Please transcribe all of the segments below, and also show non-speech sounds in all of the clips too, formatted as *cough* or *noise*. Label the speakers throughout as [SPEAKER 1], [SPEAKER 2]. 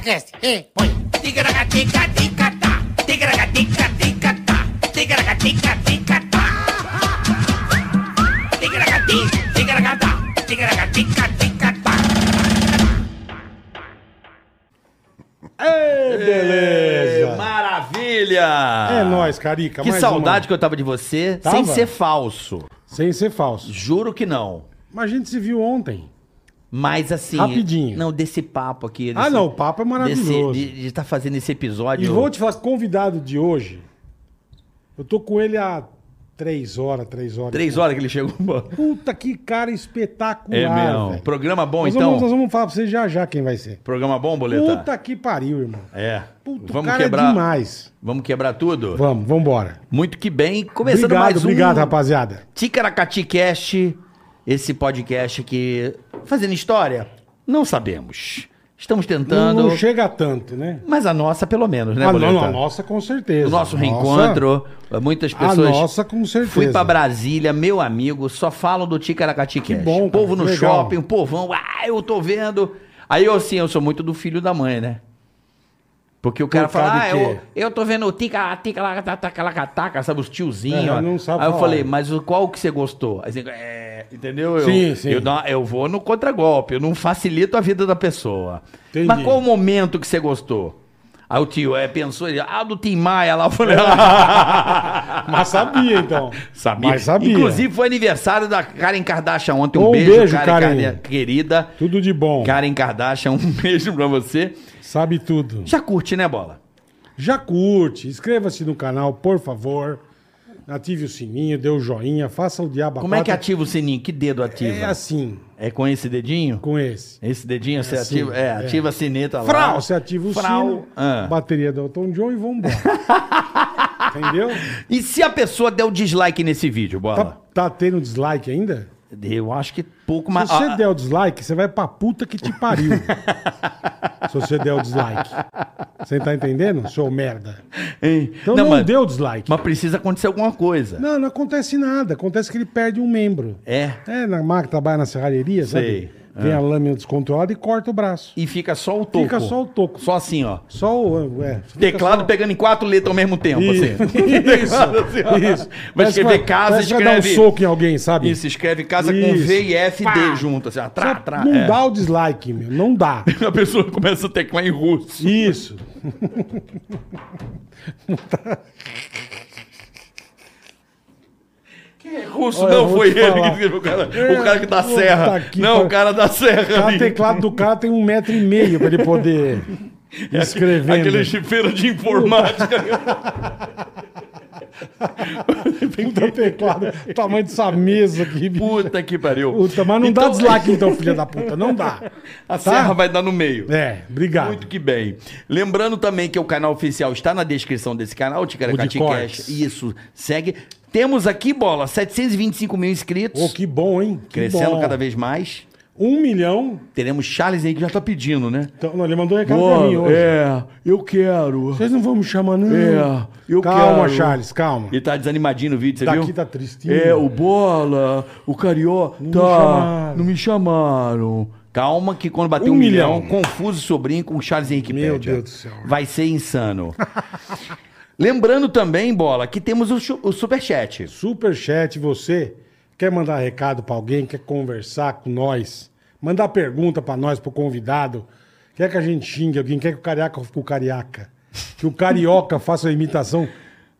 [SPEAKER 1] Cast. E põe.
[SPEAKER 2] Ei, beleza!
[SPEAKER 3] Maravilha!
[SPEAKER 2] É nóis, Carica.
[SPEAKER 3] Que
[SPEAKER 2] mais
[SPEAKER 3] saudade
[SPEAKER 2] uma.
[SPEAKER 3] que eu tava de você,
[SPEAKER 2] Tava?
[SPEAKER 3] sem ser falso.
[SPEAKER 2] Sem ser falso.
[SPEAKER 3] Juro que não.
[SPEAKER 2] Mas a gente se viu ontem.
[SPEAKER 3] Mas assim.
[SPEAKER 2] Rapidinho.
[SPEAKER 3] Não, desse papo aqui.
[SPEAKER 2] Ah,
[SPEAKER 3] desse-
[SPEAKER 2] não, o papo é maravilhoso.
[SPEAKER 3] desse- de estar fazendo esse episódio.
[SPEAKER 2] E vou te falar, convidado de hoje, eu tô com ele há três horas, três horas.
[SPEAKER 3] Três horas que ele chegou. É,
[SPEAKER 2] Puta que cara espetacular, Ah, velho.
[SPEAKER 3] Programa bom,
[SPEAKER 2] nós,
[SPEAKER 3] então?
[SPEAKER 2] vamos, nós vamos falar pra vocês já já quem vai ser.
[SPEAKER 3] Programa bom, boleta?
[SPEAKER 2] Puta que pariu, irmão.
[SPEAKER 3] É.
[SPEAKER 2] Puta, o
[SPEAKER 3] vamos
[SPEAKER 2] cara
[SPEAKER 3] quebrar.
[SPEAKER 2] é demais.
[SPEAKER 3] Vamos quebrar tudo?
[SPEAKER 2] Vamos, vambora.
[SPEAKER 3] Muito que bem. Começando
[SPEAKER 2] obrigado,
[SPEAKER 3] mais um.
[SPEAKER 2] obrigado, rapaziada.
[SPEAKER 3] Ticaracati Cast, esse podcast que. Fazendo história? Não sabemos. Estamos
[SPEAKER 2] Não,
[SPEAKER 3] tentando.
[SPEAKER 2] não chega tanto, né?
[SPEAKER 3] Mas a nossa, pelo menos, né,
[SPEAKER 2] ah,
[SPEAKER 3] Boleta?
[SPEAKER 2] não, não, a nossa com certeza.
[SPEAKER 3] O nosso
[SPEAKER 2] Nossa-
[SPEAKER 3] reencontro, muitas
[SPEAKER 2] A
[SPEAKER 3] pessoas.
[SPEAKER 2] nossa com certeza.
[SPEAKER 3] Fui pra Brasília, meu amigo, só falam do Ticaracati Cash.
[SPEAKER 2] bom, cara,
[SPEAKER 3] povo no
[SPEAKER 2] que legal.
[SPEAKER 3] shopping, o povão, ah, eu tô vendo. Aí eu assim, eu sou muito do filho da mãe, né? Porque o cara
[SPEAKER 2] Por causa
[SPEAKER 3] fala, ah,
[SPEAKER 2] de quê?
[SPEAKER 3] eu, eu tô vendo o tica tica lá, tá, taca, lá, taca, sabe, os tiozinhos.
[SPEAKER 2] É,
[SPEAKER 3] ó.
[SPEAKER 2] não sabe
[SPEAKER 3] Aí eu
[SPEAKER 2] falar.
[SPEAKER 3] falei, mas o- qual que você gostou? Aí você, é, entendeu? Eu,
[SPEAKER 2] Sim, sim.
[SPEAKER 3] Eu, dou- Tá, eu vou no contragolpe, eu não facilito a vida da pessoa.
[SPEAKER 2] Entendi.
[SPEAKER 3] Mas qual o momento que você gostou? Aí o tio é, pensou, ele, ah, do Tim Maia lá, eu falei, ah,
[SPEAKER 2] *laughs* Mas sabia, então.
[SPEAKER 3] Sabia?
[SPEAKER 2] Mas sabia.
[SPEAKER 3] Inclusive foi aniversário da Karen Kardashian ontem. Um,
[SPEAKER 2] Um
[SPEAKER 3] beijo,
[SPEAKER 2] beijo,
[SPEAKER 3] Karen,
[SPEAKER 2] Karen.
[SPEAKER 3] querida.
[SPEAKER 2] *laughs* Tudo de bom.
[SPEAKER 3] Karen Kardashian, um *laughs* beijo pra você.
[SPEAKER 2] Sabe tudo.
[SPEAKER 3] Já curte, né, Bola?
[SPEAKER 2] Já curte, inscreva-se no canal, por favor. Ative o sininho, dê o joinha, faça o diabo a
[SPEAKER 3] Como é que
[SPEAKER 2] quatro.
[SPEAKER 3] ativa o sininho? Que dedo ativa?
[SPEAKER 2] É assim,
[SPEAKER 3] É com esse dedinho?
[SPEAKER 2] com esse.
[SPEAKER 3] Esse dedinho você
[SPEAKER 2] assim,
[SPEAKER 3] ativa? É,
[SPEAKER 2] é.
[SPEAKER 3] ativa a sineta lá.
[SPEAKER 2] Frau, você ativa o
[SPEAKER 3] Frau.
[SPEAKER 2] sino,
[SPEAKER 3] Ah.
[SPEAKER 2] bateria do Elton John
[SPEAKER 3] *laughs*
[SPEAKER 2] e vambora. Entendeu?
[SPEAKER 3] E se a pessoa der o dislike nesse vídeo,
[SPEAKER 2] Tá,
[SPEAKER 3] Bola?
[SPEAKER 2] tá tendo dislike ainda?
[SPEAKER 3] Eu acho que pouco
[SPEAKER 2] Se
[SPEAKER 3] mais...
[SPEAKER 2] você
[SPEAKER 3] Ah,
[SPEAKER 2] der o dislike, você vai pra puta que te
[SPEAKER 3] *laughs*
[SPEAKER 2] pariu. Se você der o dislike. Você tá entendendo, seu merda?
[SPEAKER 3] ah, hein?
[SPEAKER 2] Então
[SPEAKER 3] não,
[SPEAKER 2] não,
[SPEAKER 3] mas,
[SPEAKER 2] dê o dislike.
[SPEAKER 3] mas precisa acontecer alguma coisa.
[SPEAKER 2] Não, não acontece nada. Acontece que ele perde um membro.
[SPEAKER 3] É.
[SPEAKER 2] É, na marca trabalha na serralheria,
[SPEAKER 3] Sei.
[SPEAKER 2] sabe? Vem a lâmina descontrolada e corta o braço.
[SPEAKER 3] E fica só o toco.
[SPEAKER 2] Fica só o toco.
[SPEAKER 3] Só assim, ó.
[SPEAKER 2] Só o. É, fica
[SPEAKER 3] Teclado pegando em quatro letras ao mesmo tempo, *laughs*
[SPEAKER 2] Isso,
[SPEAKER 3] assim. *laughs*
[SPEAKER 2] isso.
[SPEAKER 3] Vai
[SPEAKER 2] Parece que
[SPEAKER 3] escrever casa,
[SPEAKER 2] parece que vai dar
[SPEAKER 3] escreve-
[SPEAKER 2] um soco em alguém, sabe?
[SPEAKER 3] Isso, escreve casa com
[SPEAKER 2] Isso.
[SPEAKER 3] V e F e D junto, assim, ó. Trá,
[SPEAKER 2] Só
[SPEAKER 3] trá.
[SPEAKER 2] não
[SPEAKER 3] é.
[SPEAKER 2] dá o dislike, meu. Não dá.
[SPEAKER 3] *laughs* A pessoa começa a teclar em russo. *laughs*
[SPEAKER 2] Isso.
[SPEAKER 3] Russo
[SPEAKER 2] Olha, eu
[SPEAKER 3] não
[SPEAKER 2] vou
[SPEAKER 3] foi
[SPEAKER 2] te
[SPEAKER 3] ele
[SPEAKER 2] falar. É,
[SPEAKER 3] que escreveu, o cara, o cara que dá
[SPEAKER 2] Puta
[SPEAKER 3] serra.
[SPEAKER 2] que
[SPEAKER 3] não,
[SPEAKER 2] par-
[SPEAKER 3] o cara da serra.
[SPEAKER 2] O
[SPEAKER 3] ali.
[SPEAKER 2] teclado do cara tem um metro e meio pra ele
[SPEAKER 3] *laughs*
[SPEAKER 2] poder escrever.
[SPEAKER 3] Aquele chifeiro de informática.
[SPEAKER 2] Puta teclado, tamanho dessa mesa aqui, bicho.
[SPEAKER 3] Puta que pariu.
[SPEAKER 2] Puta, mas não dá
[SPEAKER 3] Então-
[SPEAKER 2] dislike então, filha da puta. Não dá.
[SPEAKER 3] A serra vai dar no meio.
[SPEAKER 2] Tá? É, obrigado.
[SPEAKER 3] Muito que bem. Lembrando também que o canal oficial está na descrição desse canal, Ticaracati
[SPEAKER 2] O de
[SPEAKER 3] Cash.
[SPEAKER 2] cortes.
[SPEAKER 3] Isso, segue. Temos aqui, bola, 725 mil inscritos.
[SPEAKER 2] Ô, que bom, hein? Que
[SPEAKER 3] crescendo
[SPEAKER 2] bom.
[SPEAKER 3] cada vez mais.
[SPEAKER 2] Um milhão.
[SPEAKER 3] Teremos Charles aí que já tá pedindo, né?
[SPEAKER 2] Então, não, ele mandou um recado pra mim hoje.
[SPEAKER 3] é, eu quero.
[SPEAKER 2] Vocês não vão me chamar, não.
[SPEAKER 3] É, eu
[SPEAKER 2] calma,
[SPEAKER 3] quero.
[SPEAKER 2] Charles, calma.
[SPEAKER 3] Ele tá desanimadinho no vídeo, você
[SPEAKER 2] Daqui
[SPEAKER 3] viu?
[SPEAKER 2] tá tristinho.
[SPEAKER 3] É, o Bola, o Carioca,
[SPEAKER 2] me
[SPEAKER 3] tá,
[SPEAKER 2] chamaram.
[SPEAKER 3] não me chamaram. Calma que quando bater um,
[SPEAKER 2] Um
[SPEAKER 3] milhão,
[SPEAKER 2] milhão.
[SPEAKER 3] confuso sobrinho com o Charles Henrique
[SPEAKER 2] Meu
[SPEAKER 3] Pédia.
[SPEAKER 2] Deus do céu.
[SPEAKER 3] Vai ser insano. *laughs* Lembrando também, Bola, que temos o, chu- o Superchat.
[SPEAKER 2] Superchat, você quer mandar recado pra alguém, quer conversar com nós, mandar pergunta pra nós, pro convidado, quer que a gente xingue alguém, quer que o carioca, o carioca, que o carioca *laughs* faça uma imitação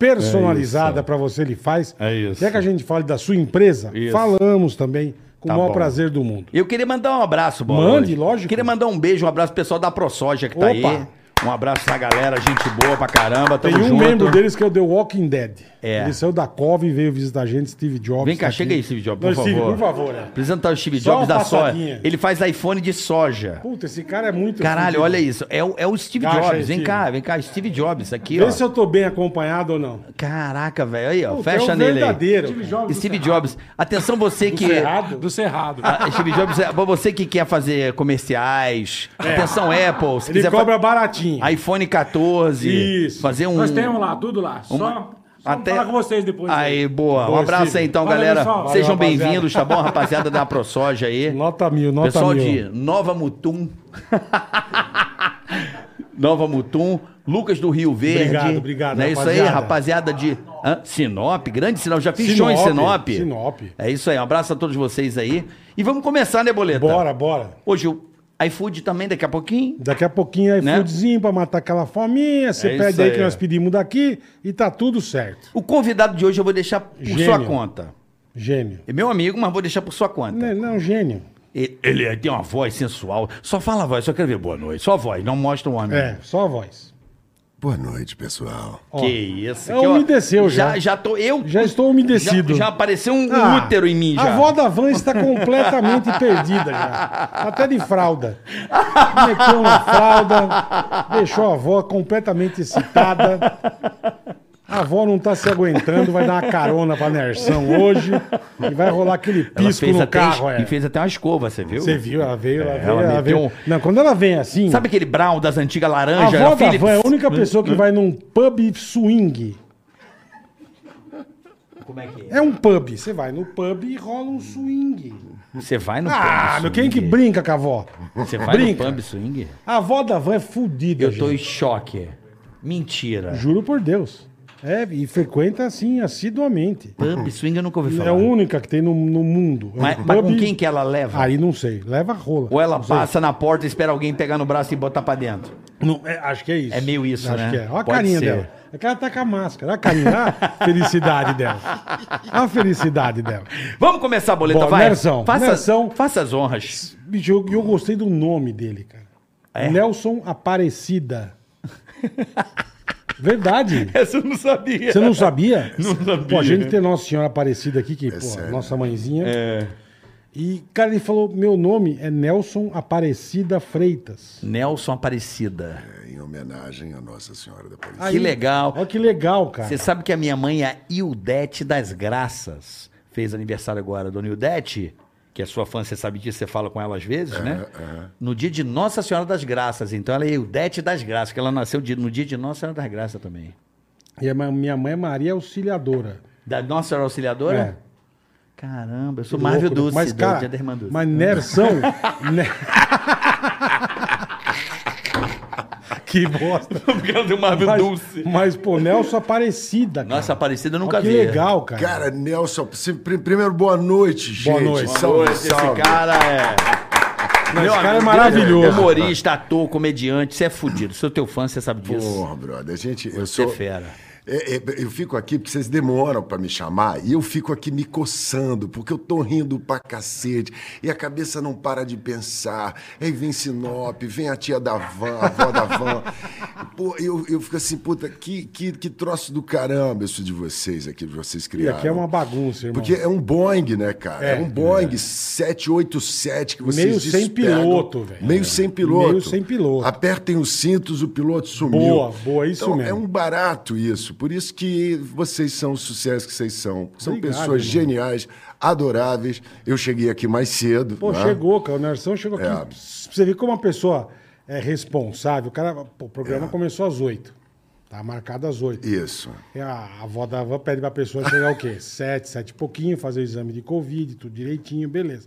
[SPEAKER 2] personalizada pra você, ele faz.
[SPEAKER 3] É isso.
[SPEAKER 2] Quer que a gente fale da sua empresa?
[SPEAKER 3] Isso.
[SPEAKER 2] Falamos também, com
[SPEAKER 3] Tá
[SPEAKER 2] o maior
[SPEAKER 3] bom.
[SPEAKER 2] prazer do mundo.
[SPEAKER 3] Eu queria mandar um abraço, Bola.
[SPEAKER 2] Mande,
[SPEAKER 3] hoje.
[SPEAKER 2] lógico.
[SPEAKER 3] Queria mandar um beijo, um abraço pro pessoal da ProSoja que tá
[SPEAKER 2] Opa.
[SPEAKER 3] aí. Um abraço pra galera, gente boa pra caramba. Tamo
[SPEAKER 2] Tem um
[SPEAKER 3] junto.
[SPEAKER 2] membro deles que é o The Walking Dead.
[SPEAKER 3] É.
[SPEAKER 2] Ele saiu da Cove e veio visitar a gente, Steve Jobs.
[SPEAKER 3] Vem cá,
[SPEAKER 2] tá
[SPEAKER 3] chega
[SPEAKER 2] aqui.
[SPEAKER 3] aí, Steve Jobs, por
[SPEAKER 2] Não,
[SPEAKER 3] favor.
[SPEAKER 2] Steve, por favor. né?
[SPEAKER 3] Apresentar o Steve
[SPEAKER 2] Só
[SPEAKER 3] Jobs
[SPEAKER 2] uma
[SPEAKER 3] da soja.
[SPEAKER 2] passadinha.
[SPEAKER 3] Ele faz iPhone de soja.
[SPEAKER 2] Puta, esse cara é muito...
[SPEAKER 3] Caralho,
[SPEAKER 2] fudido.
[SPEAKER 3] olha isso. É o, é o Steve
[SPEAKER 2] Agacha
[SPEAKER 3] Jobs.
[SPEAKER 2] aí,
[SPEAKER 3] vem
[SPEAKER 2] Steve.
[SPEAKER 3] cá, vem cá. Steve Jobs aqui, ó.
[SPEAKER 2] Vê se eu tô bem acompanhado ou não.
[SPEAKER 3] Caraca, velho. Aí, ó.
[SPEAKER 2] Puta,
[SPEAKER 3] Fecha
[SPEAKER 2] é um
[SPEAKER 3] nele aí.
[SPEAKER 2] verdadeiro.
[SPEAKER 3] Steve Jobs. Atenção você que...
[SPEAKER 2] Errado.
[SPEAKER 4] é Do Cerrado.
[SPEAKER 3] Ah, Steve Jobs, é- pra você que quer fazer comerciais. Atenção, Apple. Se
[SPEAKER 2] É. Ele
[SPEAKER 3] quiser
[SPEAKER 2] cobra
[SPEAKER 3] fa-
[SPEAKER 2] baratinho.
[SPEAKER 3] iPhone 14.
[SPEAKER 2] Isso.
[SPEAKER 3] Fazer um...
[SPEAKER 4] Nós temos lá, tudo lá. Só, só
[SPEAKER 3] Até...
[SPEAKER 4] falar com vocês depois.
[SPEAKER 3] Aí, boa. Um
[SPEAKER 2] Boa,
[SPEAKER 3] abraço
[SPEAKER 2] Steve.
[SPEAKER 3] aí, então,
[SPEAKER 4] Valeu,
[SPEAKER 3] galera.
[SPEAKER 4] pessoal. Valeu,
[SPEAKER 3] Sejam
[SPEAKER 2] rapaziada.
[SPEAKER 3] bem-vindos, tá bom, rapaziada da ProSoja aí.
[SPEAKER 2] Nota mil, nota
[SPEAKER 3] Pessoal
[SPEAKER 2] mil.
[SPEAKER 3] de Nova Mutum. *laughs* Nova Mutum, Lucas do Rio Verde.
[SPEAKER 2] Obrigado, obrigado,
[SPEAKER 3] Não é isso aí, rapaziada de Hã? Sinop, grande Sinop. Já fiz show em Sinop.
[SPEAKER 2] Sinop, Sinop.
[SPEAKER 3] É isso aí, um abraço a todos vocês aí. E vamos começar, né, Boleta?
[SPEAKER 2] Bora, bora.
[SPEAKER 3] Hoje o iFood também, daqui a pouquinho.
[SPEAKER 2] Daqui a pouquinho é
[SPEAKER 3] Né?
[SPEAKER 2] iFoodzinho pra matar aquela fominha. Você
[SPEAKER 3] É isso
[SPEAKER 2] pede aí
[SPEAKER 3] aí.
[SPEAKER 2] que nós pedimos daqui e tá tudo certo.
[SPEAKER 3] O convidado de hoje eu vou deixar por
[SPEAKER 2] Gênio.
[SPEAKER 3] sua conta.
[SPEAKER 2] Gênio.
[SPEAKER 3] É meu amigo, mas vou deixar por sua conta.
[SPEAKER 2] Não, não, gênio.
[SPEAKER 3] Ele, ele tem uma voz sensual. Só fala a voz, só quero ver boa noite. Só a voz, não mostra o homem.
[SPEAKER 2] É, só a voz.
[SPEAKER 1] Boa noite, pessoal.
[SPEAKER 2] Ó,
[SPEAKER 3] Que isso.
[SPEAKER 2] É,
[SPEAKER 3] que ó-
[SPEAKER 2] umedeceu já.
[SPEAKER 3] Já, tô, eu
[SPEAKER 2] Já estou umedecido.
[SPEAKER 3] Já, já apareceu um
[SPEAKER 2] Ah,
[SPEAKER 3] útero em mim já.
[SPEAKER 2] A vó da van
[SPEAKER 3] *laughs*
[SPEAKER 2] está completamente perdida já. Tá Até de fralda. Meteu uma fralda, deixou a avó completamente excitada. A avó não tá se aguentando, vai dar uma carona pra Nersão hoje e vai rolar aquele
[SPEAKER 3] Ela
[SPEAKER 2] pisco
[SPEAKER 3] fez
[SPEAKER 2] no
[SPEAKER 3] até
[SPEAKER 2] carro.
[SPEAKER 3] es-
[SPEAKER 2] É.
[SPEAKER 3] E fez até uma escova, você viu?
[SPEAKER 2] Você viu, ela veio, ela
[SPEAKER 3] É,
[SPEAKER 2] veio.
[SPEAKER 3] ela
[SPEAKER 2] ela
[SPEAKER 3] meteu
[SPEAKER 2] veio.
[SPEAKER 3] um-
[SPEAKER 2] Não, quando ela vem assim,
[SPEAKER 3] Sabe aquele brown das antigas
[SPEAKER 2] a
[SPEAKER 3] laranjas?
[SPEAKER 2] avó da
[SPEAKER 3] Philips? Hum?
[SPEAKER 2] van é a única pessoa que vai num pub swing.
[SPEAKER 3] Como é que é?
[SPEAKER 2] É um pub, você vai no pub e rola um swing.
[SPEAKER 3] Você vai no
[SPEAKER 2] Ah,
[SPEAKER 3] pub
[SPEAKER 2] meu, quem que
[SPEAKER 3] swing?
[SPEAKER 2] brinca com a avó?
[SPEAKER 3] Você vai
[SPEAKER 2] Brinca.
[SPEAKER 3] no pub swing?
[SPEAKER 2] A avó da van é fudida,
[SPEAKER 3] Eu tô em
[SPEAKER 2] gente.
[SPEAKER 3] choque. Mentira.
[SPEAKER 2] Juro por Deus. É, e frequenta assim, assiduamente.
[SPEAKER 3] Pub swing eu nunca ouvi falar.
[SPEAKER 2] É a única que tem no, no mundo. É um
[SPEAKER 3] Mas, mas com
[SPEAKER 2] pub-
[SPEAKER 3] quem que ela leva?
[SPEAKER 2] Aí não sei. Leva rola.
[SPEAKER 3] Ou ela
[SPEAKER 2] Não sei.
[SPEAKER 3] passa na porta, espera alguém pegar no braço e botar pra dentro?
[SPEAKER 2] Não, é, acho que é isso.
[SPEAKER 3] É meio isso,
[SPEAKER 2] acho
[SPEAKER 3] né?
[SPEAKER 2] que é. Olha a
[SPEAKER 3] Pode
[SPEAKER 2] carinha
[SPEAKER 3] ser.
[SPEAKER 2] dela. É que ela tá com a máscara. Olha a carinha. Olha a felicidade dela. Olha a felicidade dela.
[SPEAKER 3] Vamos começar a boleta,
[SPEAKER 2] Bom,
[SPEAKER 3] vai.
[SPEAKER 2] Nerzão,
[SPEAKER 3] faça,
[SPEAKER 2] Nerzão.
[SPEAKER 3] faça as
[SPEAKER 2] *laughs*
[SPEAKER 3] honras.
[SPEAKER 2] Bicho, eu, eu gostei do nome dele, cara.
[SPEAKER 3] É?
[SPEAKER 2] Nelson Aparecida. Verdade.
[SPEAKER 3] Essa eu não sabia.
[SPEAKER 2] Você não sabia?
[SPEAKER 3] Não sabia.
[SPEAKER 2] Pô, a gente tem Nossa Senhora Aparecida aqui, que, pô,
[SPEAKER 1] É sério.
[SPEAKER 2] nossa mãezinha. E, cara, ele falou: meu nome é Nelson Aparecida Freitas.
[SPEAKER 3] Nelson Aparecida.
[SPEAKER 1] É, em homenagem à Nossa Senhora da Aparecida.
[SPEAKER 3] Aí, legal.
[SPEAKER 2] Olha que legal, cara.
[SPEAKER 3] Você sabe que a minha mãe é a Ildete das Graças. Fez aniversário agora. Dona Ildete, que é sua fã, você sabe disso, você fala com ela às vezes,
[SPEAKER 2] É,
[SPEAKER 3] né? No dia de Nossa Senhora das Graças. Então ela é Ildete das Graças, que ela nasceu de- no dia de Nossa Senhora das Graças também.
[SPEAKER 2] E a ma- minha mãe é Maria Auxiliadora.
[SPEAKER 3] Da Nossa Senhora Auxiliadora?
[SPEAKER 2] É.
[SPEAKER 3] Caramba, eu sou
[SPEAKER 2] Que
[SPEAKER 3] Marvel
[SPEAKER 2] louco, né?
[SPEAKER 3] Dulce,
[SPEAKER 2] mas,
[SPEAKER 3] do
[SPEAKER 2] cara,
[SPEAKER 3] Dia da Irmã Dulce. *laughs*
[SPEAKER 2] Mas Nersão. né? que bosta.
[SPEAKER 3] Porque ela tem Marvel
[SPEAKER 2] *laughs* Mas, mas, pô, Nelson Aparecida. Cara.
[SPEAKER 3] Nossa, Aparecida eu nunca
[SPEAKER 2] Olha que
[SPEAKER 3] vi.
[SPEAKER 2] legal, cara.
[SPEAKER 1] Cara, Nelson, se- pri- primeiro boa noite, gente.
[SPEAKER 2] Boa noite. Boa
[SPEAKER 1] Salve,
[SPEAKER 3] Pois,
[SPEAKER 1] salve.
[SPEAKER 3] Esse cara é.
[SPEAKER 2] Não,
[SPEAKER 3] Meu
[SPEAKER 2] esse cara é
[SPEAKER 3] amigo,
[SPEAKER 2] maravilhoso.
[SPEAKER 3] Humorista, ator, comediante, você é fudido. Sou teu fã, você sabe disso.
[SPEAKER 1] Porra, brother. Gente, eu
[SPEAKER 3] é Você
[SPEAKER 1] sou.
[SPEAKER 3] é fera.
[SPEAKER 1] É, é, eu fico aqui porque vocês demoram pra me chamar e eu fico aqui me coçando, porque eu tô rindo pra cacete e a cabeça não para de pensar. Aí vem Sinop, vem a tia da van, a avó da
[SPEAKER 2] *laughs*
[SPEAKER 1] van. Pô, eu, eu fico assim, puta, que, que, que troço do caramba isso de vocês aqui, de vocês
[SPEAKER 2] E
[SPEAKER 1] criaram.
[SPEAKER 2] aqui é uma bagunça, irmão.
[SPEAKER 1] Porque é um Boeing, né, cara? É,
[SPEAKER 2] É,
[SPEAKER 1] um Boeing 787 que vocês
[SPEAKER 2] Meio sem
[SPEAKER 1] despegam.
[SPEAKER 2] piloto, velho.
[SPEAKER 1] Meio sem piloto.
[SPEAKER 2] Meio sem piloto.
[SPEAKER 1] Apertem os cintos, o piloto sumiu.
[SPEAKER 2] Boa, boa, isso
[SPEAKER 1] então,
[SPEAKER 2] mesmo.
[SPEAKER 1] É um barato isso. Por isso que vocês são o sucesso que vocês são. São
[SPEAKER 2] Obrigado,
[SPEAKER 1] pessoas
[SPEAKER 2] irmão.
[SPEAKER 1] geniais, adoráveis. Eu cheguei aqui mais cedo.
[SPEAKER 2] Pô,
[SPEAKER 1] né?
[SPEAKER 2] chegou, cara. O Nersão chegou aqui.
[SPEAKER 1] É.
[SPEAKER 2] Você vê como uma pessoa é responsável. O, cara, pô, o
[SPEAKER 1] É.
[SPEAKER 2] programa começou às oito. Tá marcado às oito.
[SPEAKER 1] Isso.
[SPEAKER 2] E A a avó da van pede pra pessoa chegar o
[SPEAKER 1] *laughs*
[SPEAKER 2] quê? Sete, sete e pouquinho, fazer o exame de Covid, tudo direitinho, beleza.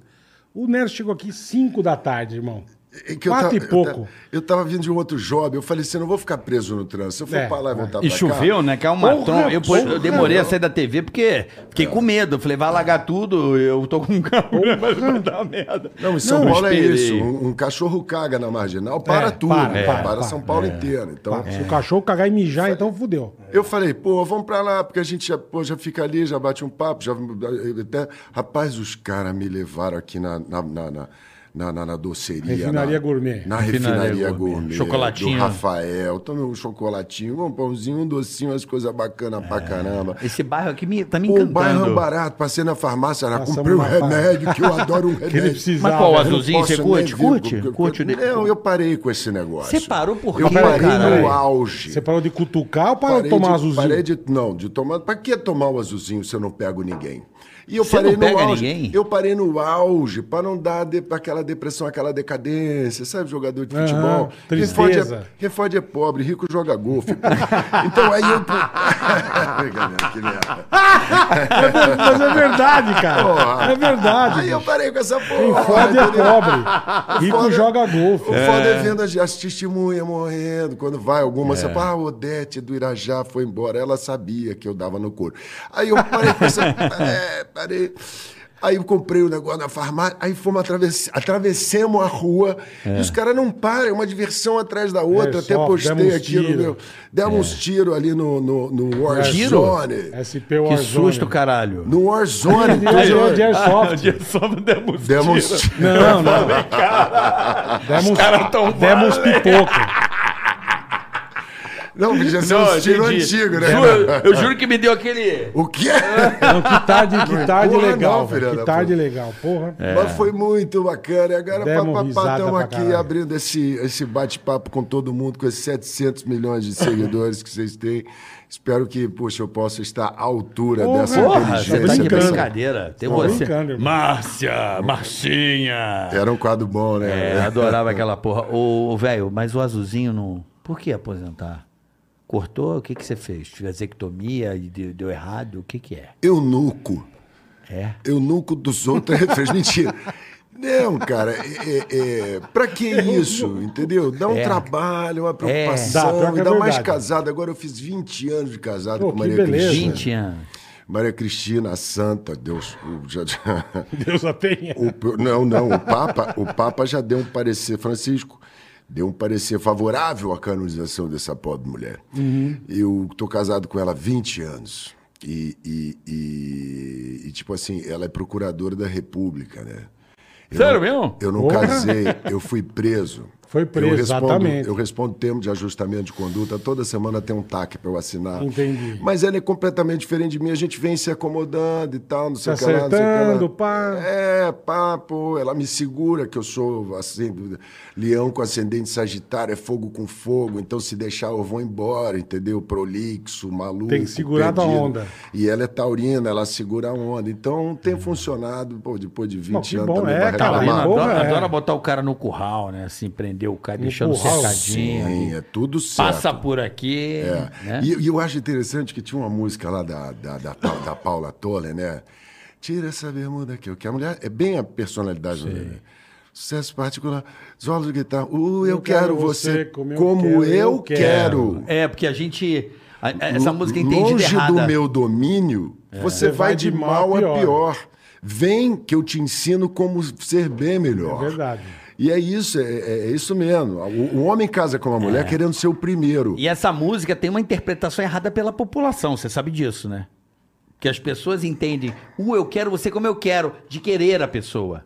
[SPEAKER 2] O Nero chegou aqui cinco da tarde, irmão.
[SPEAKER 1] É que eu
[SPEAKER 2] Quatro
[SPEAKER 1] tava-
[SPEAKER 2] e pouco.
[SPEAKER 1] Eu tava, eu tava vindo de um outro job. Eu falei assim, eu não vou ficar preso no trânsito. Se eu for
[SPEAKER 2] É,
[SPEAKER 1] pra lá e voltar
[SPEAKER 3] E
[SPEAKER 1] Tá pra
[SPEAKER 3] choveu,
[SPEAKER 1] cá...
[SPEAKER 3] né? Que é uma
[SPEAKER 2] Porra,
[SPEAKER 3] tron- Eu, pô- eu
[SPEAKER 2] porra.
[SPEAKER 3] demorei a sair da TV porque fiquei com medo. Falei, vai alagar tudo, eu tô com calor, mas *laughs* vai dar merda.
[SPEAKER 1] Não, em São
[SPEAKER 3] Não,
[SPEAKER 1] Paulo é
[SPEAKER 3] esperei.
[SPEAKER 1] isso. Um, um cachorro caga na marginal, para
[SPEAKER 2] É,
[SPEAKER 1] tudo.
[SPEAKER 2] para,
[SPEAKER 1] Para,
[SPEAKER 2] para, para. É,
[SPEAKER 1] São Paulo inteiro. Então,
[SPEAKER 2] Se o cachorro cagar e mijar, então fudeu.
[SPEAKER 1] Eu falei, pô, vamos pra lá, porque a gente já, pô, já fica ali, já bate um papo, já. Até, rapaz, os caras me levaram aqui na. na, na, na na, na, na doceria.
[SPEAKER 2] Refinaria
[SPEAKER 1] na,
[SPEAKER 2] gourmet.
[SPEAKER 1] Na
[SPEAKER 3] Refinaria
[SPEAKER 1] refinaria,
[SPEAKER 3] gourmet.
[SPEAKER 1] gourmet.
[SPEAKER 3] Chocolatinho.
[SPEAKER 1] Do Rafael. Tomei um chocolatinho, um pãozinho, um docinho, umas coisas bacanas pra caramba.
[SPEAKER 3] É. Esse bairro aqui me, tá me
[SPEAKER 1] Pô, o
[SPEAKER 3] encantando.
[SPEAKER 1] bairro é barato. Passei na farmácia, já
[SPEAKER 2] Passamos
[SPEAKER 1] comprei um
[SPEAKER 2] na farmácia.
[SPEAKER 1] remédio, que eu adoro um remédio.
[SPEAKER 2] *laughs* Que ele né? precisava.
[SPEAKER 3] Mas qual
[SPEAKER 1] Eu não
[SPEAKER 3] azulzinho
[SPEAKER 1] posso
[SPEAKER 3] você curte?
[SPEAKER 1] nem ver,
[SPEAKER 3] Curte?
[SPEAKER 1] porque-
[SPEAKER 3] Curte o de-
[SPEAKER 1] Não, eu parei com esse negócio.
[SPEAKER 3] Você parou por
[SPEAKER 1] Eu
[SPEAKER 3] quê,
[SPEAKER 1] parei
[SPEAKER 3] cara?
[SPEAKER 1] no auge.
[SPEAKER 2] Você parou de cutucar ou parou de
[SPEAKER 1] Parei
[SPEAKER 2] tomar
[SPEAKER 1] de-
[SPEAKER 2] azulzinho?
[SPEAKER 1] Parei de, não, de tomar. Pra que tomar o azulzinho se eu não pego ninguém? E eu
[SPEAKER 3] Você
[SPEAKER 1] parei
[SPEAKER 3] não pega
[SPEAKER 1] no auge.
[SPEAKER 3] ninguém?
[SPEAKER 1] Eu parei no auge pra não dar de, pra aquela depressão, aquela decadência, sabe, jogador de
[SPEAKER 2] Aham,
[SPEAKER 1] futebol.
[SPEAKER 2] tristeza.
[SPEAKER 1] Refode é, Refode é pobre, rico joga golfe. pô. *laughs* então aí eu. *laughs* Brincadeira, que merda.
[SPEAKER 2] Mas é verdade, cara.
[SPEAKER 1] *laughs* Porra.
[SPEAKER 2] É verdade.
[SPEAKER 1] Aí eu
[SPEAKER 2] bicho.
[SPEAKER 1] parei com essa porra.
[SPEAKER 2] Quem fode é
[SPEAKER 1] entendeu?
[SPEAKER 2] pobre. Rico
[SPEAKER 3] é
[SPEAKER 1] foda-
[SPEAKER 2] joga golfe.
[SPEAKER 1] O foda é vendo as, as testemunhas morrendo. Quando vai alguma, você fala, ah, Odete do Irajá foi embora. Ela sabia que eu dava no couro. Aí eu parei com essa. *laughs* é, parei. Aí eu comprei o negócio na farmácia, aí fomos atravessar, atravessemos a rua, e os caras não param, é uma diversão atrás da outra.
[SPEAKER 2] É,
[SPEAKER 1] Até
[SPEAKER 2] sofre, demos
[SPEAKER 1] postei aqui
[SPEAKER 2] tiro. É
[SPEAKER 1] no meu. Demos uns tiros ali no, no, no
[SPEAKER 3] Tiro?
[SPEAKER 1] Warzone.
[SPEAKER 2] SP
[SPEAKER 3] Que
[SPEAKER 2] Warzone.
[SPEAKER 3] susto, caralho. Ah,
[SPEAKER 1] No Warzone.
[SPEAKER 2] De Air- de Airsoft.
[SPEAKER 3] só não demos
[SPEAKER 1] Demos tiro.
[SPEAKER 2] Não, não. Demos,
[SPEAKER 3] caras tão
[SPEAKER 2] demos pipoco.
[SPEAKER 1] Não, podia ser
[SPEAKER 3] Não,
[SPEAKER 1] um tiro
[SPEAKER 3] entendi.
[SPEAKER 1] antigo,
[SPEAKER 3] Juro- É.
[SPEAKER 1] né?
[SPEAKER 3] eu juro que me deu aquele.
[SPEAKER 1] *laughs* O quê?
[SPEAKER 2] Não, que tarde, que tarde
[SPEAKER 1] Porra,
[SPEAKER 2] legal.
[SPEAKER 1] não,
[SPEAKER 2] velho.
[SPEAKER 1] filha
[SPEAKER 2] que
[SPEAKER 1] da
[SPEAKER 2] tarde
[SPEAKER 1] puta.
[SPEAKER 2] legal, porra.
[SPEAKER 3] É.
[SPEAKER 1] Mas foi muito bacana. E agora,
[SPEAKER 2] É. Demos risada
[SPEAKER 1] papapá, estamos
[SPEAKER 2] pra
[SPEAKER 1] aqui
[SPEAKER 2] caralho.
[SPEAKER 1] abrindo esse, esse bate-papo com todo mundo, com esses 700 milhões de seguidores que vocês têm. Espero que, poxa, eu possa estar à altura
[SPEAKER 2] Porra,
[SPEAKER 1] dessa
[SPEAKER 3] Porra, você tá
[SPEAKER 1] inteligência.
[SPEAKER 3] de
[SPEAKER 2] brincando.
[SPEAKER 1] dessa-
[SPEAKER 3] brincadeira. Tem
[SPEAKER 2] Tô
[SPEAKER 3] você.
[SPEAKER 2] brincando, irmão.
[SPEAKER 3] Márcia, Marcinha.
[SPEAKER 1] Era um quadro bom, né?
[SPEAKER 3] É, adorava aquela porra. Ô, ô, velho, mas o azulzinho não. Por que aposentar? Cortou? O que, que você fez? Vasectomia? E Deu, deu errado? O que, que é?
[SPEAKER 1] Eunuco.
[SPEAKER 3] É.
[SPEAKER 1] Eunuco dos outros *laughs* reféns. Mentira. Não, cara, é, é- é, pra que isso, entendeu? Dá um
[SPEAKER 3] É.
[SPEAKER 1] trabalho, uma
[SPEAKER 2] Dá,
[SPEAKER 1] preocupação,
[SPEAKER 2] pior que é
[SPEAKER 1] ainda mais
[SPEAKER 2] verdade.
[SPEAKER 1] casado. Agora eu fiz 20 anos de casado
[SPEAKER 2] Pô,
[SPEAKER 1] com
[SPEAKER 2] que
[SPEAKER 1] Maria
[SPEAKER 2] beleza.
[SPEAKER 1] Cristina.
[SPEAKER 3] 20 anos.
[SPEAKER 1] Maria Cristina, a santa, Deus. o- já- já- *laughs*
[SPEAKER 2] Deus a tenha.
[SPEAKER 1] o p- não, não, o Papa, o Papa já deu um parecer, Francisco, deu um parecer favorável à canonização dessa pobre mulher. Eu tô casado com ela há 20 anos. E, e- e- e, tipo assim, ela é procuradora da República, né? Eu
[SPEAKER 3] Sério
[SPEAKER 1] não-
[SPEAKER 3] mesmo?
[SPEAKER 1] Eu não
[SPEAKER 2] Porra.
[SPEAKER 1] casei, eu fui preso.
[SPEAKER 2] Foi preso,
[SPEAKER 1] eu respondo,
[SPEAKER 2] exatamente.
[SPEAKER 1] Eu respondo termo de ajustamento de conduta. Toda semana tem um TAC para eu assinar.
[SPEAKER 2] Entendi.
[SPEAKER 1] Mas ela é completamente diferente de mim. A gente vem se acomodando e tal, não sei
[SPEAKER 2] Se
[SPEAKER 1] o que lá, não sei o que lá.
[SPEAKER 2] acertando, pá.
[SPEAKER 1] É, papo, ela me segura que eu sou assim, leão com ascendente sagitário, é fogo com fogo, então se deixar eu vou embora, entendeu? Prolixo, maluco.
[SPEAKER 2] Tem que segurar da
[SPEAKER 1] perdido.
[SPEAKER 2] onda.
[SPEAKER 1] E ela é taurina, ela segura a onda. Então tem funcionado, pô, depois de 20
[SPEAKER 2] Não, que
[SPEAKER 1] anos
[SPEAKER 2] bom,
[SPEAKER 1] também
[SPEAKER 2] é,
[SPEAKER 1] pra
[SPEAKER 2] cara,
[SPEAKER 3] Carolina
[SPEAKER 1] reclamar.
[SPEAKER 2] porra,
[SPEAKER 3] adora,
[SPEAKER 2] é.
[SPEAKER 3] adora botar o cara no curral, né? Assim, prender o cara,
[SPEAKER 2] No
[SPEAKER 3] deixando
[SPEAKER 2] curral,
[SPEAKER 3] cercadinho.
[SPEAKER 1] Sim, é tudo certo. É.
[SPEAKER 3] Passa por aqui. Né?
[SPEAKER 1] E, e eu acho interessante que tinha uma música lá da, da, da, Pa- da Paula Toller, né? Tira essa bermuda que eu quero. A mulher é bem a personalidade da mulher. né? Sucesso particular, solos de guitarra. Uh, eu, quero, você como eu, quero,
[SPEAKER 2] quero.
[SPEAKER 3] É, porque a gente. a- a- essa
[SPEAKER 1] Lo-
[SPEAKER 3] música entende de
[SPEAKER 1] Longe
[SPEAKER 3] errada. É.
[SPEAKER 1] do meu domínio, você vai, de mal a pior. Vem que eu te ensino como ser bem melhor.
[SPEAKER 2] É verdade.
[SPEAKER 1] E é isso, é, é- é isso mesmo. O, o homem casa com uma mulher
[SPEAKER 3] É.
[SPEAKER 1] querendo ser o primeiro.
[SPEAKER 3] E essa música tem uma interpretação errada pela população, você sabe disso, né? Que as pessoas entendem, uh, eu quero você como eu quero, de querer a pessoa.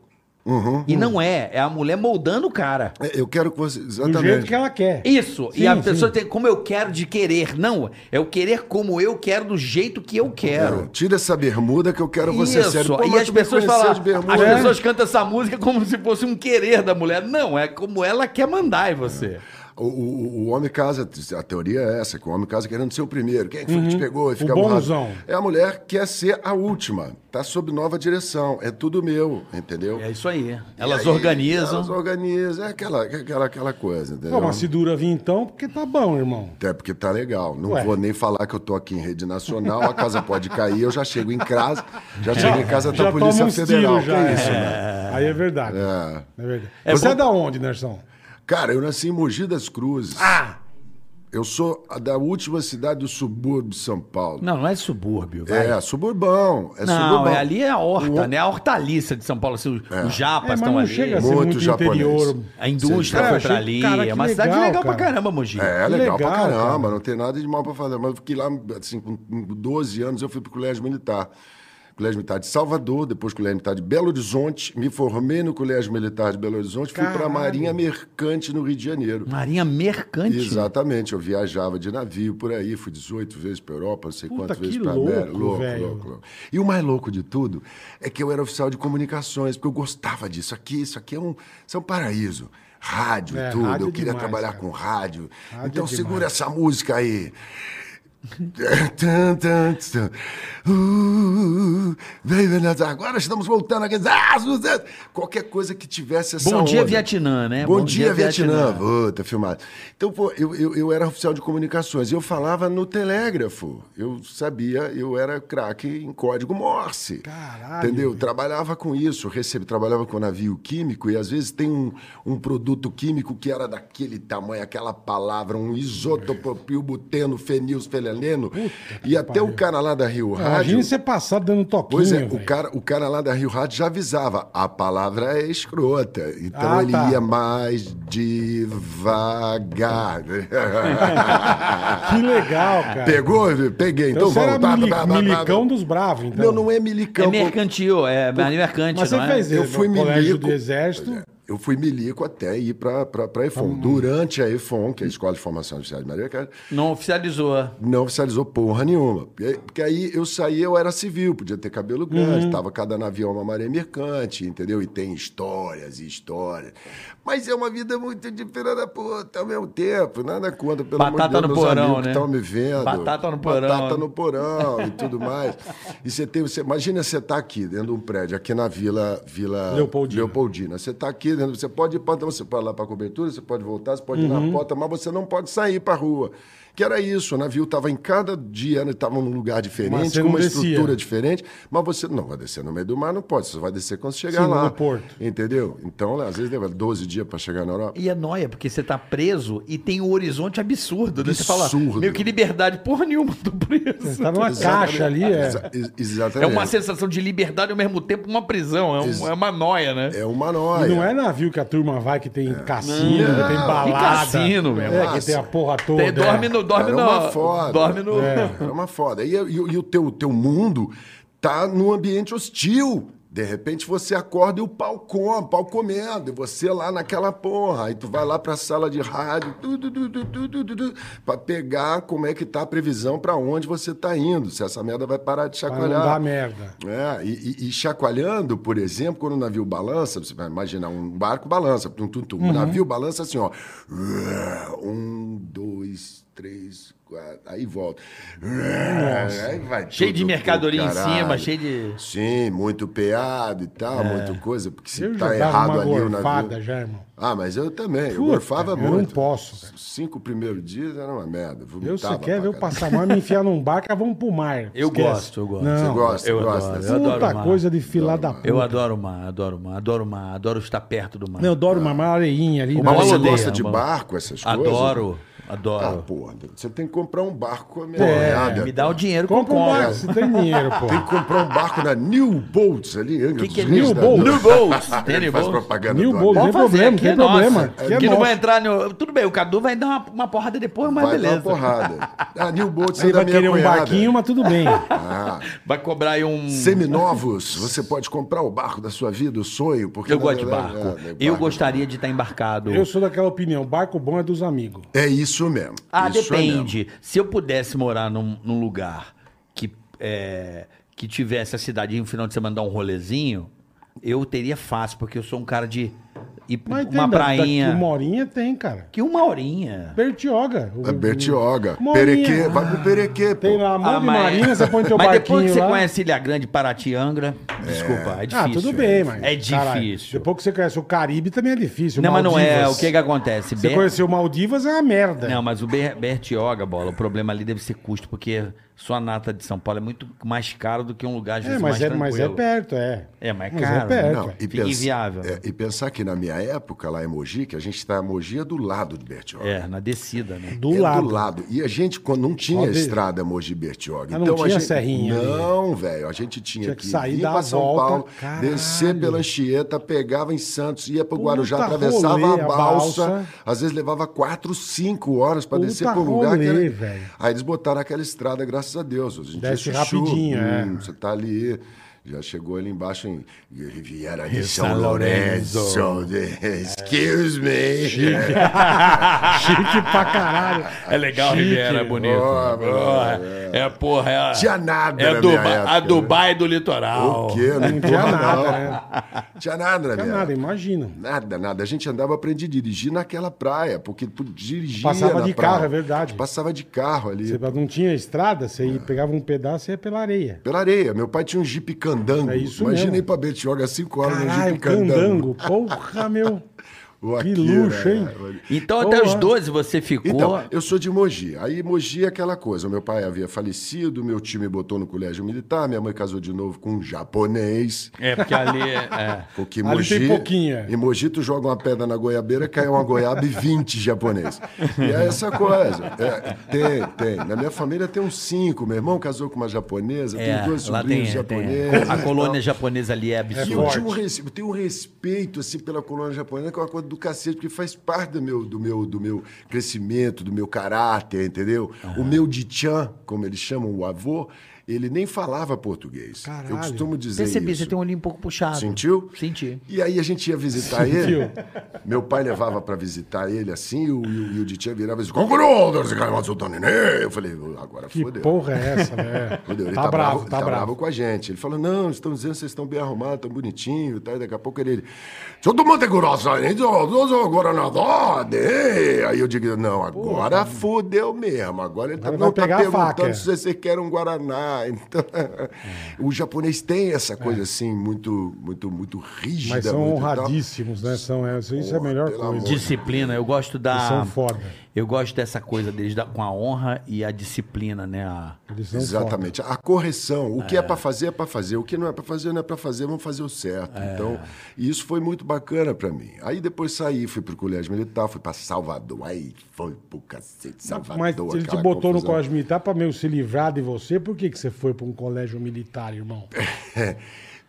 [SPEAKER 3] E não é, é a mulher moldando o cara.
[SPEAKER 1] Uhum. É, Eu quero que você.
[SPEAKER 2] Do
[SPEAKER 1] Exatamente.
[SPEAKER 2] jeito que ela quer.
[SPEAKER 3] Isso,
[SPEAKER 2] Sim,
[SPEAKER 3] e a
[SPEAKER 2] sim.
[SPEAKER 3] pessoa tem como eu quero de querer. Não, é o querer como eu quero, do jeito que eu
[SPEAKER 1] Cara,
[SPEAKER 3] quero.
[SPEAKER 1] É, tira essa bermuda que eu quero você
[SPEAKER 3] Isso,
[SPEAKER 1] sério. Pô,
[SPEAKER 3] e
[SPEAKER 1] mas
[SPEAKER 3] as
[SPEAKER 1] tu me
[SPEAKER 3] pessoas
[SPEAKER 1] conheceu
[SPEAKER 3] falam,
[SPEAKER 1] de bermuda.
[SPEAKER 3] as
[SPEAKER 1] É.
[SPEAKER 3] pessoas cantam essa música como se fosse um querer da mulher. Não, é como ela quer mandar em você.
[SPEAKER 1] O, o- o homem casa, a teoria é essa, que o homem casa querendo ser o primeiro. Quem é que foi que te pegou e fica amarrado?
[SPEAKER 2] Uhum. bonzão.
[SPEAKER 1] É a mulher que quer ser a última. Tá sob nova direção. É tudo meu, entendeu?
[SPEAKER 3] É
[SPEAKER 1] E
[SPEAKER 3] isso aí, elas
[SPEAKER 1] aí,
[SPEAKER 3] organizam.
[SPEAKER 1] Elas organizam. É aquela, aquela, aquela coisa, entendeu?
[SPEAKER 2] Pô, mas se dura vir então, porque tá bom, irmão.
[SPEAKER 1] Até porque tá legal. Não
[SPEAKER 2] Ué.
[SPEAKER 1] vou nem falar que eu tô aqui em rede nacional, a casa pode cair, eu já chego em casa,
[SPEAKER 2] *laughs*
[SPEAKER 1] já chego em casa da Polícia
[SPEAKER 2] uns
[SPEAKER 1] Federal.
[SPEAKER 2] tiros
[SPEAKER 1] Que é isso, né?
[SPEAKER 2] um é. Aí é verdade.
[SPEAKER 1] É.
[SPEAKER 2] É verdade.
[SPEAKER 3] É
[SPEAKER 2] Você
[SPEAKER 3] bom-
[SPEAKER 2] é da onde, É, Nerson?
[SPEAKER 1] Cara, eu nasci em Mogi das Cruzes. Ah! Eu sou a da última cidade do subúrbio de São Paulo.
[SPEAKER 3] Não, não é subúrbio, vai.
[SPEAKER 1] É, suburbão. É
[SPEAKER 3] não,
[SPEAKER 1] suburbão.
[SPEAKER 3] é, ali é a horta,
[SPEAKER 1] O-
[SPEAKER 3] né? A hortaliça de São Paulo, assim, os, os japas
[SPEAKER 2] É, mas
[SPEAKER 3] estão
[SPEAKER 2] não
[SPEAKER 3] ali.
[SPEAKER 2] chega a ser
[SPEAKER 1] Muito
[SPEAKER 2] muito,
[SPEAKER 1] japonês.
[SPEAKER 2] interior.
[SPEAKER 3] A indústria
[SPEAKER 2] É,
[SPEAKER 3] foi
[SPEAKER 2] achei-
[SPEAKER 3] pra ali.
[SPEAKER 2] cara, que
[SPEAKER 3] é uma cidade
[SPEAKER 2] legal,
[SPEAKER 3] legal pra
[SPEAKER 2] cara.
[SPEAKER 3] caramba, Mogi.
[SPEAKER 1] É
[SPEAKER 2] Que
[SPEAKER 1] legal,
[SPEAKER 2] legal,
[SPEAKER 1] pra caramba,
[SPEAKER 2] cara.
[SPEAKER 1] não tem nada de mal pra fazer. Mas eu fiquei lá, assim, com 12 anos, eu fui pro Colégio Militar. Colégio Militar de Salvador, depois Colégio Militar de Belo Horizonte. Me formei no Colégio Militar de Belo Horizonte, fui pra
[SPEAKER 2] Caralho.
[SPEAKER 1] Marinha Mercante, no Rio de Janeiro.
[SPEAKER 3] Marinha mercante.
[SPEAKER 2] né?
[SPEAKER 1] Exatamente, eu viajava de navio por aí, fui 18 vezes para Europa, não sei
[SPEAKER 2] Puta,
[SPEAKER 1] quantas
[SPEAKER 2] que
[SPEAKER 1] vezes para
[SPEAKER 2] louco,
[SPEAKER 1] América. Louco,
[SPEAKER 2] velho.
[SPEAKER 1] louco, louco. E o mais louco de tudo é que eu era oficial de comunicações, porque eu gostava disso. Aqui, isso aqui é um, isso é um paraíso. Rádio e
[SPEAKER 2] É,
[SPEAKER 1] tudo,
[SPEAKER 2] rádio é
[SPEAKER 1] eu queria
[SPEAKER 2] demais,
[SPEAKER 1] trabalhar
[SPEAKER 2] cara.
[SPEAKER 1] com rádio.
[SPEAKER 2] Rádio é
[SPEAKER 1] então
[SPEAKER 2] demais.
[SPEAKER 1] segura essa música aí. Tan, tan, tan. Uh, baby, nós agora estamos voltando aqui. Ah, Suzana! Qualquer coisa que tivesse essa
[SPEAKER 3] Bom dia,
[SPEAKER 1] onda.
[SPEAKER 3] Vietnã, né?
[SPEAKER 1] Bom, dia, Vietnã. Puta, filmado. Então, pô, eu, eu, eu era oficial de comunicações. Eu falava no telégrafo. Eu sabia, eu era craque em código Morse.
[SPEAKER 2] Caralho,
[SPEAKER 1] Entendeu? Trabalhava com isso. Recebe, trabalhava com navio químico e às vezes tem um, um produto químico que era daquele tamanho, aquela palavra, um isotopropil, buteno, fenil, feleneno. E até o cara lá da Rio Rádio.
[SPEAKER 2] Ah, Imagina você passar dando um toquinho,
[SPEAKER 1] Pois é, o
[SPEAKER 2] velho.
[SPEAKER 1] cara, o cara lá da Rio Rádio já avisava, a palavra é escrota. Então
[SPEAKER 2] Ah,
[SPEAKER 1] ele
[SPEAKER 2] tá.
[SPEAKER 1] ia mais devagar. né?
[SPEAKER 2] *laughs* Que legal, cara.
[SPEAKER 1] *laughs* Pegou? Peguei. Então,
[SPEAKER 2] Então, você era
[SPEAKER 1] vamos.
[SPEAKER 2] mili-
[SPEAKER 1] Pá, pá, pá, pá, pá.
[SPEAKER 2] milicão dos bravos, então.
[SPEAKER 1] Não, não é milicão.
[SPEAKER 3] É mercantil, é marinha mercante,
[SPEAKER 2] Mas você
[SPEAKER 3] não é?
[SPEAKER 2] fez
[SPEAKER 1] Eu
[SPEAKER 2] isso
[SPEAKER 1] fui
[SPEAKER 2] no colégio
[SPEAKER 1] milico.
[SPEAKER 2] do exército.
[SPEAKER 1] Eu fui milico até ir para a EFON. Durante a EFON, que é a Escola de Formação Oficial de Maria Carta,
[SPEAKER 3] Não oficializou.
[SPEAKER 1] não oficializou porra nenhuma. Porque porque aí eu saí, eu era civil, podia ter cabelo grande,
[SPEAKER 3] Uhum.
[SPEAKER 1] tava cada navio uma maré mercante, entendeu? E tem histórias e histórias. Mas é uma vida muito de filha da puta ao mesmo tempo, nada contra, pelo
[SPEAKER 3] Batata
[SPEAKER 1] amor de Deus,
[SPEAKER 3] no
[SPEAKER 1] meus
[SPEAKER 3] porão,
[SPEAKER 1] amigos
[SPEAKER 3] né?
[SPEAKER 1] que estão me vendo.
[SPEAKER 3] Batata no porão.
[SPEAKER 1] Batata no porão e tudo mais. E você tem, você, imagina você tá aqui dentro de um prédio, aqui na Vila, Vila
[SPEAKER 2] Leopoldina.
[SPEAKER 1] Leopoldina. Você tá aqui dentro, você pode ir para você pode ir lá para cobertura, você pode voltar, você pode
[SPEAKER 2] Uhum.
[SPEAKER 1] ir na porta, mas você não pode sair para rua. Que era isso, o navio estava em cada dia, ele estava num lugar
[SPEAKER 2] Mas
[SPEAKER 1] diferente,
[SPEAKER 2] você
[SPEAKER 1] com uma
[SPEAKER 2] não descia.
[SPEAKER 1] estrutura diferente, mas você não vai descer no meio do mar, não pode, você vai descer quando chegar
[SPEAKER 2] Sim,
[SPEAKER 1] lá.
[SPEAKER 2] no porto.
[SPEAKER 1] Entendeu? Então, às vezes leva 12 dias para chegar na Europa.
[SPEAKER 3] E é nóia, porque você tá preso e tem um horizonte absurdo, né? Você fala,
[SPEAKER 1] Absurdo.
[SPEAKER 3] meio que liberdade, porra nenhuma, tô preso.
[SPEAKER 2] Você tá numa
[SPEAKER 1] Exatamente.
[SPEAKER 2] caixa ali, é.
[SPEAKER 1] Exa- ex-
[SPEAKER 3] É
[SPEAKER 1] exatamente.
[SPEAKER 3] uma sensação de liberdade ao mesmo tempo uma prisão, é, um-
[SPEAKER 1] Ex-
[SPEAKER 3] é uma noia, né?
[SPEAKER 1] É uma nóia.
[SPEAKER 2] E não é navio que a turma vai que tem cassino, que tem
[SPEAKER 1] Não,
[SPEAKER 2] balada.
[SPEAKER 3] e cassino, meu.
[SPEAKER 2] É, que
[SPEAKER 1] Nossa.
[SPEAKER 2] tem a porra toda.
[SPEAKER 3] Tem, dorme
[SPEAKER 2] é.
[SPEAKER 3] no. Dorme
[SPEAKER 1] Era
[SPEAKER 3] no.
[SPEAKER 1] uma foda.
[SPEAKER 3] Dorme no. *laughs*
[SPEAKER 1] É, Era uma foda. E, e- e o teu, teu mundo tá num ambiente hostil. De repente você acorda e o pau com, o pau comendo, e você lá naquela porra. Aí tu vai lá pra sala de rádio, tu, tu, tu, tu, tu, tu, tu, tu, pra pegar como é que tá a previsão pra onde você tá indo, se essa merda vai parar de
[SPEAKER 2] Pra não
[SPEAKER 1] chacoalhar.
[SPEAKER 2] dar merda.
[SPEAKER 1] É, e, e- e chacoalhando, por exemplo, quando o navio balança, você vai imaginar, um barco balança, tum, tum, tum.
[SPEAKER 2] Uhum.
[SPEAKER 1] O navio balança assim, ó. Um, dois, três, quatro. Aí volta. Aí vai
[SPEAKER 3] Cheio
[SPEAKER 1] tudo
[SPEAKER 3] de
[SPEAKER 1] pro
[SPEAKER 3] mercadoria em
[SPEAKER 1] caralho.
[SPEAKER 3] cima, cheio de.
[SPEAKER 1] Sim, muito peado e tal, muita coisa, porque se
[SPEAKER 2] É. Eu
[SPEAKER 1] tá
[SPEAKER 2] já dava
[SPEAKER 1] errado
[SPEAKER 2] uma
[SPEAKER 1] ali o
[SPEAKER 2] gorfada
[SPEAKER 1] navio.
[SPEAKER 2] já, irmão.
[SPEAKER 1] Ah, mas eu também, eu
[SPEAKER 2] Puta,
[SPEAKER 1] gorfava
[SPEAKER 2] eu não
[SPEAKER 1] muito.
[SPEAKER 2] posso, cara.
[SPEAKER 1] Os Cinco primeiros dias era uma merda.
[SPEAKER 2] Eu se
[SPEAKER 1] vomitava
[SPEAKER 2] quer
[SPEAKER 1] pra
[SPEAKER 2] ver eu
[SPEAKER 1] caralho.
[SPEAKER 2] passar mal, me enfiar num barco, ah, vamos pro mar.
[SPEAKER 3] Eu
[SPEAKER 2] Esquece.
[SPEAKER 3] gosto, eu gosto.
[SPEAKER 2] Não,
[SPEAKER 1] Você gosta,
[SPEAKER 3] eu
[SPEAKER 1] gosta.
[SPEAKER 3] adoro,
[SPEAKER 1] dessa
[SPEAKER 3] eu adoro.
[SPEAKER 2] Puta
[SPEAKER 3] mar.
[SPEAKER 2] coisa de filar da puta.
[SPEAKER 3] Eu adoro o mar, adoro o mar, adoro o mar, adoro estar perto do mar.
[SPEAKER 2] Não, eu adoro uma mar areinha ali.
[SPEAKER 3] Uma
[SPEAKER 1] Mas
[SPEAKER 2] né?
[SPEAKER 1] você
[SPEAKER 3] odeia,
[SPEAKER 1] gosta de
[SPEAKER 3] uma-
[SPEAKER 1] barco, essas coisas?
[SPEAKER 3] adoro,
[SPEAKER 1] Ah,
[SPEAKER 3] adoro.
[SPEAKER 1] porra, você tem que comprar um barco com a minha
[SPEAKER 2] É,
[SPEAKER 1] olhada.
[SPEAKER 3] Me dá o dinheiro que eu
[SPEAKER 2] Compra um barco,
[SPEAKER 3] compro.
[SPEAKER 2] você tem dinheiro,
[SPEAKER 1] Tem que
[SPEAKER 2] pô.
[SPEAKER 1] comprar um barco na New Boats ali. O
[SPEAKER 3] O que, que é New Bolt?
[SPEAKER 1] Boats?
[SPEAKER 3] New Bolt.
[SPEAKER 1] *laughs*
[SPEAKER 3] Tem
[SPEAKER 1] Ele
[SPEAKER 3] New
[SPEAKER 1] faz
[SPEAKER 3] Bolt?
[SPEAKER 1] propaganda
[SPEAKER 2] New
[SPEAKER 1] do
[SPEAKER 2] Bolt,
[SPEAKER 1] amigo.
[SPEAKER 2] tem problema,
[SPEAKER 3] aqui é
[SPEAKER 2] tem problema.
[SPEAKER 3] nossa.
[SPEAKER 2] Que é
[SPEAKER 3] Aqui não vai
[SPEAKER 2] nosso.
[SPEAKER 3] entrar no... Tudo bem, o Cadu vai dar uma, uma porrada depois, mas
[SPEAKER 1] Vai dar
[SPEAKER 3] beleza.
[SPEAKER 1] uma porrada. A New Boats é
[SPEAKER 2] Ele
[SPEAKER 1] da
[SPEAKER 2] vai
[SPEAKER 1] minha
[SPEAKER 2] querer um
[SPEAKER 1] cunhada.
[SPEAKER 2] barquinho, mas tudo
[SPEAKER 1] *laughs*
[SPEAKER 2] bem.
[SPEAKER 1] Ah,
[SPEAKER 3] Vai cobrar aí um...
[SPEAKER 1] seminovos, você pode comprar o barco da sua vida, o sonho. Porque
[SPEAKER 3] Eu
[SPEAKER 1] na
[SPEAKER 3] gosto de
[SPEAKER 1] verdade,
[SPEAKER 3] barco.
[SPEAKER 1] é, é
[SPEAKER 3] Eu
[SPEAKER 1] barco.
[SPEAKER 3] gostaria de estar embarcado.
[SPEAKER 2] Eu sou daquela opinião, barco bom é dos amigos.
[SPEAKER 1] É isso mesmo.
[SPEAKER 3] Ah,
[SPEAKER 1] isso é
[SPEAKER 3] depende. Se eu pudesse morar num, num lugar que, é, que tivesse a cidade e um final de semana dar um rolezinho, eu teria fácil, porque eu sou um cara de ir pra
[SPEAKER 2] Mas
[SPEAKER 3] uma
[SPEAKER 2] tem da-
[SPEAKER 3] prainha.
[SPEAKER 2] daqui Uma horinha tem, cara.
[SPEAKER 3] Que uma horinha.
[SPEAKER 2] Bertioga. o-
[SPEAKER 1] mesmo. É Bertioga,
[SPEAKER 2] Morinha.
[SPEAKER 1] Perequê, vai pro Perequê, pô.
[SPEAKER 2] Tem lá a mão
[SPEAKER 3] Ah,
[SPEAKER 2] de Marinha, você põe
[SPEAKER 3] *laughs*
[SPEAKER 2] teu
[SPEAKER 3] mas
[SPEAKER 2] barquinho
[SPEAKER 3] depois que você
[SPEAKER 2] lá.
[SPEAKER 3] conhece Ilha Grande, Paraty, Angra, desculpa, é difícil.
[SPEAKER 2] ah, tudo bem, mas...
[SPEAKER 3] É
[SPEAKER 2] caralho,
[SPEAKER 3] difícil.
[SPEAKER 2] depois que você conhece o Caribe, também é difícil.
[SPEAKER 3] não, mas não é.
[SPEAKER 2] Maldivas.
[SPEAKER 3] O que que acontece?
[SPEAKER 2] Você
[SPEAKER 3] Ber-
[SPEAKER 2] conheceu Maldivas é uma merda.
[SPEAKER 3] Não, mas o Ber- Bertioga, bola, o problema ali deve ser custo, porque sua nata de São Paulo é muito mais caro do que um lugar às
[SPEAKER 2] é,
[SPEAKER 3] vezes,
[SPEAKER 2] mas,
[SPEAKER 3] mais
[SPEAKER 2] é,
[SPEAKER 3] tranquilo.
[SPEAKER 2] mas é perto, é.
[SPEAKER 3] É, mas é
[SPEAKER 2] Mas é
[SPEAKER 3] caro.
[SPEAKER 2] perto.
[SPEAKER 3] né?
[SPEAKER 1] Não, e,
[SPEAKER 3] Fica
[SPEAKER 1] pens-
[SPEAKER 3] inviável.
[SPEAKER 1] é, e pensar que na minha época, lá em Mogi, que a gente está em Mogi, é do lado de Bertioga.
[SPEAKER 3] É, na descida, né?
[SPEAKER 2] Do
[SPEAKER 1] é
[SPEAKER 2] lado.
[SPEAKER 1] do lado. E a gente quando não tinha
[SPEAKER 2] Pode-
[SPEAKER 1] estrada Mogi Bertioga. Então,
[SPEAKER 2] Ah, não
[SPEAKER 1] a
[SPEAKER 2] tinha
[SPEAKER 1] gente...
[SPEAKER 2] serrinha ali.
[SPEAKER 1] Não, velho. A gente tinha,
[SPEAKER 2] Tinha que
[SPEAKER 1] que,
[SPEAKER 2] sair,
[SPEAKER 1] vir
[SPEAKER 2] dar a
[SPEAKER 1] pra São
[SPEAKER 2] volta.
[SPEAKER 1] Paulo,
[SPEAKER 2] Caralho.
[SPEAKER 1] descer pela Anchieta, pegava em Santos, ia pro Guarujá,
[SPEAKER 2] Puta
[SPEAKER 1] atravessava
[SPEAKER 2] rolê,
[SPEAKER 1] a,
[SPEAKER 2] a
[SPEAKER 1] balsa,
[SPEAKER 2] balsa.
[SPEAKER 1] Às vezes levava quatro, cinco horas pra
[SPEAKER 2] Puta
[SPEAKER 1] descer pro lugar que
[SPEAKER 2] rolê,
[SPEAKER 1] era...
[SPEAKER 2] velho.
[SPEAKER 1] Aí eles botaram aquela estrada, graças a Deus. A gente
[SPEAKER 2] Desce
[SPEAKER 1] chuchu,
[SPEAKER 2] rapidinho, é.
[SPEAKER 1] Você tá ali... Já chegou ali embaixo em Riviera
[SPEAKER 3] Em
[SPEAKER 1] de
[SPEAKER 3] São
[SPEAKER 1] São Lourenço.
[SPEAKER 3] Lourenço.
[SPEAKER 1] *laughs* Excuse me.
[SPEAKER 2] *laughs* Chique pra caralho.
[SPEAKER 3] É legal,
[SPEAKER 2] Chique.
[SPEAKER 3] Riviera, é bonito.
[SPEAKER 1] Ó,
[SPEAKER 3] Porra, é, porra, é.
[SPEAKER 1] Tinha nada
[SPEAKER 3] é
[SPEAKER 1] na
[SPEAKER 3] Dubai,
[SPEAKER 1] minha época,
[SPEAKER 3] A
[SPEAKER 1] né?
[SPEAKER 3] Dubai do litoral.
[SPEAKER 1] O quê? *laughs*
[SPEAKER 2] Não tinha nada, né?
[SPEAKER 1] Tinha nada
[SPEAKER 2] Não
[SPEAKER 1] na minha
[SPEAKER 2] tinha nada, imagina.
[SPEAKER 1] Nada, nada. A gente andava para dirigir naquela praia, porque pô, dirigia.
[SPEAKER 2] Passava
[SPEAKER 1] na
[SPEAKER 2] de
[SPEAKER 1] praia.
[SPEAKER 2] carro, é verdade.
[SPEAKER 1] Passava de carro ali.
[SPEAKER 2] Você não tinha estrada, você ia- pegava um pedaço e ia pela areia.
[SPEAKER 1] Pela areia. Meu pai tinha um Jeep Candango.
[SPEAKER 2] É isso
[SPEAKER 1] Imagina
[SPEAKER 2] mesmo.
[SPEAKER 1] ir pra Bertioga às 5 horas num
[SPEAKER 2] Caralho,
[SPEAKER 1] Jeep
[SPEAKER 2] candango.
[SPEAKER 1] Candango.
[SPEAKER 2] Porra, meu.
[SPEAKER 1] O
[SPEAKER 2] Que
[SPEAKER 1] Akira, né?
[SPEAKER 2] luxo, hein?
[SPEAKER 1] olha.
[SPEAKER 3] Então até os
[SPEAKER 2] Porra.
[SPEAKER 3] 12 você ficou.
[SPEAKER 1] Então, eu sou de Mogi. Aí Mogi é aquela coisa. Meu pai havia falecido, meu tio me botou no colégio militar, minha mãe casou de novo com um japonês.
[SPEAKER 3] É, porque ali. É,
[SPEAKER 1] Porque
[SPEAKER 2] Ali
[SPEAKER 1] Mogi,
[SPEAKER 2] tem pouquinho, é.
[SPEAKER 1] Em Mogi, tu joga uma pedra na goiabeira, cai uma goiaba e 20 japonês. E é essa coisa. É, tem, tem. Na minha família tem uns cinco. Meu irmão casou com uma japonesa,
[SPEAKER 3] é,
[SPEAKER 1] tem dois
[SPEAKER 3] lá tem,
[SPEAKER 1] sobrinhos
[SPEAKER 3] tem.
[SPEAKER 1] japoneses.
[SPEAKER 3] A colônia japonesa ali é
[SPEAKER 1] E
[SPEAKER 3] absurda.
[SPEAKER 1] eu
[SPEAKER 2] forte.
[SPEAKER 1] tinha um, res- eu tenho um respeito assim, pela colônia japonesa, que é uma coisa do cacete, porque faz parte do meu, do meu, do meu crescimento, do meu caráter, entendeu? O meu Dichan, como eles chamam o avô, ele nem falava português.
[SPEAKER 2] Caralho.
[SPEAKER 1] Eu costumo dizer
[SPEAKER 3] Percebi,
[SPEAKER 1] isso.
[SPEAKER 3] você tem um olhinho um pouco puxado.
[SPEAKER 1] Sentiu?
[SPEAKER 3] Senti.
[SPEAKER 1] E aí a gente ia visitar
[SPEAKER 2] Sentiu.
[SPEAKER 1] ele. Meu pai levava pra visitar ele assim, e o, e o, e o Dichan virava e dizia, "Concurou, Dr. Zicamatsu Tonenê." Eu falei, agora
[SPEAKER 2] Que
[SPEAKER 1] fodeu.
[SPEAKER 2] porra é essa, né?
[SPEAKER 1] Entendeu? Ele
[SPEAKER 2] Tá, bravo,
[SPEAKER 1] ele
[SPEAKER 2] tá bravo.
[SPEAKER 1] com a gente. Ele falou: não, estão dizendo que vocês estão bem arrumados, tão bonitinhos, tá? E daqui a pouco ele. Seu tomate grossa, hein? agora na dode. Aí eu digo, não, agora fudeu mesmo. Agora ele tá,
[SPEAKER 2] Agora
[SPEAKER 1] não
[SPEAKER 2] vai
[SPEAKER 1] tá
[SPEAKER 2] né? pegar a
[SPEAKER 1] perguntando
[SPEAKER 2] faca. É.
[SPEAKER 1] se você quer um Guaraná. *laughs* Então, O japonês tem essa coisa assim, muito, muito, muito rígida.
[SPEAKER 2] Mas são
[SPEAKER 1] muito,
[SPEAKER 2] honradíssimos, né? São, é, isso é a melhor
[SPEAKER 1] pelo
[SPEAKER 2] coisa.
[SPEAKER 1] amor.
[SPEAKER 3] Disciplina, eu gosto
[SPEAKER 2] Eles
[SPEAKER 3] da.
[SPEAKER 2] são foda.
[SPEAKER 3] Eu gosto dessa coisa deles da- com a honra e a disciplina, né? A-
[SPEAKER 1] É
[SPEAKER 2] Eles são foda.
[SPEAKER 1] Exatamente. A correção. O que é, pra para fazer é para fazer. O que não é para fazer não é para fazer. Vamos fazer o certo.
[SPEAKER 2] É.
[SPEAKER 1] Então, e isso foi muito bacana para mim. Aí depois saí, fui pro colégio militar, fui para Salvador. Aí foi pro cacete, Salvador.
[SPEAKER 2] Mas ele te
[SPEAKER 1] aquela
[SPEAKER 2] botou no
[SPEAKER 1] confusão.
[SPEAKER 2] colégio militar pra meio se livrar de você. Por que, que você foi pra um colégio militar, irmão?
[SPEAKER 1] *laughs* É,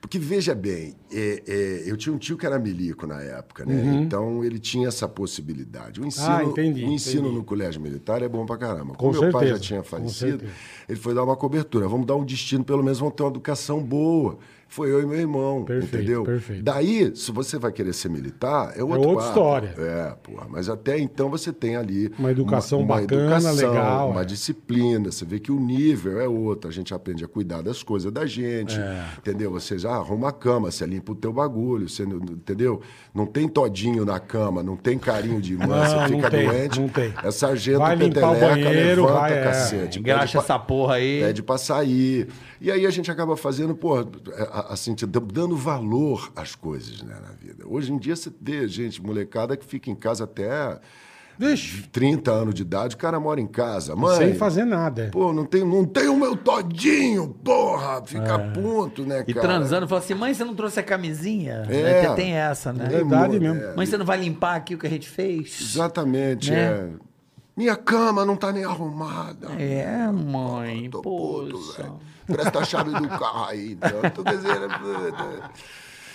[SPEAKER 1] Porque veja bem, é, é, eu tinha um tio que era milico na época, né? Então ele tinha essa possibilidade. O ensino,
[SPEAKER 2] Uhum. Ah, entendi,
[SPEAKER 1] o ensino
[SPEAKER 2] entendi.
[SPEAKER 1] no colégio militar é bom pra caramba.
[SPEAKER 2] Com
[SPEAKER 1] Como meu pai
[SPEAKER 2] certeza,
[SPEAKER 1] já tinha
[SPEAKER 2] com
[SPEAKER 1] falecido,
[SPEAKER 2] certeza.
[SPEAKER 1] ele foi dar uma cobertura. Vamos dar um destino, pelo menos vamos ter uma educação boa. Foi eu e meu irmão,
[SPEAKER 2] Perfeito,
[SPEAKER 1] entendeu?
[SPEAKER 2] perfeito.
[SPEAKER 1] Daí, se você vai querer ser militar, é, outro
[SPEAKER 2] outra
[SPEAKER 1] quadro.
[SPEAKER 2] história.
[SPEAKER 1] É, porra. Mas até então você tem ali
[SPEAKER 2] Uma educação bacana, legal,
[SPEAKER 1] uma
[SPEAKER 2] é.
[SPEAKER 1] disciplina, você vê que o nível é outro, a gente aprende a cuidar das coisas da gente,
[SPEAKER 2] É.
[SPEAKER 1] entendeu? Você já arruma a cama, você limpa o teu bagulho, você, não- não- entendeu? Não tem todinho na cama, não tem carinho de irmã,
[SPEAKER 2] Não,
[SPEAKER 1] você
[SPEAKER 2] não
[SPEAKER 1] fica
[SPEAKER 2] tem,
[SPEAKER 1] doente,
[SPEAKER 2] não tem.
[SPEAKER 1] é sargento
[SPEAKER 2] Vai limpar o
[SPEAKER 1] peteleca,
[SPEAKER 2] banheiro,
[SPEAKER 1] levanta,
[SPEAKER 2] vai, é.
[SPEAKER 1] cacete.
[SPEAKER 3] Engraxa
[SPEAKER 1] pede pra-
[SPEAKER 3] essa porra aí.
[SPEAKER 1] Pede pra sair. E aí a gente acaba fazendo, pô, assim, te dando- dando valor às coisas, né, na vida. Hoje em dia você vê gente, molecada, que fica em casa até...
[SPEAKER 2] Vixe,
[SPEAKER 1] 30 anos de idade, o cara mora em casa. Mãe,
[SPEAKER 2] sem fazer nada. é.
[SPEAKER 1] pô, não tem, não tem o meu todinho, porra! Fica a ponto, né,
[SPEAKER 3] É. E
[SPEAKER 1] cara?
[SPEAKER 3] transando, fala assim: mãe, você não trouxe a camisinha?
[SPEAKER 1] É.
[SPEAKER 3] Até tem essa, né?
[SPEAKER 2] É verdade
[SPEAKER 1] Amor,
[SPEAKER 2] mesmo.
[SPEAKER 3] Mãe, você não vai limpar aqui o que a gente fez?
[SPEAKER 1] Exatamente,
[SPEAKER 3] Né?
[SPEAKER 1] é. Minha cama não tá nem arrumada.
[SPEAKER 3] É, mãe.
[SPEAKER 1] Tô puto,
[SPEAKER 3] Poxa.
[SPEAKER 1] velho. Presta a chave do carro aí, então. Tô quer dizer, é-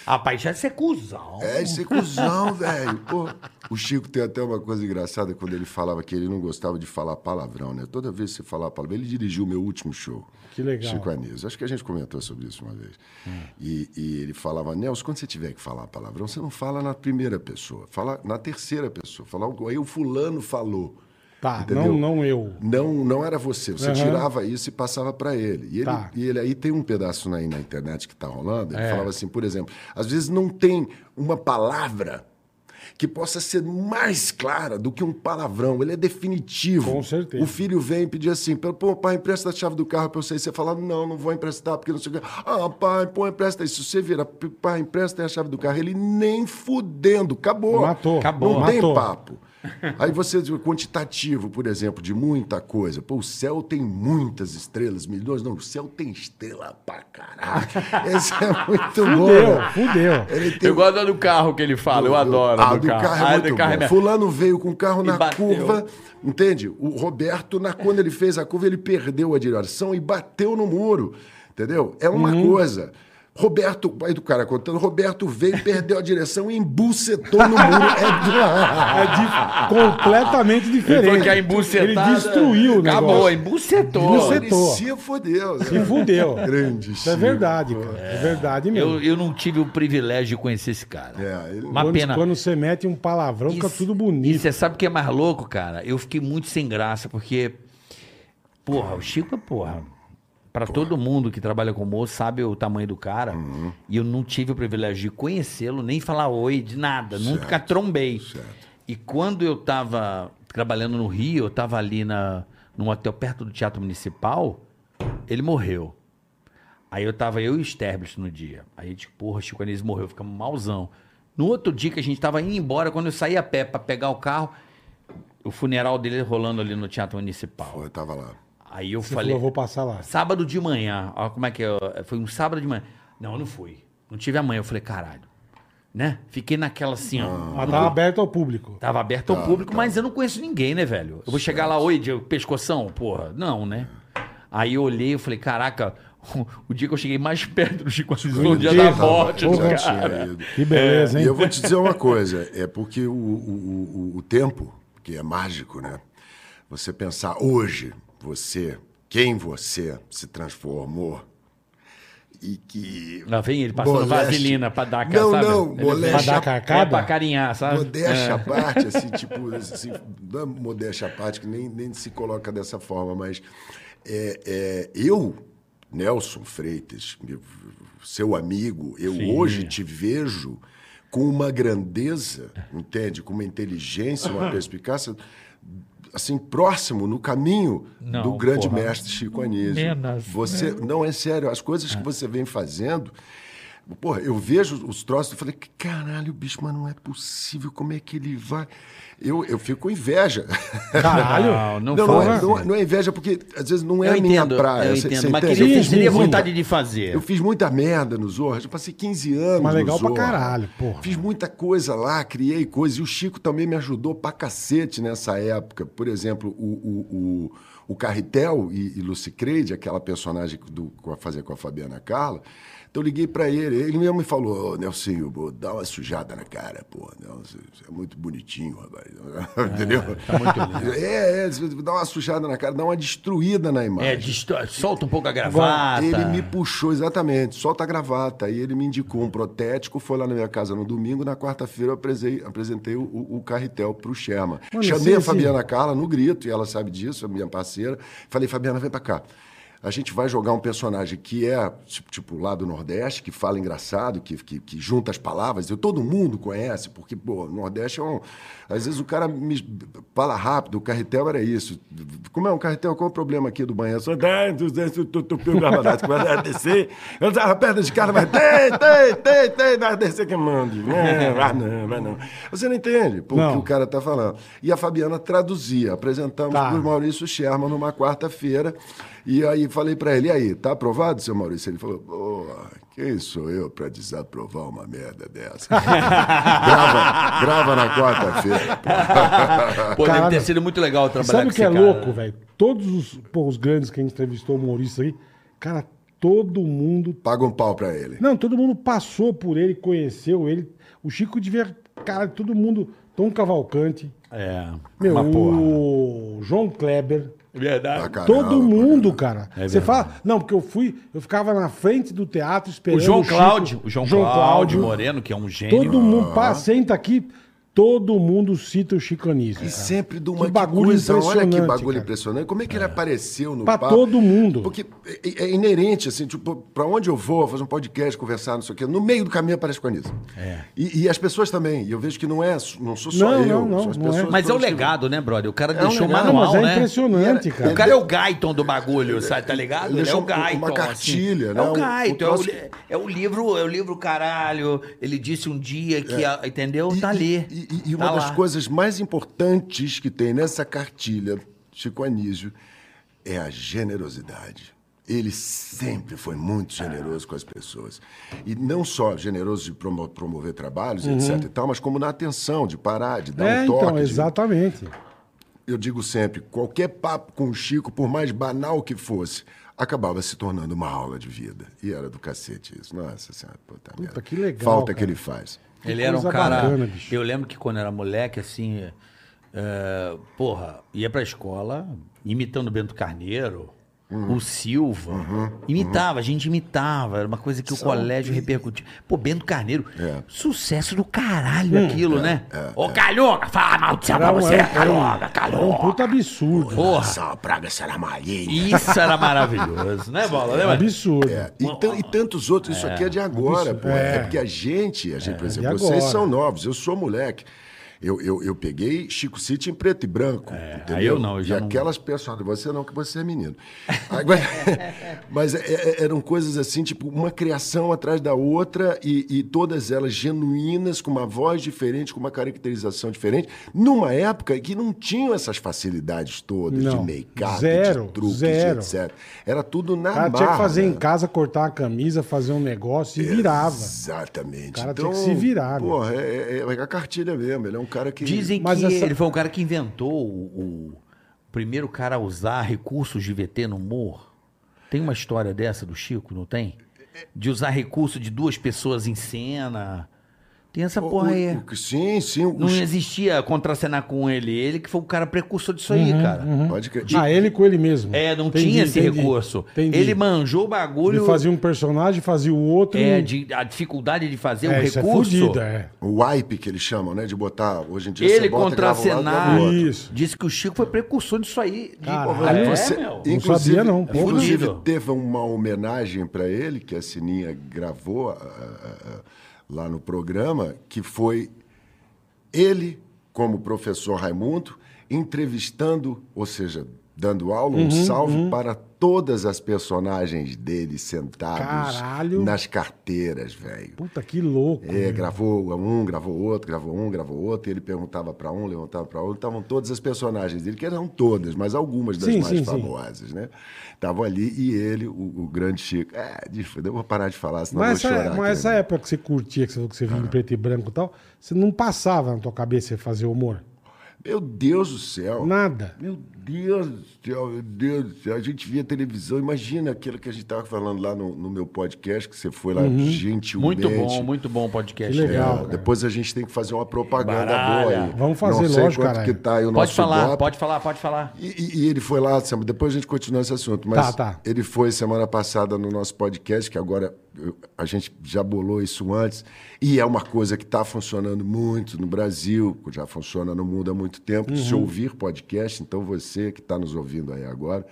[SPEAKER 3] A paixão é ser cuzão.
[SPEAKER 1] É, esse cuzão, velho. Pô. O Chico tem até uma coisa engraçada quando ele falava que ele não gostava de falar palavrão, né? Toda vez que você falar palavrão, ele dirigiu o meu último show.
[SPEAKER 2] Que legal.
[SPEAKER 1] Chico é, Anísio. Acho que a gente comentou sobre isso uma vez. E, e ele falava, Nelson, quando você tiver que falar palavrão, você não fala na primeira pessoa, fala na terceira pessoa. Fala, aí o fulano falou.
[SPEAKER 2] Tá,
[SPEAKER 1] Entendeu?
[SPEAKER 2] não, não eu.
[SPEAKER 1] Não, não era você. Você
[SPEAKER 2] Aham.
[SPEAKER 1] tirava isso e passava para ele. E ele,
[SPEAKER 2] Tá. É.
[SPEAKER 1] e ele aí tem um pedaço aí na internet que tá rolando. Ele falava assim, por exemplo, às vezes não tem uma palavra que possa ser mais clara do que um palavrão. Ele é definitivo.
[SPEAKER 2] Com certeza.
[SPEAKER 1] O filho vem e pedir assim, pô, pai, empresta a chave do carro para eu sair. Você fala, não, não vou emprestar, porque não sei o quê. Ah, pai, pô, empresta isso. Você vira, pai, empresta aí a chave do carro. Ele nem fudendo. Acabou.
[SPEAKER 2] Matou,
[SPEAKER 3] acabou,
[SPEAKER 1] Não tem
[SPEAKER 2] matou.
[SPEAKER 1] papo papo. Aí você diz o quantitativo, por exemplo, de muita coisa. Pô, o céu tem muitas estrelas, milhões. Não, o céu tem estrela pra caralho. Esse é muito bom.
[SPEAKER 2] Fudeu,
[SPEAKER 1] né?
[SPEAKER 2] fudeu.
[SPEAKER 1] Ele tem
[SPEAKER 3] Eu gosto da do carro que ele fala, eu adoro. a
[SPEAKER 1] ah, do carro, é
[SPEAKER 3] Ah,
[SPEAKER 1] muito
[SPEAKER 3] do carro é
[SPEAKER 1] bom.
[SPEAKER 3] minha-
[SPEAKER 1] Fulano veio com o carro
[SPEAKER 3] E
[SPEAKER 1] na
[SPEAKER 3] bateu.
[SPEAKER 1] curva, entende? O Roberto, na, quando ele fez a curva, ele perdeu a direção e bateu no muro, entendeu? É uma coisa. Roberto, aí do cara contando, Roberto veio, perdeu a direção e embucetou no muro. É,
[SPEAKER 2] É
[SPEAKER 1] *laughs*
[SPEAKER 2] di- completamente diferente.
[SPEAKER 3] Foi que a embucetada...
[SPEAKER 2] Ele destruiu o negócio.
[SPEAKER 3] Acabou, embucetou.
[SPEAKER 2] Embucetou.
[SPEAKER 1] Ele se fodeu. né?
[SPEAKER 2] Se fudeu.
[SPEAKER 1] Grande
[SPEAKER 2] Isso é
[SPEAKER 1] Chico.
[SPEAKER 2] verdade, cara. É, verdade mesmo.
[SPEAKER 3] Eu, eu não tive o privilégio de conhecer esse cara.
[SPEAKER 1] É, ele-
[SPEAKER 3] Uma
[SPEAKER 2] quando,
[SPEAKER 3] pena.
[SPEAKER 2] quando você mete um palavrão, fica
[SPEAKER 3] Isso-
[SPEAKER 2] tudo
[SPEAKER 3] E
[SPEAKER 2] bonito.
[SPEAKER 3] você sabe o que é mais louco, cara? Eu fiquei muito sem graça, porque. Porra, o Chico é porra. Pra todo mundo que trabalha com humor, sabe o tamanho do cara.
[SPEAKER 2] Uhum.
[SPEAKER 3] E eu não tive o privilégio de conhecê-lo, nem falar oi, de nada. Nunca trombei. E quando eu tava trabalhando no Rio, eu tava ali na, num hotel perto do Teatro Municipal, ele morreu. Aí eu tava eu e o Sterblich no dia. Aí a gente, porra, Chico Anísio morreu, ficamos malzão. No outro dia que a gente tava indo embora, quando eu saí a pé pra pegar o carro, o funeral dele rolando ali no Teatro Municipal.
[SPEAKER 1] Pô, eu tava lá.
[SPEAKER 3] Aí eu
[SPEAKER 2] Você
[SPEAKER 3] é- falei,
[SPEAKER 2] falou, vou passar lá.
[SPEAKER 3] sábado de manhã, ó, como é que é? Foi um sábado de manhã. Não, eu não fui. Não tive amanhã. Eu falei, caralho. Né? Fiquei naquela assim, ó.
[SPEAKER 2] Mas tava tá aberto ao público.
[SPEAKER 3] Tava aberto
[SPEAKER 1] Tá,
[SPEAKER 3] ao público, mas eu não conheço ninguém, né, velho? Eu vou chegar lá, oi, Diego, pescoção? Porra, não, né? Aí eu olhei e falei, caraca, *laughs* o, o dia que eu cheguei mais perto do Chico Anísio foi o dia da
[SPEAKER 2] Tava,
[SPEAKER 1] tá.
[SPEAKER 3] morte do
[SPEAKER 2] porra.
[SPEAKER 1] já
[SPEAKER 3] cara.
[SPEAKER 1] tinha ido. É,
[SPEAKER 2] Que beleza,
[SPEAKER 1] E
[SPEAKER 2] hein?
[SPEAKER 1] eu vou te dizer uma coisa, é porque o, o- o- o tempo, que é mágico, né? Você pensar hoje, você, quem você se transformou e que...
[SPEAKER 3] Lá vem ele passando
[SPEAKER 1] Moleste.
[SPEAKER 3] vaselina pra dar
[SPEAKER 1] Não,
[SPEAKER 3] sabe?
[SPEAKER 1] não,
[SPEAKER 3] Ele-
[SPEAKER 2] Pra
[SPEAKER 1] moleste.
[SPEAKER 2] dar
[SPEAKER 3] É, pra
[SPEAKER 2] carcada?
[SPEAKER 3] carinhar, sabe? É.
[SPEAKER 1] Modéstia
[SPEAKER 3] *laughs*
[SPEAKER 1] à parte, assim, tipo, assim, não é modéstia à parte, que nem, nem se coloca dessa forma, mas é, é, eu, Nelson Freitas, meu- seu amigo, eu hoje te vejo com uma grandeza, entende? Com uma
[SPEAKER 3] *laughs*
[SPEAKER 1] inteligência, uma perspicácia, assim, próximo, no caminho
[SPEAKER 3] Não,
[SPEAKER 1] do grande
[SPEAKER 3] porra.
[SPEAKER 1] mestre Chico Anísio.
[SPEAKER 3] Menos,
[SPEAKER 1] Você,
[SPEAKER 2] né?
[SPEAKER 1] Não, é sério, as coisas que você vem fazendo. Porra, eu vejo os troços e falei, caralho, bicho, mas não é possível, como é que ele vai? Eu, eu fico com inveja.
[SPEAKER 2] Caralho.
[SPEAKER 3] Não, não,
[SPEAKER 1] *laughs* Não, não,
[SPEAKER 3] foi.
[SPEAKER 1] é, não é- não é inveja, porque às vezes não é a minha praia.
[SPEAKER 3] eu
[SPEAKER 1] cê-
[SPEAKER 3] entendo,
[SPEAKER 1] cê
[SPEAKER 3] mas que
[SPEAKER 1] entende?
[SPEAKER 3] ele
[SPEAKER 2] Sim,
[SPEAKER 3] fez, teria
[SPEAKER 2] sim, sim.
[SPEAKER 3] vontade de fazer.
[SPEAKER 1] Eu fiz muita merda no Zorra, já passei 15 anos
[SPEAKER 2] Mas
[SPEAKER 1] no
[SPEAKER 2] legal pra
[SPEAKER 1] Zorra.
[SPEAKER 2] caralho, porra.
[SPEAKER 1] Fiz muita coisa lá, criei coisa. E o Chico também me ajudou pra cacete nessa época. Por exemplo, o, o, o, o Carretel e, e Lucy Creide, aquela personagem do, com a fazer com a Fabiana Carla. Então eu liguei pra ele, ele mesmo me falou, ô, Nelsinho, pô, dá uma sujada na cara, pô, Nelson, você é muito bonitinho, rapaz, *laughs* entendeu?
[SPEAKER 2] tá.
[SPEAKER 1] *laughs* É, é, você dá uma sujada na cara, dá uma destruída na imagem.
[SPEAKER 3] É, disto- solta um pouco a gravata.
[SPEAKER 1] Ele me puxou, exatamente, solta a gravata. E ele me indicou um protético, foi lá na minha casa no domingo, na quarta-feira eu apresei- apresentei o, o carretel pro Sherman.
[SPEAKER 2] Mano,
[SPEAKER 1] Chamei
[SPEAKER 2] esse-
[SPEAKER 1] a Fabiana Carla no grito, e ela sabe disso, a minha parceira. Falei, Fabiana, vem pra cá. A gente vai jogar um personagem que é, tipo, tipo, lá do Nordeste, que fala engraçado, que, que, que junta as palavras. Eu, todo mundo conhece, porque, pô, Nordeste é um... Às vezes o cara me fala rápido, o carretel era isso. Como é um carretel? Qual é o problema aqui do banheiro? Só dá, tu- tu- tu- tu- tu- tu- garbanate, Começa a descer, eu tava perto de cara, mas tem, tem, tem, tem, vai descer que mande. Não, vai não, vai não. Você não entende pô, o
[SPEAKER 2] Não.
[SPEAKER 1] que o cara está falando. E a Fabiana traduzia, apresentamos
[SPEAKER 2] Tá.
[SPEAKER 1] para o Maurício Sherman numa quarta-feira. E aí falei para ele, e aí, tá aprovado, seu Maurício? Ele falou, pô, quem sou eu para desaprovar uma
[SPEAKER 2] *laughs*
[SPEAKER 1] merda dessa? grava, grava na quarta-feira.
[SPEAKER 3] Pô, deve ter
[SPEAKER 2] Caralho.
[SPEAKER 3] sido muito legal trabalhar
[SPEAKER 2] Sabe
[SPEAKER 3] com
[SPEAKER 2] o que é
[SPEAKER 3] esse cara.
[SPEAKER 2] louco, velho? Todos os, pô, os grandes que a gente entrevistou, humorista aí, cara, todo mundo.
[SPEAKER 1] Paga um pau para ele.
[SPEAKER 2] Não, todo mundo passou por ele, conheceu ele. O Chico devia. Cara, todo mundo. Tom Cavalcante.
[SPEAKER 3] É,
[SPEAKER 2] Meu,
[SPEAKER 3] uma porra.
[SPEAKER 2] o João Kleber.
[SPEAKER 1] Pra
[SPEAKER 3] Verdade.
[SPEAKER 1] caramba,
[SPEAKER 2] todo mundo, cara.
[SPEAKER 3] É
[SPEAKER 2] Você
[SPEAKER 3] verdade.
[SPEAKER 2] fala. Não, porque eu fui. Eu ficava na frente do teatro esperando.
[SPEAKER 3] O João
[SPEAKER 2] Chico-
[SPEAKER 3] Cláudio, o João, Cláudio
[SPEAKER 2] Cláudio.
[SPEAKER 3] Moreno, que é um gênio.
[SPEAKER 2] Todo mundo. Pá, senta aqui. Todo mundo cita o Chico Anísio.
[SPEAKER 1] E
[SPEAKER 2] cara.
[SPEAKER 1] sempre de uma
[SPEAKER 2] Que bagulho
[SPEAKER 1] coisa, olha que
[SPEAKER 2] impressionante,
[SPEAKER 1] bagulho
[SPEAKER 2] cara.
[SPEAKER 1] impressionante. Como é que ele apareceu no
[SPEAKER 2] Pra
[SPEAKER 1] papo?
[SPEAKER 2] todo mundo.
[SPEAKER 1] Porque é- é inerente, assim, tipo, pra onde eu vou fazer um podcast, conversar, não sei o quê, no meio do caminho aparece com a Anitta. E, e as pessoas também. E eu vejo que não é, não sou só
[SPEAKER 2] É. Não,
[SPEAKER 1] eu,
[SPEAKER 2] não, não,
[SPEAKER 1] são as
[SPEAKER 2] não é.
[SPEAKER 1] pessoas
[SPEAKER 3] Mas é o
[SPEAKER 1] todas que-
[SPEAKER 3] legado, né, brother? O cara
[SPEAKER 1] um
[SPEAKER 3] deixou o
[SPEAKER 1] legado.
[SPEAKER 3] manual,
[SPEAKER 2] Não, mas é
[SPEAKER 3] né?
[SPEAKER 2] impressionante, cara.
[SPEAKER 3] O
[SPEAKER 1] um
[SPEAKER 3] cara é o Gaiton do bagulho, sabe? Tá ligado?
[SPEAKER 1] Ele
[SPEAKER 3] Ele, é
[SPEAKER 1] deixou
[SPEAKER 3] o Gaiton.
[SPEAKER 1] uma cartilha,
[SPEAKER 3] assim.
[SPEAKER 1] né?
[SPEAKER 3] É o
[SPEAKER 1] Um-
[SPEAKER 3] Gaiton.
[SPEAKER 1] um
[SPEAKER 3] é o
[SPEAKER 1] troço-
[SPEAKER 3] li- É o livro, é o livro caralho. Ele disse um dia que, a- entendeu?
[SPEAKER 1] É. E-
[SPEAKER 3] tá ali.
[SPEAKER 1] E, e- e uma
[SPEAKER 3] Tá
[SPEAKER 1] das
[SPEAKER 3] lá.
[SPEAKER 1] coisas mais importantes que tem nessa cartilha, Chico Anísio, é a generosidade. Ele sempre foi muito generoso com as pessoas. E não só generoso de promo- promover trabalhos, etc e tal, mas como na atenção, de parar, de dar
[SPEAKER 2] É,
[SPEAKER 1] um toque.
[SPEAKER 2] então,
[SPEAKER 1] de-
[SPEAKER 2] exatamente.
[SPEAKER 1] eu digo sempre, qualquer papo com o Chico, por mais banal que fosse, acabava se tornando uma aula de vida. E era do cacete isso. Nossa senhora, puta, merda.
[SPEAKER 2] que legal,
[SPEAKER 1] Falta
[SPEAKER 2] cara.
[SPEAKER 1] que ele faz.
[SPEAKER 3] Ele era um
[SPEAKER 2] coisa
[SPEAKER 3] cara.
[SPEAKER 2] bacana, bicho.
[SPEAKER 3] eu lembro que quando era moleque, assim. é, é, porra, ia pra escola imitando o Bento Carneiro, o Silva. imitava, a gente imitava. Era uma coisa que o colégio repercutia. Pô, Bento Carneiro,
[SPEAKER 1] É.
[SPEAKER 3] sucesso do caralho aquilo, né? Ô, Calhonga, fala mal do céu pra
[SPEAKER 2] Hum. Era um-
[SPEAKER 3] você,
[SPEAKER 2] era um-
[SPEAKER 3] Calhonga,
[SPEAKER 2] Era um
[SPEAKER 3] Calhonga.
[SPEAKER 2] puta absurdo.
[SPEAKER 3] Porra,
[SPEAKER 1] Essa praga será maligna.
[SPEAKER 3] isso era maravilhoso, né, Bola? Lembra?
[SPEAKER 2] Absurdo.
[SPEAKER 1] É, e, tan- e tantos outros, isso aqui é de agora,
[SPEAKER 2] Isso,
[SPEAKER 1] pô.
[SPEAKER 2] é.
[SPEAKER 1] É. porque a gente, a gente, por exemplo,
[SPEAKER 2] de
[SPEAKER 1] vocês
[SPEAKER 2] agora.
[SPEAKER 1] são novos, eu sou moleque. Eu, eu, eu peguei Chico City em preto e branco.
[SPEAKER 2] É,
[SPEAKER 1] entendeu?
[SPEAKER 3] aí eu não, eu já
[SPEAKER 1] e
[SPEAKER 3] não-
[SPEAKER 1] aquelas pessoas, você não, que você é menino. Agora, *laughs* mas é- é- eram coisas assim, tipo, uma criação atrás da outra e, e todas elas genuínas, com uma voz diferente, com uma caracterização diferente, numa época que não tinham essas facilidades todas de
[SPEAKER 2] Não.
[SPEAKER 1] make-up,
[SPEAKER 2] Zero,
[SPEAKER 1] de truques,
[SPEAKER 2] zero.
[SPEAKER 1] de etc. Era tudo na
[SPEAKER 2] O cara tinha que
[SPEAKER 1] marra.
[SPEAKER 2] fazer em casa, cortar uma camisa, fazer um negócio
[SPEAKER 1] É
[SPEAKER 2] e virava.
[SPEAKER 1] Exatamente. O
[SPEAKER 2] cara tinha que se virar, né?
[SPEAKER 1] Porra, é, é, é a cartilha mesmo. Ele é um cara que.
[SPEAKER 3] Dizem
[SPEAKER 2] Mas
[SPEAKER 3] que
[SPEAKER 2] essa-
[SPEAKER 3] ele foi o cara que inventou o, o primeiro cara a usar recursos de VT no humor. Tem uma história dessa do Chico, não tem? De usar recurso de duas pessoas em cena. Tem essa
[SPEAKER 1] O-
[SPEAKER 3] porra
[SPEAKER 1] o-
[SPEAKER 3] aí. é
[SPEAKER 1] o- sim, sim. o-
[SPEAKER 3] Não existia contracenar com ele. Ele que foi o cara precursor disso aí, cara.
[SPEAKER 1] Pode crer.
[SPEAKER 2] Ah, ele com ele mesmo.
[SPEAKER 3] É, não
[SPEAKER 2] Uhum, Entendi,
[SPEAKER 3] tinha esse
[SPEAKER 2] entendi.
[SPEAKER 3] recurso.
[SPEAKER 2] Entendi.
[SPEAKER 3] Ele manjou o bagulho.
[SPEAKER 2] Ele fazia um personagem, fazia o outro.
[SPEAKER 3] é,
[SPEAKER 2] e-
[SPEAKER 3] de- a dificuldade de fazer
[SPEAKER 2] É,
[SPEAKER 3] um
[SPEAKER 2] isso é
[SPEAKER 3] recurso.
[SPEAKER 2] fodido, é.
[SPEAKER 1] O wipe que eles chamam, né? De botar. Hoje em dia
[SPEAKER 3] Ele
[SPEAKER 1] você bota, grava um lado,
[SPEAKER 3] contracenar.
[SPEAKER 1] grava o outro.
[SPEAKER 2] Isso.
[SPEAKER 3] Disse que o Chico foi precursor disso aí. De-
[SPEAKER 2] Caralho.
[SPEAKER 3] É,
[SPEAKER 1] Você-
[SPEAKER 3] meu.
[SPEAKER 2] Não sabia, não. Pô.
[SPEAKER 1] Inclusive, é
[SPEAKER 3] Fudido.
[SPEAKER 1] teve uma homenagem pra ele que a Sininha gravou ah, ah, ah, lá no programa, que foi ele, como professor Raimundo, entrevistando, ou seja, dando aula,
[SPEAKER 2] Uhum,
[SPEAKER 1] um salve para todas as personagens dele sentados
[SPEAKER 2] Caralho.
[SPEAKER 1] nas carteiras, velho.
[SPEAKER 2] Puta que louco.
[SPEAKER 1] É, gravou um, gravou outro, gravou um, gravou outro, e ele perguntava pra um, levantava pra outro, estavam todas as personagens dele, que eram todas, mas algumas das
[SPEAKER 2] Sim,
[SPEAKER 1] mais
[SPEAKER 2] sim, sim.
[SPEAKER 1] famosas, né? Estavam ali e ele, o, o grande Chico. É, dif- eu vou parar de falar, senão
[SPEAKER 2] Mas
[SPEAKER 1] eu vou
[SPEAKER 2] essa, é,
[SPEAKER 1] chorar.
[SPEAKER 2] mas
[SPEAKER 1] aqui,
[SPEAKER 2] essa
[SPEAKER 1] né?
[SPEAKER 2] época que você curtia, que você, que você via em preto e branco e tal, você não passava na tua cabeça você fazer humor?
[SPEAKER 1] Meu Deus do céu!
[SPEAKER 2] Nada.
[SPEAKER 1] Meu Deus do céu, meu Deus do céu. A gente via televisão, imagina aquilo que a gente estava falando lá no, no meu podcast, que você foi lá
[SPEAKER 2] Uhum.
[SPEAKER 1] gentilmente.
[SPEAKER 3] Muito bom, muito bom o podcast.
[SPEAKER 2] Que legal.
[SPEAKER 1] É,
[SPEAKER 2] cara.
[SPEAKER 1] depois a gente tem que fazer uma propaganda
[SPEAKER 3] Baralha.
[SPEAKER 1] boa aí.
[SPEAKER 2] Vamos fazer,
[SPEAKER 1] Não sei
[SPEAKER 2] lógico,
[SPEAKER 1] quanto
[SPEAKER 2] caralho.
[SPEAKER 1] que tá aí o
[SPEAKER 3] Pode
[SPEAKER 1] nosso
[SPEAKER 3] falar,
[SPEAKER 1] Ibope.
[SPEAKER 3] pode falar, pode falar.
[SPEAKER 1] E, e- e ele foi lá, sema- depois a gente continua esse assunto, mas
[SPEAKER 2] Tá, tá.
[SPEAKER 1] ele foi semana passada no nosso podcast, que agora eu- a gente já bolou isso antes, e é uma coisa que está funcionando muito no Brasil, já funciona no mundo há muito tempo, de se ouvir podcast, então você que está nos ouvindo aí agora,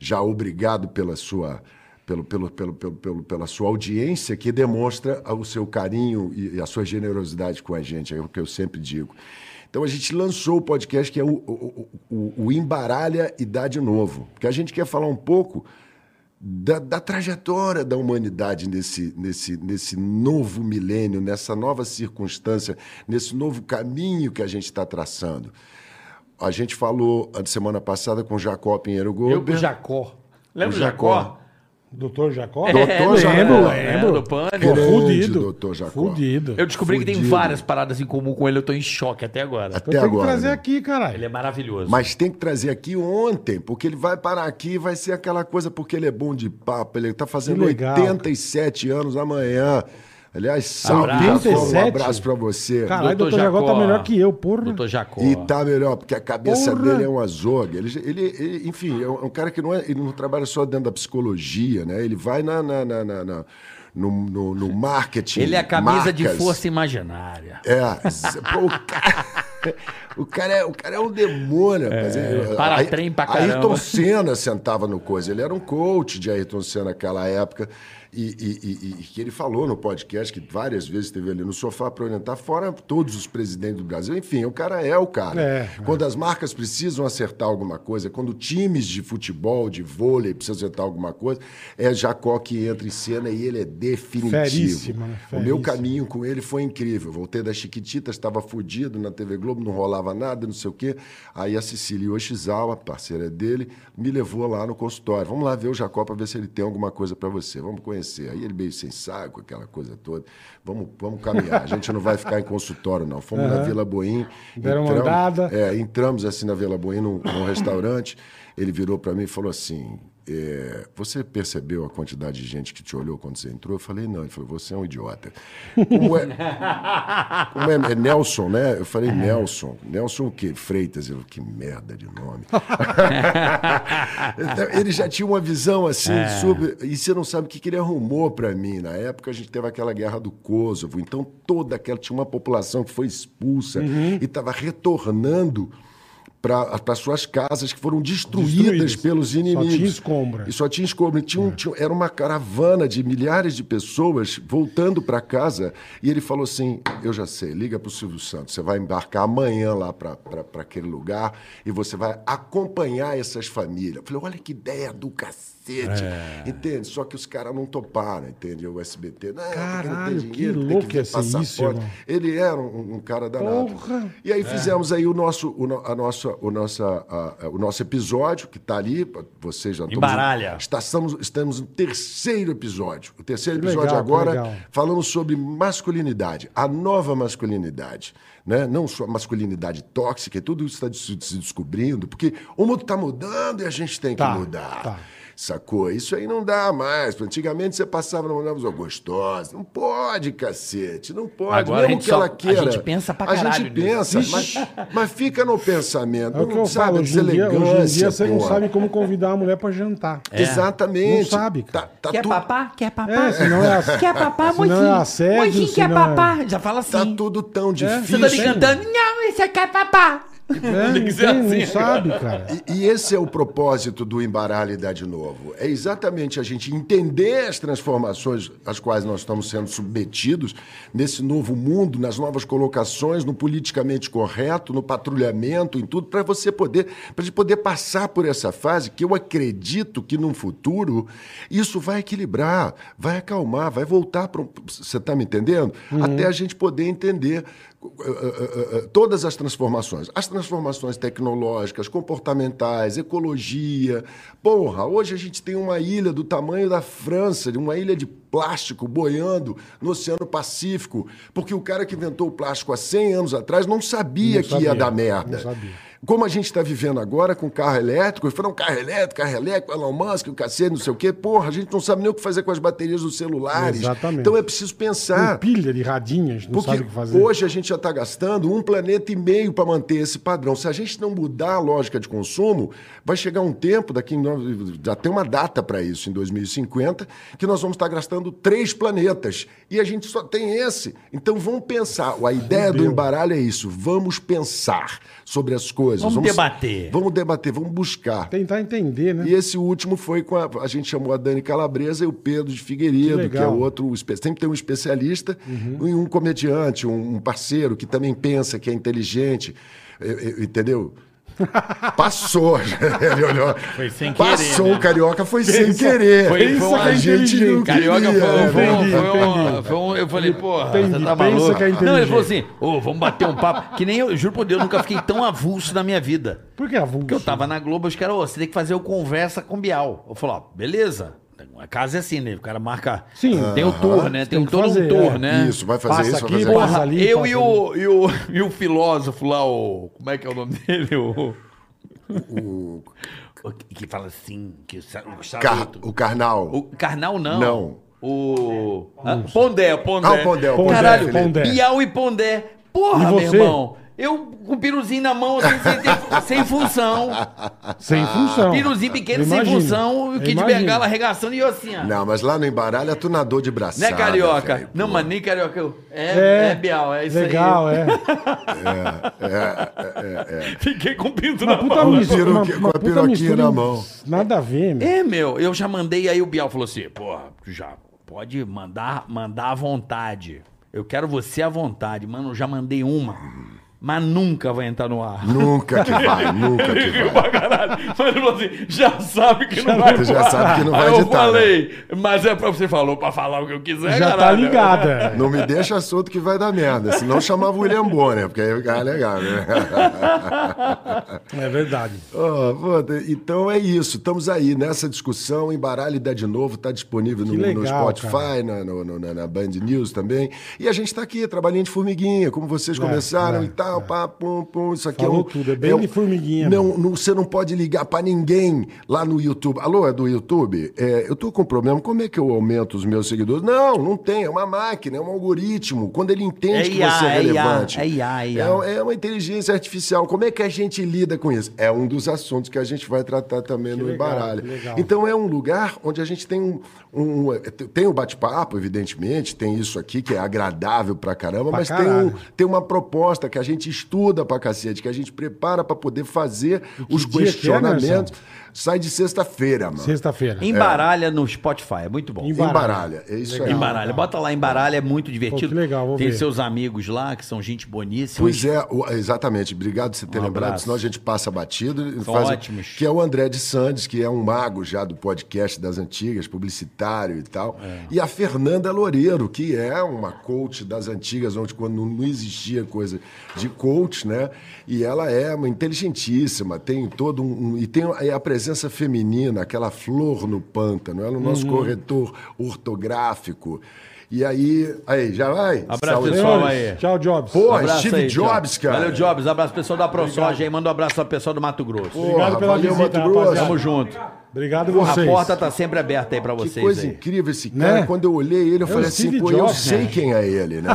[SPEAKER 1] já obrigado pela sua... Pelo, pelo, pelo, pelo, pelo- pela sua audiência que demonstra o seu carinho e e a sua generosidade com a gente, é o que eu sempre digo. Então a gente lançou o podcast que é o, o, o, o Embaralha Idade Novo, porque a gente quer falar um pouco da, da trajetória da humanidade nesse, nesse, nesse novo milênio, nessa nova circunstância, nesse novo caminho que a gente está traçando. A gente falou a semana passada com o Jacó Pinheiro
[SPEAKER 3] Eu com
[SPEAKER 1] Gober.
[SPEAKER 3] o Jacó. Lembra
[SPEAKER 1] O
[SPEAKER 3] o Jacó?
[SPEAKER 1] Jacó.
[SPEAKER 2] Doutor Jacó?
[SPEAKER 1] Doutor Jacó.
[SPEAKER 2] Lembro,
[SPEAKER 3] É,
[SPEAKER 2] lembro.
[SPEAKER 3] do Pânico.
[SPEAKER 2] Pô,
[SPEAKER 1] Grande
[SPEAKER 2] fudido.
[SPEAKER 1] doutor Jacó.
[SPEAKER 2] Fudido.
[SPEAKER 3] Eu descobri que tem várias paradas em comum com ele, eu tô em choque até agora.
[SPEAKER 1] Até
[SPEAKER 2] Eu tenho que
[SPEAKER 1] agora.
[SPEAKER 2] trazer
[SPEAKER 1] né?
[SPEAKER 2] aqui, caralho.
[SPEAKER 3] Ele é maravilhoso.
[SPEAKER 1] Mas tem que trazer aqui ontem, porque ele vai parar aqui e vai ser aquela coisa, porque ele é bom de papo. Ele está fazendo
[SPEAKER 2] Que legal,
[SPEAKER 1] 87 anos amanhã. Aliás, salve,
[SPEAKER 3] Abraço.
[SPEAKER 1] Jacó, um
[SPEAKER 2] 87?
[SPEAKER 1] abraço para você.
[SPEAKER 2] Caralho, doutor Jacó tá melhor que eu, porra.
[SPEAKER 3] Doutor Jacó.
[SPEAKER 1] E tá melhor, porque a cabeça
[SPEAKER 2] Porra!
[SPEAKER 1] dele é um azogue. Ele, ele- ele- enfim, é um, é um cara que não, é- ele não trabalha só dentro da psicologia, né? Ele vai na, na- na- na- na- no, no- no marketing.
[SPEAKER 3] Ele é a camisa de
[SPEAKER 1] marcas.
[SPEAKER 3] força imaginária.
[SPEAKER 2] *laughs*
[SPEAKER 1] É. z- pô, o, cara, *laughs* o, cara é, o cara é um demônio. rapaz. Ele-
[SPEAKER 3] É, para
[SPEAKER 1] Ay-
[SPEAKER 3] trem pra caramba.
[SPEAKER 1] Ayrton Senna sentava no coisa. Ele era um coach de Ayrton Senna naquela época. E, e- e- e que ele falou no podcast que várias vezes esteve ali no sofá para orientar, fora todos os presidentes do Brasil. Enfim, o cara é o cara.
[SPEAKER 2] É.
[SPEAKER 1] Quando as marcas precisam acertar alguma coisa, quando times de futebol, de vôlei precisam acertar alguma coisa, é Jacó que entra em cena e ele é definitivo.
[SPEAKER 2] Feríssimo, né?
[SPEAKER 1] O meu
[SPEAKER 2] Feríssimo.
[SPEAKER 1] caminho caminho com ele foi incrível. Voltei da Chiquititas, estava fudido na TV Globo, não rolava nada, não sei o quê. Aí a Cecília Oshizawa, parceira dele, me levou lá no consultório. Vamos lá ver o Jacó para ver se ele tem alguma coisa para você. Vamos conhecer. Aí ele meio sem saco, aquela coisa toda. Vamos, vamos caminhar. A gente não vai ficar em consultório, não. Fomos na Vila Boim.
[SPEAKER 2] Deram uma andada.
[SPEAKER 1] é, entramos assim na Vila Boim, num, num restaurante. Ele virou para mim e falou assim: é, Você percebeu a quantidade de gente que te olhou quando você entrou? Eu falei: Não. Ele falou: Você é um idiota. *laughs* Como é, como é, é Nelson, né? Eu falei: Nelson. Nelson o quê? Freitas. Ele falou: Que merda de
[SPEAKER 2] *laughs*
[SPEAKER 1] nome. Então, ele já tinha uma visão assim,
[SPEAKER 2] É.
[SPEAKER 1] sobre. E você não sabe o que, que ele arrumou pra mim. Na época a gente teve aquela guerra do Kosovo, então toda aquela. Tinha uma população que foi expulsa
[SPEAKER 2] Uhum.
[SPEAKER 1] e estava retornando para suas casas que foram destruídas,
[SPEAKER 2] Destruídas.
[SPEAKER 1] pelos
[SPEAKER 2] Só
[SPEAKER 1] inimigos.
[SPEAKER 2] tinha escombra.
[SPEAKER 1] E só tinha escombro. E
[SPEAKER 2] É.
[SPEAKER 1] tinha um- tinha- era uma caravana de milhares de pessoas voltando para casa. E ele falou assim: Eu já sei, liga para o Silvio Santos. Você vai embarcar amanhã lá para aquele lugar e você vai acompanhar essas famílias. Eu falei: Olha que ideia do cacete.
[SPEAKER 2] É.
[SPEAKER 1] Entende? Só que os caras não toparam, entende? O SBT. Não, porque não tem
[SPEAKER 2] Caralho, que
[SPEAKER 1] dinheiro, tem
[SPEAKER 2] louco
[SPEAKER 1] ver
[SPEAKER 2] ia ser isso,
[SPEAKER 1] passaporte."
[SPEAKER 2] irmão.
[SPEAKER 1] Ele era um, um cara danado.
[SPEAKER 2] Porra!
[SPEAKER 1] E aí fizemos aí o nosso, o, no- a nossa, o, nossa, a- a- o nosso episódio, que está ali, pra- vocês já
[SPEAKER 3] Embaralha.
[SPEAKER 1] Estamos, estamos no terceiro episódio. O terceiro
[SPEAKER 2] Que
[SPEAKER 1] episódio
[SPEAKER 2] legal, que legal.
[SPEAKER 1] agora, falando sobre masculinidade, a nova masculinidade. Né? Não só a masculinidade tóxica, e tudo isso está se se descobrindo, porque o mundo está mudando e a gente tem
[SPEAKER 2] Tá,
[SPEAKER 1] que mudar.
[SPEAKER 2] tá.
[SPEAKER 1] Sacou? Isso aí não dá mais. Antigamente você passava na mulher oh, gostosa. Não pode, cacete. Não pode.
[SPEAKER 3] Agora a
[SPEAKER 1] Mesmo
[SPEAKER 3] gente
[SPEAKER 1] que
[SPEAKER 3] só-
[SPEAKER 1] ela queira.
[SPEAKER 3] a gente pensa pra
[SPEAKER 1] A
[SPEAKER 3] caralho
[SPEAKER 1] gente
[SPEAKER 3] nisso.
[SPEAKER 1] pensa, mas, mas fica no pensamento.
[SPEAKER 2] É o que eu
[SPEAKER 1] não sabe
[SPEAKER 2] falo, hoje em dia,
[SPEAKER 1] deselegância.
[SPEAKER 2] hoje em dia você não
[SPEAKER 1] pô.
[SPEAKER 2] sabe como convidar a mulher pra jantar.
[SPEAKER 3] É.
[SPEAKER 1] É. Exatamente.
[SPEAKER 2] Não sabe, cara.
[SPEAKER 1] Tá- tá
[SPEAKER 3] quer
[SPEAKER 1] tu-
[SPEAKER 3] papá? Quer papá?
[SPEAKER 2] É, senão é a-
[SPEAKER 3] Quer papá,
[SPEAKER 2] senão é
[SPEAKER 3] moitinho?
[SPEAKER 2] assédio,
[SPEAKER 3] moitinho quer
[SPEAKER 2] senão é-
[SPEAKER 3] papá? Já fala assim.
[SPEAKER 1] Tá tudo tão
[SPEAKER 3] Você
[SPEAKER 1] difícil.
[SPEAKER 3] tá me cantando? Não, esse aqui é papá.
[SPEAKER 2] É, não,
[SPEAKER 3] que ser
[SPEAKER 2] tem- não
[SPEAKER 3] assim,
[SPEAKER 2] sabe, cara.
[SPEAKER 1] E, e esse é o propósito do Embaralidade Novo. É exatamente a gente entender as transformações às quais nós estamos sendo submetidos nesse novo mundo, nas novas colocações, no politicamente correto, no patrulhamento, em tudo, para você poder, para gente poder passar por essa fase que eu acredito que num futuro isso vai equilibrar, vai acalmar, vai voltar para. Você está tá me entendendo? Até a gente poder entender eh, eh, eh, todas as transformações. As transformações tecnológicas, comportamentais, ecologia. Porra, hoje a gente tem uma ilha do tamanho da França, de uma ilha de plástico boiando no Oceano Pacífico, porque o cara que inventou o plástico há 100 anos atrás não sabia
[SPEAKER 2] Não
[SPEAKER 1] que
[SPEAKER 2] sabia,
[SPEAKER 1] ia dar merda.
[SPEAKER 2] não sabia.
[SPEAKER 1] Como a gente está vivendo agora com carro elétrico, e foram carro elétrico, carro elétrico, Elon Musk, o cacete, não sei o quê, porra, a gente não sabe nem o que fazer com as baterias dos celulares.
[SPEAKER 2] Exatamente.
[SPEAKER 1] Então é preciso
[SPEAKER 2] Tem
[SPEAKER 1] pensar.
[SPEAKER 2] pilha de radinha, a gente não
[SPEAKER 1] Porque
[SPEAKER 2] sabe o que fazer.
[SPEAKER 1] hoje a gente já está gastando um planeta e meio para manter esse padrão. Se a gente não mudar a lógica de consumo, vai chegar um tempo, daqui em nove- já tem uma data para isso, em 2050, que nós vamos estar gastando três planetas. E a gente só tem esse. Então vamos pensar. A ideia do embaralho é isso. Vamos pensar sobre as coisas.
[SPEAKER 3] Vamos debater.
[SPEAKER 1] Vamos debater, vamos buscar.
[SPEAKER 2] Tentar entender, né?
[SPEAKER 1] E esse último foi com a. A gente chamou a Dani Calabresa e o Pedro de
[SPEAKER 2] Que
[SPEAKER 1] Figueiredo, que,
[SPEAKER 2] legal. Uhum.
[SPEAKER 1] é outro. espe- Sempre tem um especialista e um comediante, um, um parceiro que também pensa, que é inteligente. Eu- eu-
[SPEAKER 2] *laughs*
[SPEAKER 1] entendeu? Passou. *laughs* Ele olhou.
[SPEAKER 3] Foi sem
[SPEAKER 1] Passou
[SPEAKER 3] querer, né?
[SPEAKER 1] o carioca, foi sem querer.
[SPEAKER 3] foi- foi um
[SPEAKER 1] a gente
[SPEAKER 2] inteligente.
[SPEAKER 1] não
[SPEAKER 3] Carioca
[SPEAKER 1] queria,
[SPEAKER 3] foi, um- foi, um-
[SPEAKER 1] né?
[SPEAKER 2] entendi,
[SPEAKER 3] foi um-
[SPEAKER 2] entendi.
[SPEAKER 3] foi um- Eu falei, porra,
[SPEAKER 2] Entendi,
[SPEAKER 3] você tá
[SPEAKER 2] pensa
[SPEAKER 3] maluco.
[SPEAKER 2] que é
[SPEAKER 3] não, ele falou assim:
[SPEAKER 2] inteligente.
[SPEAKER 3] ô, vamos bater um papo. Que nem eu, juro por Deus, nunca fiquei tão avulso na minha vida.
[SPEAKER 2] Por que é avulso?
[SPEAKER 3] Porque eu tava na Globo, os caras, ô, você tem que fazer o conversa com o Bial. Eu falo, ó, beleza. A casa é assim, né? O cara marca.
[SPEAKER 2] Sim.
[SPEAKER 3] Tem o tour, né? Tem,
[SPEAKER 2] Tem
[SPEAKER 3] um
[SPEAKER 2] que
[SPEAKER 3] todo
[SPEAKER 2] fazer,
[SPEAKER 3] um tour,
[SPEAKER 2] é.
[SPEAKER 3] né?
[SPEAKER 1] Isso, vai fazer
[SPEAKER 2] Passa
[SPEAKER 1] isso,
[SPEAKER 2] aqui,
[SPEAKER 1] vai fazer
[SPEAKER 2] porra.
[SPEAKER 1] aquilo.
[SPEAKER 2] Passa ali,
[SPEAKER 3] eu
[SPEAKER 2] passa
[SPEAKER 3] e o, e, o, *laughs* e o filósofo lá, o. Como é que é o nome dele? O.
[SPEAKER 1] O,
[SPEAKER 3] o que que fala assim, que o, sa- o
[SPEAKER 1] car,
[SPEAKER 3] charuto.
[SPEAKER 1] o Carnal.
[SPEAKER 3] O Carnal não.
[SPEAKER 1] Não.
[SPEAKER 3] O. Hã? Pondé, o Pondé.
[SPEAKER 1] Ah, o Pondé, o
[SPEAKER 2] Pondé,
[SPEAKER 3] Caralho,
[SPEAKER 2] Pondé.
[SPEAKER 3] Bial e Pondé. Porra,
[SPEAKER 2] E
[SPEAKER 3] meu
[SPEAKER 2] você?
[SPEAKER 3] irmão. Eu com um piruzinho na mão, assim, sem, ter- sem função.
[SPEAKER 1] *laughs*
[SPEAKER 2] Sem função.
[SPEAKER 3] Ah. Piruzinho pequeno, sem
[SPEAKER 2] Imagina.
[SPEAKER 3] função. E o Kid
[SPEAKER 2] Imagina.
[SPEAKER 3] Bengala arregaçando e eu assim, ó.
[SPEAKER 1] Não, mas lá no embaralho é tunador de braçada.
[SPEAKER 3] Né, carioca?
[SPEAKER 1] velho,
[SPEAKER 3] não,
[SPEAKER 1] pô.
[SPEAKER 3] mas nem carioca. eu- É, é,
[SPEAKER 2] É,
[SPEAKER 3] Bial, é isso
[SPEAKER 2] legal,
[SPEAKER 3] aí.
[SPEAKER 2] é.
[SPEAKER 3] *laughs* Fiquei com o pinto
[SPEAKER 2] Uma
[SPEAKER 3] na
[SPEAKER 2] puta
[SPEAKER 3] mão.
[SPEAKER 2] mistura. Uma,
[SPEAKER 1] Piroqui- com
[SPEAKER 2] uma
[SPEAKER 1] a
[SPEAKER 2] puta
[SPEAKER 1] piroquinha
[SPEAKER 2] mistura
[SPEAKER 1] na mão.
[SPEAKER 2] Nada a ver, meu.
[SPEAKER 3] É, meu, eu já mandei, aí o Bial falou assim, porra, já pode mandar, mandar à vontade. Eu quero você à vontade. Mano, eu já mandei uma. mas nunca vai entrar no ar.
[SPEAKER 1] Nunca que vai, nunca *laughs* que vai.
[SPEAKER 3] Pra caralho. Mas ele falou assim, já sabe que não vai
[SPEAKER 1] Você *laughs* já
[SPEAKER 3] pro ar.
[SPEAKER 1] sabe que não vai
[SPEAKER 3] Aí eu
[SPEAKER 1] editar, né?
[SPEAKER 3] falei, mas é pra você falou pra falar o que eu quiser,
[SPEAKER 2] Já tá
[SPEAKER 3] caralho.
[SPEAKER 2] ligada.
[SPEAKER 1] Não me deixa solto que vai dar merda. Senão eu chamava o William Bonner, porque aí ficava legal, né?
[SPEAKER 2] É verdade.
[SPEAKER 1] Ó, puta, então é isso. Estamos aí nessa discussão. Embaralhe dá de novo. Está disponível no,
[SPEAKER 2] Que
[SPEAKER 1] no
[SPEAKER 2] legal,
[SPEAKER 1] Spotify, na, no- no- na- na Band News também. E a gente está aqui, trabalhando de formiguinha, como vocês começaram
[SPEAKER 2] é,
[SPEAKER 1] e tal. Pá, pum, pum. Isso aqui
[SPEAKER 2] Falou
[SPEAKER 1] é um,
[SPEAKER 2] tudo, é bem de formiguinha,
[SPEAKER 1] Não, não- você não pode ligar para ninguém lá no YouTube. Alô, é do YouTube? É, eu tô com problema. Como é que eu aumento os meus seguidores? Não, não tem. É uma máquina, é um algoritmo. Quando ele entende
[SPEAKER 3] É
[SPEAKER 1] que
[SPEAKER 3] IA,
[SPEAKER 1] você é
[SPEAKER 3] é IA,
[SPEAKER 1] relevante.
[SPEAKER 3] é IA, é IA.
[SPEAKER 1] É, é uma inteligência artificial. Como é que a gente lida com isso? É um dos assuntos que a gente vai tratar também no
[SPEAKER 2] legal,
[SPEAKER 1] Embaralho.
[SPEAKER 2] que legal.
[SPEAKER 1] Então é um lugar onde a gente tem um. um- tem o bate-papo, evidentemente, tem isso aqui que é agradável pra caramba,
[SPEAKER 2] Pra
[SPEAKER 1] mas tem,
[SPEAKER 2] caralho.
[SPEAKER 1] um- tem uma proposta que a gente estuda pra cacete, que a gente prepara pra poder fazer os
[SPEAKER 2] dia que é,
[SPEAKER 1] questionamentos. Sai de sexta-feira, mano.
[SPEAKER 2] Sexta-feira.
[SPEAKER 3] Embaralha no Spotify, é muito bom.
[SPEAKER 2] Embaralha.
[SPEAKER 1] Embaralha. É isso aí.
[SPEAKER 3] Embaralha, bota lá, embaralha, é muito divertido.
[SPEAKER 2] que legal, vou
[SPEAKER 3] Tem
[SPEAKER 2] ver.
[SPEAKER 3] seus amigos lá, que são gente boníssima.
[SPEAKER 1] Pois é, o- exatamente. Obrigado por você ter
[SPEAKER 3] Um
[SPEAKER 1] lembrado,
[SPEAKER 3] abraço.
[SPEAKER 1] senão a gente passa batido. e
[SPEAKER 3] São ótimos.
[SPEAKER 1] Que é o André de Sandes, que é um mago já do podcast das antigas, publicitário e tal.
[SPEAKER 3] É.
[SPEAKER 1] E a Fernanda Loureiro, que é uma coach das antigas, onde quando não existia coisa de coach, né? E ela é uma inteligentíssima, tem todo um... um- e tem a presença feminina, aquela flor no pântano. Ela é o nosso
[SPEAKER 3] Uhum.
[SPEAKER 1] corretor ortográfico. E aí... Aí, já vai?
[SPEAKER 3] Abraço,
[SPEAKER 1] Saúde.
[SPEAKER 3] pessoal.
[SPEAKER 2] Senhores,
[SPEAKER 3] aí.
[SPEAKER 2] Tchau, Jobs.
[SPEAKER 1] Pô,
[SPEAKER 3] Um Abraço
[SPEAKER 1] Steve
[SPEAKER 3] aí,
[SPEAKER 1] Jobs, cara.
[SPEAKER 3] Valeu, Jobs. Abraço pessoal da ProSoja aí. Manda um abraço pra pessoal do Mato Grosso.
[SPEAKER 2] Obrigado pela
[SPEAKER 1] valeu,
[SPEAKER 2] visita,
[SPEAKER 1] Mato Grosso.
[SPEAKER 2] rapaziada.
[SPEAKER 3] Tamo junto.
[SPEAKER 2] Obrigado
[SPEAKER 3] A
[SPEAKER 2] vocês.
[SPEAKER 3] porta tá sempre aberta aí pra
[SPEAKER 1] Que
[SPEAKER 3] vocês
[SPEAKER 1] coisa
[SPEAKER 3] aí.
[SPEAKER 1] incrível esse cara.
[SPEAKER 2] Né?
[SPEAKER 1] Quando eu olhei ele, eu falei
[SPEAKER 2] Steve
[SPEAKER 1] assim, pô, eu
[SPEAKER 2] Jobs,
[SPEAKER 1] sei
[SPEAKER 2] né?
[SPEAKER 1] quem é ele,
[SPEAKER 2] *laughs*
[SPEAKER 1] né?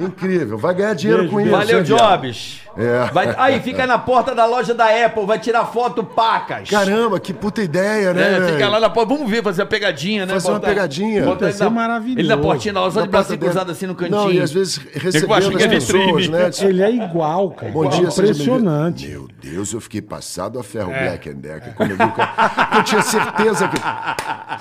[SPEAKER 1] incrível. Vai ganhar dinheiro
[SPEAKER 2] Beijo,
[SPEAKER 1] com isso.
[SPEAKER 2] beijo.
[SPEAKER 1] né,
[SPEAKER 3] Valeu,
[SPEAKER 1] viado?
[SPEAKER 3] Jobs.
[SPEAKER 1] É.
[SPEAKER 3] Vai- aí, fica na porta da loja da Apple, vai tirar foto pacas.
[SPEAKER 1] Caramba, que puta ideia, né?
[SPEAKER 3] É, fica
[SPEAKER 1] velho?
[SPEAKER 3] lá na porta. Vamos ver, fazer a pegadinha, né?
[SPEAKER 1] Fazer uma pegadinha.
[SPEAKER 2] Deve
[SPEAKER 3] ele
[SPEAKER 2] ser
[SPEAKER 3] na-
[SPEAKER 2] maravilhoso.
[SPEAKER 3] Ele na portinha, lá, só
[SPEAKER 1] Na
[SPEAKER 3] de
[SPEAKER 1] porta
[SPEAKER 3] bracinho
[SPEAKER 1] dele.
[SPEAKER 3] cruzado assim no cantinho.
[SPEAKER 1] Não, e às vezes
[SPEAKER 3] acho
[SPEAKER 1] recebendo
[SPEAKER 3] que
[SPEAKER 1] as
[SPEAKER 3] é
[SPEAKER 1] pessoas,
[SPEAKER 3] vitrine.
[SPEAKER 1] né?
[SPEAKER 2] Ele é igual, cara.
[SPEAKER 1] Bom dia, seja bem-vindo.
[SPEAKER 2] Impressionante. É.
[SPEAKER 1] Meu Deus, eu fiquei passado a ferro Black and Decker. Quando eu, vi o cara. eu tinha certeza que.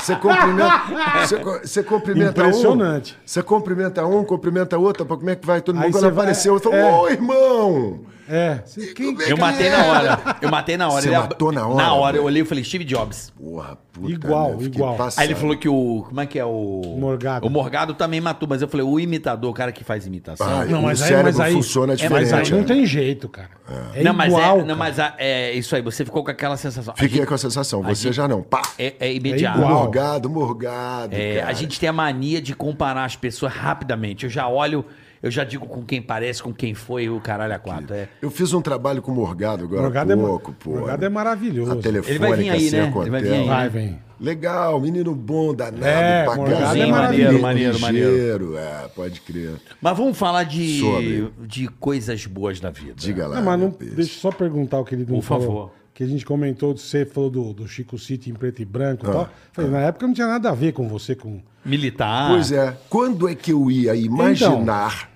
[SPEAKER 1] Você cumprimenta. Você, co- você cumprimenta
[SPEAKER 2] Impressionante.
[SPEAKER 1] um. Você cumprimenta um, cumprimenta outro. pô, Como é que vai? Todo
[SPEAKER 2] Aí
[SPEAKER 1] mundo. Quando
[SPEAKER 2] você vai-
[SPEAKER 1] apareceu, eu falei:
[SPEAKER 2] é.
[SPEAKER 1] Ô, irmão!
[SPEAKER 2] É. Cê- quem-
[SPEAKER 1] Como é
[SPEAKER 3] Eu
[SPEAKER 1] que
[SPEAKER 3] matei
[SPEAKER 1] é?
[SPEAKER 3] na hora. Eu matei na hora.
[SPEAKER 1] Você
[SPEAKER 3] Ele ab-
[SPEAKER 1] matou na hora,
[SPEAKER 3] Na hora, eu
[SPEAKER 1] velho.
[SPEAKER 3] olhei e falei, Steve Jobs.
[SPEAKER 1] Porra, puta.
[SPEAKER 2] Igual,
[SPEAKER 1] eu fiquei
[SPEAKER 2] igual.
[SPEAKER 1] passado.
[SPEAKER 3] Aí ele falou que o. Como é que é o.
[SPEAKER 2] Morgado.
[SPEAKER 3] O Morgado também matou, mas eu falei, o imitador, o cara que faz imitação.
[SPEAKER 1] Ah,
[SPEAKER 2] Não, mas
[SPEAKER 1] o
[SPEAKER 2] aí,
[SPEAKER 1] cérebro
[SPEAKER 2] mas aí,
[SPEAKER 1] funciona
[SPEAKER 2] é, mas aí
[SPEAKER 1] diferente.
[SPEAKER 2] não
[SPEAKER 1] né?
[SPEAKER 2] tem jeito, cara. É
[SPEAKER 3] não, mas,
[SPEAKER 2] igual.
[SPEAKER 3] é, não, mas a- é isso aí, você ficou com aquela sensação. A
[SPEAKER 1] Fiquei
[SPEAKER 3] gente-
[SPEAKER 1] com a sensação, você já não. Pá!
[SPEAKER 3] é, é imediato.
[SPEAKER 2] É igual.
[SPEAKER 1] Morgado, morgado.
[SPEAKER 3] É,
[SPEAKER 1] cara.
[SPEAKER 3] a gente tem a mania de comparar as pessoas rapidamente. Eu já olho, eu já digo com quem parece, com quem foi, o caralho a quatro. é.
[SPEAKER 1] Eu fiz um trabalho com o Morgado agora
[SPEAKER 2] Morgado,
[SPEAKER 1] há pouco,
[SPEAKER 2] é,
[SPEAKER 1] pô.
[SPEAKER 2] Morgado é maravilhoso.
[SPEAKER 1] A telefônica
[SPEAKER 3] Ele vai vir aí,
[SPEAKER 1] assim,
[SPEAKER 3] né?
[SPEAKER 1] a cordel.
[SPEAKER 3] Ele vai vir aí,
[SPEAKER 2] Vai, vem.
[SPEAKER 1] Legal, menino bom, danado,
[SPEAKER 2] É,
[SPEAKER 1] pra
[SPEAKER 2] Morgado
[SPEAKER 1] caramba.
[SPEAKER 2] é maravilhoso.
[SPEAKER 3] Maneiro, maneiro,
[SPEAKER 1] Ligeiro, é, pode crer.
[SPEAKER 3] Mas vamos falar de,
[SPEAKER 1] Sobre.
[SPEAKER 3] de coisas boas da vida.
[SPEAKER 1] Diga lá. né,
[SPEAKER 2] Não, mas não,
[SPEAKER 1] meu peixe.
[SPEAKER 2] deixa eu só perguntar o que ele não
[SPEAKER 3] Por
[SPEAKER 2] falou.
[SPEAKER 3] favor.
[SPEAKER 2] Que a gente comentou, você falou do, do Chico City em preto e branco
[SPEAKER 1] Ah,
[SPEAKER 2] e tal. Falei, na época não tinha nada a ver com você, com...
[SPEAKER 3] Militar.
[SPEAKER 1] Pois é, quando é que eu ia imaginar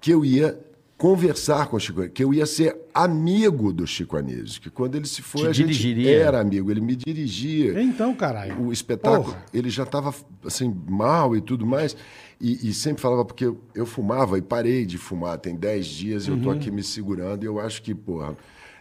[SPEAKER 1] que eu ia conversar com o Chico, que eu ia ser amigo do Chico Anísio, que quando ele se foi
[SPEAKER 3] Te
[SPEAKER 1] a gente
[SPEAKER 3] dirigiria.
[SPEAKER 1] era amigo, ele me dirigia.
[SPEAKER 2] Então, caralho.
[SPEAKER 1] o espetáculo,
[SPEAKER 2] Porra.
[SPEAKER 1] ele já estava assim, mal e tudo mais. E, e sempre falava, porque eu, eu fumava e parei de fumar. Tem 10 dias e eu tô
[SPEAKER 2] Uhum.
[SPEAKER 1] aqui me segurando. E eu acho que, porra,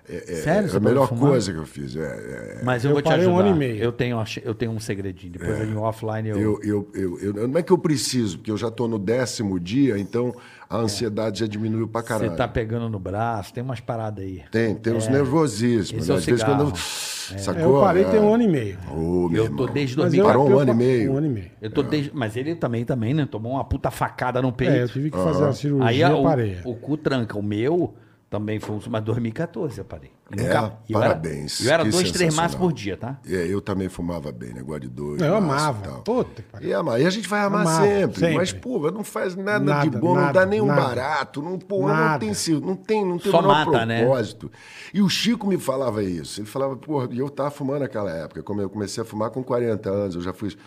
[SPEAKER 1] é, é-
[SPEAKER 3] Sério?
[SPEAKER 1] é
[SPEAKER 3] Você
[SPEAKER 1] a melhor
[SPEAKER 3] parou de fumar?
[SPEAKER 1] coisa que eu fiz. É, é,
[SPEAKER 3] Mas eu,
[SPEAKER 2] Eu
[SPEAKER 3] vou te
[SPEAKER 2] parei
[SPEAKER 3] ajudar.
[SPEAKER 2] um ano e meio.
[SPEAKER 3] Eu tenho, ach- eu tenho um segredinho. Depois ali no offline eu.
[SPEAKER 1] eu, eu, eu, eu- não é que eu preciso, porque eu já tô no décimo dia, então a ansiedade já diminuiu pra
[SPEAKER 3] Você
[SPEAKER 1] caralho.
[SPEAKER 3] tá pegando no braço, tem umas paradas aí.
[SPEAKER 1] Tem, tem uns nervosismos.
[SPEAKER 3] Esse é o
[SPEAKER 1] né? Às vezes quando eu...
[SPEAKER 2] É,
[SPEAKER 1] Sacou?
[SPEAKER 2] eu parei
[SPEAKER 1] É.
[SPEAKER 2] tem um ano e meio.
[SPEAKER 1] Ô,
[SPEAKER 3] Eu
[SPEAKER 1] meu
[SPEAKER 3] tô
[SPEAKER 1] irmão.
[SPEAKER 3] desde
[SPEAKER 2] Mas
[SPEAKER 3] 2000.
[SPEAKER 2] eu-
[SPEAKER 1] Parou um
[SPEAKER 2] eu-
[SPEAKER 1] ano e meio.
[SPEAKER 2] Um ano e meio.
[SPEAKER 3] Eu tô desde. Mas ele também, também, né? Tomou uma puta facada no peito.
[SPEAKER 2] É, eu tive que fazer
[SPEAKER 1] Ah.
[SPEAKER 2] uma cirurgia
[SPEAKER 3] Aí
[SPEAKER 2] e
[SPEAKER 3] a- o-
[SPEAKER 2] parei.
[SPEAKER 3] o, cu tranca. O meu também foi um. Mas 2014 eu parei. E
[SPEAKER 1] É,
[SPEAKER 3] e eu era-
[SPEAKER 1] parabéns.
[SPEAKER 3] Eu era,
[SPEAKER 1] Que
[SPEAKER 3] dois, três maços
[SPEAKER 1] sensacional.
[SPEAKER 3] por dia, tá?
[SPEAKER 1] É, eu também fumava bem, negócio de dois.
[SPEAKER 2] Não, eu
[SPEAKER 1] maço e
[SPEAKER 2] amava.
[SPEAKER 1] tal.
[SPEAKER 2] Puta que pariu.
[SPEAKER 1] E, amar. e a gente vai amar
[SPEAKER 2] Amava,
[SPEAKER 1] sempre,
[SPEAKER 2] sempre.
[SPEAKER 1] Mas, pô, não faz nada,
[SPEAKER 2] Nada,
[SPEAKER 1] de bom, não
[SPEAKER 2] nada,
[SPEAKER 1] dá nenhum
[SPEAKER 2] nada.
[SPEAKER 1] barato. Não, pô,
[SPEAKER 2] Nada.
[SPEAKER 1] não tem, se- não tem, não tem
[SPEAKER 3] Só
[SPEAKER 1] o menor
[SPEAKER 3] mata, né?
[SPEAKER 1] propósito. E o Chico me falava isso. Ele falava, pô, e eu tava fumando naquela época. Como eu comecei a fumar com 40 anos, eu já fiz.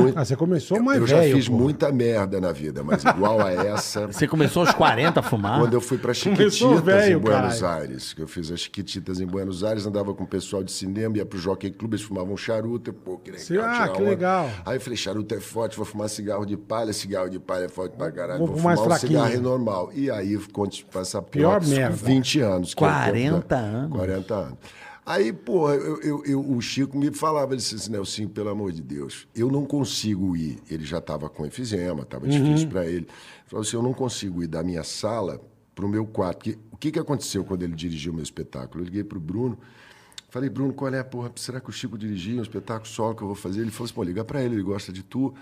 [SPEAKER 1] Muito,
[SPEAKER 2] Ah, você começou mais
[SPEAKER 1] eu já
[SPEAKER 2] velho.
[SPEAKER 1] fiz
[SPEAKER 2] pô.
[SPEAKER 1] muita merda na vida, mas igual a essa.
[SPEAKER 3] *laughs* Você começou aos 40 a fumar?
[SPEAKER 1] Quando eu fui para
[SPEAKER 2] *laughs* Começou
[SPEAKER 1] Chiquititas,
[SPEAKER 2] velho,
[SPEAKER 1] em Buenos
[SPEAKER 2] caralho.
[SPEAKER 1] Aires, que eu fiz a Chiquititas visitas em Buenos Aires, andava com o pessoal de cinema, ia pro Jockey Club, eles fumavam um charuto. Eu, Pô, que legal.
[SPEAKER 2] Sim, ah,
[SPEAKER 1] tirar
[SPEAKER 2] que
[SPEAKER 1] onda.
[SPEAKER 2] legal.
[SPEAKER 1] Aí eu falei, charuto é forte, vou fumar cigarro de palha, cigarro de palha é forte pra caralho,
[SPEAKER 2] Vou
[SPEAKER 1] vou,
[SPEAKER 2] fumar
[SPEAKER 1] fumar, um
[SPEAKER 2] mais fraquinho.
[SPEAKER 1] cigarro normal. E aí, quando passa
[SPEAKER 2] Pior merda.
[SPEAKER 1] 20 anos. que eu- né?
[SPEAKER 3] 40 anos.
[SPEAKER 1] 40 anos. Aí, porra, eu, eu- eu- o Chico me falava, ele disse assim, Nelsinho, pelo amor de Deus, eu não consigo ir. Ele já estava com enfisema, estava
[SPEAKER 2] Uhum.
[SPEAKER 1] difícil para ele. Ele falou assim, eu não consigo ir da minha sala para o meu quarto. Que- o que, que aconteceu quando ele dirigiu o meu espetáculo? Eu liguei para o Bruno, falei, Bruno, qual é, porra, será que o Chico dirigiu um espetáculo solo que eu vou fazer? Ele falou assim, pô, liga para ele, ele gosta de tu.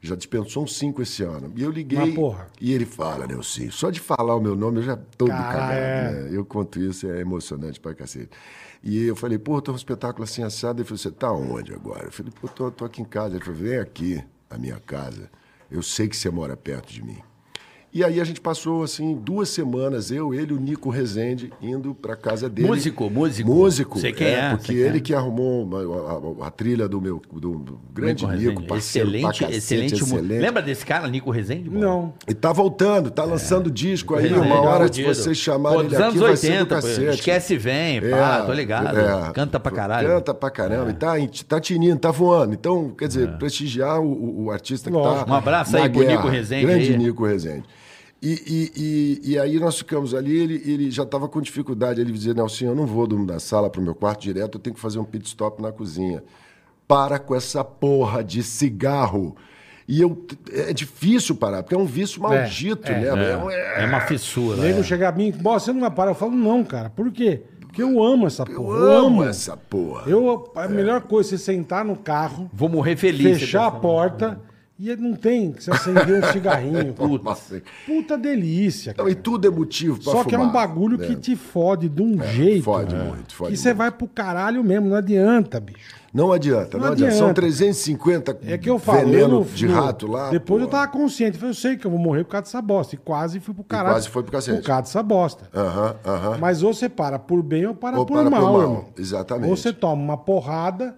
[SPEAKER 1] Já dispensou uns cinco esse ano. E eu liguei
[SPEAKER 2] Mas, porra.
[SPEAKER 1] e ele fala, Nelsinho, só de falar o meu nome eu já tô todo
[SPEAKER 2] Caralho,
[SPEAKER 1] cagado,
[SPEAKER 2] é.
[SPEAKER 1] né? Eu conto isso, é emocionante pra cacete. E eu falei, pô, tô um espetáculo assim assado. Ele falou, você tá onde agora? Eu falei, pô, tô, tô aqui em casa. Ele falou, vem aqui, a minha casa. Eu sei que você mora perto de mim. E aí a gente passou, assim, duas semanas, eu, ele e o Nico Rezende, indo pra casa dele.
[SPEAKER 3] Músico, músico.
[SPEAKER 1] Músico.
[SPEAKER 3] Sei quem é,
[SPEAKER 1] porque
[SPEAKER 3] sei quem é.
[SPEAKER 1] ele que arrumou uma- a, a- a trilha do meu do grande
[SPEAKER 3] Nico
[SPEAKER 1] Nico,
[SPEAKER 3] Rezende.
[SPEAKER 1] parceiro pra
[SPEAKER 3] excelente,
[SPEAKER 1] cacete,
[SPEAKER 3] excelente, mu- Lembra desse cara, Nico Rezende? mano?
[SPEAKER 2] Não.
[SPEAKER 1] e tá voltando, tá lançando disco aí.
[SPEAKER 3] Rezende,
[SPEAKER 1] Uma
[SPEAKER 3] É. legal,
[SPEAKER 1] hora de
[SPEAKER 3] Dido.
[SPEAKER 1] vocês chamarem
[SPEAKER 3] é Pô,
[SPEAKER 1] ele
[SPEAKER 3] dos
[SPEAKER 1] aqui
[SPEAKER 3] anos
[SPEAKER 1] vai ser do
[SPEAKER 3] 80, pô,
[SPEAKER 1] cacete.
[SPEAKER 3] esquece e vem, pá, Ah, tô ligado.
[SPEAKER 1] é.
[SPEAKER 3] Canta pra caralho.
[SPEAKER 1] Canta pra caramba. E tá, em- tá tinindo, tá voando. Então, quer dizer, prestigiar o- o, o artista que
[SPEAKER 2] Lógico.
[SPEAKER 1] tá.
[SPEAKER 3] É. Um abraço
[SPEAKER 1] na
[SPEAKER 3] aí pro Nico
[SPEAKER 1] guerra.
[SPEAKER 3] Rezende
[SPEAKER 1] Grande
[SPEAKER 3] aí.
[SPEAKER 1] Nico Rezende. E, e, e, e aí nós ficamos ali, ele, ele já estava com dificuldade. Ele dizia, Nelson, eu não vou do- da sala pro meu quarto direto, eu tenho que fazer um pit stop na cozinha. Para com essa porra de cigarro. E eu. É difícil parar, porque é um vício maldito,
[SPEAKER 2] é,
[SPEAKER 1] né?
[SPEAKER 3] É, é uma fissura.
[SPEAKER 2] O nego
[SPEAKER 3] é.
[SPEAKER 2] chega a mim, "Boss, você não vai parar. Eu falo, não, cara. Por quê? Porque eu amo essa
[SPEAKER 1] Eu
[SPEAKER 2] porra.
[SPEAKER 1] amo essa porra.
[SPEAKER 2] Eu, a melhor coisa é você sentar no carro,
[SPEAKER 3] Vou morrer feliz. tá
[SPEAKER 2] fechar a porta e ele não tem que você acender um
[SPEAKER 1] *laughs*
[SPEAKER 2] cigarrinho.
[SPEAKER 1] Puta.
[SPEAKER 2] Puta delícia,
[SPEAKER 1] Não,
[SPEAKER 2] cara.
[SPEAKER 1] e tudo é motivo pra
[SPEAKER 2] Só
[SPEAKER 1] fumar.
[SPEAKER 2] que é um bagulho
[SPEAKER 1] né? É,
[SPEAKER 2] que te fode de um jeito.
[SPEAKER 1] fode muito, fode
[SPEAKER 2] Que você
[SPEAKER 1] muito.
[SPEAKER 2] vai pro caralho mesmo, não adianta, bicho.
[SPEAKER 1] Não adianta, não,
[SPEAKER 2] Não
[SPEAKER 1] adianta. São
[SPEAKER 2] adianta.
[SPEAKER 1] 350
[SPEAKER 2] É que eu falo.
[SPEAKER 1] veneno
[SPEAKER 2] eu não
[SPEAKER 1] de
[SPEAKER 2] fui-
[SPEAKER 1] rato lá.
[SPEAKER 2] Depois eu
[SPEAKER 1] porra.
[SPEAKER 2] tava consciente. Eu falei, eu sei que eu vou morrer por causa dessa bosta. E quase fui pro caralho.
[SPEAKER 1] quase foi pro cacete.
[SPEAKER 2] Por causa dessa bosta.
[SPEAKER 1] Aham, aham.
[SPEAKER 2] Mas ou você para por bem ou para,
[SPEAKER 1] Ou
[SPEAKER 2] por,
[SPEAKER 1] para por
[SPEAKER 2] mal,
[SPEAKER 1] mal,
[SPEAKER 2] irmão.
[SPEAKER 1] exatamente. É.
[SPEAKER 2] Ou você toma uma porrada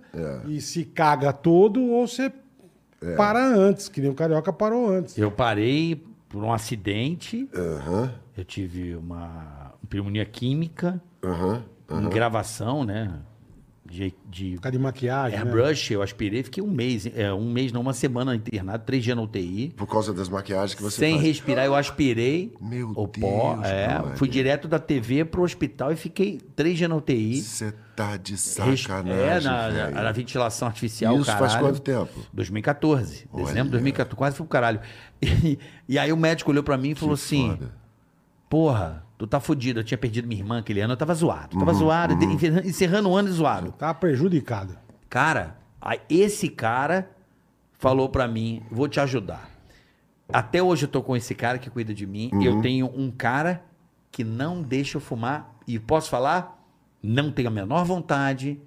[SPEAKER 2] e se caga todo, ou você para antes, que nem o Carioca parou antes.
[SPEAKER 3] Eu parei por um acidente. Eu tive uma pneumonia química em gravação, né? De, de
[SPEAKER 2] Por causa de
[SPEAKER 3] É,
[SPEAKER 2] maquiagem, né?
[SPEAKER 3] airbrush, eu aspirei, fiquei um mês, é, um mês não, uma semana internado, três dias na UTI.
[SPEAKER 1] Por causa das maquiagens que você
[SPEAKER 3] sem
[SPEAKER 1] faz.
[SPEAKER 3] respirar, eu aspirei
[SPEAKER 1] Meu
[SPEAKER 3] o pó.
[SPEAKER 1] Deus,
[SPEAKER 3] é,
[SPEAKER 1] brother.
[SPEAKER 3] fui direto da TV pro hospital e fiquei três dias na UTI.
[SPEAKER 1] Você tá de
[SPEAKER 3] Res-
[SPEAKER 1] sacanagem,
[SPEAKER 3] é, na, na-
[SPEAKER 1] velho.
[SPEAKER 3] na ventilação artificial,
[SPEAKER 1] Isso faz
[SPEAKER 3] caralho.
[SPEAKER 1] quanto tempo?
[SPEAKER 3] 2014. Dezembro de 2014, quase fui pro caralho. *laughs* E, e aí o médico olhou pra mim e falou assim:
[SPEAKER 1] foda.
[SPEAKER 3] Porra, tu tá fudido. Eu tinha perdido minha irmã aquele ano, eu tava zoado.
[SPEAKER 1] Uhum,
[SPEAKER 3] Tava zoado, encerrando- encerrando o ano e zoado.
[SPEAKER 2] Tá prejudicado.
[SPEAKER 3] Cara, a- esse cara falou pra mim, vou te ajudar. Até hoje eu tô com esse cara que cuida de mim.
[SPEAKER 1] Uhum.
[SPEAKER 3] Eu tenho um cara que não deixa eu fumar e posso falar, não tenho a menor vontade,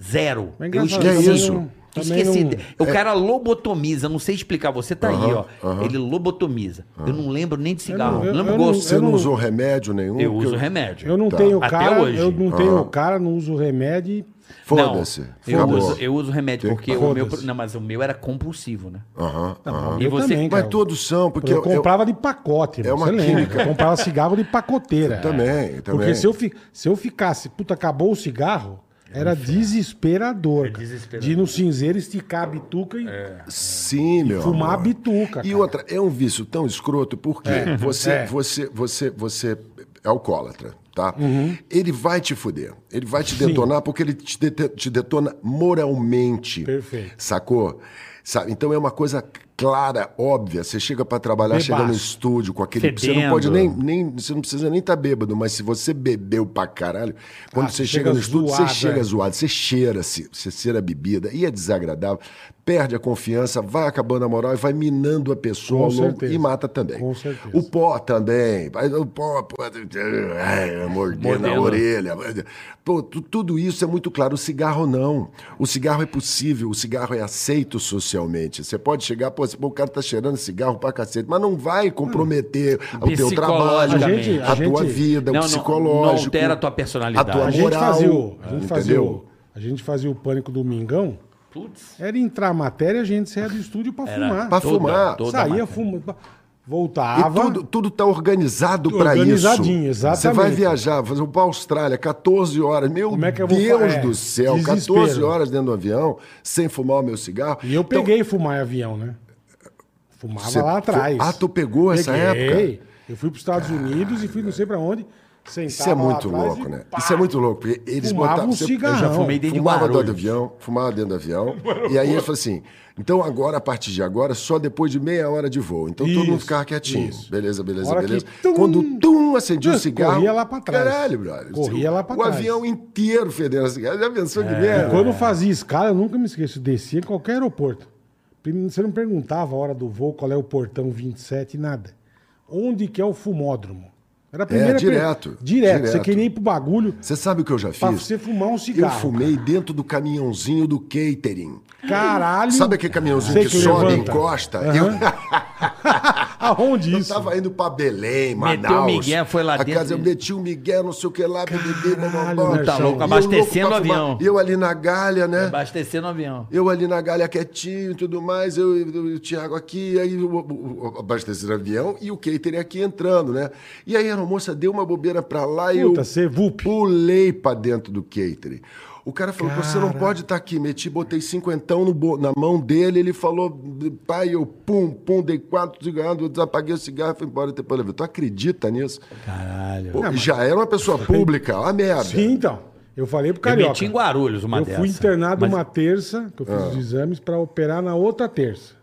[SPEAKER 3] zero.
[SPEAKER 2] Mas
[SPEAKER 3] Eu
[SPEAKER 2] engraçado,
[SPEAKER 3] esqueci.
[SPEAKER 1] É isso.
[SPEAKER 2] também não- também
[SPEAKER 3] Esqueci. O
[SPEAKER 2] não-
[SPEAKER 3] cara lobotomiza, não sei explicar. Você tá aí,
[SPEAKER 1] É. Aham,
[SPEAKER 3] ó. Ele lobotomiza. Eu não lembro nem de cigarro,
[SPEAKER 2] não-
[SPEAKER 3] não,
[SPEAKER 2] eu-
[SPEAKER 3] lembro
[SPEAKER 2] eu
[SPEAKER 3] o gosto.
[SPEAKER 1] Você
[SPEAKER 2] eu
[SPEAKER 1] não,
[SPEAKER 2] não-
[SPEAKER 1] usou remédio nenhum?
[SPEAKER 3] Eu,
[SPEAKER 1] Porque
[SPEAKER 3] uso remédio.
[SPEAKER 2] Eu não
[SPEAKER 1] Tá. Ah.
[SPEAKER 2] tenho
[SPEAKER 3] Até
[SPEAKER 2] cara,
[SPEAKER 3] hoje.
[SPEAKER 2] eu não tenho
[SPEAKER 1] Aham.
[SPEAKER 2] cara, não uso remédio.
[SPEAKER 1] Foda-se.
[SPEAKER 3] Eu
[SPEAKER 1] Acabou.
[SPEAKER 3] uso, eu uso remédio,
[SPEAKER 1] Tem que
[SPEAKER 3] porque o meu.
[SPEAKER 2] Foda-se.
[SPEAKER 3] Não, mas o meu era compulsivo, né?
[SPEAKER 1] Aham, aham.
[SPEAKER 3] E
[SPEAKER 2] Eu
[SPEAKER 3] você-
[SPEAKER 1] Mas
[SPEAKER 2] cara.
[SPEAKER 1] todos são, porque
[SPEAKER 2] eu,
[SPEAKER 1] eu, eu-
[SPEAKER 2] comprava de pacote, irmão,
[SPEAKER 1] uma
[SPEAKER 2] você lembra?
[SPEAKER 1] química.
[SPEAKER 2] Eu comprava cigarro de pacoteira.
[SPEAKER 1] também, eu também.
[SPEAKER 2] É, Porque se eu, fi- se eu ficasse, puta, acabou o cigarro,
[SPEAKER 3] É
[SPEAKER 2] era desesperador. cara.
[SPEAKER 3] um desesperador. É.
[SPEAKER 2] De ir no cinzeiro, esticar a bituca É. e
[SPEAKER 1] Sim, meu
[SPEAKER 2] fumar
[SPEAKER 1] amor.
[SPEAKER 2] a bituca.
[SPEAKER 1] E
[SPEAKER 2] cara.
[SPEAKER 1] outra, é um vício tão escroto porque você,
[SPEAKER 2] é.
[SPEAKER 1] você, você, você é alcoólatra, tá?
[SPEAKER 2] Uhum.
[SPEAKER 1] Ele vai te fuder, ele vai te detonar porque ele te, dete- te detona moralmente.
[SPEAKER 2] Perfeito.
[SPEAKER 1] Sacou? Sabe? Então é uma coisa clara, óbvia. Você chega pra trabalhar,
[SPEAKER 2] Bebaço.
[SPEAKER 1] chega no estúdio com aquele. Você não
[SPEAKER 3] Fedendo.
[SPEAKER 1] pode nem, nem. Você não precisa nem estar tá bêbado, mas se você bebeu pra caralho, quando
[SPEAKER 2] Ah,
[SPEAKER 1] você
[SPEAKER 2] chega
[SPEAKER 1] chega no estúdio,
[SPEAKER 2] zoado,
[SPEAKER 1] você chega
[SPEAKER 2] é.
[SPEAKER 1] zoado, você cheira, se- você cheira a bebida e é desagradável, perde a confiança, vai acabando a moral e vai minando a pessoa
[SPEAKER 2] Com
[SPEAKER 1] ao longo
[SPEAKER 2] certeza.
[SPEAKER 1] e mata também.
[SPEAKER 2] Com certeza.
[SPEAKER 1] O pó também, vai- o pó, pó é, mordendo a
[SPEAKER 3] Mordendo.
[SPEAKER 1] orelha. Pô, tu- tudo isso é muito claro. O cigarro não. O cigarro é possível, o cigarro é aceito socialmente. Você pode chegar, pô, esse- pô, o cara tá cheirando cigarro pra cacete, mas não vai
[SPEAKER 2] Hum.
[SPEAKER 1] comprometer o teu trabalho, a,
[SPEAKER 3] Psicologicamente.
[SPEAKER 2] A gente- a
[SPEAKER 1] tua
[SPEAKER 2] gente-
[SPEAKER 1] vida,
[SPEAKER 3] Não,
[SPEAKER 1] o
[SPEAKER 3] não-
[SPEAKER 1] psicológico.
[SPEAKER 3] não altera a tua personalidade.
[SPEAKER 1] A tua
[SPEAKER 2] A gente
[SPEAKER 1] moral, é,
[SPEAKER 2] fazia o. A gente fazia
[SPEAKER 1] entendeu?
[SPEAKER 2] o, a gente fazia o pânico do Mingão.
[SPEAKER 3] Putz.
[SPEAKER 2] Era entrar a matéria, a gente saía do estúdio pra fumar.
[SPEAKER 1] Pra
[SPEAKER 3] Toda-
[SPEAKER 1] fumar.
[SPEAKER 3] toda
[SPEAKER 2] Saía
[SPEAKER 3] matéria.
[SPEAKER 2] fumando.
[SPEAKER 1] E
[SPEAKER 2] voltava.
[SPEAKER 1] tudo, tudo tá organizado para isso.
[SPEAKER 2] Organizadinho, exatamente.
[SPEAKER 1] Você vai viajar, fazer para a Austrália, 14 horas. Meu
[SPEAKER 2] Como é que eu vou
[SPEAKER 1] Deus
[SPEAKER 2] fa- é,
[SPEAKER 1] do céu,
[SPEAKER 2] desespero.
[SPEAKER 1] 14 horas dentro do avião, sem fumar o meu cigarro.
[SPEAKER 2] E eu
[SPEAKER 1] Então,
[SPEAKER 2] peguei fumar em avião, né? Fumava
[SPEAKER 1] Você-
[SPEAKER 2] lá atrás.
[SPEAKER 1] Ah, tu pegou essa época?
[SPEAKER 2] Eu fui para os Estados Unidos e fui não sei para onde. Sentava
[SPEAKER 1] Isso
[SPEAKER 2] lá
[SPEAKER 1] é muito
[SPEAKER 2] atrás
[SPEAKER 1] louco,
[SPEAKER 2] e
[SPEAKER 1] né?
[SPEAKER 2] pá.
[SPEAKER 1] Isso é muito louco, porque eles
[SPEAKER 2] Fumava
[SPEAKER 1] botavam.
[SPEAKER 2] um
[SPEAKER 1] você-
[SPEAKER 2] cigarrão.
[SPEAKER 3] Eu já fumei dentro de
[SPEAKER 1] Fumava dentro do
[SPEAKER 3] Guarulhos.
[SPEAKER 1] avião, fumava dentro do avião. E aí eles falaram assim: então agora, a partir de agora, só depois de meia hora de voo. Então todo
[SPEAKER 2] Isso,
[SPEAKER 1] mundo ficava quietinho.
[SPEAKER 2] isso.
[SPEAKER 1] Beleza, beleza,
[SPEAKER 2] Hora que
[SPEAKER 1] beleza.
[SPEAKER 2] tum,
[SPEAKER 1] Quando tum, acendia o cigarro.
[SPEAKER 2] corria lá pra trás.
[SPEAKER 1] Caralho, brother.
[SPEAKER 2] Corria lá pra
[SPEAKER 1] o
[SPEAKER 2] trás. É.
[SPEAKER 1] avião inteiro fedendo a cigarro. Já pensou que
[SPEAKER 2] E
[SPEAKER 1] merda?
[SPEAKER 2] quando eu fazia escala, eu nunca me esqueço, eu descia em qualquer aeroporto. Primeiro, Você não perguntava a hora do voo, qual é o portão 27, nada. Onde que é o fumódromo? Era a primeira per-
[SPEAKER 1] É, direto,
[SPEAKER 2] direto. Você
[SPEAKER 1] direto.
[SPEAKER 2] queria ir pro bagulho.
[SPEAKER 1] Você sabe o que eu já fiz?
[SPEAKER 2] Pra você fumar um cigarro,
[SPEAKER 1] Eu fumei dentro do caminhãozinho do catering.
[SPEAKER 2] Caralho!
[SPEAKER 1] Sabe aquele caminhãozinho
[SPEAKER 2] Sei
[SPEAKER 1] que,
[SPEAKER 2] que
[SPEAKER 1] sobe e
[SPEAKER 2] levanta.
[SPEAKER 1] encosta?
[SPEAKER 2] Aham.
[SPEAKER 1] Eu-
[SPEAKER 2] Aonde
[SPEAKER 1] Eu
[SPEAKER 2] isso?
[SPEAKER 1] tava indo pra Belém, Manaus.
[SPEAKER 3] Meteu o Miguel, foi lá
[SPEAKER 1] a
[SPEAKER 3] dentro
[SPEAKER 1] Casa, eu
[SPEAKER 3] e-
[SPEAKER 1] meti o Miguel, não sei o que lá, bebi,
[SPEAKER 2] Caralho, Tá louco,
[SPEAKER 3] abastecendo o avião. É.
[SPEAKER 1] Eu ali na galha, né?
[SPEAKER 3] Abastecer no avião.
[SPEAKER 1] Eu ali na galha quietinho e tudo mais, eu e o Thiago aqui, aí o- o- o- abastecendo o avião e o catering aqui entrando, né? E aí a moça deu uma bobeira pra lá e eu
[SPEAKER 2] Puta, você é vup.
[SPEAKER 1] pulei pra dentro do catering. O cara falou, você não pode estar aqui. Meti, botei cinquentão no bo- na mão dele, ele falou, pai, eu pum, pum, dei quatro cigarros, apaguei o cigarro e fui embora depois levei. Tu acredita nisso?
[SPEAKER 3] Caralho.
[SPEAKER 1] Pô, já era uma pessoa pública, a merda.
[SPEAKER 2] Sim, então. Eu falei pro
[SPEAKER 3] Eu
[SPEAKER 2] Carioca.
[SPEAKER 3] meti em Guarulhos uma
[SPEAKER 2] Eu
[SPEAKER 3] dessa.
[SPEAKER 2] fui internado
[SPEAKER 3] Mas
[SPEAKER 2] uma terça, que eu fiz os
[SPEAKER 1] Ah.
[SPEAKER 2] exames, pra operar na outra terça.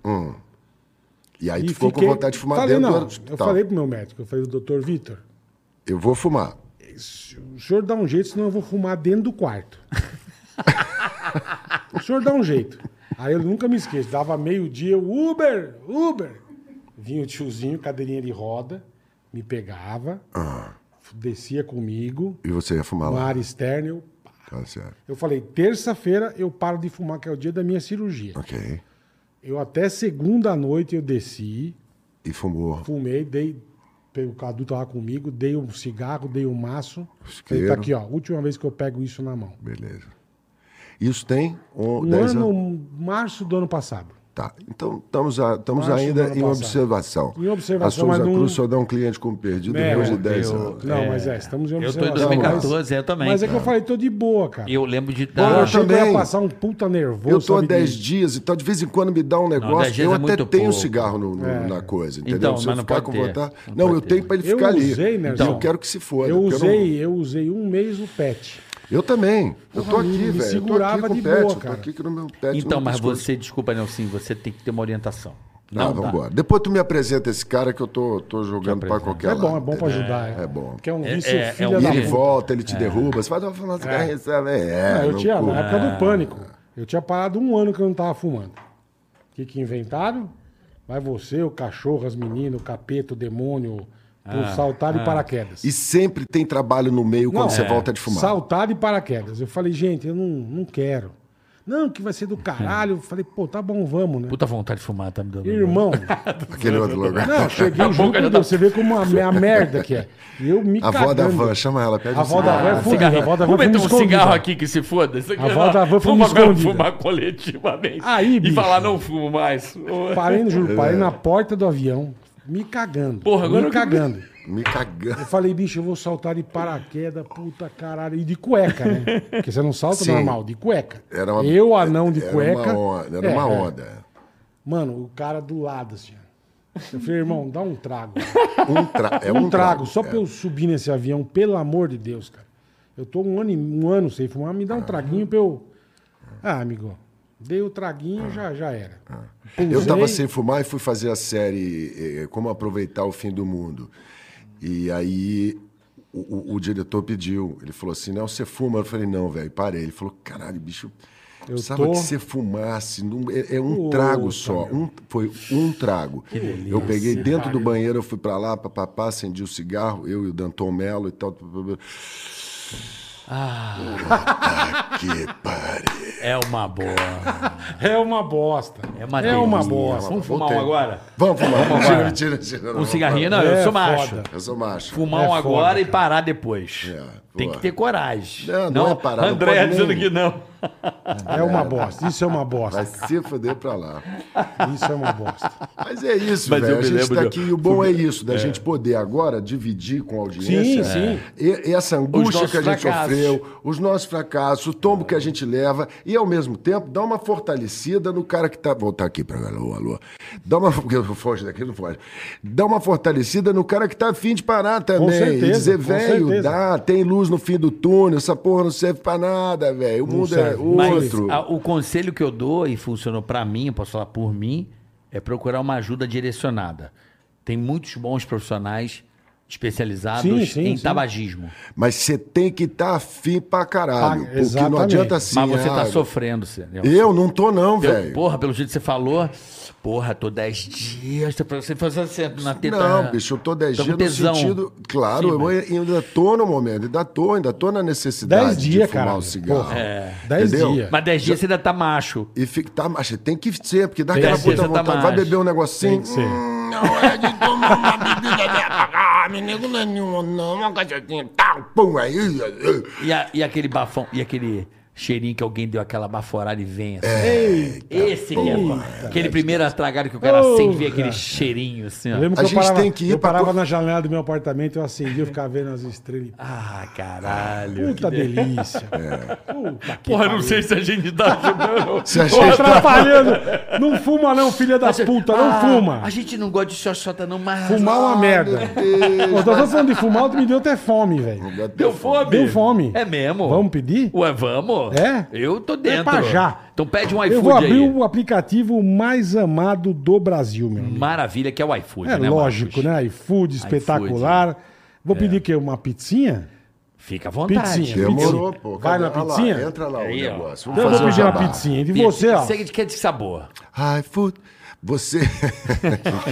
[SPEAKER 1] E aí tu
[SPEAKER 2] E
[SPEAKER 1] ficou
[SPEAKER 2] fiquei-
[SPEAKER 1] com vontade de fumar
[SPEAKER 2] falei,
[SPEAKER 1] dentro
[SPEAKER 2] não,
[SPEAKER 1] do hospital.
[SPEAKER 2] Eu falei pro meu médico, eu falei, doutor Vitor,
[SPEAKER 1] eu vou fumar.
[SPEAKER 2] o senhor dá um jeito, senão eu vou fumar dentro do quarto. *laughs* o senhor dá um jeito. Aí eu nunca me esqueço, dava meio-dia, Uber, Uber. Vinha o tiozinho, cadeirinha de roda, me pegava, descia comigo,
[SPEAKER 1] Ah, E você ia fumar
[SPEAKER 2] no
[SPEAKER 1] lá.
[SPEAKER 2] ar externo, eu
[SPEAKER 1] Tá certo.
[SPEAKER 2] Eu falei, terça-feira eu paro de fumar, que é o dia da minha cirurgia.
[SPEAKER 1] Ok.
[SPEAKER 2] Eu até segunda à noite eu desci,
[SPEAKER 1] E fumou.
[SPEAKER 2] fumei, dei. pe- O Cadu tava comigo, dei um cigarro, dei um maço. Falei,
[SPEAKER 1] Isqueiro.
[SPEAKER 2] tá aqui, ó. Última vez que eu pego isso na mão.
[SPEAKER 1] Beleza. Isso tem um,
[SPEAKER 2] Um
[SPEAKER 1] 10
[SPEAKER 2] ano,
[SPEAKER 1] anos.
[SPEAKER 2] março do ano passado.
[SPEAKER 1] Tá. Então, estamos, a- estamos
[SPEAKER 2] Março do
[SPEAKER 1] ainda
[SPEAKER 2] ano
[SPEAKER 1] em
[SPEAKER 2] passado.
[SPEAKER 1] observação.
[SPEAKER 2] Em observação,
[SPEAKER 1] A Souza
[SPEAKER 2] mas não-
[SPEAKER 1] Cruz só dá um cliente como perdido
[SPEAKER 2] É,
[SPEAKER 1] depois de
[SPEAKER 2] eu-
[SPEAKER 1] 10
[SPEAKER 3] eu-
[SPEAKER 1] anos.
[SPEAKER 2] Não, mas é, estamos em
[SPEAKER 3] Eu tô em
[SPEAKER 2] observação,
[SPEAKER 3] 2014,
[SPEAKER 2] mas-
[SPEAKER 3] eu também.
[SPEAKER 2] Mas é que eu
[SPEAKER 3] É.
[SPEAKER 2] falei, tô de boa, cara.
[SPEAKER 3] Eu lembro de.
[SPEAKER 2] Pô, eu
[SPEAKER 1] eu
[SPEAKER 3] Ah,
[SPEAKER 2] achei que eu ia
[SPEAKER 1] também.
[SPEAKER 2] passar um puta nervoso.
[SPEAKER 1] eu tô há
[SPEAKER 2] sabe,
[SPEAKER 1] 10
[SPEAKER 2] de-
[SPEAKER 1] dias, então de vez em quando me dá um negócio.
[SPEAKER 3] 10 dias
[SPEAKER 1] eu
[SPEAKER 3] é
[SPEAKER 1] até
[SPEAKER 3] muito
[SPEAKER 1] tenho um
[SPEAKER 3] pouco.
[SPEAKER 1] cigarro no- no- na coisa, entendeu?
[SPEAKER 3] Então,
[SPEAKER 1] Se
[SPEAKER 3] mas
[SPEAKER 1] eu
[SPEAKER 3] não
[SPEAKER 1] ficar
[SPEAKER 3] pode
[SPEAKER 1] com
[SPEAKER 3] ter.
[SPEAKER 1] vontade.
[SPEAKER 3] Não
[SPEAKER 1] Não,
[SPEAKER 3] pode
[SPEAKER 1] eu
[SPEAKER 3] ter.
[SPEAKER 1] tenho pra ele
[SPEAKER 2] É. Eu
[SPEAKER 1] ficar ali.
[SPEAKER 2] usei, né,
[SPEAKER 1] então,
[SPEAKER 2] João?
[SPEAKER 1] eu quero que se foda.
[SPEAKER 2] Eu
[SPEAKER 1] porque não-
[SPEAKER 2] usei, eu usei um mês o pet.
[SPEAKER 1] Eu também. Eu tô
[SPEAKER 2] Porra, me-
[SPEAKER 1] aqui,
[SPEAKER 2] me
[SPEAKER 1] velho. Eu tô aqui
[SPEAKER 2] segurava
[SPEAKER 1] com
[SPEAKER 2] de
[SPEAKER 1] o
[SPEAKER 2] boa,
[SPEAKER 1] pet. Eu tô
[SPEAKER 2] cara.
[SPEAKER 1] aqui que no meu pet.
[SPEAKER 3] Então,
[SPEAKER 1] não
[SPEAKER 3] mas
[SPEAKER 1] tem escolha.
[SPEAKER 3] você, desculpa, Nelson, você tem que ter uma orientação.
[SPEAKER 1] Não,
[SPEAKER 3] Não, tá.
[SPEAKER 1] vamos
[SPEAKER 3] dá.
[SPEAKER 1] embora. Depois tu me apresenta esse cara que eu tô, tô jogando pra
[SPEAKER 3] apresenta.
[SPEAKER 1] qualquer
[SPEAKER 2] É
[SPEAKER 1] lado.
[SPEAKER 2] bom, é bom pra
[SPEAKER 1] entendeu?
[SPEAKER 2] ajudar.
[SPEAKER 1] É bom.
[SPEAKER 2] Que é um
[SPEAKER 3] É- é-
[SPEAKER 2] vício
[SPEAKER 3] é
[SPEAKER 2] filha
[SPEAKER 3] um
[SPEAKER 1] E
[SPEAKER 2] da
[SPEAKER 1] ele
[SPEAKER 2] puta.
[SPEAKER 1] volta, ele te derruba. Você vai dar uma
[SPEAKER 2] É.
[SPEAKER 1] é. sabe? É,
[SPEAKER 2] Ah, eu
[SPEAKER 1] no
[SPEAKER 2] tinha,
[SPEAKER 1] cu.
[SPEAKER 2] na época do pânico. Eu tinha parado um ano que eu não tava fumando. O que, que inventaram? Vai você, o cachorro, as meninas, o capeta, o demônio, por
[SPEAKER 3] Ah,
[SPEAKER 2] saltar de paraquedas.
[SPEAKER 1] E sempre tem trabalho no meio quando
[SPEAKER 2] Não,
[SPEAKER 1] você
[SPEAKER 2] é.
[SPEAKER 1] volta de fumar.
[SPEAKER 2] Saltar de paraquedas. Eu falei, gente, eu não, não quero. Não, que vai ser do caralho. Eu falei, pô, tá bom, vamos, né?
[SPEAKER 3] Puta vontade de fumar, tá me dando.
[SPEAKER 2] Irmão,
[SPEAKER 1] Aquele outro lugar.
[SPEAKER 3] *laughs*
[SPEAKER 2] né? não, eu cheguei junto,
[SPEAKER 3] boca já
[SPEAKER 2] Deus,
[SPEAKER 3] tá-
[SPEAKER 2] você vê como a, a merda que é. E eu me
[SPEAKER 1] A avó da
[SPEAKER 2] cagando.
[SPEAKER 1] van, chama ela. Pede
[SPEAKER 2] A
[SPEAKER 1] um
[SPEAKER 2] avó da
[SPEAKER 1] cigarro.
[SPEAKER 2] van é fudida. A avó da van
[SPEAKER 3] Ah, Vamos
[SPEAKER 2] foi
[SPEAKER 3] meter um
[SPEAKER 2] escondida.
[SPEAKER 3] cigarro aqui que se foda. Isso aqui
[SPEAKER 2] A
[SPEAKER 3] é-
[SPEAKER 2] vó da van foi
[SPEAKER 3] Vamos agora
[SPEAKER 2] escondida.
[SPEAKER 3] fumar coletivamente.
[SPEAKER 2] Aí,
[SPEAKER 3] e
[SPEAKER 2] bicho.
[SPEAKER 3] falar, não fumo mais. Ô,
[SPEAKER 2] Parei,
[SPEAKER 1] É.
[SPEAKER 2] juro, parei na porta do avião, me cagando.
[SPEAKER 3] Porra, agora
[SPEAKER 2] me
[SPEAKER 3] eu-
[SPEAKER 2] cagando.
[SPEAKER 1] Me
[SPEAKER 2] Eu
[SPEAKER 1] cagando.
[SPEAKER 2] falei, bicho, eu vou saltar de paraquedas, puta caralho. E de cueca, né? Porque você não salta
[SPEAKER 1] Sim.
[SPEAKER 2] normal, de cueca.
[SPEAKER 1] Era uma-
[SPEAKER 2] eu, anão de
[SPEAKER 1] era
[SPEAKER 2] cueca.
[SPEAKER 1] Uma onda, era
[SPEAKER 2] É,
[SPEAKER 1] uma
[SPEAKER 2] é.
[SPEAKER 1] onda.
[SPEAKER 2] Mano, o cara do lado, assim. ó. Eu falei, irmão, dá um trago.
[SPEAKER 1] *laughs* Um tra- é
[SPEAKER 2] um, trago, só
[SPEAKER 1] é.
[SPEAKER 2] pra eu subir nesse avião, pelo amor de Deus, cara. Eu tô um ano, e- um ano sem fumar, me dá um traguinho pra eu. Ah, amigo, dei o traguinho, já, já era.
[SPEAKER 1] Ah. Eu
[SPEAKER 2] Pousei,
[SPEAKER 1] tava sem fumar e fui fazer a série eh, Como Aproveitar o Fim do Mundo. E aí o, o- o diretor pediu. Ele falou assim: Não, você fuma? Eu falei: Não, velho, parei. Ele falou: Caralho, bicho. Eu precisava
[SPEAKER 2] tô-
[SPEAKER 1] que você fumasse. num- é, é um
[SPEAKER 2] Puta,
[SPEAKER 1] trago só. Um, foi um trago. eu peguei dentro do banheiro, eu fui pra lá, papapá, acendi o cigarro, eu e o Danton Melo e tal. pá, pá, pá.
[SPEAKER 3] Ah.
[SPEAKER 1] Puta que pariu.
[SPEAKER 3] É uma boa.
[SPEAKER 2] É uma bosta.
[SPEAKER 3] É uma
[SPEAKER 2] É uma
[SPEAKER 3] delícia.
[SPEAKER 2] bosta.
[SPEAKER 3] Vamos fumar
[SPEAKER 1] Voltei.
[SPEAKER 3] um agora?
[SPEAKER 1] Vamos fumar.
[SPEAKER 3] Vamos
[SPEAKER 1] tira,
[SPEAKER 3] agora.
[SPEAKER 1] tira, tira,
[SPEAKER 3] Um
[SPEAKER 1] não,
[SPEAKER 3] cigarrinho? Não,
[SPEAKER 1] vamos.
[SPEAKER 2] É
[SPEAKER 3] eu sou macho.
[SPEAKER 2] foda.
[SPEAKER 1] Eu sou macho.
[SPEAKER 3] Fumar
[SPEAKER 2] É
[SPEAKER 3] um
[SPEAKER 2] foda,
[SPEAKER 3] agora e
[SPEAKER 2] cara.
[SPEAKER 3] parar depois.
[SPEAKER 1] É,
[SPEAKER 3] Tem
[SPEAKER 1] boa.
[SPEAKER 3] que ter coragem.
[SPEAKER 1] Não, não é parar, não
[SPEAKER 3] André
[SPEAKER 1] pode
[SPEAKER 3] dizendo
[SPEAKER 1] nem-
[SPEAKER 3] que não.
[SPEAKER 2] É uma bosta. Isso é uma bosta.
[SPEAKER 1] Vai se fuder pra lá.
[SPEAKER 2] Isso é uma
[SPEAKER 1] *laughs*
[SPEAKER 2] bosta.
[SPEAKER 1] Mas é isso,
[SPEAKER 3] Mas eu
[SPEAKER 1] velho. A
[SPEAKER 3] me
[SPEAKER 1] gente
[SPEAKER 3] lembro
[SPEAKER 1] tá
[SPEAKER 3] de-
[SPEAKER 1] aqui. E o bom é isso, da gente poder agora dividir com a audiência.
[SPEAKER 2] Sim, sim.
[SPEAKER 1] E, essa angústia
[SPEAKER 3] nossos
[SPEAKER 1] que a gente
[SPEAKER 3] fracassos.
[SPEAKER 1] sofreu, os nossos fracassos, o tombo que a gente leva. E, ao mesmo tempo, dá uma fortalecida no cara que tá... Voltar aqui pra galera. Alô, alô. Dá uma... *laughs* Porque eu foge daqui, não foge. Dá uma fortalecida no cara que tá afim de parar também.
[SPEAKER 2] certeza,
[SPEAKER 1] e dizer,
[SPEAKER 2] com
[SPEAKER 1] velho,
[SPEAKER 2] certeza.
[SPEAKER 1] dá, tem luz no fim do túnel. Essa porra não serve pra nada, velho. O mundo é
[SPEAKER 2] serve.
[SPEAKER 3] Mas
[SPEAKER 1] outro.
[SPEAKER 3] a- o conselho que eu dou, e funcionou pra mim, eu posso falar por mim, é procurar uma ajuda direcionada. Tem muitos bons profissionais especializados
[SPEAKER 2] Sim, sim,
[SPEAKER 3] em
[SPEAKER 2] sim.
[SPEAKER 3] tabagismo.
[SPEAKER 1] Mas você tem que estar afim pra caralho.
[SPEAKER 2] Ah,
[SPEAKER 1] porque não
[SPEAKER 2] exatamente.
[SPEAKER 1] adianta assim.
[SPEAKER 3] Mas você tá
[SPEAKER 1] ah,
[SPEAKER 3] sofrendo, você.
[SPEAKER 1] Eu não tô, não, velho.
[SPEAKER 3] Porra, pelo jeito que você falou, porra, tô 10 dias, tô- você faz assim, na teta.
[SPEAKER 1] Não, bicho, eu tô 10
[SPEAKER 3] Tô com
[SPEAKER 1] dias no
[SPEAKER 3] tesão.
[SPEAKER 1] sentido. Claro,
[SPEAKER 3] Sim,
[SPEAKER 1] eu ainda tô no momento, ainda tô, ainda tô na necessidade
[SPEAKER 2] Dez dias,
[SPEAKER 1] de fumar
[SPEAKER 2] cara.
[SPEAKER 1] um cigarro.
[SPEAKER 2] Porra,
[SPEAKER 3] É.
[SPEAKER 2] dez
[SPEAKER 1] Entendeu?
[SPEAKER 2] dias.
[SPEAKER 3] Mas 10 dias você ainda tá macho.
[SPEAKER 1] E fica, tá, mas tem que ser, porque dá
[SPEAKER 3] Tem
[SPEAKER 1] aquela
[SPEAKER 3] que ser,
[SPEAKER 1] puta
[SPEAKER 3] você tá
[SPEAKER 1] vontade. Vai
[SPEAKER 3] macho.
[SPEAKER 1] beber um negocinho.
[SPEAKER 2] Tem que ser.
[SPEAKER 1] hum,
[SPEAKER 5] Não é de tomar uma bebida de apagar, menino
[SPEAKER 1] é
[SPEAKER 5] nenhum, não, uma cacetinha, tal.
[SPEAKER 1] pum, aí. aí,
[SPEAKER 3] E, a- e aquele bafão, e aquele cheirinho que alguém deu aquela baforada e vem assim. Esse que é bom. Aquele primeiro atragado que o cara
[SPEAKER 2] Porra.
[SPEAKER 3] sem ver aquele cheirinho assim,
[SPEAKER 2] Eu
[SPEAKER 3] ó.
[SPEAKER 2] lembro que
[SPEAKER 1] A
[SPEAKER 2] eu
[SPEAKER 1] gente
[SPEAKER 2] parava,
[SPEAKER 1] tem que ir
[SPEAKER 2] eu
[SPEAKER 1] pra
[SPEAKER 2] parava
[SPEAKER 1] co-
[SPEAKER 2] na janela do meu apartamento, eu acendia, eu ficava vendo as estrelas.
[SPEAKER 3] Ah, caralho.
[SPEAKER 2] Puta delícia. Puta que
[SPEAKER 3] Porra,
[SPEAKER 2] pariu.
[SPEAKER 3] não sei se a gente tá ajudando.
[SPEAKER 1] Se
[SPEAKER 2] Tô
[SPEAKER 1] a gente tá
[SPEAKER 2] atrapalhando. Não fuma não, filha da puta, não
[SPEAKER 3] Ah,
[SPEAKER 2] fuma.
[SPEAKER 3] *laughs* A gente não gosta de xoxota não, mas...
[SPEAKER 2] Fumar é uma merda. Nós estamos falando de fumar, me deu até fome, velho.
[SPEAKER 3] Deu fome?
[SPEAKER 2] Deu fome.
[SPEAKER 3] É mesmo?
[SPEAKER 2] Vamos pedir?
[SPEAKER 3] Ué, vamos?
[SPEAKER 2] É?
[SPEAKER 3] Eu tô dentro.
[SPEAKER 2] É pra já.
[SPEAKER 3] Então pede um
[SPEAKER 2] Eu vou
[SPEAKER 3] iFood
[SPEAKER 2] abrir
[SPEAKER 3] aí.
[SPEAKER 2] o aplicativo mais amado do Brasil, meu amigo.
[SPEAKER 3] Maravilha que é o iFood,
[SPEAKER 2] É
[SPEAKER 3] né, Marcos?
[SPEAKER 2] lógico, né? iFood, espetacular. Vou pedir o quê? Uma pizzinha?
[SPEAKER 3] Fica à vontade.
[SPEAKER 2] Pizzinha.
[SPEAKER 1] Demorou,
[SPEAKER 2] Pizzinha.
[SPEAKER 1] pô.
[SPEAKER 2] É Vai na
[SPEAKER 1] Cadê? Ah lá,
[SPEAKER 2] pizzinha?
[SPEAKER 1] entra lá
[SPEAKER 3] É Aí,
[SPEAKER 1] o
[SPEAKER 3] ó.
[SPEAKER 1] negócio.
[SPEAKER 2] Eu vou
[SPEAKER 1] um
[SPEAKER 2] pedir uma
[SPEAKER 1] jabá.
[SPEAKER 2] pizzinha. E você, ó.
[SPEAKER 3] Você quer de que sabor?
[SPEAKER 1] Hi, food. Você. *laughs*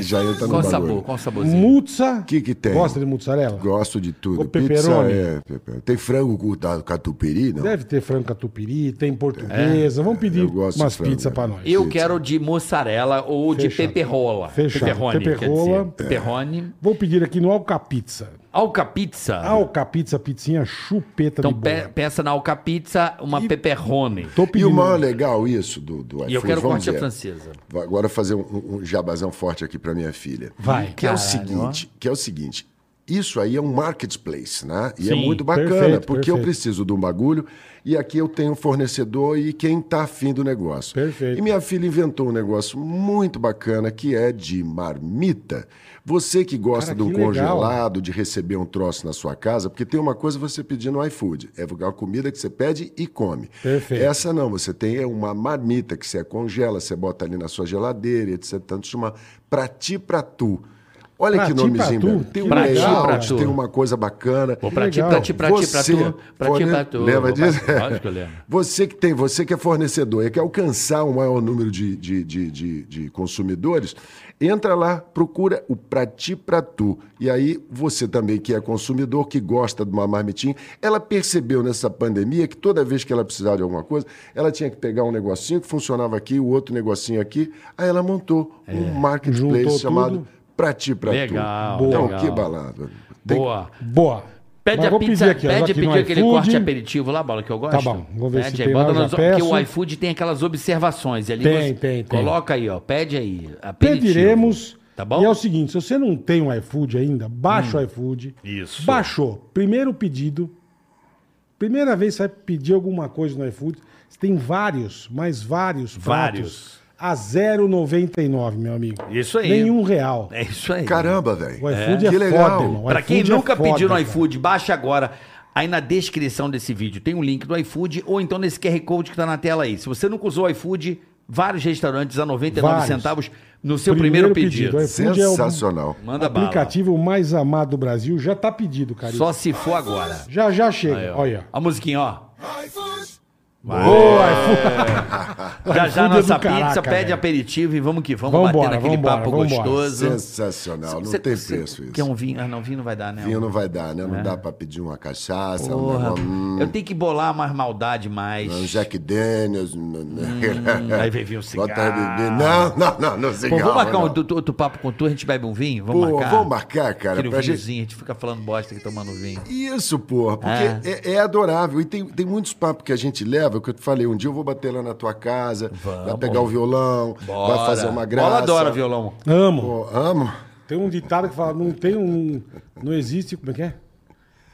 [SPEAKER 1] Já entra
[SPEAKER 3] Qual
[SPEAKER 1] no bagulho.
[SPEAKER 3] sabor? Qual saborzinho?
[SPEAKER 2] Mutsa.
[SPEAKER 1] Que que tem?
[SPEAKER 2] Gosta de mussarela?
[SPEAKER 1] Gosto de tudo.
[SPEAKER 2] O pepperoni.
[SPEAKER 1] Pizza é, pepe- Tem frango com da catupiry, não?
[SPEAKER 2] Deve ter frango catupiry, tem portuguesa. Vamos pedir
[SPEAKER 1] É. eu gosto de
[SPEAKER 2] umas
[SPEAKER 1] frango,
[SPEAKER 2] pizzas
[SPEAKER 1] né?
[SPEAKER 2] pra nós.
[SPEAKER 3] Eu quero de mozzarella ou de
[SPEAKER 2] Fechado.
[SPEAKER 3] peperrola.
[SPEAKER 2] Fechado. É. Peperrola.
[SPEAKER 3] Peperrone. Peperroni.
[SPEAKER 2] Vou pedir aqui no Alcapizza.
[SPEAKER 3] Alcapizza.
[SPEAKER 2] Alcapizza, pizzinha chupeta
[SPEAKER 3] Então
[SPEAKER 2] de
[SPEAKER 3] pe-
[SPEAKER 2] bola.
[SPEAKER 3] peça na alcapizza uma peperrone.
[SPEAKER 2] Tô
[SPEAKER 1] E
[SPEAKER 2] pedindo.
[SPEAKER 1] o maior legal isso do, do iFood,
[SPEAKER 3] E eu quero
[SPEAKER 1] vamos
[SPEAKER 3] corte à
[SPEAKER 1] ver.
[SPEAKER 3] francesa.
[SPEAKER 1] Vou agora fazer um, um jabazão forte aqui pra minha filha.
[SPEAKER 2] Vai.
[SPEAKER 1] Que é o
[SPEAKER 3] Caralho,
[SPEAKER 1] seguinte, que é o seguinte. Isso aí é um marketplace, né? E é
[SPEAKER 3] Sim,
[SPEAKER 1] muito bacana,
[SPEAKER 2] perfeito,
[SPEAKER 1] porque eu
[SPEAKER 2] perfeito.
[SPEAKER 1] preciso de um bagulho e aqui eu tenho um fornecedor e quem tá afim do negócio.
[SPEAKER 2] Perfeito.
[SPEAKER 1] E minha filha inventou um negócio muito bacana que é de marmita. Você que gosta
[SPEAKER 2] Cara,
[SPEAKER 1] de um
[SPEAKER 2] que legal.
[SPEAKER 1] congelado, de receber um troço na sua casa, porque tem uma coisa você pedir no iFood, é a comida que você pede e come.
[SPEAKER 2] Perfeito.
[SPEAKER 1] Essa não, você tem é uma marmita que você congela, você bota ali na sua geladeira, etc. Tanto chama pra ti, pra tu. Olha
[SPEAKER 2] Pra
[SPEAKER 1] que
[SPEAKER 2] ti,
[SPEAKER 1] nomezinho
[SPEAKER 2] pra tu?
[SPEAKER 1] belo. Tem um
[SPEAKER 2] Que
[SPEAKER 1] leite,
[SPEAKER 2] legal,
[SPEAKER 1] pra
[SPEAKER 2] cara.
[SPEAKER 1] ti, tem uma coisa bacana.
[SPEAKER 3] Vou pra ti,
[SPEAKER 2] legal.
[SPEAKER 3] pra ti, pra ti, pra
[SPEAKER 1] Você,
[SPEAKER 3] tu. Pra ti,
[SPEAKER 1] forne-
[SPEAKER 3] pra tu.
[SPEAKER 1] Lembra
[SPEAKER 3] Vou pra-
[SPEAKER 1] disso?
[SPEAKER 3] Lógico,
[SPEAKER 2] *laughs*
[SPEAKER 3] lembra.
[SPEAKER 1] *laughs* Você que tem, você que é fornecedor e quer alcançar o maior número de, de, de, de, de consumidores, entra lá, procura o Pra Ti Pra Tu. E aí, você também que é consumidor, que gosta de uma marmitinha, ela percebeu nessa pandemia que toda vez que ela precisava de alguma coisa, ela tinha que pegar um negocinho que funcionava aqui, o outro negocinho aqui. Aí ela montou um marketplace
[SPEAKER 2] Juntou
[SPEAKER 1] chamado
[SPEAKER 2] tudo.
[SPEAKER 1] Pra Ti Pra
[SPEAKER 3] É. Legal,
[SPEAKER 1] Tu. Então,
[SPEAKER 3] legal.
[SPEAKER 1] que balada. Tem que-
[SPEAKER 3] Boa.
[SPEAKER 2] Boa.
[SPEAKER 3] Pede
[SPEAKER 2] Mas
[SPEAKER 3] a
[SPEAKER 2] vou
[SPEAKER 3] pizza,
[SPEAKER 2] pedir aqui, ó, já
[SPEAKER 3] pede
[SPEAKER 2] que
[SPEAKER 3] pedir
[SPEAKER 2] no
[SPEAKER 3] aquele
[SPEAKER 2] iFood-
[SPEAKER 3] corte aperitivo lá, bola, que eu gosto.
[SPEAKER 2] Tá bom, vou ver
[SPEAKER 3] pede
[SPEAKER 2] se
[SPEAKER 3] aí,
[SPEAKER 2] tem lá,
[SPEAKER 3] bota
[SPEAKER 2] eu já
[SPEAKER 3] nas- Porque
[SPEAKER 2] peço.
[SPEAKER 3] o iFood tem aquelas observações ali.
[SPEAKER 2] Tem, tem, tem.
[SPEAKER 3] Coloca aí, ó, pede aí, aperitivo.
[SPEAKER 2] Pediremos.
[SPEAKER 3] Tá bom? Hum.
[SPEAKER 2] E é o seguinte, se você não tem um iFood ainda, baixa o iFood.
[SPEAKER 3] Isso.
[SPEAKER 2] Baixou. Primeiro pedido. Primeira vez você vai pedir alguma coisa no iFood. Você tem vários, mas vários
[SPEAKER 3] Vários.
[SPEAKER 2] pratos a 0,99, meu amigo.
[SPEAKER 3] Isso aí.
[SPEAKER 2] Nenhum real.
[SPEAKER 3] É isso aí.
[SPEAKER 1] Caramba, velho.
[SPEAKER 2] O iFood é,
[SPEAKER 1] Que legal.
[SPEAKER 2] foda, irmão. O
[SPEAKER 3] Pra quem
[SPEAKER 2] iFood é
[SPEAKER 3] nunca
[SPEAKER 2] foda,
[SPEAKER 3] pediu no
[SPEAKER 2] cara.
[SPEAKER 3] iFood, baixa agora. Aí na descrição desse vídeo tem um link do iFood ou então nesse QR Code que tá na tela aí. Se você nunca usou o iFood, vários restaurantes a 99
[SPEAKER 2] Vários.
[SPEAKER 3] centavos no seu primeiro, pedido.
[SPEAKER 2] O iFood é o
[SPEAKER 1] Sensacional.
[SPEAKER 3] Manda bala.
[SPEAKER 2] aplicativo mais amado do Brasil. Já tá pedido, cara.
[SPEAKER 3] Só se for agora.
[SPEAKER 2] Já, já chega. Olha.
[SPEAKER 3] A musiquinha, ó.
[SPEAKER 2] Boa, iFood.
[SPEAKER 3] *laughs* Já já
[SPEAKER 2] iFood é
[SPEAKER 3] nossa
[SPEAKER 2] do caraca,
[SPEAKER 3] pizza, pede
[SPEAKER 2] velho.
[SPEAKER 3] aperitivo e vamos que vamos,
[SPEAKER 2] Vambora,
[SPEAKER 3] batendo aquele
[SPEAKER 2] vambora,
[SPEAKER 3] papo
[SPEAKER 2] vambora.
[SPEAKER 3] gostoso.
[SPEAKER 1] Sensacional. Não
[SPEAKER 3] Cê-
[SPEAKER 1] tem
[SPEAKER 3] cê
[SPEAKER 1] preço isso.
[SPEAKER 3] Quer um vinho? Ah, não, vinho não vai dar, né?
[SPEAKER 1] Vinho não vai dar, né? Não dá pra pedir uma cachaça, um,
[SPEAKER 3] Porra,
[SPEAKER 1] negócio-
[SPEAKER 3] eu tenho que bolar mais maldade mais.
[SPEAKER 1] um Jack Daniels. um-
[SPEAKER 3] aí vem
[SPEAKER 1] *laughs*
[SPEAKER 3] vir um cigarro.
[SPEAKER 1] Bota bebê. Não, não, não, não,
[SPEAKER 3] Pô,
[SPEAKER 1] cigarro.
[SPEAKER 3] vamos marcar
[SPEAKER 1] não.
[SPEAKER 3] um, outro, outro papo com tu, a gente bebe um vinho? Vamos
[SPEAKER 1] né? Pô,
[SPEAKER 3] marcar?
[SPEAKER 1] vamos marcar, cara,
[SPEAKER 3] Tira um
[SPEAKER 1] pra gente-
[SPEAKER 3] vinhozinho, a gente fica falando bosta aqui tomando vinho.
[SPEAKER 1] Isso, porra, porque
[SPEAKER 3] Ah.
[SPEAKER 1] é, é adorável. E tem, tem muitos papos que a gente leva Gustavo, é o que eu te falei. Um dia eu vou bater lá na tua casa, vai pegar o violão, vai fazer uma graça.
[SPEAKER 3] Bola adora violão.
[SPEAKER 2] Amo.
[SPEAKER 1] Pô, amo.
[SPEAKER 2] Tem um ditado que fala, não tem um... Não existe... Como é que é?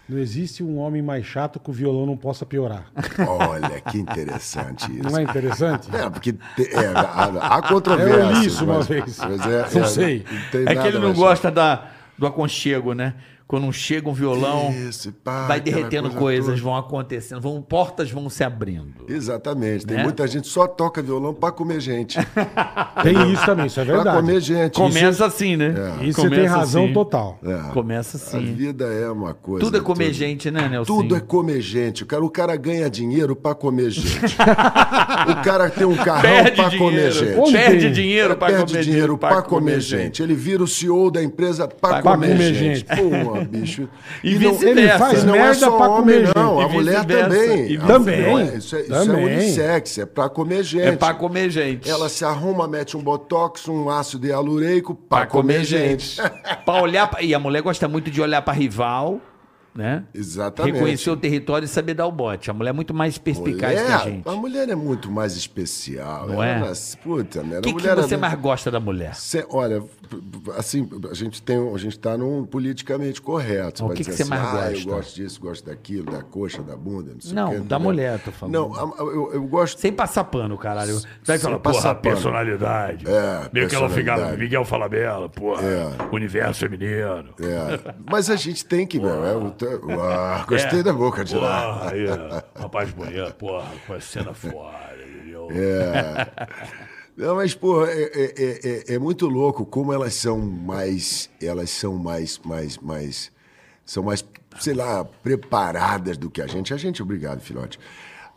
[SPEAKER 2] Não existe um homem mais chato que o violão não possa piorar.
[SPEAKER 1] Olha, que interessante isso.
[SPEAKER 2] Não é interessante?
[SPEAKER 1] *laughs* É, porque te- é, há, há controvérsias.
[SPEAKER 2] Eu li isso uma
[SPEAKER 1] mas-
[SPEAKER 2] vez.
[SPEAKER 1] mas é-
[SPEAKER 2] Não
[SPEAKER 1] é-
[SPEAKER 2] sei.
[SPEAKER 1] tem
[SPEAKER 3] É que
[SPEAKER 1] nada
[SPEAKER 3] ele não
[SPEAKER 1] mais
[SPEAKER 3] gosta da, do aconchego, né? Quando chega um violão,
[SPEAKER 1] Isso, pá,
[SPEAKER 3] vai
[SPEAKER 1] aquela
[SPEAKER 3] derretendo
[SPEAKER 1] é coisa
[SPEAKER 3] coisas,
[SPEAKER 1] toda.
[SPEAKER 3] vão acontecendo, vão, portas vão se abrindo.
[SPEAKER 1] Exatamente. Tem
[SPEAKER 3] Né?
[SPEAKER 1] muita gente que só toca violão pra comer gente.
[SPEAKER 2] Tem isso também, isso é
[SPEAKER 1] pra comer
[SPEAKER 2] verdade.
[SPEAKER 1] gente.
[SPEAKER 3] Começa assim, né?
[SPEAKER 2] Isso você
[SPEAKER 3] Começa
[SPEAKER 2] tem razão
[SPEAKER 3] assim.
[SPEAKER 2] total.
[SPEAKER 1] É.
[SPEAKER 3] Começa
[SPEAKER 1] A
[SPEAKER 3] assim.
[SPEAKER 1] vida é uma coisa.
[SPEAKER 3] Tudo é comer gente, né, Nelson?
[SPEAKER 1] Tudo é comer gente. O cara, o cara ganha dinheiro pra comer gente. *laughs* o cara tem um carrão
[SPEAKER 3] Perde
[SPEAKER 1] pra
[SPEAKER 3] dinheiro.
[SPEAKER 1] comer gente.
[SPEAKER 2] Onde
[SPEAKER 3] Perde
[SPEAKER 2] tem?
[SPEAKER 1] Ele
[SPEAKER 3] dinheiro pra
[SPEAKER 1] perde
[SPEAKER 3] comer
[SPEAKER 1] dinheiro
[SPEAKER 3] pra
[SPEAKER 1] pra comer gente. Ele vira o CEO da empresa pra
[SPEAKER 2] Pra
[SPEAKER 1] comer
[SPEAKER 2] comer
[SPEAKER 1] gente.
[SPEAKER 2] gente.
[SPEAKER 1] Pô, bicho.
[SPEAKER 3] *laughs* E
[SPEAKER 1] não-
[SPEAKER 3] vice-versa.
[SPEAKER 2] Então, Ele faz
[SPEAKER 1] E não é
[SPEAKER 2] merda
[SPEAKER 1] só
[SPEAKER 2] pra
[SPEAKER 1] homem,
[SPEAKER 2] comer gente.
[SPEAKER 1] não. é um
[SPEAKER 3] E
[SPEAKER 1] A mulher
[SPEAKER 3] vice-versa.
[SPEAKER 1] também.
[SPEAKER 3] E
[SPEAKER 1] A-
[SPEAKER 2] também.
[SPEAKER 1] não é- Isso é, isso é
[SPEAKER 2] Também.
[SPEAKER 1] unissex, é pra comer gente.
[SPEAKER 3] É pra comer gente.
[SPEAKER 1] Ela se arruma, mete um botox, um ácido hialureico pra,
[SPEAKER 3] Pra comer gente. pra olhar. pra- E a mulher gosta muito de olhar pra rival, né?
[SPEAKER 1] É, Exatamente.
[SPEAKER 3] Reconhecer o território e saber dar o bote. A mulher é muito mais perspicaz que a
[SPEAKER 1] Mulher,
[SPEAKER 3] gente.
[SPEAKER 1] a, mulher é muito mais especial.
[SPEAKER 3] Não é?
[SPEAKER 1] Ela nas- puta, né?
[SPEAKER 3] O que, que
[SPEAKER 1] a mulher
[SPEAKER 3] você
[SPEAKER 1] é-
[SPEAKER 3] mais gosta da mulher?
[SPEAKER 1] Cê- olha, p- p- assim, a gente tem, a gente tá num politicamente correto. Você
[SPEAKER 3] O
[SPEAKER 1] vai
[SPEAKER 3] que que
[SPEAKER 1] dizer
[SPEAKER 3] você mais
[SPEAKER 1] assim, ah, eu
[SPEAKER 3] gosta?"
[SPEAKER 1] gosto disso, gosto daquilo, da coxa, da bunda, não sei
[SPEAKER 3] Não,
[SPEAKER 1] o quê,
[SPEAKER 3] da
[SPEAKER 1] entendeu?
[SPEAKER 3] mulher, tô falando.
[SPEAKER 1] Não, a- eu, eu gosto...
[SPEAKER 3] Sem passar pano, caralho. Vai
[SPEAKER 1] Sem
[SPEAKER 3] falar, porra,
[SPEAKER 1] passar pano.
[SPEAKER 3] personalidade.
[SPEAKER 1] É,
[SPEAKER 3] Meio que ela
[SPEAKER 1] personalidade.
[SPEAKER 3] ficava, Miguel Falabella, porra, universo feminino.
[SPEAKER 1] É, mas a gente tem que... Meu, é, o
[SPEAKER 3] *laughs*
[SPEAKER 1] te- uau, gostei
[SPEAKER 3] É.
[SPEAKER 1] da boca de lá.
[SPEAKER 3] Porra, aí, rapaz bonito, porra, com a cena fora, entendeu?
[SPEAKER 1] Não, mas, pô, é, é- é- é- é muito louco como elas são mais. Elas são mais, mais, mais. São mais, sei lá, preparadas do que a gente. A gente, é obrigado, filhote.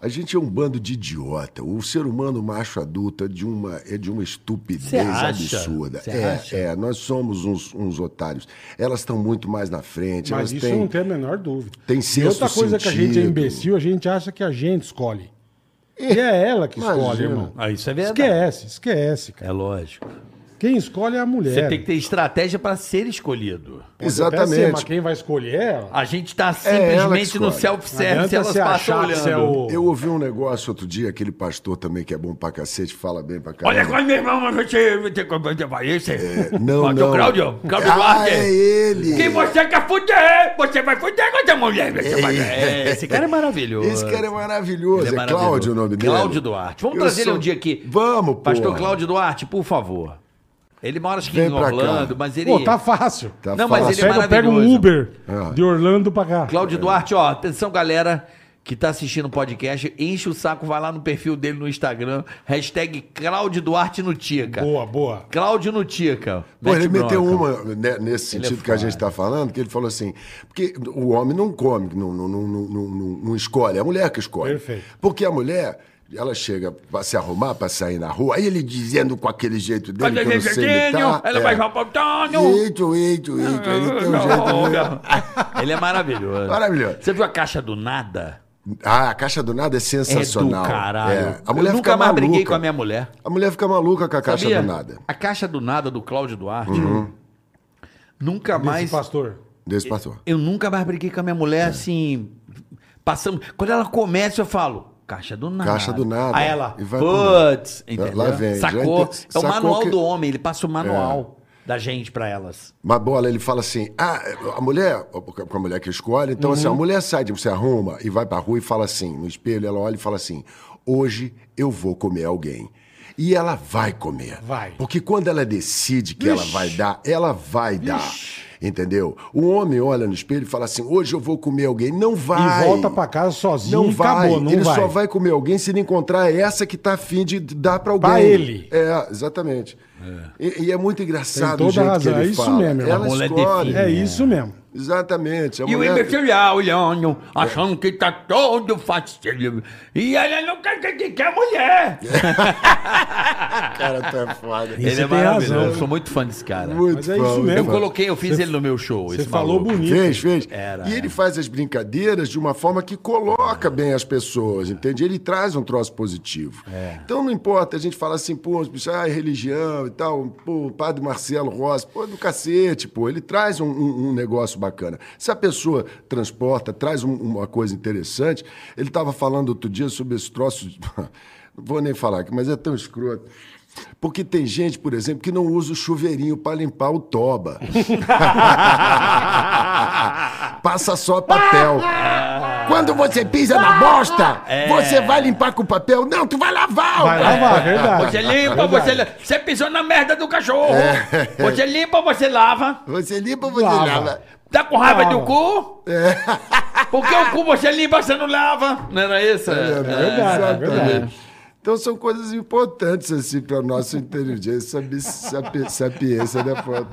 [SPEAKER 1] A gente é um bando de idiota. O ser humano macho adulto é de uma, é de uma
[SPEAKER 3] Cê
[SPEAKER 1] estupidez
[SPEAKER 3] acha?
[SPEAKER 1] absurda.
[SPEAKER 3] Cê
[SPEAKER 1] é,
[SPEAKER 3] acha?
[SPEAKER 1] é, nós somos uns, uns otários. Elas estão muito mais na frente.
[SPEAKER 2] Mas
[SPEAKER 1] elas
[SPEAKER 2] isso
[SPEAKER 1] têm...
[SPEAKER 2] não tem a menor dúvida.
[SPEAKER 1] tem
[SPEAKER 2] e
[SPEAKER 1] sexto
[SPEAKER 2] outra coisa que a gente é
[SPEAKER 1] sentido.
[SPEAKER 2] imbecil, a gente acha que a gente escolhe. E é ela que escolhe,
[SPEAKER 1] Imagina.
[SPEAKER 2] irmão.
[SPEAKER 3] Ah, isso é verdade.
[SPEAKER 2] Esquece, esquece, cara.
[SPEAKER 3] É lógico.
[SPEAKER 2] Quem escolhe é a mulher.
[SPEAKER 3] Você tem que ter estratégia pra ser escolhido.
[SPEAKER 2] Pode até assim, ser, mas
[SPEAKER 1] Exatamente.
[SPEAKER 2] quem vai escolher é ela.
[SPEAKER 3] A gente tá
[SPEAKER 1] ela que
[SPEAKER 3] simplesmente
[SPEAKER 1] escolhe.
[SPEAKER 3] no
[SPEAKER 2] Não
[SPEAKER 3] self-service,
[SPEAKER 2] adianta
[SPEAKER 3] elas
[SPEAKER 2] você
[SPEAKER 3] passam
[SPEAKER 2] achar que
[SPEAKER 3] olhando.
[SPEAKER 2] você é o...
[SPEAKER 1] Eu ouvi um negócio outro dia, aquele pastor também que é bom pra cacete, fala bem pra caramba.
[SPEAKER 3] Olha quando meu irmão, mas você você- você vai esse.
[SPEAKER 1] Não,
[SPEAKER 3] Mas o
[SPEAKER 1] não.
[SPEAKER 3] Cláudio, Cláudio
[SPEAKER 1] ah,
[SPEAKER 3] Duarte.
[SPEAKER 1] é ele.
[SPEAKER 3] Quem você quer fuder, você vai fuder com essa mulher. Você vai... É, esse cara é maravilhoso.
[SPEAKER 1] Esse cara é
[SPEAKER 3] Ele
[SPEAKER 1] maravilhoso. é
[SPEAKER 3] maravilhoso.
[SPEAKER 1] Cláudio o nome dele.
[SPEAKER 3] Cláudio Duarte. Vamos
[SPEAKER 1] Eu
[SPEAKER 3] trazer
[SPEAKER 1] sou-
[SPEAKER 3] ele um dia aqui.
[SPEAKER 1] Vamos, pô.
[SPEAKER 3] Pastor Cláudio Duarte, por favor. Ele mora acho que
[SPEAKER 1] Vem
[SPEAKER 3] em
[SPEAKER 1] pra cá.
[SPEAKER 3] Orlando, mas ele...
[SPEAKER 2] Pô, tá fácil.
[SPEAKER 1] Tá
[SPEAKER 3] Não, mas
[SPEAKER 1] fácil.
[SPEAKER 3] ele é
[SPEAKER 2] Pega, pega um
[SPEAKER 3] maravilhoso.
[SPEAKER 2] Uber
[SPEAKER 1] Ah.
[SPEAKER 2] de Orlando pra cá.
[SPEAKER 3] Cláudio Duarte, ó, atenção galera que tá assistindo o podcast, enche o saco, vai lá no perfil dele no Instagram, hashtag Cláudio Duarte no Tica.
[SPEAKER 2] Boa, boa.
[SPEAKER 3] Cláudio no Tica.
[SPEAKER 1] Pô, ele
[SPEAKER 3] Mete
[SPEAKER 1] meteu
[SPEAKER 3] bronca.
[SPEAKER 1] uma né, nesse
[SPEAKER 3] Ele é
[SPEAKER 1] sentido que a
[SPEAKER 3] foda.
[SPEAKER 1] gente tá falando, que ele falou assim, porque o homem não come, não, não, não, não, não- não- não escolhe, é a mulher que escolhe.
[SPEAKER 2] Perfeito.
[SPEAKER 1] Porque a mulher, ela chega pra se arrumar, pra sair na rua, aí ele dizendo com aquele jeito dele,
[SPEAKER 3] Mas
[SPEAKER 1] que eu não
[SPEAKER 3] ele
[SPEAKER 1] sei
[SPEAKER 3] é gênio,
[SPEAKER 1] imitar,
[SPEAKER 3] ela
[SPEAKER 1] é.
[SPEAKER 3] vai rapotando.
[SPEAKER 1] Eito, eito, eito, ele tem um jeito... meio-
[SPEAKER 3] *laughs* Ele é maravilhoso.
[SPEAKER 1] Maravilhoso.
[SPEAKER 3] Você viu a caixa do nada?
[SPEAKER 1] Ah, a caixa do nada é
[SPEAKER 3] É do
[SPEAKER 1] sensacional.
[SPEAKER 3] caralho.
[SPEAKER 1] É. A mulher
[SPEAKER 3] Eu
[SPEAKER 1] fica
[SPEAKER 3] nunca mais
[SPEAKER 1] maluca.
[SPEAKER 3] briguei com a minha mulher.
[SPEAKER 1] A mulher fica maluca com a caixa
[SPEAKER 3] Sabia?
[SPEAKER 1] do nada. Uhum.
[SPEAKER 3] A caixa do nada do Cláudio Duarte. Nunca
[SPEAKER 2] Mas...
[SPEAKER 3] mais.
[SPEAKER 2] pastor.
[SPEAKER 1] Desse pastor.
[SPEAKER 3] Eu nunca mais briguei com a minha
[SPEAKER 1] É.
[SPEAKER 3] mulher assim. Passamos. Quando ela começa, eu falo. Caixa do nada.
[SPEAKER 1] Caixa do nada.
[SPEAKER 3] Aí ela.
[SPEAKER 1] E vai
[SPEAKER 3] Putz. Entendeu?
[SPEAKER 1] Lá vem, já
[SPEAKER 3] Sacou?
[SPEAKER 1] ente-
[SPEAKER 3] É o
[SPEAKER 1] sacou
[SPEAKER 3] manual
[SPEAKER 1] que- É.
[SPEAKER 3] do homem. Ele passa o manual da gente pra elas.
[SPEAKER 1] Mas bola, ele fala assim: ah, a mulher, com a mulher que escolhe, então
[SPEAKER 2] Uhum.
[SPEAKER 1] assim, a mulher sai, de- você arruma e vai pra rua e fala assim, no espelho, ela olha e fala assim: hoje eu vou comer alguém. E ela vai comer.
[SPEAKER 2] Vai.
[SPEAKER 1] Porque quando ela decide que ela vai dar, ela vai dar. Entendeu? O homem olha no espelho e fala assim: hoje eu vou comer alguém. Não vai.
[SPEAKER 2] E volta pra casa sozinho
[SPEAKER 1] Não
[SPEAKER 2] e
[SPEAKER 1] vai.
[SPEAKER 2] acabou, não
[SPEAKER 1] ele
[SPEAKER 2] vai.
[SPEAKER 1] só vai comer alguém se ele encontrar essa que tá afim de dar pra alguém.
[SPEAKER 2] Pra ele.
[SPEAKER 1] É, exatamente. E, e é muito engraçado
[SPEAKER 2] Tem toda
[SPEAKER 1] o jeito
[SPEAKER 2] a razão,
[SPEAKER 1] que ele
[SPEAKER 2] é isso
[SPEAKER 1] fala.
[SPEAKER 2] mesmo, irmão.
[SPEAKER 1] Ela
[SPEAKER 3] A mulher
[SPEAKER 1] escolhe.
[SPEAKER 3] define.
[SPEAKER 2] É isso mesmo.
[SPEAKER 1] Exatamente. A
[SPEAKER 3] E o
[SPEAKER 1] mulher...
[SPEAKER 3] imbecil lá olhando, achando que tá todo facinho. E ela não quer que- que quer mulher.
[SPEAKER 1] cara
[SPEAKER 2] *laughs*
[SPEAKER 1] tá foda.
[SPEAKER 2] Ele é maravilhoso.
[SPEAKER 3] Eu sou muito fã desse cara.
[SPEAKER 1] Muito
[SPEAKER 2] Mas é
[SPEAKER 1] bom.
[SPEAKER 2] isso
[SPEAKER 3] Eu
[SPEAKER 2] mesmo.
[SPEAKER 3] coloquei, eu fiz ele no meu show.
[SPEAKER 2] Você
[SPEAKER 3] esse
[SPEAKER 2] falou
[SPEAKER 3] maluco.
[SPEAKER 2] bonito.
[SPEAKER 1] Fez, fez.
[SPEAKER 3] Era,
[SPEAKER 1] e ele faz as brincadeiras de uma forma que coloca bem as pessoas, entende? Ele traz um troço positivo. Então não importa, a gente fala assim, pô, os bichos, ah, religião e tal. Pô, o padre Marcelo Rossi, pô, é do cacete, pô. Ele traz um, um- um negócio bacana. Se a pessoa transporta, traz um- uma coisa interessante. Ele estava falando outro dia sobre esse troço. de- *laughs* Não vou nem falar aqui, mas é tão escroto. Porque tem gente, por exemplo, que não usa o chuveirinho para limpar o toba. *laughs* Passa só papel.
[SPEAKER 3] Ah,
[SPEAKER 1] Quando você pisa na bosta,
[SPEAKER 3] É.
[SPEAKER 1] você vai limpar com papel? Não, tu vai lavar.
[SPEAKER 2] Vai
[SPEAKER 3] *laughs*
[SPEAKER 1] cara.
[SPEAKER 2] lavar, é verdade. É.
[SPEAKER 3] Você limpa, você limpa. Você pisou na merda do cachorro. Você limpa, você lava.
[SPEAKER 1] Você limpa, você
[SPEAKER 2] Lava.
[SPEAKER 1] lava.
[SPEAKER 3] Tá com raiva
[SPEAKER 2] Lava.
[SPEAKER 3] do cu?
[SPEAKER 2] É.
[SPEAKER 3] *laughs* Porque o cu você limpa, você não lava. Não era isso?
[SPEAKER 2] verdade, é verdade.
[SPEAKER 1] Exatamente. Então são coisas importantes assim para nossa inteligência, sabi- sapi- sapiência da foto.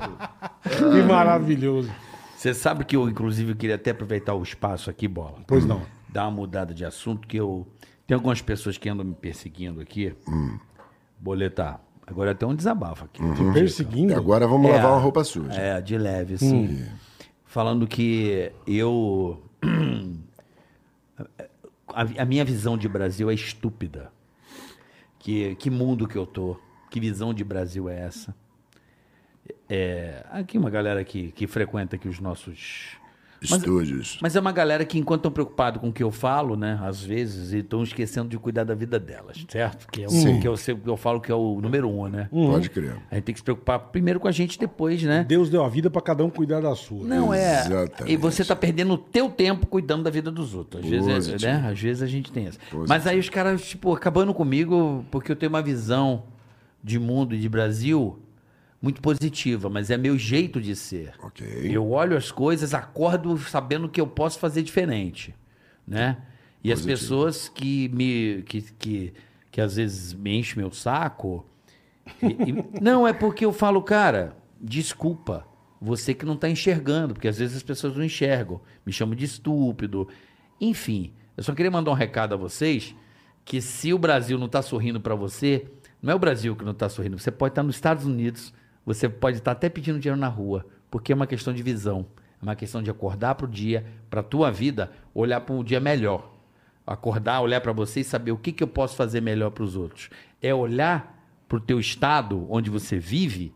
[SPEAKER 2] Que maravilhoso.
[SPEAKER 3] Você sabe que eu, inclusive, queria até aproveitar o espaço aqui, bola.
[SPEAKER 2] Pois não.
[SPEAKER 3] Dar uma mudada de assunto, que eu. Tem algumas pessoas que andam me perseguindo aqui. Boletar. Agora tem um desabafo aqui.
[SPEAKER 2] Perseguindo.
[SPEAKER 1] Uhum. Agora vamos
[SPEAKER 3] É.
[SPEAKER 1] lavar uma roupa suja.
[SPEAKER 3] É, de leve, assim. Falando que eu. A, a minha visão de Brasil é estúpida. Que, que mundo que eu tô? Que visão de Brasil é essa? É, aqui uma galera que, que frequenta aqui os nossos. Mas-
[SPEAKER 1] Estúdios.
[SPEAKER 3] Mas é uma galera que, enquanto estão preocupados com o que eu falo, né? Às vezes, estão esquecendo de cuidar da vida delas, certo? Que é o que eu, sempre- eu falo que é o número um, né?
[SPEAKER 1] Pode crer.
[SPEAKER 3] A gente tem que se preocupar primeiro com a gente, depois, né?
[SPEAKER 2] Deus deu a vida pra cada um cuidar da sua.
[SPEAKER 3] Não é.
[SPEAKER 1] Exatamente.
[SPEAKER 3] E você tá perdendo o teu tempo cuidando da vida dos outros. Às vezes, é-
[SPEAKER 1] Positivo.
[SPEAKER 3] né? Às vezes a gente tem essa.
[SPEAKER 1] Positivo.
[SPEAKER 3] Mas aí os caras, tipo, acabando comigo, porque eu tenho uma visão de mundo e de Brasil muito positiva, mas é meu jeito de ser.
[SPEAKER 1] Ok.
[SPEAKER 3] Eu olho as coisas, acordo sabendo que eu posso fazer diferente, né? E as pessoas que me que, que, que às vezes me enchem meu saco, e- e- *laughs* não, é porque eu falo, cara, desculpa, você que não está enxergando, porque às vezes as pessoas não enxergam, me chamam de estúpido. Enfim, eu só queria mandar um recado a vocês que se o Brasil não está sorrindo para você, não é o Brasil que não está sorrindo, você pode estar nos Estados Unidos, você pode estar até pedindo dinheiro na rua, porque é uma questão de visão, é uma questão de acordar para o dia, para a tua vida, olhar para um dia melhor acordar, olhar para você e saber o que, que eu posso fazer melhor para os outros. É olhar para o teu estado onde você vive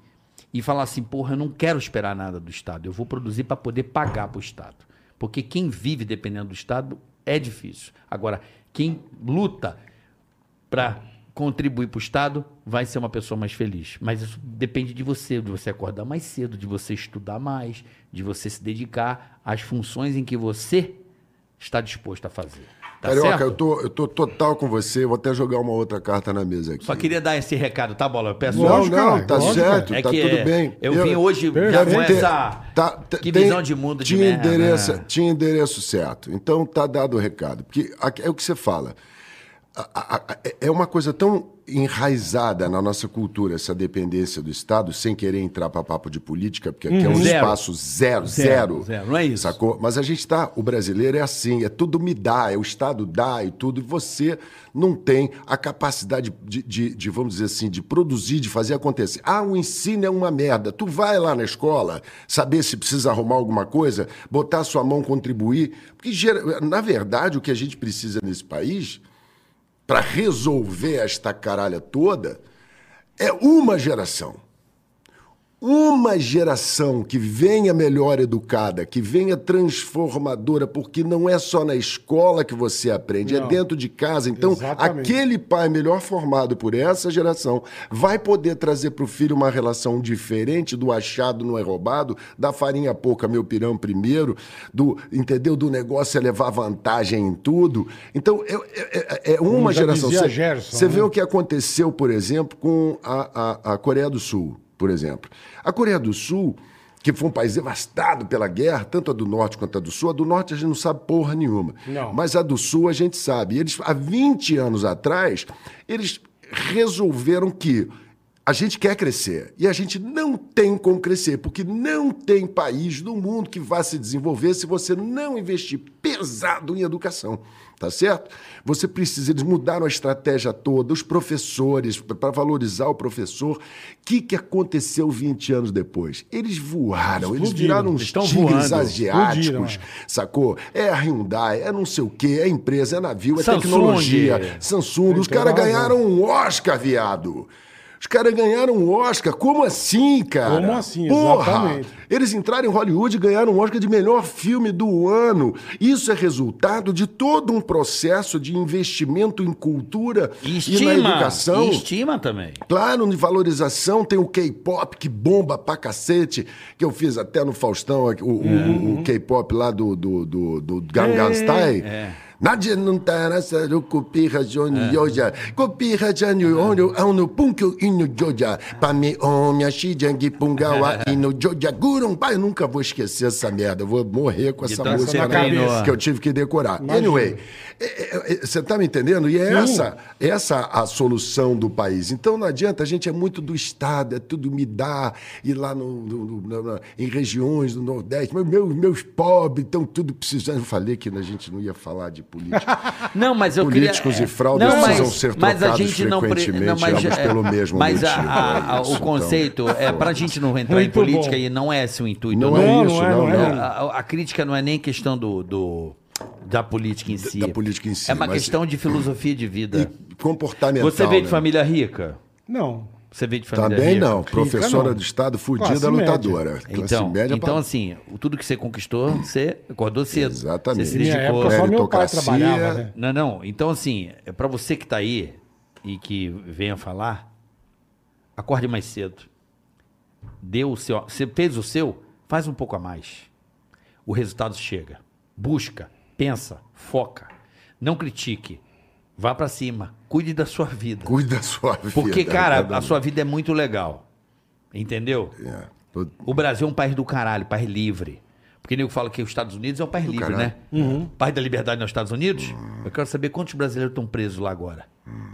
[SPEAKER 3] e falar assim, porra, eu não quero esperar nada do estado, eu vou produzir para poder pagar para o estado. Porque quem vive dependendo do estado é difícil. Agora, quem luta para contribuir para o Estado, vai ser uma pessoa mais feliz. Mas isso depende de você, de você acordar mais cedo, de você estudar mais, de você se dedicar às funções em que você está disposto a fazer. Tá
[SPEAKER 1] Carioca,
[SPEAKER 3] certo?
[SPEAKER 1] eu tô, eu tô total com você. Vou até jogar uma outra carta na mesa aqui.
[SPEAKER 3] Só queria dar esse recado, tá, Bola? Eu peço
[SPEAKER 1] Não,
[SPEAKER 2] Lógico,
[SPEAKER 1] não,
[SPEAKER 2] cara,
[SPEAKER 1] tá
[SPEAKER 2] lógico.
[SPEAKER 1] certo,
[SPEAKER 3] É
[SPEAKER 1] tá
[SPEAKER 3] que
[SPEAKER 1] tudo bem.
[SPEAKER 3] eu vim hoje já
[SPEAKER 1] Perfeito.
[SPEAKER 3] com essa-
[SPEAKER 1] t-
[SPEAKER 3] que
[SPEAKER 1] tem-
[SPEAKER 3] visão de mundo de
[SPEAKER 1] tinha
[SPEAKER 3] merda. né?
[SPEAKER 1] endereço, Tinha endereço certo. Então tá dado o recado. Porque a- é o que você fala. A- a- a- é- é uma coisa tão enraizada na nossa cultura essa dependência do Estado, sem querer entrar para papo de política, porque aqui é um
[SPEAKER 3] Uhum. Zero.
[SPEAKER 1] espaço zero,
[SPEAKER 3] Zero,
[SPEAKER 1] zero.
[SPEAKER 3] zero, não é isso.
[SPEAKER 1] Sacou? Mas a gente tá, o brasileiro é assim, é tudo me dá, é o Estado dá e tudo, e você não tem a capacidade de, de- de, vamos dizer assim, de produzir, de fazer acontecer. Ah, o ensino é uma merda. Tu vai lá na escola saber se precisa arrumar alguma coisa, botar a sua mão, contribuir. Porque, gera- na verdade, o que a gente precisa nesse país para resolver esta caralha toda é uma geração. Uma geração que venha melhor educada, que venha transformadora, porque não é só na escola que você aprende, é dentro de casa. Então,
[SPEAKER 2] Exatamente.
[SPEAKER 1] aquele pai melhor formado por essa geração vai poder trazer para o filho uma relação diferente do achado não é roubado, da farinha pouca, meu pirão primeiro, do entendeu do negócio é levar vantagem em tudo. Então, é, é- é- é uma
[SPEAKER 2] já
[SPEAKER 1] geração.
[SPEAKER 2] dizia
[SPEAKER 1] Você-
[SPEAKER 2] Gerson,
[SPEAKER 1] você
[SPEAKER 2] né?
[SPEAKER 1] vê o que aconteceu, por exemplo, com a, a- a Coreia do Sul, por exemplo. A Coreia do Sul, que foi um país devastado pela guerra, tanto a do Norte quanto a do Sul, a do Norte a gente não sabe porra nenhuma.
[SPEAKER 2] Não.
[SPEAKER 1] Mas a do Sul a gente sabe. E Eles, há 20 anos atrás, eles resolveram que a gente quer crescer e a gente não tem como crescer, porque não tem país no mundo que vá se desenvolver se você não investir pesado em educação, tá certo? Você precisa, eles mudaram a estratégia toda, os professores, para valorizar o professor. O que, que aconteceu 20 anos depois? Eles voaram, eles
[SPEAKER 2] Explodiram,
[SPEAKER 1] viraram uns
[SPEAKER 3] estão
[SPEAKER 1] tigres
[SPEAKER 3] voando,
[SPEAKER 2] explodiram,
[SPEAKER 1] asiáticos,
[SPEAKER 2] é.
[SPEAKER 1] sacou? É a Hyundai, é não sei o quê, é empresa, é navio, é
[SPEAKER 3] Samsung.
[SPEAKER 1] tecnologia, Samsung.
[SPEAKER 2] Tem
[SPEAKER 1] Os caras
[SPEAKER 2] toda a razão.
[SPEAKER 1] ganharam um Oscar, viado. Os caras ganharam um Oscar. Como assim, cara?
[SPEAKER 2] Como assim?
[SPEAKER 1] Porra!
[SPEAKER 2] Exatamente.
[SPEAKER 1] Eles entraram em Hollywood e ganharam um Oscar de melhor filme do ano. Isso é resultado de todo um processo de investimento em cultura
[SPEAKER 3] E
[SPEAKER 1] e na
[SPEAKER 3] estima.
[SPEAKER 1] educação.
[SPEAKER 3] e estima também.
[SPEAKER 1] Claro, de valorização tem o K-pop que bomba pra cacete, que eu fiz até no Faustão, o, o- o K-pop lá do, do, do, do Gangnam Style. Nadia não tá tarasaru copirra joni yoja, copirra jani onyo anu punkyo inu joja, pame omya shijangi é pungawa inu joja, gurum pai. Eu nunca vou esquecer essa merda, eu vou morrer com
[SPEAKER 3] De
[SPEAKER 1] essa
[SPEAKER 3] tanto
[SPEAKER 1] música
[SPEAKER 2] você treinou.
[SPEAKER 1] cabeça que eu tive que decorar.
[SPEAKER 2] Imagina.
[SPEAKER 1] Anyway, você tá me entendendo? E é essa, essa é a solução do país. Então não adianta, a gente é muito do Estado, é tudo me dá, e lá no, no- no- na- na- em regiões do Nordeste, mas meus, meus pobres estão tudo precisando. Eu falei que a gente não ia falar
[SPEAKER 3] *laughs*
[SPEAKER 1] de política.
[SPEAKER 3] Não, mas eu
[SPEAKER 1] Políticos
[SPEAKER 3] queria...
[SPEAKER 1] e fraudas
[SPEAKER 3] Não,
[SPEAKER 1] precisam ser
[SPEAKER 3] mas a
[SPEAKER 1] trocados
[SPEAKER 3] gente não pre-
[SPEAKER 1] frequentemente, ambos pelo mesmo
[SPEAKER 3] mas a-
[SPEAKER 1] motivo,
[SPEAKER 3] a-
[SPEAKER 1] é
[SPEAKER 3] a-
[SPEAKER 1] isso,
[SPEAKER 3] o
[SPEAKER 1] então.
[SPEAKER 3] conceito é pra gente não entrar em
[SPEAKER 2] Muito bom.
[SPEAKER 3] política e não é esse o intuito.
[SPEAKER 1] Não,
[SPEAKER 3] né?
[SPEAKER 1] é
[SPEAKER 2] Não,
[SPEAKER 1] isso,
[SPEAKER 2] não é,
[SPEAKER 1] não,
[SPEAKER 2] não é,
[SPEAKER 1] não.
[SPEAKER 2] não.
[SPEAKER 3] A, a crítica não é nem questão do, do- da política em si.
[SPEAKER 1] da política em si,
[SPEAKER 3] É uma
[SPEAKER 1] mas-
[SPEAKER 3] questão de filosofia de vida.
[SPEAKER 1] E comportamental.
[SPEAKER 3] Você veio de
[SPEAKER 1] né?
[SPEAKER 3] família rica?
[SPEAKER 2] Não.
[SPEAKER 3] Você veio de família
[SPEAKER 1] Também
[SPEAKER 3] rica?
[SPEAKER 1] não, professora
[SPEAKER 2] não.
[SPEAKER 1] do Estado
[SPEAKER 2] Classe média.
[SPEAKER 1] fudida lutadora. Classe
[SPEAKER 3] Então,
[SPEAKER 1] média
[SPEAKER 3] então
[SPEAKER 1] pra-
[SPEAKER 3] assim, o- tudo que você conquistou, você acordou cedo.
[SPEAKER 1] Exatamente.
[SPEAKER 3] Você se
[SPEAKER 2] Na minha
[SPEAKER 3] dedicou.
[SPEAKER 2] época só meu pai
[SPEAKER 1] meritocracia.
[SPEAKER 2] trabalhava, né?
[SPEAKER 3] Não, não. Então, assim, é pra você que tá aí e que venha falar, acorde mais cedo. Deu o seu. Você fez o seu, faz um pouco a mais. O resultado chega. Busca, pensa, foca. Não critique. Vá pra cima. Cuide da sua vida.
[SPEAKER 1] Cuida da sua vida.
[SPEAKER 3] Porque, cara, a
[SPEAKER 1] exatamente.
[SPEAKER 3] sua vida é muito legal. Entendeu?
[SPEAKER 1] É. Tô-
[SPEAKER 3] O Brasil é um país do caralho, país livre. Porque nego fala que os Estados Unidos é um país livre,
[SPEAKER 1] caralho.
[SPEAKER 3] né?
[SPEAKER 2] Uhum.
[SPEAKER 3] País da liberdade nos Estados Unidos? Eu quero saber quantos brasileiros estão presos lá agora.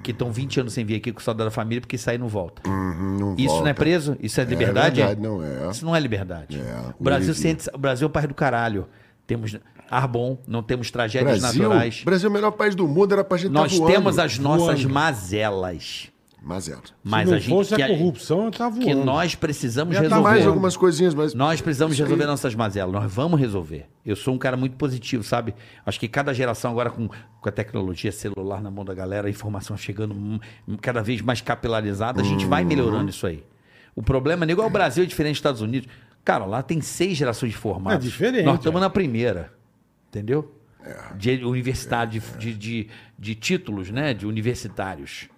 [SPEAKER 3] Que estão 20 anos sem vir aqui com saudade da família porque sair não volta.
[SPEAKER 1] não
[SPEAKER 3] Isso não é
[SPEAKER 1] volta.
[SPEAKER 3] preso? Isso é liberdade?
[SPEAKER 1] verdade, não é.
[SPEAKER 3] Isso não é liberdade.
[SPEAKER 1] É.
[SPEAKER 3] O, Brasil
[SPEAKER 1] Livre.
[SPEAKER 3] sente, o Brasil é um país do caralho. Temos ar bom, não temos tragédias
[SPEAKER 1] Brasil,
[SPEAKER 3] naturais.
[SPEAKER 1] Brasil é o melhor país do mundo, era pra gente
[SPEAKER 3] Nós
[SPEAKER 1] tá voando.
[SPEAKER 3] temos as nossas
[SPEAKER 2] voando.
[SPEAKER 3] mazelas.
[SPEAKER 1] Mas é.
[SPEAKER 3] Mas
[SPEAKER 2] Se não
[SPEAKER 3] a gente.
[SPEAKER 2] fosse
[SPEAKER 3] que
[SPEAKER 2] a corrupção, eu tava voando.
[SPEAKER 3] que nós precisamos
[SPEAKER 2] Já tá
[SPEAKER 1] Tá
[SPEAKER 3] resolver.
[SPEAKER 1] mais algumas coisinhas, mas...
[SPEAKER 3] Nós precisamos
[SPEAKER 1] Isso aí.
[SPEAKER 3] resolver nossas mazelas. Nós vamos resolver. Eu sou um cara muito positivo, sabe? Acho que cada geração agora com, com a tecnologia celular na mão da galera, a informação chegando hum, cada vez mais capilarizada, a gente vai melhorando
[SPEAKER 2] Uhum.
[SPEAKER 3] isso aí. O problema, nego, é o Brasil é diferente dos Estados Unidos. Cara, lá tem seis gerações de formados.
[SPEAKER 2] É diferente,
[SPEAKER 3] Nós estamos
[SPEAKER 2] é.
[SPEAKER 3] na primeira. Entendeu? De universidade, de, de, de títulos, né? De universitários.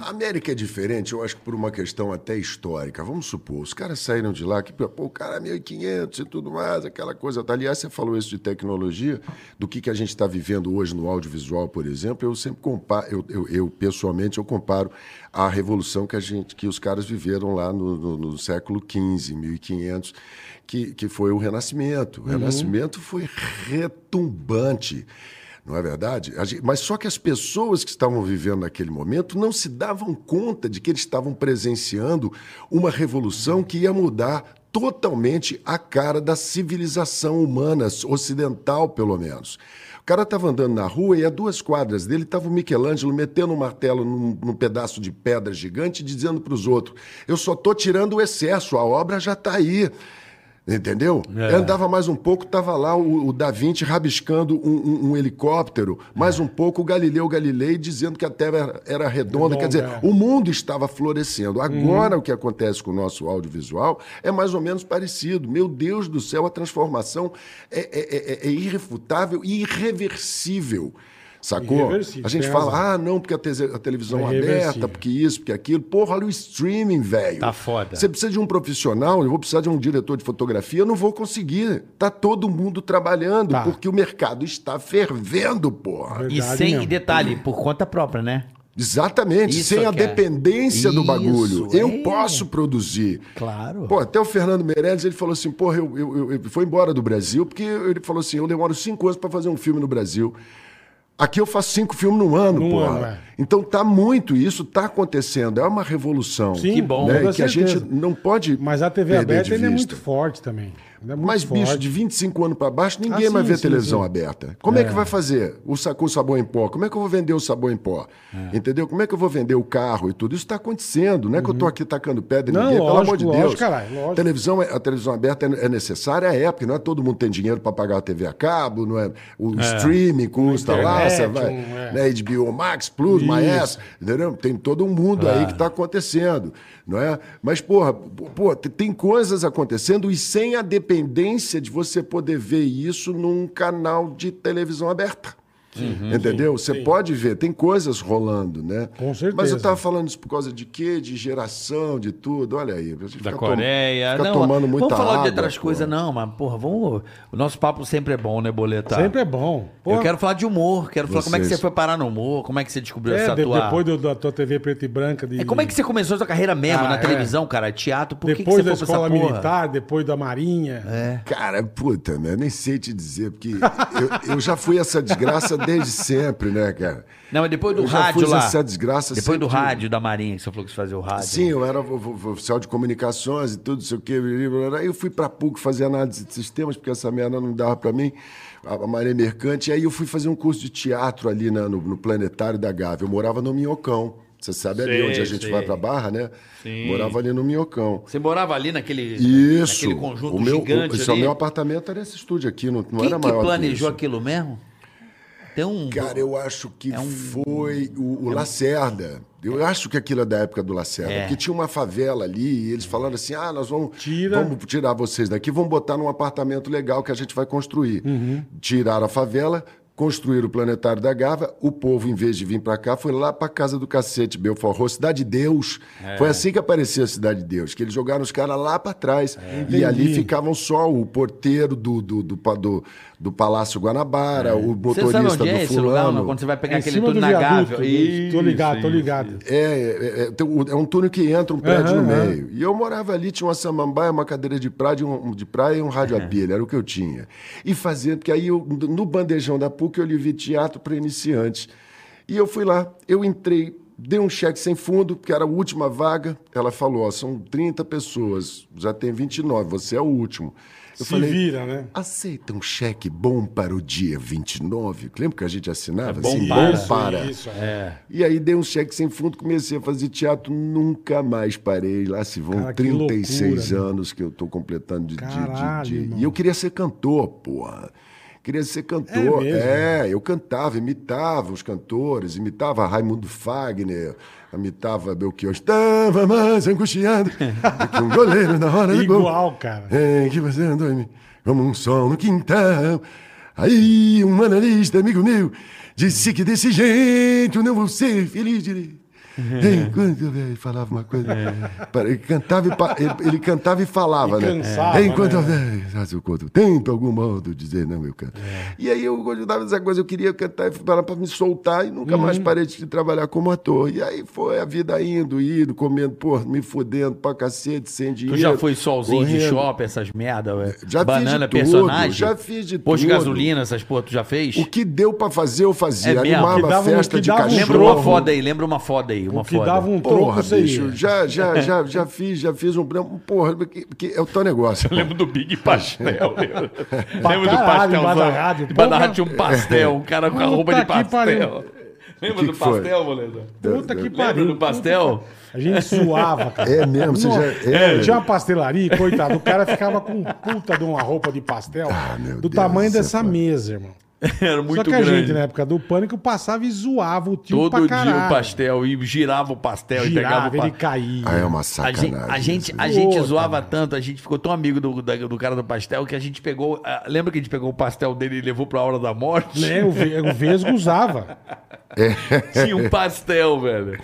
[SPEAKER 1] A América é diferente, eu acho que por uma questão até histórica. Vamos supor, os caras saíram de lá, que pô, o cara é 1.500 e tudo mais, aquela coisa. tá. Aliás, você falou isso de tecnologia, do que, que a gente está vivendo hoje no audiovisual, por exemplo. Eu sempre comparo, eu, eu- eu, pessoalmente, eu comparo a revolução que, a gente, que os caras viveram lá no, no- no século XV, 1500, que, que foi o Renascimento. O Renascimento foi retumbante. Não é verdade? A gen- Mas só que as pessoas que estavam vivendo naquele momento não se davam conta de que eles estavam presenciando uma revolução que ia mudar totalmente a cara da civilização humana, s- ocidental pelo menos. O cara estava andando na rua e a duas quadras dele estava o Michelangelo metendo um martelo num, num pedaço de pedra gigante e dizendo para os outros: Eu só estou tirando o excesso, a obra já está aí. Entendeu?
[SPEAKER 2] É.
[SPEAKER 1] Andava mais um pouco, estava lá o, o Da Vinci rabiscando um, um- um helicóptero, mais
[SPEAKER 2] É.
[SPEAKER 1] um pouco o Galileu Galilei dizendo que a Terra era- era
[SPEAKER 2] Redonda,
[SPEAKER 1] redonda. Quer dizer,
[SPEAKER 2] é. Uhum.
[SPEAKER 1] o mundo estava florescendo. Agora o que acontece com o nosso audiovisual é mais ou menos parecido. Meu Deus do céu, a transformação é, é- é- é irrefutável e irreversível. Sacou?
[SPEAKER 2] Irreversível,
[SPEAKER 1] A gente
[SPEAKER 2] tem
[SPEAKER 1] fala,
[SPEAKER 2] razão.
[SPEAKER 1] ah, não, porque a, tese- a televisão
[SPEAKER 2] É
[SPEAKER 1] aberta,
[SPEAKER 2] irreversível.
[SPEAKER 1] porque isso, porque aquilo. Porra, olha o streaming, velho.
[SPEAKER 3] Tá foda.
[SPEAKER 1] Você precisa de um profissional, eu vou precisar de um diretor de fotografia, eu não vou conseguir. Tá todo mundo trabalhando,
[SPEAKER 2] Tá.
[SPEAKER 1] porque o mercado está fervendo, porra.
[SPEAKER 2] Verdade
[SPEAKER 3] e sem
[SPEAKER 2] mesmo.
[SPEAKER 3] detalhe, por conta própria, né?
[SPEAKER 1] Exatamente,
[SPEAKER 3] Isso
[SPEAKER 1] sem a
[SPEAKER 3] que é.
[SPEAKER 1] dependência do
[SPEAKER 3] Isso,
[SPEAKER 1] bagulho. Eu
[SPEAKER 3] é.
[SPEAKER 1] posso produzir.
[SPEAKER 3] Claro.
[SPEAKER 1] Pô, até o Fernando Meirelles, ele falou assim, porra, eu, eu, eu- eu- foi embora do Brasil, porque ele falou assim, eu demoro cinco anos para fazer um filme no Brasil. Aqui eu faço cinco filmes no ano,
[SPEAKER 2] Num
[SPEAKER 1] porra.
[SPEAKER 2] ano, é.
[SPEAKER 1] Então tá muito isso, tá acontecendo. É uma revolução.
[SPEAKER 2] Sim,
[SPEAKER 3] Que bom,
[SPEAKER 1] né?
[SPEAKER 2] com
[SPEAKER 1] Que a
[SPEAKER 2] certeza.
[SPEAKER 1] gente não pode
[SPEAKER 2] Mas a TV
[SPEAKER 1] perder de
[SPEAKER 2] aberta ainda é
[SPEAKER 1] vista.
[SPEAKER 2] muito forte também. Ele é muito
[SPEAKER 1] Mas,
[SPEAKER 2] forte.
[SPEAKER 1] bicho, de 25 anos pra baixo, ninguém
[SPEAKER 2] Ah,
[SPEAKER 1] vai
[SPEAKER 2] sim,
[SPEAKER 1] ver
[SPEAKER 2] sim,
[SPEAKER 1] televisão
[SPEAKER 2] sim.
[SPEAKER 1] aberta. Como é. que vai fazer o, sa- com o sabão em pó? Como é que eu vou vender o sabão em pó? Entendeu? Como é que eu vou vender o carro e tudo? Isso está acontecendo. Não é que eu tô aqui tacando pedra em
[SPEAKER 2] Uhum. Não,
[SPEAKER 1] ninguém, pelo
[SPEAKER 2] lógico,
[SPEAKER 1] amor de
[SPEAKER 2] lógico,
[SPEAKER 1] Deus.
[SPEAKER 2] caralho, lógico.
[SPEAKER 1] Televisão, é- a televisão aberta é é necessária à época. Não é todo mundo tem dinheiro para pagar a TV a cabo, não é? O streaming custa lá,
[SPEAKER 2] internet,
[SPEAKER 1] você vai.
[SPEAKER 2] um- é.
[SPEAKER 1] né? né, HBO Max, Plus,
[SPEAKER 2] Isso. Ah.
[SPEAKER 1] Maestro, entendeu? Tem todo um mundo aí que está acontecendo, não é? Mas, porra, pô, pô, t- tem coisas acontecendo e sem a dependência de você poder ver isso num canal de televisão aberta.
[SPEAKER 3] Uhum.
[SPEAKER 1] Entendeu? Você pode ver, tem coisas rolando, né?
[SPEAKER 2] Com certeza.
[SPEAKER 1] Mas eu tava falando isso por causa de quê? De geração, de tudo. Olha aí. a gente
[SPEAKER 3] da
[SPEAKER 1] fica tom-
[SPEAKER 3] Coreia.
[SPEAKER 1] Fica
[SPEAKER 3] não,
[SPEAKER 1] tomando muita
[SPEAKER 3] vamos falar de
[SPEAKER 1] água,
[SPEAKER 3] outras
[SPEAKER 1] pô.
[SPEAKER 3] coisas, não, mas, porra, vamos. O nosso papo sempre é bom, né, Boleta?
[SPEAKER 2] Sempre é bom. Pô,
[SPEAKER 3] Eu quero falar de humor, quero falar como é que você
[SPEAKER 1] Vocês.
[SPEAKER 3] foi parar no humor, como é que você descobriu
[SPEAKER 2] é,
[SPEAKER 3] essa
[SPEAKER 2] de-
[SPEAKER 3] tua.
[SPEAKER 2] depois do- da tua TV preta e branca. De,
[SPEAKER 3] É, como é que você começou a sua carreira mesmo,
[SPEAKER 2] Ah,
[SPEAKER 3] na
[SPEAKER 2] é.
[SPEAKER 3] televisão, cara? Teatro, por que
[SPEAKER 2] Depois
[SPEAKER 3] que
[SPEAKER 2] da
[SPEAKER 3] você foi pra essa
[SPEAKER 2] escola
[SPEAKER 3] porra?
[SPEAKER 2] militar, depois da marinha.
[SPEAKER 1] É. Cara, puta, né? Nem sei te dizer, porque eu, eu já fui essa desgraça desde sempre, né, cara?
[SPEAKER 3] Não, mas depois do
[SPEAKER 1] Eu já
[SPEAKER 3] rádio
[SPEAKER 1] fiz
[SPEAKER 3] lá.
[SPEAKER 1] essa desgraça
[SPEAKER 3] Depois do
[SPEAKER 1] sempre.
[SPEAKER 3] rádio da Marinha, que você falou que você fazia o rádio.
[SPEAKER 1] Sim, eu era vo- vo- vo- oficial de comunicações e tudo, não sei o quê. blá, blá, blá. Aí eu fui pra PUC fazer análise de sistemas, porque essa merda não dava pra mim, a a maré mercante. E aí eu fui fazer um curso de teatro ali na- no, no Planetário da Gávea. Eu morava no Minhocão. Você sabe ali
[SPEAKER 3] Sei,
[SPEAKER 1] onde a gente
[SPEAKER 3] sei.
[SPEAKER 1] vai pra Barra, né?
[SPEAKER 3] Sim.
[SPEAKER 1] Morava ali no Minhocão.
[SPEAKER 3] Você morava ali naquele,
[SPEAKER 1] Isso.
[SPEAKER 3] naquele conjunto
[SPEAKER 1] o meu,
[SPEAKER 3] gigante
[SPEAKER 1] o, só
[SPEAKER 3] ali.
[SPEAKER 1] meu apartamento era esse estúdio aqui, não, não
[SPEAKER 3] Quem
[SPEAKER 1] era
[SPEAKER 3] que
[SPEAKER 1] maior. que
[SPEAKER 3] planejou
[SPEAKER 1] isso.
[SPEAKER 3] aquilo mesmo? Tem um...
[SPEAKER 1] Cara, eu acho que foi o, o Lacerda. Eu acho que aquilo é da época do Lacerda.
[SPEAKER 3] É.
[SPEAKER 1] Porque tinha uma favela ali e eles falaram assim: ah, nós vamos,
[SPEAKER 2] Tira.
[SPEAKER 1] vamos tirar vocês daqui, vamos botar num apartamento legal que a gente vai construir.
[SPEAKER 2] Uhum.
[SPEAKER 1] Tiraram a favela. construíram o planetário da Gávea, o povo, em vez de vir pra cá, foi lá pra casa do cacete, Belfort Roxo, Cidade de Deus.
[SPEAKER 2] É.
[SPEAKER 1] Foi assim que apareceu a Cidade de Deus, que eles jogaram os caras lá pra trás. E ali
[SPEAKER 2] É. Entendi.
[SPEAKER 1] ficavam só o porteiro do, do, do, pa- do- do Palácio Guanabara, o
[SPEAKER 3] Você sabe
[SPEAKER 1] motorista
[SPEAKER 3] onde é
[SPEAKER 1] do
[SPEAKER 3] esse lugar? ou não?
[SPEAKER 1] fulano.
[SPEAKER 3] Quando você vai pegar
[SPEAKER 2] É em
[SPEAKER 3] aquele
[SPEAKER 2] cima
[SPEAKER 3] túnel
[SPEAKER 2] do
[SPEAKER 3] na Gávea.
[SPEAKER 2] viaduto. Tô ligado, tô
[SPEAKER 3] Isso,
[SPEAKER 2] ligado.
[SPEAKER 1] É, é, é, tem um- é um túnel que entra um prédio
[SPEAKER 2] Aham,
[SPEAKER 1] no
[SPEAKER 2] aham.
[SPEAKER 1] meio. E eu morava ali, tinha uma samambaia, uma cadeira de praia, de um- de praia e um rádio a pilha, era o que eu tinha. E fazendo, porque aí eu, no bandejão da PUC eu li teatro para iniciantes. E eu fui lá, eu entrei, dei um cheque sem fundo, porque era a última vaga. Ela falou: ó, são 30 pessoas, já tem 29, você é o último. Eu
[SPEAKER 2] Se vira, né?
[SPEAKER 1] Aceita um cheque bom para o dia 29? Lembra que a gente assinava?
[SPEAKER 3] É bom
[SPEAKER 1] assim,
[SPEAKER 3] para.
[SPEAKER 1] bom para.
[SPEAKER 2] Isso, é.
[SPEAKER 1] E aí dei um cheque sem fundo, comecei a fazer teatro, nunca mais parei. Lá se vão
[SPEAKER 2] Cara, que
[SPEAKER 1] 36
[SPEAKER 2] loucura,
[SPEAKER 1] anos que eu tô completando de. de- de-
[SPEAKER 2] Caralho,
[SPEAKER 1] de-
[SPEAKER 2] irmão.
[SPEAKER 1] E eu queria ser cantor, porra. Queria ser cantor.
[SPEAKER 2] É mesmo?
[SPEAKER 1] É, eu cantava, imitava os cantores, imitava Raimundo Fagner, imitava Belchior. Estava mais angustiado do que um goleiro na hora do gol.
[SPEAKER 2] *laughs* Igual, cara.
[SPEAKER 1] É, que você dorme como um sol no quintal. Aí um analista, amigo meu, disse que desse jeito eu não vou ser feliz direito. Enquanto ele falava uma coisa, para- ele, cantava e pa- ele, ele cantava e falava,
[SPEAKER 2] E
[SPEAKER 1] né?
[SPEAKER 2] cansava,
[SPEAKER 1] Enquanto
[SPEAKER 2] né?
[SPEAKER 1] é, faz o conto. Tento algum modo dizer não, eu canto. E aí eu continuava essa coisa, eu queria cantar e fui para lá pra me soltar e nunca mais parei de trabalhar como ator. E aí foi a vida indo, indo, comendo, pô, me fudendo pra cacete, sem dinheiro.
[SPEAKER 3] Tu já foi solzinho de
[SPEAKER 1] correndo.
[SPEAKER 3] shopping, essas merda, ué?
[SPEAKER 1] Já fiz
[SPEAKER 3] Banana,
[SPEAKER 1] de tudo,
[SPEAKER 3] personagem?
[SPEAKER 1] já fiz de
[SPEAKER 3] Posto de
[SPEAKER 1] tudo.
[SPEAKER 3] gasolina, essas porra, tu já fez?
[SPEAKER 1] O que deu pra fazer, eu fazia.
[SPEAKER 3] É mesmo,
[SPEAKER 2] que
[SPEAKER 1] Animava
[SPEAKER 2] dava um-
[SPEAKER 1] festa
[SPEAKER 2] que
[SPEAKER 1] de
[SPEAKER 2] dava um
[SPEAKER 1] cachorro.
[SPEAKER 3] Lembra uma foda aí, lembra uma foda aí, uma
[SPEAKER 2] O que
[SPEAKER 3] foda.
[SPEAKER 2] dava um troco,
[SPEAKER 1] Porra,
[SPEAKER 2] você
[SPEAKER 1] bicho,
[SPEAKER 2] ia.
[SPEAKER 1] já, já,
[SPEAKER 2] *laughs*
[SPEAKER 1] já, já fiz, já fiz um branco. Porra, que, que é o teu negócio.
[SPEAKER 3] Lembro do Big
[SPEAKER 2] *laughs*
[SPEAKER 3] Pastel. Lembro
[SPEAKER 2] Pra
[SPEAKER 3] do
[SPEAKER 2] caralho,
[SPEAKER 3] pastel.
[SPEAKER 2] embaixo da rádio,
[SPEAKER 3] Embaixo da
[SPEAKER 2] porra.
[SPEAKER 3] rádio tinha um pastel, um cara com a
[SPEAKER 2] Puta
[SPEAKER 3] roupa de
[SPEAKER 2] que
[SPEAKER 3] pastel.
[SPEAKER 2] pariu.
[SPEAKER 3] Lembra
[SPEAKER 1] Que
[SPEAKER 3] do
[SPEAKER 1] que foi?
[SPEAKER 3] pastel, moleque?
[SPEAKER 2] Puta que
[SPEAKER 3] Lembra
[SPEAKER 2] pariu.
[SPEAKER 3] do pastel?
[SPEAKER 2] A gente suava, cara.
[SPEAKER 1] *laughs* É mesmo, você já. É,
[SPEAKER 2] Tinha uma pastelaria, coitado, o cara ficava com um puta de uma roupa de pastel
[SPEAKER 1] Ah, meu
[SPEAKER 2] do
[SPEAKER 1] Deus
[SPEAKER 2] tamanho
[SPEAKER 1] do céu,
[SPEAKER 2] dessa
[SPEAKER 1] cara.
[SPEAKER 2] mesa, irmão.
[SPEAKER 3] Era muito
[SPEAKER 2] Só que
[SPEAKER 3] grande.
[SPEAKER 2] a gente, na época do pânico, passava e zoava o tio
[SPEAKER 3] Todo
[SPEAKER 2] pra
[SPEAKER 3] dia
[SPEAKER 2] caralho.
[SPEAKER 3] o pastel e girava o pastel e pegava o
[SPEAKER 2] Girava,
[SPEAKER 3] pastel.
[SPEAKER 2] ele caía.
[SPEAKER 1] Ah, é uma
[SPEAKER 3] A gente,
[SPEAKER 1] sacanagem.
[SPEAKER 3] a gente,
[SPEAKER 1] isso. né?
[SPEAKER 3] a gente
[SPEAKER 2] Puta,
[SPEAKER 3] zoava tanto, a gente ficou tão amigo do, da- do cara do pastel que a gente pegou. ah, lembra que a gente pegou o pastel dele e levou pra hora da morte?
[SPEAKER 2] Né, o, ve- o Vesgo usava.
[SPEAKER 3] *laughs* Tinha um pastel, velho.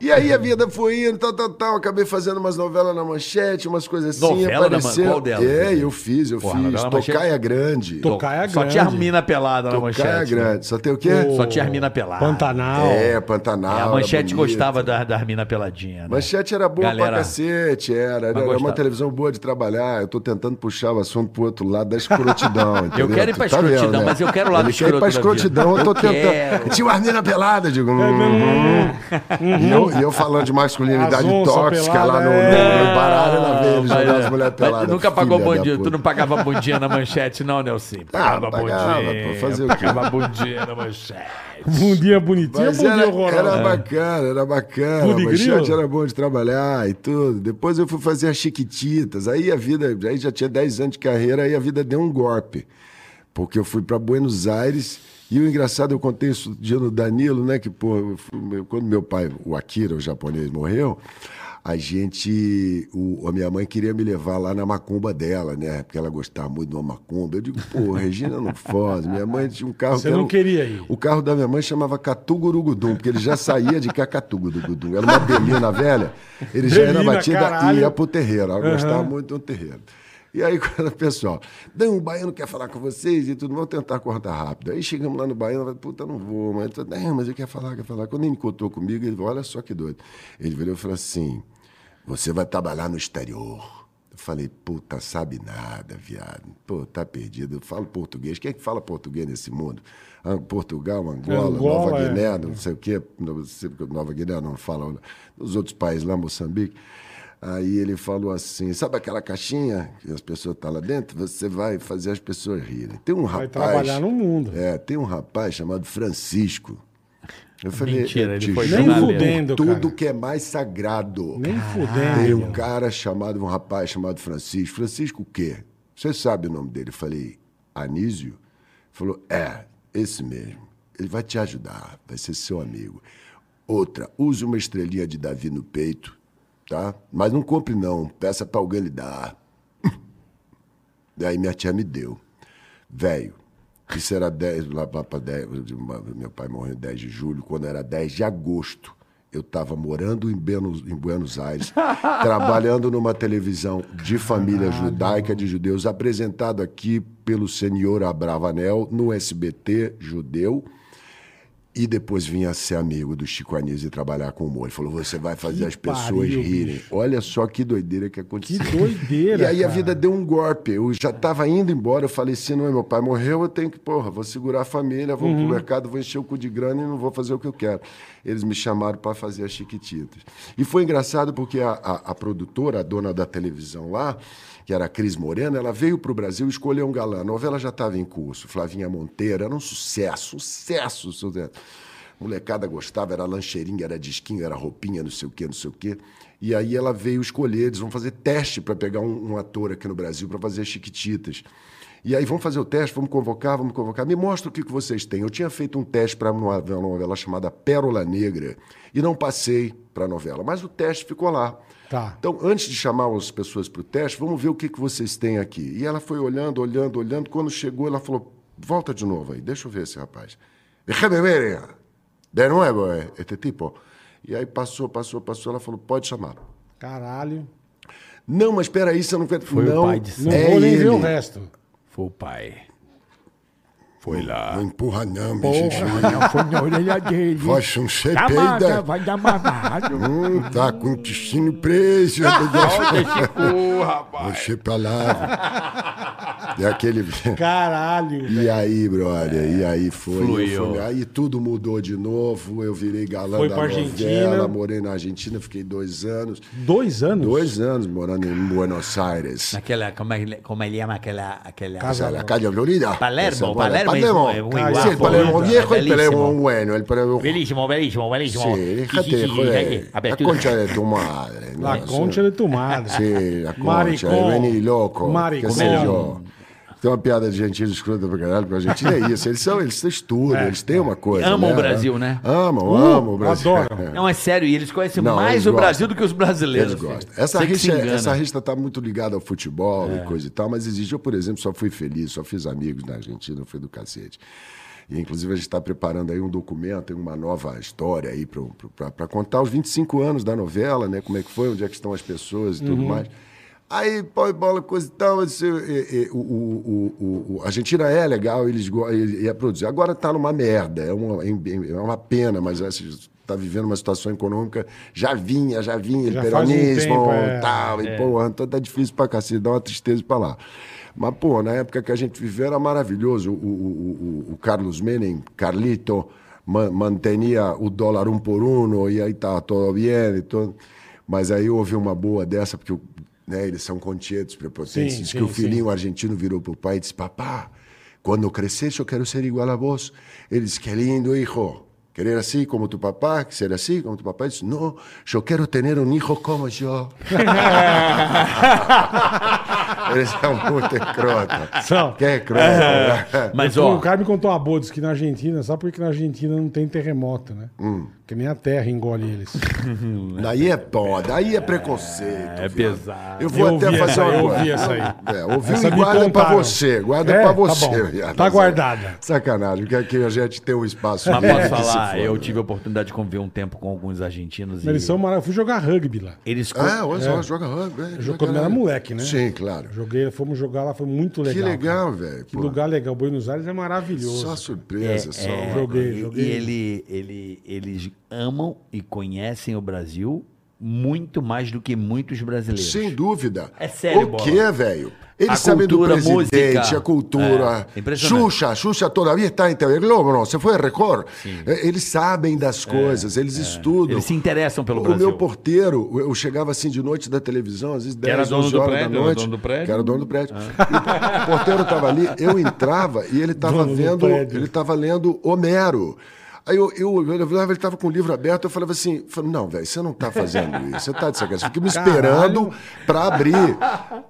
[SPEAKER 1] E aí a vida foi indo, tal, tal, tal. Acabei fazendo umas novelas na manchete, umas coisas assim.
[SPEAKER 3] Novela na Man-
[SPEAKER 1] apareceu.
[SPEAKER 3] qual delas?
[SPEAKER 1] É, eu fiz, eu
[SPEAKER 3] Porra,
[SPEAKER 1] fiz.
[SPEAKER 3] novela na manchete-
[SPEAKER 1] Tocaia Grande.
[SPEAKER 2] Tocaia
[SPEAKER 3] Só
[SPEAKER 2] é grande.
[SPEAKER 3] tinha a mina pelada na manchete.
[SPEAKER 1] Tocaia
[SPEAKER 3] né?
[SPEAKER 1] é Grande. Só tem o quê?
[SPEAKER 3] Só tinha a mina pelada.
[SPEAKER 2] Pantanal.
[SPEAKER 1] Ah, É,
[SPEAKER 3] É,
[SPEAKER 1] Pantanal.
[SPEAKER 3] a manchete
[SPEAKER 1] bonito.
[SPEAKER 3] gostava das da mina peladinha. Né?
[SPEAKER 1] Manchete era boa
[SPEAKER 3] Galera-
[SPEAKER 1] pra cacete, era. Era,
[SPEAKER 3] gostava.
[SPEAKER 1] uma televisão boa de trabalhar. Eu tô tentando puxar o assunto pro outro lado da
[SPEAKER 3] *laughs*
[SPEAKER 1] escrotidão. entendeu?
[SPEAKER 3] quero ir pra
[SPEAKER 1] Tu tá vendo,
[SPEAKER 3] escrotidão, mas eu quero o lado
[SPEAKER 1] Ele quer ir
[SPEAKER 3] escroto
[SPEAKER 1] pra
[SPEAKER 3] da
[SPEAKER 1] escrotidão,
[SPEAKER 3] vida.
[SPEAKER 1] eu tô
[SPEAKER 3] Eu
[SPEAKER 1] tentando.
[SPEAKER 3] quero. É
[SPEAKER 1] Tinha uma menina pelada, eu digo. "Hum, hum, hum." Uhum. E eu, e eu falando de masculinidade
[SPEAKER 2] As onças
[SPEAKER 1] tóxica lá
[SPEAKER 2] pelada,
[SPEAKER 1] no, no,
[SPEAKER 2] é.
[SPEAKER 1] no baralho, ela veio
[SPEAKER 3] Ah,
[SPEAKER 1] ele jogar
[SPEAKER 3] é.
[SPEAKER 1] as mulheres
[SPEAKER 6] Mas
[SPEAKER 1] peladas.
[SPEAKER 6] nunca pagou
[SPEAKER 1] filha da
[SPEAKER 6] bom dia.
[SPEAKER 1] puta. Ah,
[SPEAKER 6] Tu não pagava bom dia na manchete, não, Nelson? Pagava bom
[SPEAKER 1] pagava,
[SPEAKER 6] dia.
[SPEAKER 1] pô, fazer o quê?
[SPEAKER 6] Pagava bom dia na manchete.
[SPEAKER 2] Bundinha bonitinha,
[SPEAKER 1] Uhum. Mas
[SPEAKER 2] bundinha
[SPEAKER 1] era,
[SPEAKER 2] horrorosa. É.
[SPEAKER 1] era bacana, era bacana.
[SPEAKER 2] Tudo
[SPEAKER 1] a
[SPEAKER 2] em
[SPEAKER 1] manchete
[SPEAKER 2] grilo?
[SPEAKER 1] era bom de trabalhar e tudo. Depois eu fui fazer as Chiquititas. Aí a vida, aí já tinha 10 anos de carreira, aí a vida deu um golpe. Porque eu fui para Buenos Aires e o engraçado, eu contei isso outro dia no Danilo, né? Que, pô, eu fui- quando meu pai, o Akira, o japonês, morreu, a gente. O, a minha mãe queria me levar lá na macumba dela, né? Porque ela gostava muito de uma macumba. Eu digo, pô, Regina não foz. Minha mãe tinha um carro
[SPEAKER 2] Você
[SPEAKER 1] que era
[SPEAKER 2] não
[SPEAKER 1] um-
[SPEAKER 2] queria ir.
[SPEAKER 1] o carro da minha mãe chamava Catugurugudum, porque ele já saía de Cacatugurugudum. Era uma belina velha. Ele já era
[SPEAKER 2] Belina,
[SPEAKER 1] batida
[SPEAKER 2] caralho.
[SPEAKER 1] e ia pro terreiro. Ela gostava muito do terreiro. E aí, *laughs* quando o pessoal, Dan, o baiano quer falar com vocês e tudo, vou tentar cortar rápido. Aí chegamos lá no baiano, ela puta, não vou, mas, Dan, mas ele quer falar, quer falar. Quando ele encontrou comigo, ele falou, olha só que doido. Ele virou e falou assim: você vai trabalhar no exterior. Eu falei, puta, sabe nada, viado. Pô, tá perdido. Eu falo português. Quem é que fala português nesse mundo? Ah, Portugal, Angola,
[SPEAKER 2] Angola,
[SPEAKER 1] Nova
[SPEAKER 2] é.
[SPEAKER 1] Guiné, não sei o quê. não sei porque Nova Guiné não fala. Nos outros países lá, Moçambique. Aí ele falou assim, sabe aquela caixinha que as pessoas estão lá dentro? Você vai fazer as pessoas rirem. Tem um
[SPEAKER 2] Vai
[SPEAKER 1] rapaz...
[SPEAKER 2] trabalhar no mundo.
[SPEAKER 1] É, tem um rapaz chamado Francisco. Eu falei,
[SPEAKER 6] Mentira,
[SPEAKER 1] eu
[SPEAKER 6] ele
[SPEAKER 1] te
[SPEAKER 6] foi
[SPEAKER 1] juro
[SPEAKER 2] Nem
[SPEAKER 1] por
[SPEAKER 2] fudendo,
[SPEAKER 1] tudo
[SPEAKER 2] cara.
[SPEAKER 1] que é mais sagrado.
[SPEAKER 2] Nem
[SPEAKER 1] Tem um
[SPEAKER 2] fudendo.
[SPEAKER 1] cara chamado, um rapaz chamado Francisco. Francisco o quê? Você sabe o nome dele? Eu falei, Anísio? Ele falou, é, esse mesmo. Ele vai te ajudar, vai ser seu amigo. Outra, use uma estrelinha de Davi no peito, tá? Mas não compre não, peça pra alguém lhe dar. *coughs* Daí minha tia me deu. Velho, isso era 10, lá pra, pra 10, meu pai morreu em 10 de julho, quando era 10 de agosto. Eu estava morando em Buenos, em Buenos
[SPEAKER 2] *laughs*
[SPEAKER 1] Aires, trabalhando numa televisão de família judaica de judeus, apresentado aqui pelo senhor Abravanel no SBT judeu. E depois vinha ser amigo do Chico Anísio e trabalhar com o humor. Ele falou: você vai fazer
[SPEAKER 2] Que
[SPEAKER 1] as pessoas
[SPEAKER 2] pariu,
[SPEAKER 1] rirem.
[SPEAKER 2] bicho.
[SPEAKER 1] Olha só que doideira que aconteceu.
[SPEAKER 2] doideira,
[SPEAKER 1] E aí a
[SPEAKER 2] cara.
[SPEAKER 1] vida deu um golpe. Eu já estava indo embora, eu falei assim, não, meu pai morreu, eu tenho que, porra, vou segurar a família, vou pro mercado, vou encher o cu de grana e não vou fazer o que eu quero. Eles me chamaram para fazer as Chiquititas. E foi engraçado porque a, a- a produtora, a dona da televisão lá, que era a Cris Morena, ela veio pro Brasil e escolheu um galã. A novela já estava em curso, Flavinha Monteiro, era um sucesso, sucesso, um sucesso. Molecada gostava, era lancheirinha, era disquinho, era roupinha, não sei o quê, não sei o quê. E aí ela veio escolher, eles vão fazer teste para pegar um, um ator aqui no Brasil para fazer Chiquititas. E aí vamos fazer o teste, vamos convocar, vamos convocar. Me mostra o que, que vocês têm. Eu tinha feito um teste para uma uma novela chamada Pérola Negra e não passei para a novela, mas o teste ficou lá.
[SPEAKER 2] Tá.
[SPEAKER 1] Então, antes de chamar as pessoas para o teste, vamos ver o que, que vocês têm aqui. E ela foi olhando, olhando, olhando. Quando chegou, ela falou: volta de novo aí, deixa eu ver esse rapaz. Déjame ver, de novo, eh, este tipo. E aí passou, passou, passou. Ela falou: pode chamar.
[SPEAKER 2] Caralho.
[SPEAKER 1] Não, mas espera aí, você não quer.
[SPEAKER 6] Foi o
[SPEAKER 1] não,
[SPEAKER 6] pai de santo.
[SPEAKER 2] Não
[SPEAKER 1] é
[SPEAKER 2] vou nem
[SPEAKER 1] ele.
[SPEAKER 2] ver o resto.
[SPEAKER 6] Foi o pai. Foi lá.
[SPEAKER 1] Não Ah. empurra, não, meu Jesus.
[SPEAKER 6] foi na orelha dele.
[SPEAKER 1] Vossa um cheio
[SPEAKER 6] vai
[SPEAKER 1] *laughs*
[SPEAKER 6] dar mamado.
[SPEAKER 1] Hum, tá com o intestino preso.
[SPEAKER 2] *laughs*
[SPEAKER 6] Ô, rapaz.
[SPEAKER 1] Você palavra. É aquele.
[SPEAKER 2] Caralho.
[SPEAKER 1] E aí, brother, e aí foi.
[SPEAKER 6] Fluiu.
[SPEAKER 1] eu fui- aí tudo mudou de novo, eu virei galã
[SPEAKER 2] Foi
[SPEAKER 1] da
[SPEAKER 2] pra Argentina.
[SPEAKER 1] novela, morei na Argentina, fiquei dois anos.
[SPEAKER 2] Dois anos?
[SPEAKER 1] Dois anos morando em Buenos Aires.
[SPEAKER 6] Naquela, como ele, como ele chama aquela... aquela...
[SPEAKER 2] Casa-
[SPEAKER 1] La calle Florida.
[SPEAKER 6] Palermo,
[SPEAKER 1] Essa,
[SPEAKER 6] Palermo é
[SPEAKER 1] Palermo.
[SPEAKER 6] muy- muy
[SPEAKER 1] Sí, el
[SPEAKER 6] guapo,
[SPEAKER 1] Palermo
[SPEAKER 6] bonito,
[SPEAKER 1] viejo, el
[SPEAKER 6] bellísimo.
[SPEAKER 1] Palermo bueno, el Palermo...
[SPEAKER 6] Belíssimo, belíssimo,
[SPEAKER 1] Sí,
[SPEAKER 6] belíssimo.
[SPEAKER 1] déjate de joder.
[SPEAKER 3] né?
[SPEAKER 1] La concha de tu madre. né?
[SPEAKER 2] La
[SPEAKER 1] no,
[SPEAKER 2] concha de tomada.
[SPEAKER 1] Sì, la concia, eh,
[SPEAKER 2] Maricó.
[SPEAKER 1] veni louco,
[SPEAKER 2] Maricó.
[SPEAKER 1] che sei io. Tem uma piada de argentino escrota pra caralho, porque a Argentina é isso. Eles são, eles estudam, eles têm uma coisa.
[SPEAKER 6] Amam
[SPEAKER 1] né?
[SPEAKER 6] o Brasil, né?
[SPEAKER 1] Amam,
[SPEAKER 2] Uh,
[SPEAKER 1] amam o Brasil. *laughs*
[SPEAKER 2] adoram.
[SPEAKER 6] Não, é sério, e eles conhecem
[SPEAKER 1] Não,
[SPEAKER 6] mais
[SPEAKER 1] eles
[SPEAKER 6] o
[SPEAKER 1] gostam.
[SPEAKER 6] Brasil do que os brasileiros. assim.
[SPEAKER 1] Eles gostam. Essa
[SPEAKER 6] Você que se
[SPEAKER 1] rixa,
[SPEAKER 6] engana.
[SPEAKER 1] essa rixa tá muito ligada ao futebol
[SPEAKER 2] É.
[SPEAKER 1] e coisa e tal, mas existe. Eu, por exemplo, só fui feliz, só fiz amigos na Argentina, foi do cacete. E, inclusive, a gente está preparando aí um documento, uma nova história aí para contar os 25 anos da novela, né? Como é que foi, onde é que estão as pessoas e
[SPEAKER 2] Uhum.
[SPEAKER 1] tudo mais. Aí, pau e bola, coisa e tal. esse, e- e, o, o, o, o- a Argentina é legal, eles go- e- e é produzir. Agora está numa merda, é uma, é uma pena, mas está vivendo uma situação econômica. Já vinha, já vinha,
[SPEAKER 2] Já
[SPEAKER 1] já
[SPEAKER 2] faz um
[SPEAKER 1] peronismo,
[SPEAKER 2] tempo, é.
[SPEAKER 1] tal, e pô, então tá difícil pra cacete, dá uma tristeza pra lá. Mas, pô, na época que a gente viveu era maravilhoso. O, o, o, o- o Carlos Menem, Carlito, ma- mantinha o dólar um por um, e aí tá tudo bem. e tudo. Mas aí houve uma boa dessa, porque o- né, eles são contietos, prepotentes.
[SPEAKER 2] Sim,
[SPEAKER 1] Diz
[SPEAKER 2] sim,
[SPEAKER 1] que o filhinho argentino virou pro pai e disse: Papá, quando crescer, eu quero ser igual a vós. Ele disse: Que lindo, hijo. Querer assim como tu papá, ser assim como tu papá. Ele disse: Não, eu quero ter um hijo como eu. Eles são muito
[SPEAKER 2] *laughs*
[SPEAKER 1] crotas.
[SPEAKER 2] São. É.
[SPEAKER 1] Quem é crota?
[SPEAKER 3] Mas,
[SPEAKER 2] O
[SPEAKER 3] ó,
[SPEAKER 2] cara me contou a boa, disse que na Argentina, sabe por que na Argentina não tem terremoto, né?
[SPEAKER 1] Hum.
[SPEAKER 2] Porque nem a terra engole
[SPEAKER 1] *laughs*
[SPEAKER 2] eles.
[SPEAKER 1] *laughs* Daí é poda, aí é preconceito.
[SPEAKER 3] é
[SPEAKER 1] filho.
[SPEAKER 3] pesado.
[SPEAKER 1] Eu vou
[SPEAKER 2] Eu
[SPEAKER 1] até
[SPEAKER 2] ouvi
[SPEAKER 1] fazer
[SPEAKER 2] essa,
[SPEAKER 1] uma
[SPEAKER 2] eu
[SPEAKER 1] coisa.
[SPEAKER 2] ouvi essa aí.
[SPEAKER 1] É, ouviu
[SPEAKER 2] Essa
[SPEAKER 1] e
[SPEAKER 2] me
[SPEAKER 1] guarda pra
[SPEAKER 2] contaram.
[SPEAKER 1] você. Guarda
[SPEAKER 2] É,
[SPEAKER 1] pra
[SPEAKER 2] tá
[SPEAKER 1] você,
[SPEAKER 2] bom.
[SPEAKER 1] viado.
[SPEAKER 2] Tá guardada.
[SPEAKER 1] Sacanagem, porque aqui a gente tem um espaço.
[SPEAKER 3] Mas
[SPEAKER 1] livre
[SPEAKER 3] posso
[SPEAKER 1] que *laughs* se
[SPEAKER 3] falar,
[SPEAKER 1] foda.
[SPEAKER 3] eu tive a oportunidade de conviver um tempo com alguns argentinos e
[SPEAKER 2] Eles são maravilhosos. Eu fui jogar rugby lá.
[SPEAKER 3] eles co-
[SPEAKER 1] Ah, olha só, joga rugby. é, joga
[SPEAKER 2] Quando eu era
[SPEAKER 1] rugby.
[SPEAKER 2] moleque, né?
[SPEAKER 1] Sim, claro.
[SPEAKER 2] Joguei, fomos jogar lá, foi muito legal.
[SPEAKER 1] que
[SPEAKER 2] cara.
[SPEAKER 1] legal, velho.
[SPEAKER 2] Que
[SPEAKER 1] pô.
[SPEAKER 2] lugar É, legal. Buenos Aires é maravilhoso.
[SPEAKER 1] Só surpresa, só.
[SPEAKER 2] Joguei,
[SPEAKER 3] E,
[SPEAKER 2] joguei.
[SPEAKER 3] e ele, ele, eles amam e conhecem o Brasil muito mais do que muitos brasileiros.
[SPEAKER 1] Sem dúvida.
[SPEAKER 3] É sério,
[SPEAKER 1] O
[SPEAKER 3] Bola.
[SPEAKER 1] quê, velho? Eles
[SPEAKER 3] A
[SPEAKER 1] sabem do
[SPEAKER 3] cultura,
[SPEAKER 1] presidente,
[SPEAKER 3] música.
[SPEAKER 1] a cultura.
[SPEAKER 3] É, impressionante.
[SPEAKER 1] Xuxa, Xuxa todavia está em TV Globo, não? Você foi a Record? É, Eles sabem das coisas, eles estudam.
[SPEAKER 3] é. Eles se interessam pelo
[SPEAKER 1] o
[SPEAKER 3] Brasil.
[SPEAKER 1] meu porteiro, eu eu chegava assim de noite da televisão, às vezes 10,
[SPEAKER 3] era dono
[SPEAKER 1] 11
[SPEAKER 3] do
[SPEAKER 1] horas
[SPEAKER 3] prédio,
[SPEAKER 1] da
[SPEAKER 3] era
[SPEAKER 1] noite.
[SPEAKER 3] dono do prédio? Ah.
[SPEAKER 1] Que era dono do prédio. E o porteiro estava ali, eu entrava e ele estava
[SPEAKER 2] Dono do
[SPEAKER 1] vendo,
[SPEAKER 2] prédio.
[SPEAKER 1] ele estava lendo Homero. Aí eu, eu, eu olhava, ele estava com o livro aberto, eu falava assim, falava, não, velho, você não está fazendo isso, você tá de sacanagem. Fiquei me esperando para abrir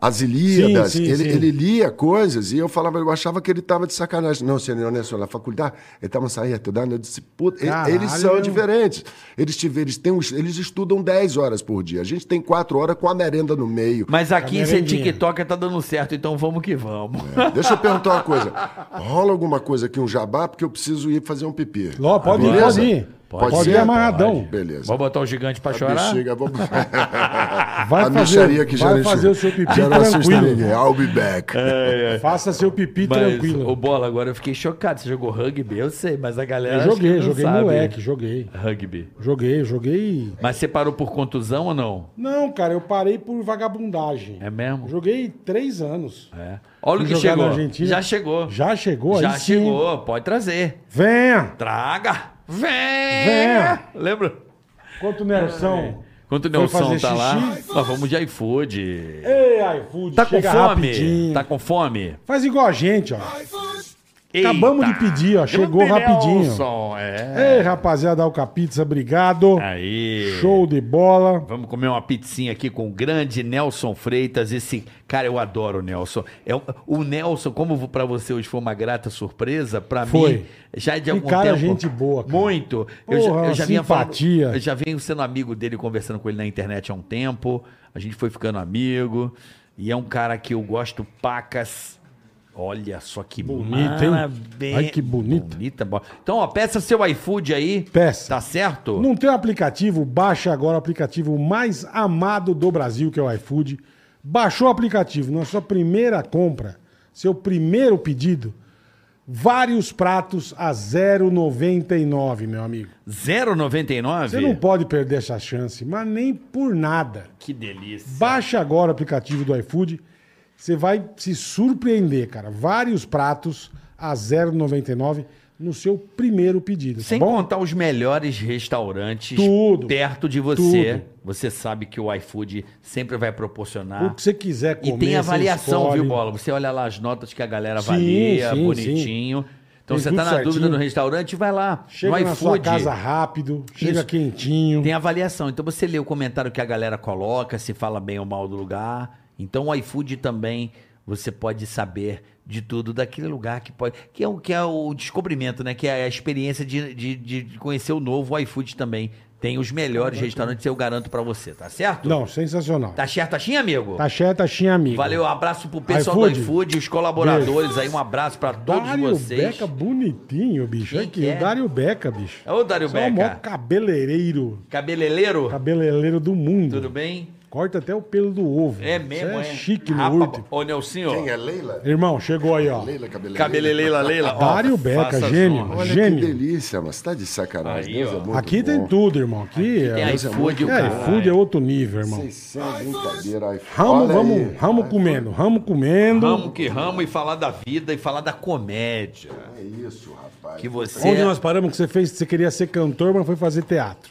[SPEAKER 1] as Ilíadas.
[SPEAKER 2] Sim, sim,
[SPEAKER 1] ele,
[SPEAKER 2] sim.
[SPEAKER 1] ele lia coisas e eu falava, eu achava que ele estava de sacanagem. Não, senhor, não é só na faculdade, ele estava saindo estudando, eu disse, puta,
[SPEAKER 2] Caralho,
[SPEAKER 1] eles são
[SPEAKER 2] meu.
[SPEAKER 1] diferentes diferentes. Eles, tive- eles, têm uns- eles estudam 10 horas por dia. A gente tem 4 horas com a merenda no meio.
[SPEAKER 3] Mas aqui ser
[SPEAKER 2] Camerandinha.
[SPEAKER 3] TikTok tá dando certo, então vamos que vamos.
[SPEAKER 2] É.
[SPEAKER 3] *laughs*
[SPEAKER 1] É, Deixa eu perguntar uma coisa. Rola alguma coisa aqui, um jabá, porque eu preciso ir fazer um pipi.
[SPEAKER 2] Ló, pode ir,
[SPEAKER 1] Beleza?
[SPEAKER 2] pode ir.
[SPEAKER 1] Pode,
[SPEAKER 2] Pode Tá
[SPEAKER 1] ser?
[SPEAKER 2] ir amarradão.
[SPEAKER 1] Beleza.
[SPEAKER 3] Vamos botar o gigante pra chorar?
[SPEAKER 1] Bexiga,
[SPEAKER 2] *laughs*
[SPEAKER 1] vamos...
[SPEAKER 2] Vai
[SPEAKER 1] a
[SPEAKER 2] fazer,
[SPEAKER 1] mixaria que já
[SPEAKER 2] vai
[SPEAKER 1] não
[SPEAKER 2] fazer o
[SPEAKER 1] enxu-
[SPEAKER 2] seu pipi
[SPEAKER 1] já não assusta
[SPEAKER 2] tranquilo.
[SPEAKER 1] ninguém. I'll be back.
[SPEAKER 3] É.
[SPEAKER 2] Faça seu pipi
[SPEAKER 3] Mas,
[SPEAKER 2] tranquilo.
[SPEAKER 3] ô Bola, agora eu fiquei chocado. Você jogou rugby? Eu sei, mas a galera.
[SPEAKER 2] Eu
[SPEAKER 3] acho que
[SPEAKER 2] joguei,
[SPEAKER 3] não
[SPEAKER 2] joguei
[SPEAKER 3] sabe. né?
[SPEAKER 2] moleque, joguei.
[SPEAKER 3] Rugby.
[SPEAKER 2] Joguei, joguei.
[SPEAKER 3] Mas você parou por contusão ou não?
[SPEAKER 2] Não, cara, eu parei por vagabundagem.
[SPEAKER 3] É mesmo?
[SPEAKER 2] Joguei três anos.
[SPEAKER 3] É. Olha o que
[SPEAKER 2] Fui jogar
[SPEAKER 3] chegou.
[SPEAKER 2] na Argentina.
[SPEAKER 3] Já chegou.
[SPEAKER 2] Já chegou aí?
[SPEAKER 3] Já
[SPEAKER 2] sim.
[SPEAKER 3] chegou. Pode trazer.
[SPEAKER 2] Venha!
[SPEAKER 3] Traga. Vem.
[SPEAKER 2] Venha.
[SPEAKER 3] Lembra?
[SPEAKER 2] Quanto o Nelson.
[SPEAKER 3] Quando o
[SPEAKER 2] Foi
[SPEAKER 3] Nelson tá
[SPEAKER 2] fazer
[SPEAKER 3] lá,
[SPEAKER 2] xixi.
[SPEAKER 3] nós vamos de iFood.
[SPEAKER 2] Ei, iFood,
[SPEAKER 3] Tá com
[SPEAKER 2] chega
[SPEAKER 3] fome?
[SPEAKER 2] rapidinho.
[SPEAKER 3] Tá com fome?
[SPEAKER 2] Faz igual a gente, ó. Acabamos de pedir, ó. Chegou
[SPEAKER 3] Grande
[SPEAKER 2] rapidinho.
[SPEAKER 3] Nelson, é.
[SPEAKER 2] Ei, rapaziada, Alca Pizza, obrigado.
[SPEAKER 3] Aí.
[SPEAKER 2] Show de bola.
[SPEAKER 3] Vamos comer uma pizzinha aqui com o grande Nelson Freitas. Esse cara, eu adoro o Nelson. É, o- o Nelson, como para você hoje foi uma grata surpresa, para
[SPEAKER 2] Foi.
[SPEAKER 3] mim já é de
[SPEAKER 2] Que
[SPEAKER 3] algum
[SPEAKER 2] cara,
[SPEAKER 3] tempo.
[SPEAKER 2] gente boa, cara.
[SPEAKER 3] Muito. eu já,
[SPEAKER 2] Porra,
[SPEAKER 3] eu já vinha falando-
[SPEAKER 2] simpatia.
[SPEAKER 3] eu já venho sendo amigo dele, conversando com ele na internet há um tempo. A gente foi ficando amigo. E é um cara que eu gosto pacas. Olha só que
[SPEAKER 2] Bonito, hein?
[SPEAKER 3] maravilha.
[SPEAKER 2] Ai, que bonito.
[SPEAKER 3] bonita. bo- Então, ó, peça seu iFood aí.
[SPEAKER 2] Peça.
[SPEAKER 3] Tá certo?
[SPEAKER 2] Não tem um aplicativo? Baixa agora o aplicativo mais amado do Brasil, que é o iFood. Baixou o aplicativo, na sua primeira compra, seu primeiro pedido, vários pratos a 0,99, meu amigo.
[SPEAKER 3] 0,99?
[SPEAKER 2] Você não pode perder essa chance, mas nem por nada.
[SPEAKER 3] Que delícia.
[SPEAKER 2] Baixa agora o aplicativo do iFood. Você vai se surpreender, cara. Vários pratos a 0,99 no seu primeiro pedido. Tá
[SPEAKER 3] Sem
[SPEAKER 2] bom?
[SPEAKER 3] contar os melhores restaurantes
[SPEAKER 2] Tudo.
[SPEAKER 3] perto de você.
[SPEAKER 2] Tudo.
[SPEAKER 3] Você sabe que o iFood sempre vai proporcionar.
[SPEAKER 2] O que você quiser comer.
[SPEAKER 3] E tem
[SPEAKER 2] você
[SPEAKER 3] avaliação,
[SPEAKER 2] escolhe.
[SPEAKER 3] viu, Bola? Você olha lá as notas que a galera
[SPEAKER 2] Sim,
[SPEAKER 3] avalia,
[SPEAKER 2] sim,
[SPEAKER 3] bonitinho. Então
[SPEAKER 2] Tem
[SPEAKER 3] você
[SPEAKER 2] tudo
[SPEAKER 3] tá na dúvida
[SPEAKER 2] certinho.
[SPEAKER 3] no restaurante, vai lá.
[SPEAKER 2] Chega
[SPEAKER 3] no
[SPEAKER 2] na sua
[SPEAKER 3] iFood.
[SPEAKER 2] casa rápido, chega
[SPEAKER 3] Isso.
[SPEAKER 2] quentinho.
[SPEAKER 3] Tem avaliação. Então você lê o comentário que a galera coloca, se fala bem ou mal do lugar. Então o iFood também você pode saber de tudo daquele lugar que pode. Que é o, que é o descobrimento, né? Que é a experiência de, de, de conhecer o novo. O iFood também tem os melhores restaurantes, eu garanto pra você, tá certo?
[SPEAKER 2] Não, sensacional.
[SPEAKER 3] Tá certo, assim, amigo?
[SPEAKER 2] Tá cheia, tá cheia, amigo.
[SPEAKER 3] Valeu, um abraço pro pessoal
[SPEAKER 2] iFood.
[SPEAKER 3] do iFood, os colaboradores aí, um abraço pra todos
[SPEAKER 2] Dário
[SPEAKER 3] vocês.
[SPEAKER 2] Beca, bonitinho, bicho.
[SPEAKER 3] Quem
[SPEAKER 2] Olha aqui,
[SPEAKER 3] que
[SPEAKER 2] o
[SPEAKER 3] é?
[SPEAKER 2] Dário Beca, bicho.
[SPEAKER 3] Ô, Dário
[SPEAKER 2] Você é o maior
[SPEAKER 3] Beca.
[SPEAKER 2] cabeleireiro.
[SPEAKER 3] Cabeleireiro,
[SPEAKER 2] Cabeleireiro do mundo.
[SPEAKER 3] tudo bem?
[SPEAKER 2] Corta até o pelo do ovo.
[SPEAKER 3] É
[SPEAKER 2] Você
[SPEAKER 3] mesmo,
[SPEAKER 2] é
[SPEAKER 3] é?
[SPEAKER 2] chique no
[SPEAKER 3] Rapa-
[SPEAKER 2] último.
[SPEAKER 3] Ô, Nelsinho.
[SPEAKER 1] Quem é Leila?
[SPEAKER 2] Irmão, chegou aí, ó.
[SPEAKER 1] Leila Cabeleleira.
[SPEAKER 3] Cabeleleira, Leila. Ó,
[SPEAKER 2] Dário Beca,
[SPEAKER 3] faça as
[SPEAKER 2] gênio.
[SPEAKER 3] honras.
[SPEAKER 1] Olha
[SPEAKER 2] Gênio.
[SPEAKER 1] que delícia, mas tá de sacanagem.
[SPEAKER 3] Aí,
[SPEAKER 1] Deus
[SPEAKER 3] ó.
[SPEAKER 1] é muito
[SPEAKER 2] Aqui tem
[SPEAKER 1] bom.
[SPEAKER 2] tudo, irmão. Aqui é...
[SPEAKER 3] Tem iFood, o
[SPEAKER 2] É,
[SPEAKER 3] cara.
[SPEAKER 2] iFood é outro nível, irmão.
[SPEAKER 1] Vocês são brincadeira. ai,
[SPEAKER 2] Ramo,
[SPEAKER 1] olha
[SPEAKER 2] vamos,
[SPEAKER 1] aí.
[SPEAKER 2] ramo comendo, ramo comendo.
[SPEAKER 3] Ramo que ramo e falar da vida e falar da comédia.
[SPEAKER 1] É isso, rapaz. rapaz.
[SPEAKER 3] Que você.
[SPEAKER 2] Onde nós paramos que você fez, você queria ser cantor, mas foi fazer teatro.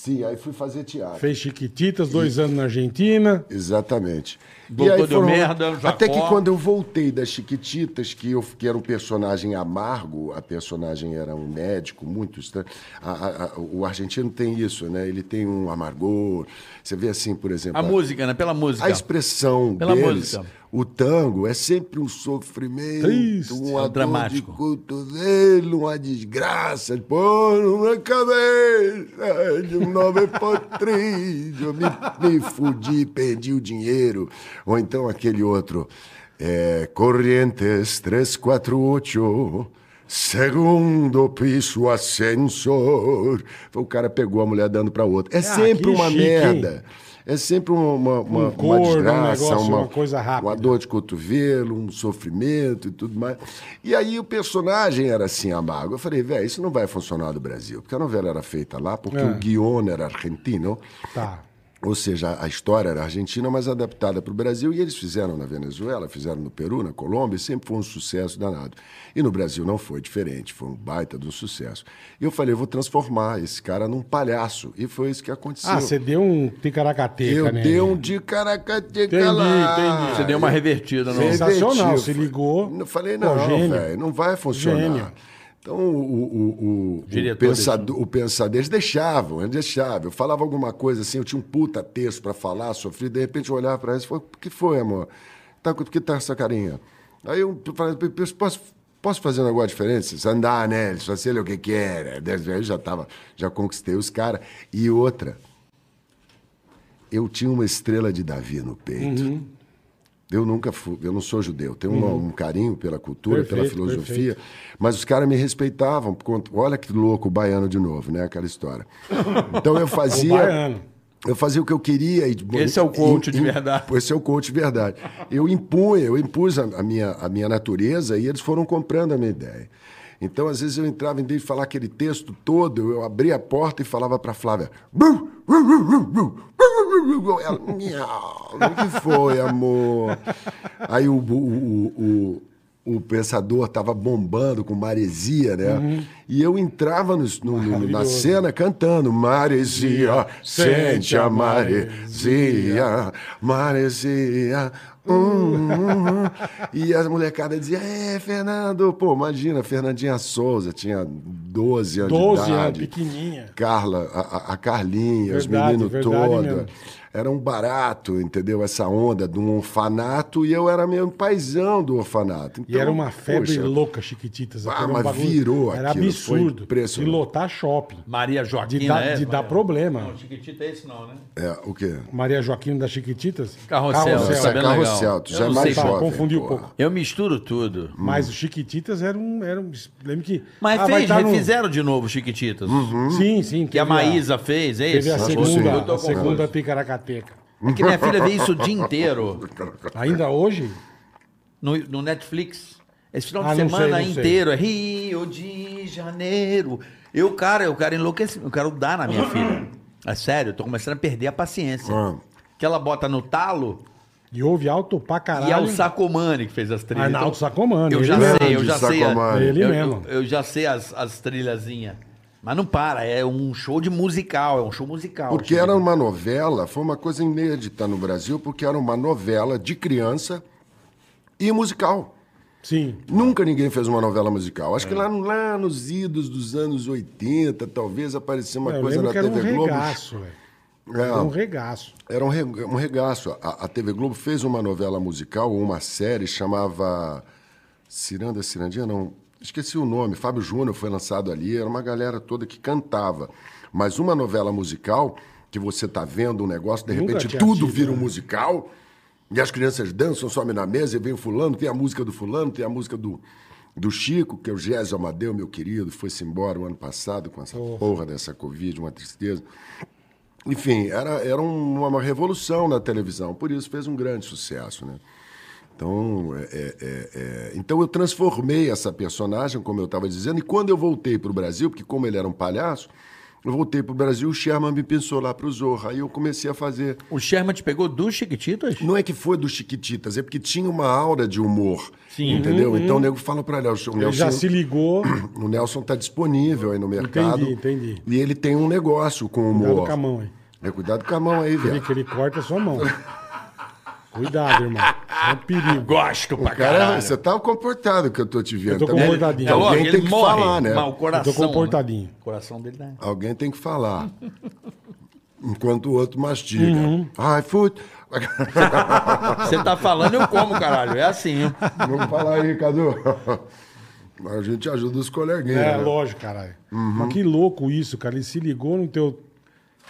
[SPEAKER 1] Sim, aí fui fazer teatro.
[SPEAKER 2] Fez Chiquititas, dois anos na Argentina.
[SPEAKER 1] Exatamente.
[SPEAKER 3] Doutor deu merda, Jacó.
[SPEAKER 1] Até que quando eu voltei das Chiquititas, que eu que era um personagem amargo, a personagem era um médico muito estranho. A- a- a- o argentino tem isso, né? Ele tem um amargor. Você vê assim, por exemplo,
[SPEAKER 3] A música, né? Pela música.
[SPEAKER 1] a expressão
[SPEAKER 3] Pela
[SPEAKER 1] deles,
[SPEAKER 3] música.
[SPEAKER 1] o tango, é sempre um sofrimento,
[SPEAKER 2] Triste,
[SPEAKER 1] um
[SPEAKER 3] é
[SPEAKER 1] ador
[SPEAKER 3] dramático.
[SPEAKER 1] de cotovelo, uma desgraça, pôr na cabeça de um novo potrilho, me, me fudi, perdi o dinheiro. Ou então aquele outro, é, Corrientes 348... Segundo piso, ascensor. Então O cara pegou a mulher dando pra outra. É
[SPEAKER 3] Ah,
[SPEAKER 1] sempre
[SPEAKER 2] que
[SPEAKER 1] uma
[SPEAKER 2] chique, hein?
[SPEAKER 1] merda. É sempre uma, uma, uma, uma
[SPEAKER 2] corno, um
[SPEAKER 1] desgraça,
[SPEAKER 2] negócio,
[SPEAKER 1] uma,
[SPEAKER 2] uma coisa rápida.
[SPEAKER 1] uma dor de cotovelo, um sofrimento e tudo mais. E aí o personagem era assim, amargo. Eu falei, velho, isso não vai funcionar no Brasil, porque a novela era feita lá, porque
[SPEAKER 2] É.
[SPEAKER 1] o guion era argentino,
[SPEAKER 2] Tá.
[SPEAKER 1] ou seja, a história era argentina, mas adaptada para o Brasil. E eles fizeram na Venezuela, fizeram no Peru, na Colômbia, e sempre foi um sucesso danado. E no Brasil não foi diferente, foi um baita de um sucesso. E eu falei, eu vou transformar esse cara num palhaço. E foi isso que aconteceu.
[SPEAKER 2] Ah, você deu um ticaracateca,
[SPEAKER 1] Eu
[SPEAKER 2] né?
[SPEAKER 1] dei um de caracateca
[SPEAKER 2] Entendi,
[SPEAKER 1] lá.
[SPEAKER 2] entendi.
[SPEAKER 3] Você deu uma revertida no.
[SPEAKER 2] Sim. Sensacional,
[SPEAKER 1] Reverti,
[SPEAKER 2] se
[SPEAKER 1] foi.
[SPEAKER 2] ligou.
[SPEAKER 1] Não falei,
[SPEAKER 2] Pô,
[SPEAKER 1] não,
[SPEAKER 2] gênio.
[SPEAKER 1] velho, não vai funcionar.
[SPEAKER 2] Gênio.
[SPEAKER 1] Então, o, o, o, o,
[SPEAKER 3] Diretor
[SPEAKER 1] pensador, o pensador, eles deixavam, eles deixavam. Eu falava alguma coisa assim, eu tinha um puta texto pra falar, sofrido, de repente eu olhava pra eles e falava, o que foi, amor? Tá, com- que tá essa carinha? Aí eu falei, posso, posso fazer um negócio diferente? Vocês andar, né? Eles faziam o que que era. Eu já tava, já conquistei os caras. E outra, eu tinha uma estrela de Davi no peito.
[SPEAKER 2] Uhum.
[SPEAKER 1] Eu nunca fui, eu não sou judeu. Tenho uma- um carinho pela cultura, pela
[SPEAKER 2] Perfeito,
[SPEAKER 1] filosofia, mas os caras me respeitavam. por conta- Olha que louco o baiano de novo, né?
[SPEAKER 2] *laughs*
[SPEAKER 1] Aquela história. Então eu
[SPEAKER 2] O
[SPEAKER 1] fazia.
[SPEAKER 2] baiano.
[SPEAKER 1] Eu fazia o que eu queria. E,
[SPEAKER 3] Esse é o coach de verdade.
[SPEAKER 1] Esse é o coach de verdade. Eu impunha, eu impus a, a minha, a minha natureza e eles foram comprando a minha ideia. Então, às vezes, eu entrava, em vez de falar aquele texto todo, eu abria a porta e falava para Flávia. "Bum, bum, bum, bum, bum, bum, bum, bum." Ela, "Miau, o que foi, amor? Aí o, o, o, o, o pensador estava bombando com maresia, né?
[SPEAKER 3] Uhum.
[SPEAKER 1] E eu entrava no, no- no- na
[SPEAKER 2] Maravilhoso.
[SPEAKER 1] cena cantando maresia, sente a maresia, maresia. hum, hum, hum." E as molecada dizia, é, Fernando. Pô, imagina, Fernandinha Souza tinha 12 anos
[SPEAKER 2] 12
[SPEAKER 1] de
[SPEAKER 2] anos,
[SPEAKER 1] idade.
[SPEAKER 2] pequenininha.
[SPEAKER 1] Carla, a, a- a Carlinha, os
[SPEAKER 2] Verdade,
[SPEAKER 1] meninos
[SPEAKER 2] verdade mesmo.
[SPEAKER 1] todos. Era um barato, entendeu? Essa onda de um orfanato e eu era mesmo paizão do orfanato.
[SPEAKER 2] E era
[SPEAKER 1] Então,
[SPEAKER 2] uma febre
[SPEAKER 1] poxa,
[SPEAKER 2] louca, Chiquititas.
[SPEAKER 1] Ah,
[SPEAKER 2] Aquilo era um
[SPEAKER 1] mas virou
[SPEAKER 2] Era
[SPEAKER 1] aquilo, foi
[SPEAKER 2] absurdo. De
[SPEAKER 1] impressionante.
[SPEAKER 2] lotar shopping.
[SPEAKER 3] Maria
[SPEAKER 2] De,
[SPEAKER 3] Joaquina.
[SPEAKER 2] dar,
[SPEAKER 3] é?
[SPEAKER 2] de dar problema.
[SPEAKER 3] Chiquitita é esse não, né?
[SPEAKER 1] É, o quê?
[SPEAKER 2] Maria Joaquina das Chiquititas.
[SPEAKER 3] Carrossel.
[SPEAKER 1] Não, essa
[SPEAKER 3] é
[SPEAKER 1] é
[SPEAKER 3] bem legal.
[SPEAKER 1] carrossel, tu
[SPEAKER 3] Eu
[SPEAKER 1] já é
[SPEAKER 3] não sei,
[SPEAKER 1] mais
[SPEAKER 2] tá,
[SPEAKER 1] jovem.
[SPEAKER 2] confundi um
[SPEAKER 1] porra.
[SPEAKER 2] pouco.
[SPEAKER 3] Eu misturo tudo.
[SPEAKER 2] Mas os Chiquititas era um. Era um lembro que.
[SPEAKER 3] Mas
[SPEAKER 2] ah, vai
[SPEAKER 3] fez,
[SPEAKER 2] tá no-
[SPEAKER 3] refizeram de novo Chiquititas.
[SPEAKER 2] Sim, sim.
[SPEAKER 3] Que Uhum. a Maísa fez, é
[SPEAKER 2] Teve
[SPEAKER 3] isso?
[SPEAKER 2] a
[SPEAKER 1] sim.
[SPEAKER 2] segunda,
[SPEAKER 3] Eu tô
[SPEAKER 2] a
[SPEAKER 3] com-
[SPEAKER 2] segunda picaracateca.
[SPEAKER 3] É que minha filha vê isso o dia inteiro
[SPEAKER 2] Ainda hoje?
[SPEAKER 3] no, no Netflix. Esse final
[SPEAKER 2] Ah,
[SPEAKER 3] de
[SPEAKER 2] não
[SPEAKER 3] semana
[SPEAKER 2] sei, não sei.
[SPEAKER 3] inteiro é Rio de Janeiro. Eu, cara, eu quero enlouquecer, eu quero dar na
[SPEAKER 2] *coughs*
[SPEAKER 3] minha filha. É sério, eu tô começando a perder a paciência.
[SPEAKER 1] Ah.
[SPEAKER 3] Que ela bota no talo
[SPEAKER 2] E houve alto pra caralho.
[SPEAKER 3] e é o Sacomani que fez as trilhas.
[SPEAKER 2] Arnaldo
[SPEAKER 3] Então,
[SPEAKER 2] Sacomani,
[SPEAKER 3] Eu
[SPEAKER 2] ele
[SPEAKER 3] já
[SPEAKER 2] mesmo.
[SPEAKER 3] sei, eu já
[SPEAKER 1] Grande
[SPEAKER 3] sei. a-
[SPEAKER 1] Sacomani.
[SPEAKER 2] Ele
[SPEAKER 3] eu,
[SPEAKER 2] mesmo.
[SPEAKER 3] eu- eu já sei as, as trilhazinhas. Mas não para, é um show de musical, é um show musical.
[SPEAKER 1] Porque
[SPEAKER 3] Chico.
[SPEAKER 1] era uma novela, foi uma coisa inédita no Brasil, porque era uma novela de criança e musical.
[SPEAKER 2] Sim.
[SPEAKER 1] Nunca ninguém fez uma novela musical. Acho que lá, no- lá nos idos dos anos 80, talvez apareceu uma
[SPEAKER 2] Eu
[SPEAKER 1] coisa
[SPEAKER 2] lembro
[SPEAKER 1] na
[SPEAKER 2] que era um
[SPEAKER 1] TV Globo.
[SPEAKER 2] regaço, velho.
[SPEAKER 1] É,
[SPEAKER 2] Era um regaço.
[SPEAKER 1] era um re- um regaço. A, a TV Globo fez uma novela musical, ou uma série, chamava Ciranda Cirandinha, não. Esqueci o nome. Fábio Júnior foi lançado ali. Era uma galera toda que cantava. Mas uma novela musical, que você tá vendo um negócio, de
[SPEAKER 2] Nunca
[SPEAKER 1] repente
[SPEAKER 2] tinha
[SPEAKER 1] tudo
[SPEAKER 2] tido,
[SPEAKER 1] vira um
[SPEAKER 2] né?
[SPEAKER 1] musical. E as crianças dançam, somem na mesa e vem o fulano, tem a música do fulano, tem a música do, do Chico, que é o Gésio Amadeu, meu querido, foi-se embora o ano passado com essa porra dessa Covid, uma tristeza. Enfim, era, era um- uma revolução na televisão, por isso fez um grande sucesso, né? Então, é- é- é- é- então eu transformei essa personagem, como eu estava dizendo, e quando eu voltei para o Brasil, porque como ele era um palhaço, Eu voltei pro Brasil, o Sherman me pensou lá pro Zorra. Aí eu comecei a fazer.
[SPEAKER 2] um-
[SPEAKER 3] O Sherman te pegou dos Chiquititas?
[SPEAKER 1] Não é que foi do Chiquititas, é porque tinha uma aura de humor. Sim. Entendeu? Então o nego fala pra ele, ó, É o
[SPEAKER 2] Uhum, Ele
[SPEAKER 1] Nelson,
[SPEAKER 2] já se ligou.
[SPEAKER 1] *clears throat* o Nelson tá disponível aí no mercado.
[SPEAKER 2] Entendi, entendi.
[SPEAKER 1] E ele tem um negócio com humor.
[SPEAKER 2] Cuidado com a mão aí.
[SPEAKER 1] É, cuidado com a mão aí,
[SPEAKER 2] Vê
[SPEAKER 1] velho.
[SPEAKER 2] que *laughs* ele corta a sua
[SPEAKER 1] *laughs*
[SPEAKER 2] mão. Cuidado, irmão. É um perigo.
[SPEAKER 6] Gosto pra
[SPEAKER 3] é
[SPEAKER 1] Cara,
[SPEAKER 6] caralho.
[SPEAKER 1] você tá comportado que eu tô te vendo.
[SPEAKER 2] Eu tô
[SPEAKER 1] também.
[SPEAKER 2] comportadinho.
[SPEAKER 1] Alguém
[SPEAKER 3] Logo,
[SPEAKER 1] tem que falar, né?
[SPEAKER 3] Mas o coração.
[SPEAKER 2] Eu tô comportadinho.
[SPEAKER 3] né? O coração dele tá.
[SPEAKER 1] Alguém tem que falar. Enquanto o outro mastiga.
[SPEAKER 2] Uhum.
[SPEAKER 1] Ai, fut.
[SPEAKER 3] Você tá falando, eu como, caralho. É assim. hein?
[SPEAKER 1] *laughs* Vamos falar aí, Cadu. *laughs* A gente ajuda os coleguinhas.
[SPEAKER 2] É,
[SPEAKER 1] né?
[SPEAKER 2] lógico, caralho. Mas que louco isso, cara. Ele se ligou no teu.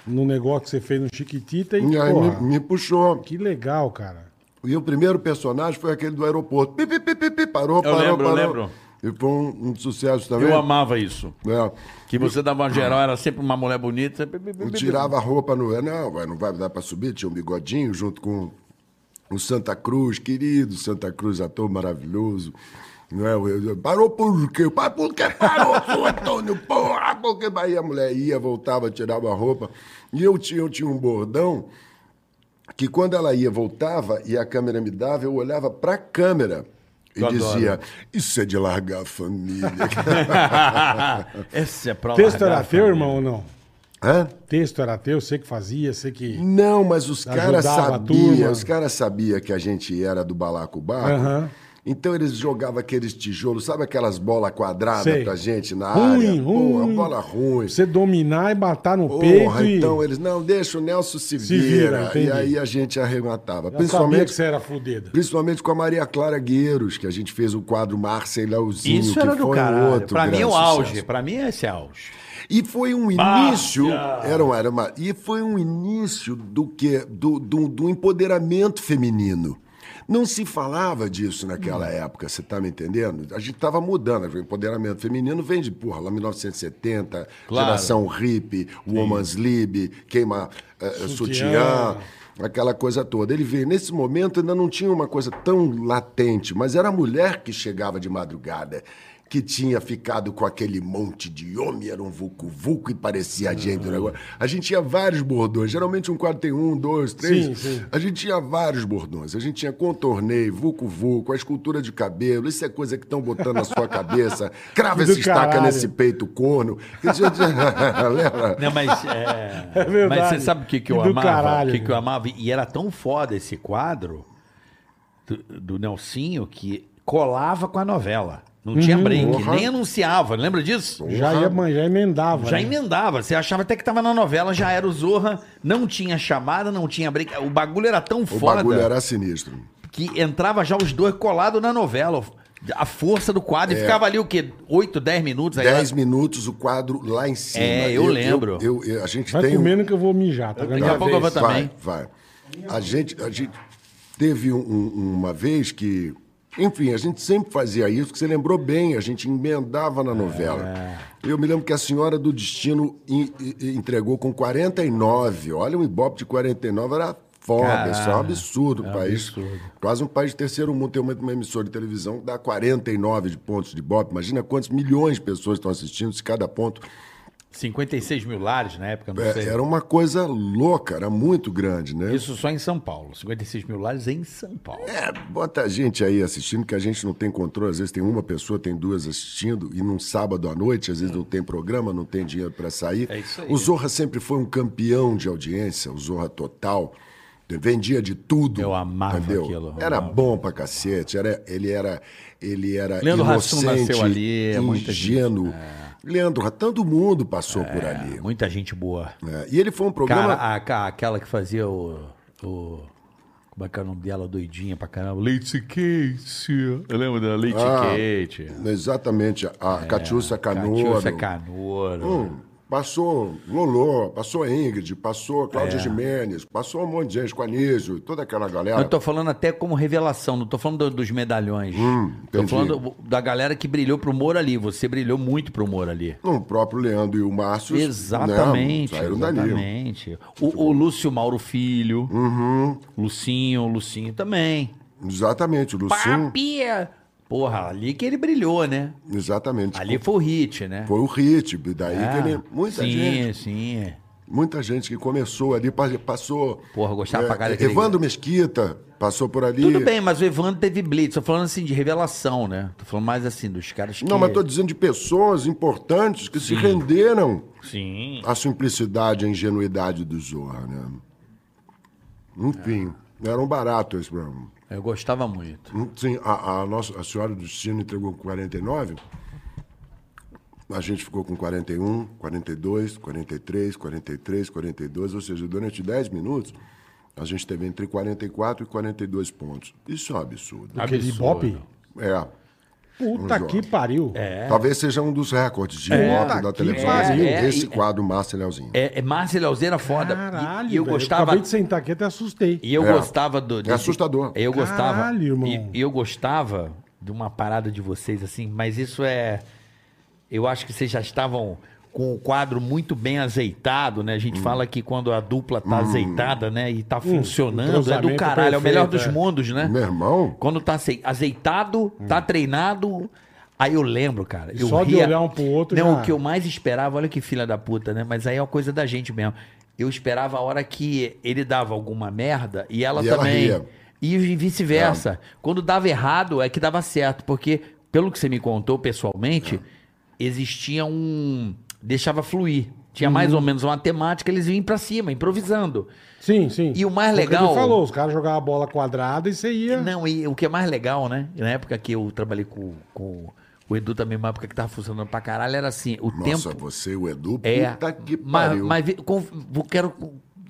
[SPEAKER 2] No negócio que você fez no Chiquitita e.
[SPEAKER 1] E aí me,
[SPEAKER 2] porra,
[SPEAKER 1] me puxou.
[SPEAKER 2] Que legal, cara.
[SPEAKER 1] E o primeiro personagem foi aquele do aeroporto. Pi, pi, pi, pi, pi, parou, parou,
[SPEAKER 3] lembro, eu
[SPEAKER 1] parou.
[SPEAKER 3] lembro.
[SPEAKER 1] E foi um, um sucesso também.
[SPEAKER 3] Eu amava isso.
[SPEAKER 1] É.
[SPEAKER 3] Que você dava uma geral, era sempre uma mulher bonita. *laughs*
[SPEAKER 1] Eu tirava a roupa no. Não, vai, não vai dar pra subir. Tinha um bigodinho junto com o Santa Cruz, querido Santa Cruz, ator maravilhoso. Não é? Eu- eu- Parou por quê? Parou por quê? Parou, seu Antônio, porra, porque aí a mulher ia, voltava, tirava a roupa. E eu tinha, eu tinha um bordão que quando ela ia, voltava e a câmera me dava, eu olhava pra câmera e
[SPEAKER 3] Eu adoro.
[SPEAKER 1] dizia: Isso é de largar a família. *laughs*
[SPEAKER 3] Esse é pra
[SPEAKER 2] Texto
[SPEAKER 3] largar,
[SPEAKER 2] era teu,
[SPEAKER 3] cara.
[SPEAKER 2] irmão, ou não?
[SPEAKER 1] Hã?
[SPEAKER 2] Texto era teu, sei que fazia, sei que.
[SPEAKER 1] Não, mas os caras
[SPEAKER 2] Ajudava a
[SPEAKER 1] sabiam,
[SPEAKER 2] turma.
[SPEAKER 1] os caras sabiam que a gente era do Balacobaco.
[SPEAKER 2] Aham.
[SPEAKER 1] Então eles jogavam aqueles tijolos, sabe aquelas bolas quadradas
[SPEAKER 2] Sei.
[SPEAKER 1] pra gente na
[SPEAKER 2] Ruim,
[SPEAKER 1] área? Pô, é
[SPEAKER 2] ruim.
[SPEAKER 1] bola ruim.
[SPEAKER 2] Você dominar e matar no peito
[SPEAKER 1] Porra,
[SPEAKER 2] e.
[SPEAKER 1] então eles, não, deixa o Nelson se,
[SPEAKER 2] Se vira,
[SPEAKER 1] vira.
[SPEAKER 2] entendi.
[SPEAKER 1] e aí a gente arrematava.
[SPEAKER 2] Já sabia que
[SPEAKER 1] Principalmente,
[SPEAKER 2] você era fudido.
[SPEAKER 1] principalmente com a Maria Clara Guerreiros, que a gente fez o quadro Marcelauzinho,
[SPEAKER 3] Isso era
[SPEAKER 1] que
[SPEAKER 3] do
[SPEAKER 1] foi
[SPEAKER 3] caralho.
[SPEAKER 1] outro
[SPEAKER 3] pra mim,
[SPEAKER 1] grande
[SPEAKER 3] o auge.
[SPEAKER 1] sucesso.
[SPEAKER 3] Pra mim, é esse auge.
[SPEAKER 1] E foi um início. Era uma, era uma- e foi um início do que do, do, do empoderamento feminino. Não se falava disso naquela época, você está me entendendo? A gente estava mudando. O empoderamento feminino vem de, porra, lá 1970,
[SPEAKER 3] Claro.
[SPEAKER 1] geração hippie, woman's lib, queima eh, sutiã. aquela coisa toda. Ele veio, nesse momento ainda não tinha uma coisa tão latente, mas era a mulher que chegava de madrugada, que tinha ficado com aquele monte de homem, era um vulco-vulco e parecia a gente. o negócio. A gente tinha vários bordões, geralmente um quadro tem um, dois, três.
[SPEAKER 2] Sim, sim.
[SPEAKER 1] A gente tinha vários bordões. A gente tinha contorneio, vulco-vulco, a escultura de cabelo, isso é coisa que estão botando na
[SPEAKER 2] *laughs*
[SPEAKER 1] sua cabeça. Crava
[SPEAKER 2] Do
[SPEAKER 1] essa estaca
[SPEAKER 2] caralho.
[SPEAKER 1] nesse peito corno. *laughs* Lembra?
[SPEAKER 3] Não, mas, é...
[SPEAKER 2] *laughs* É verdade.
[SPEAKER 3] mas você sabe o que, que eu
[SPEAKER 2] E do
[SPEAKER 3] amava?
[SPEAKER 2] caralho,
[SPEAKER 3] o que, que eu
[SPEAKER 2] né?
[SPEAKER 3] amava? E era tão foda esse quadro do, do Nelsinho que colava com a novela. Não tinha
[SPEAKER 2] Uhum.
[SPEAKER 3] break,
[SPEAKER 1] Porra.
[SPEAKER 3] nem anunciava. Lembra disso?
[SPEAKER 2] Já ia, man- já emendava.
[SPEAKER 3] Já
[SPEAKER 2] né?
[SPEAKER 3] emendava, você achava até que tava na novela, já era o Zorra, não tinha chamada, não tinha break. O bagulho era tão
[SPEAKER 1] O
[SPEAKER 3] foda
[SPEAKER 1] bagulho era sinistro.
[SPEAKER 3] que entrava já os dois colados na novela. A força do quadro. E ficava ali o quê? 8, 10 minutos? Aí
[SPEAKER 1] É. Dez minutos o quadro lá em cima.
[SPEAKER 3] É, eu lembro.
[SPEAKER 1] eu- eu- a gente
[SPEAKER 2] Vai
[SPEAKER 1] tem. um-
[SPEAKER 2] comendo que eu vou mijar, tá
[SPEAKER 3] Daqui a
[SPEAKER 2] vendo?
[SPEAKER 3] pouco eu vou
[SPEAKER 1] vai,
[SPEAKER 3] também.
[SPEAKER 1] Vai. A gente, a gente teve um- um- uma vez que. Enfim, a gente sempre fazia isso, que você lembrou bem, a gente emendava na novela.
[SPEAKER 3] É.
[SPEAKER 1] Eu me lembro que a Senhora do Destino en- en- entregou com 49. Olha, o Ibope de 49 era foda, isso é um absurdo. um país, Quase um país de terceiro mundo tem uma, uma emissora de televisão que dá 49 de pontos de Ibope. Imagina quantos milhões de pessoas estão assistindo se cada ponto
[SPEAKER 3] 56 mil lares na época, não
[SPEAKER 1] é,
[SPEAKER 3] sei.
[SPEAKER 1] era uma coisa louca, era muito grande, né?
[SPEAKER 3] Isso só em São Paulo. 56 mil lares em São Paulo.
[SPEAKER 1] É, bota a gente aí assistindo, que a gente não tem controle. Às vezes tem uma pessoa, tem duas assistindo, e num sábado à noite, às vezes não tem programa, não tem dinheiro para sair.
[SPEAKER 3] É isso aí.
[SPEAKER 1] O Zorra sempre foi um campeão de audiência, o Zorra Total. Vendia de tudo.
[SPEAKER 3] Eu amava
[SPEAKER 1] entendeu?
[SPEAKER 3] aquilo, eu
[SPEAKER 1] Era
[SPEAKER 3] amava.
[SPEAKER 1] bom pra cacete. Era, ele era. Ele era
[SPEAKER 3] Leandro Hassum
[SPEAKER 1] inocente,
[SPEAKER 3] nasceu ali, é muita gente. É.
[SPEAKER 1] ingênuo. Leandro, Ra- todo mundo passou por ali.
[SPEAKER 3] Muita gente boa.
[SPEAKER 1] né? E ele foi um programa.
[SPEAKER 3] Cara, a- a- aquela que fazia o, o- Como é que é o nome dela? Doidinha pra caramba. Leite Kate. Eu lembro da Leite
[SPEAKER 1] Ah,
[SPEAKER 3] Kate.
[SPEAKER 1] Exatamente,
[SPEAKER 3] É,
[SPEAKER 1] a Catiúcia Canoa. Hum,
[SPEAKER 3] Catiúcia né? Canoura.
[SPEAKER 1] Passou Lolô, passou Ingrid, passou Cláudia
[SPEAKER 3] É.
[SPEAKER 1] Jimenez, passou um monte de gente com Anísio, toda aquela galera.
[SPEAKER 3] Eu tô falando até como revelação, não tô falando do- dos medalhões. tô
[SPEAKER 1] Hum, entendi.
[SPEAKER 3] falando da galera que brilhou pro humor ali. Você brilhou muito pro humor ali.
[SPEAKER 1] O próprio Leandro e o Márcio. né,
[SPEAKER 3] Exatamente.
[SPEAKER 1] saíram dali. Tipo- Hum.
[SPEAKER 3] exatamente. O, o Lúcio Mauro Filho. Lucinho, Lucinho também.
[SPEAKER 1] Uhum, Exatamente, o Lucinho.
[SPEAKER 3] Papia! Porra, ali que ele brilhou, né?
[SPEAKER 1] Exatamente.
[SPEAKER 3] Ali foi o hit, né?
[SPEAKER 1] Foi o hit, daí que
[SPEAKER 3] É.
[SPEAKER 1] ele. Muita
[SPEAKER 3] sim,
[SPEAKER 1] gente.
[SPEAKER 3] Sim,
[SPEAKER 1] Muita gente que começou ali, pa- passou.
[SPEAKER 3] Porra, eu gostava pra caralho daquele-
[SPEAKER 1] É, Evandro Mesquita passou por ali.
[SPEAKER 3] Tudo bem, mas o Evandro teve blitz. Tô falando assim de revelação, né? Tô falando mais assim dos caras que...
[SPEAKER 1] Não, mas tô dizendo de pessoas importantes que se renderam
[SPEAKER 3] Sim.
[SPEAKER 1] à simplicidade e à ingenuidade do Zorra, né? Enfim, era um barato esse programa.
[SPEAKER 3] Eu gostava muito.
[SPEAKER 1] Sim, a, a nossa, a Senhora do Destino entregou com 49, a gente ficou com 41, 42, 43, 43, 42, ou seja, durante 10 minutos, a gente teve entre 44 e 42 pontos. Isso é um absurdo.
[SPEAKER 2] Aquele
[SPEAKER 6] Absurdo.
[SPEAKER 2] Ibope?
[SPEAKER 1] É.
[SPEAKER 2] Puta
[SPEAKER 1] Vamos
[SPEAKER 2] que pariu.
[SPEAKER 1] Talvez seja um dos recordes de Ibope da
[SPEAKER 2] que
[SPEAKER 1] televisão.
[SPEAKER 2] pariu.
[SPEAKER 3] É,
[SPEAKER 1] Esse
[SPEAKER 3] é.
[SPEAKER 1] quadro, Márcio Leozinho.
[SPEAKER 3] É, é Márcia Leozeira foda. E-
[SPEAKER 2] Caralho,
[SPEAKER 3] e eu
[SPEAKER 2] velho,
[SPEAKER 3] gostava...
[SPEAKER 2] acabei de sentar aqui até assustei.
[SPEAKER 3] E eu
[SPEAKER 1] É.
[SPEAKER 3] gostava do... desse-
[SPEAKER 1] assustador.
[SPEAKER 3] Eu gostava...
[SPEAKER 2] Caralho, irmão.
[SPEAKER 3] E, e eu gostava de uma parada de vocês, assim, mas isso é... Eu acho que vocês já estavam com o quadro muito bem azeitado, né? A
[SPEAKER 1] Hum.
[SPEAKER 3] gente fala que quando a dupla tá azeitada, né? E tá funcionando, é do
[SPEAKER 2] Hum, entrosamento
[SPEAKER 3] caralho. É o melhor dos
[SPEAKER 2] perfeito, é.
[SPEAKER 3] mundos, né?
[SPEAKER 1] Meu irmão,
[SPEAKER 3] Quando tá acei- azeitado, tá treinado. Aí eu lembro, cara. Eu
[SPEAKER 2] Hum. só de
[SPEAKER 3] ria.
[SPEAKER 2] olhar um pro outro
[SPEAKER 3] Não,
[SPEAKER 2] já-
[SPEAKER 3] o que eu mais esperava, olha que filha da puta, né? Mas aí é uma coisa da gente mesmo. Eu esperava a hora que ele dava alguma merda e ela
[SPEAKER 1] E ela
[SPEAKER 3] também.
[SPEAKER 1] ria.
[SPEAKER 3] e vice-versa. Quando dava errado, é que dava certo. Porque, pelo que você me contou pessoalmente,
[SPEAKER 2] É.
[SPEAKER 3] existia um. deixava fluir. Tinha
[SPEAKER 2] Uhum.
[SPEAKER 3] mais ou menos uma temática, eles vinham pra cima, improvisando.
[SPEAKER 2] Sim, sim.
[SPEAKER 3] E o mais
[SPEAKER 2] Porque
[SPEAKER 3] legal-
[SPEAKER 2] Ele falou, os caras jogavam a bola quadrada e você ia.
[SPEAKER 3] Não, e o que é mais legal, né? Na época que eu trabalhei com, com o Edu também, uma época que tava funcionando pra caralho, era assim, o
[SPEAKER 1] nossa,
[SPEAKER 3] tempo
[SPEAKER 1] você e o Edu,
[SPEAKER 3] é...
[SPEAKER 1] puta que
[SPEAKER 3] mas,
[SPEAKER 1] pariu.
[SPEAKER 3] mas vi- com- vou- quero...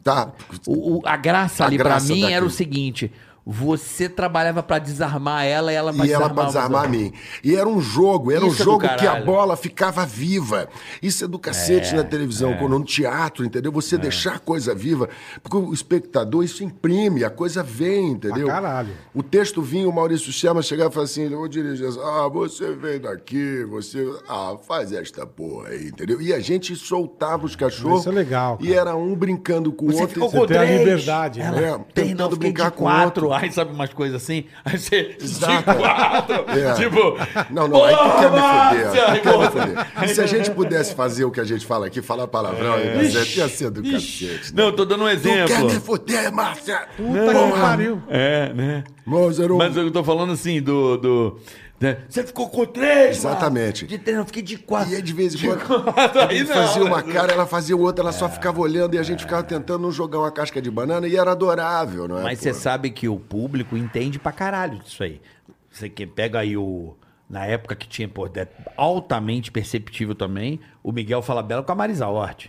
[SPEAKER 1] Tá.
[SPEAKER 3] o- o- a graça
[SPEAKER 1] A
[SPEAKER 3] ali pra
[SPEAKER 1] graça
[SPEAKER 3] mim era
[SPEAKER 1] daquilo.
[SPEAKER 3] o seguinte, você trabalhava pra desarmar ela e ela pra
[SPEAKER 1] E ela pra desarmar a
[SPEAKER 3] você.
[SPEAKER 1] mim. E era um jogo, era um
[SPEAKER 3] é Isso é do
[SPEAKER 1] jogo que a
[SPEAKER 3] caralho.
[SPEAKER 1] bola ficava viva. Isso é do cacete na
[SPEAKER 3] é.
[SPEAKER 1] televisão, quando no teatro, entendeu? Você deixar a coisa viva, porque o espectador isso imprime, a coisa vem, entendeu?
[SPEAKER 2] Pra caralho.
[SPEAKER 1] O texto vinha, o Maurício Chama chegava e falava assim: ô dirigir, ah, você veio daqui, você. Ah, faz esta porra aí, entendeu? E a gente soltava os cachorros.
[SPEAKER 2] Isso é legal,
[SPEAKER 1] E
[SPEAKER 2] cara.
[SPEAKER 1] era um brincando com o
[SPEAKER 3] Você
[SPEAKER 1] outro.
[SPEAKER 3] ficou
[SPEAKER 1] e-
[SPEAKER 3] com
[SPEAKER 2] tem a
[SPEAKER 3] três.
[SPEAKER 2] liberdade, né?
[SPEAKER 3] Ela,
[SPEAKER 1] É,
[SPEAKER 3] tem,
[SPEAKER 1] tentando
[SPEAKER 3] não, fiquei
[SPEAKER 1] brincar
[SPEAKER 3] de
[SPEAKER 1] com
[SPEAKER 3] quatro. Aí sabe umas coisas assim? Aí você, de
[SPEAKER 1] Exato.
[SPEAKER 3] quatro.
[SPEAKER 1] É.
[SPEAKER 3] Tipo,
[SPEAKER 1] *laughs* Não, não, aí tu quer me
[SPEAKER 3] "Porra,
[SPEAKER 1] foder. aí tu quer me
[SPEAKER 3] Márcia!"
[SPEAKER 1] foder. E se a gente pudesse fazer o que a gente fala aqui, falar palavrão, é. ia ser do cacete. né?
[SPEAKER 3] Não, tô dando um
[SPEAKER 1] Tu quer me
[SPEAKER 3] exemplo.
[SPEAKER 1] foder, Márcia?
[SPEAKER 2] Puta que pariu.
[SPEAKER 3] É, né?
[SPEAKER 1] Mozart,
[SPEAKER 3] Mas
[SPEAKER 1] um-
[SPEAKER 3] eu tô falando assim, do. do né? Você ficou com três?
[SPEAKER 1] Exatamente.
[SPEAKER 3] mano. De três, eu fiquei de quatro.
[SPEAKER 1] E aí, de vez em quando,
[SPEAKER 3] *laughs* Aí
[SPEAKER 1] ele
[SPEAKER 3] não. É.
[SPEAKER 1] fazia uma cara, ela fazia outra, ela só ficava olhando e a gente ficava tentando não jogar uma casca de banana e era adorável, não é?
[SPEAKER 3] Mas
[SPEAKER 1] pô?
[SPEAKER 3] você sabe que o público entende pra caralho disso aí. Você que pega aí o. Na época que tinha, pô, é altamente perceptível também, o Miguel Falabella com a Marisa Hort.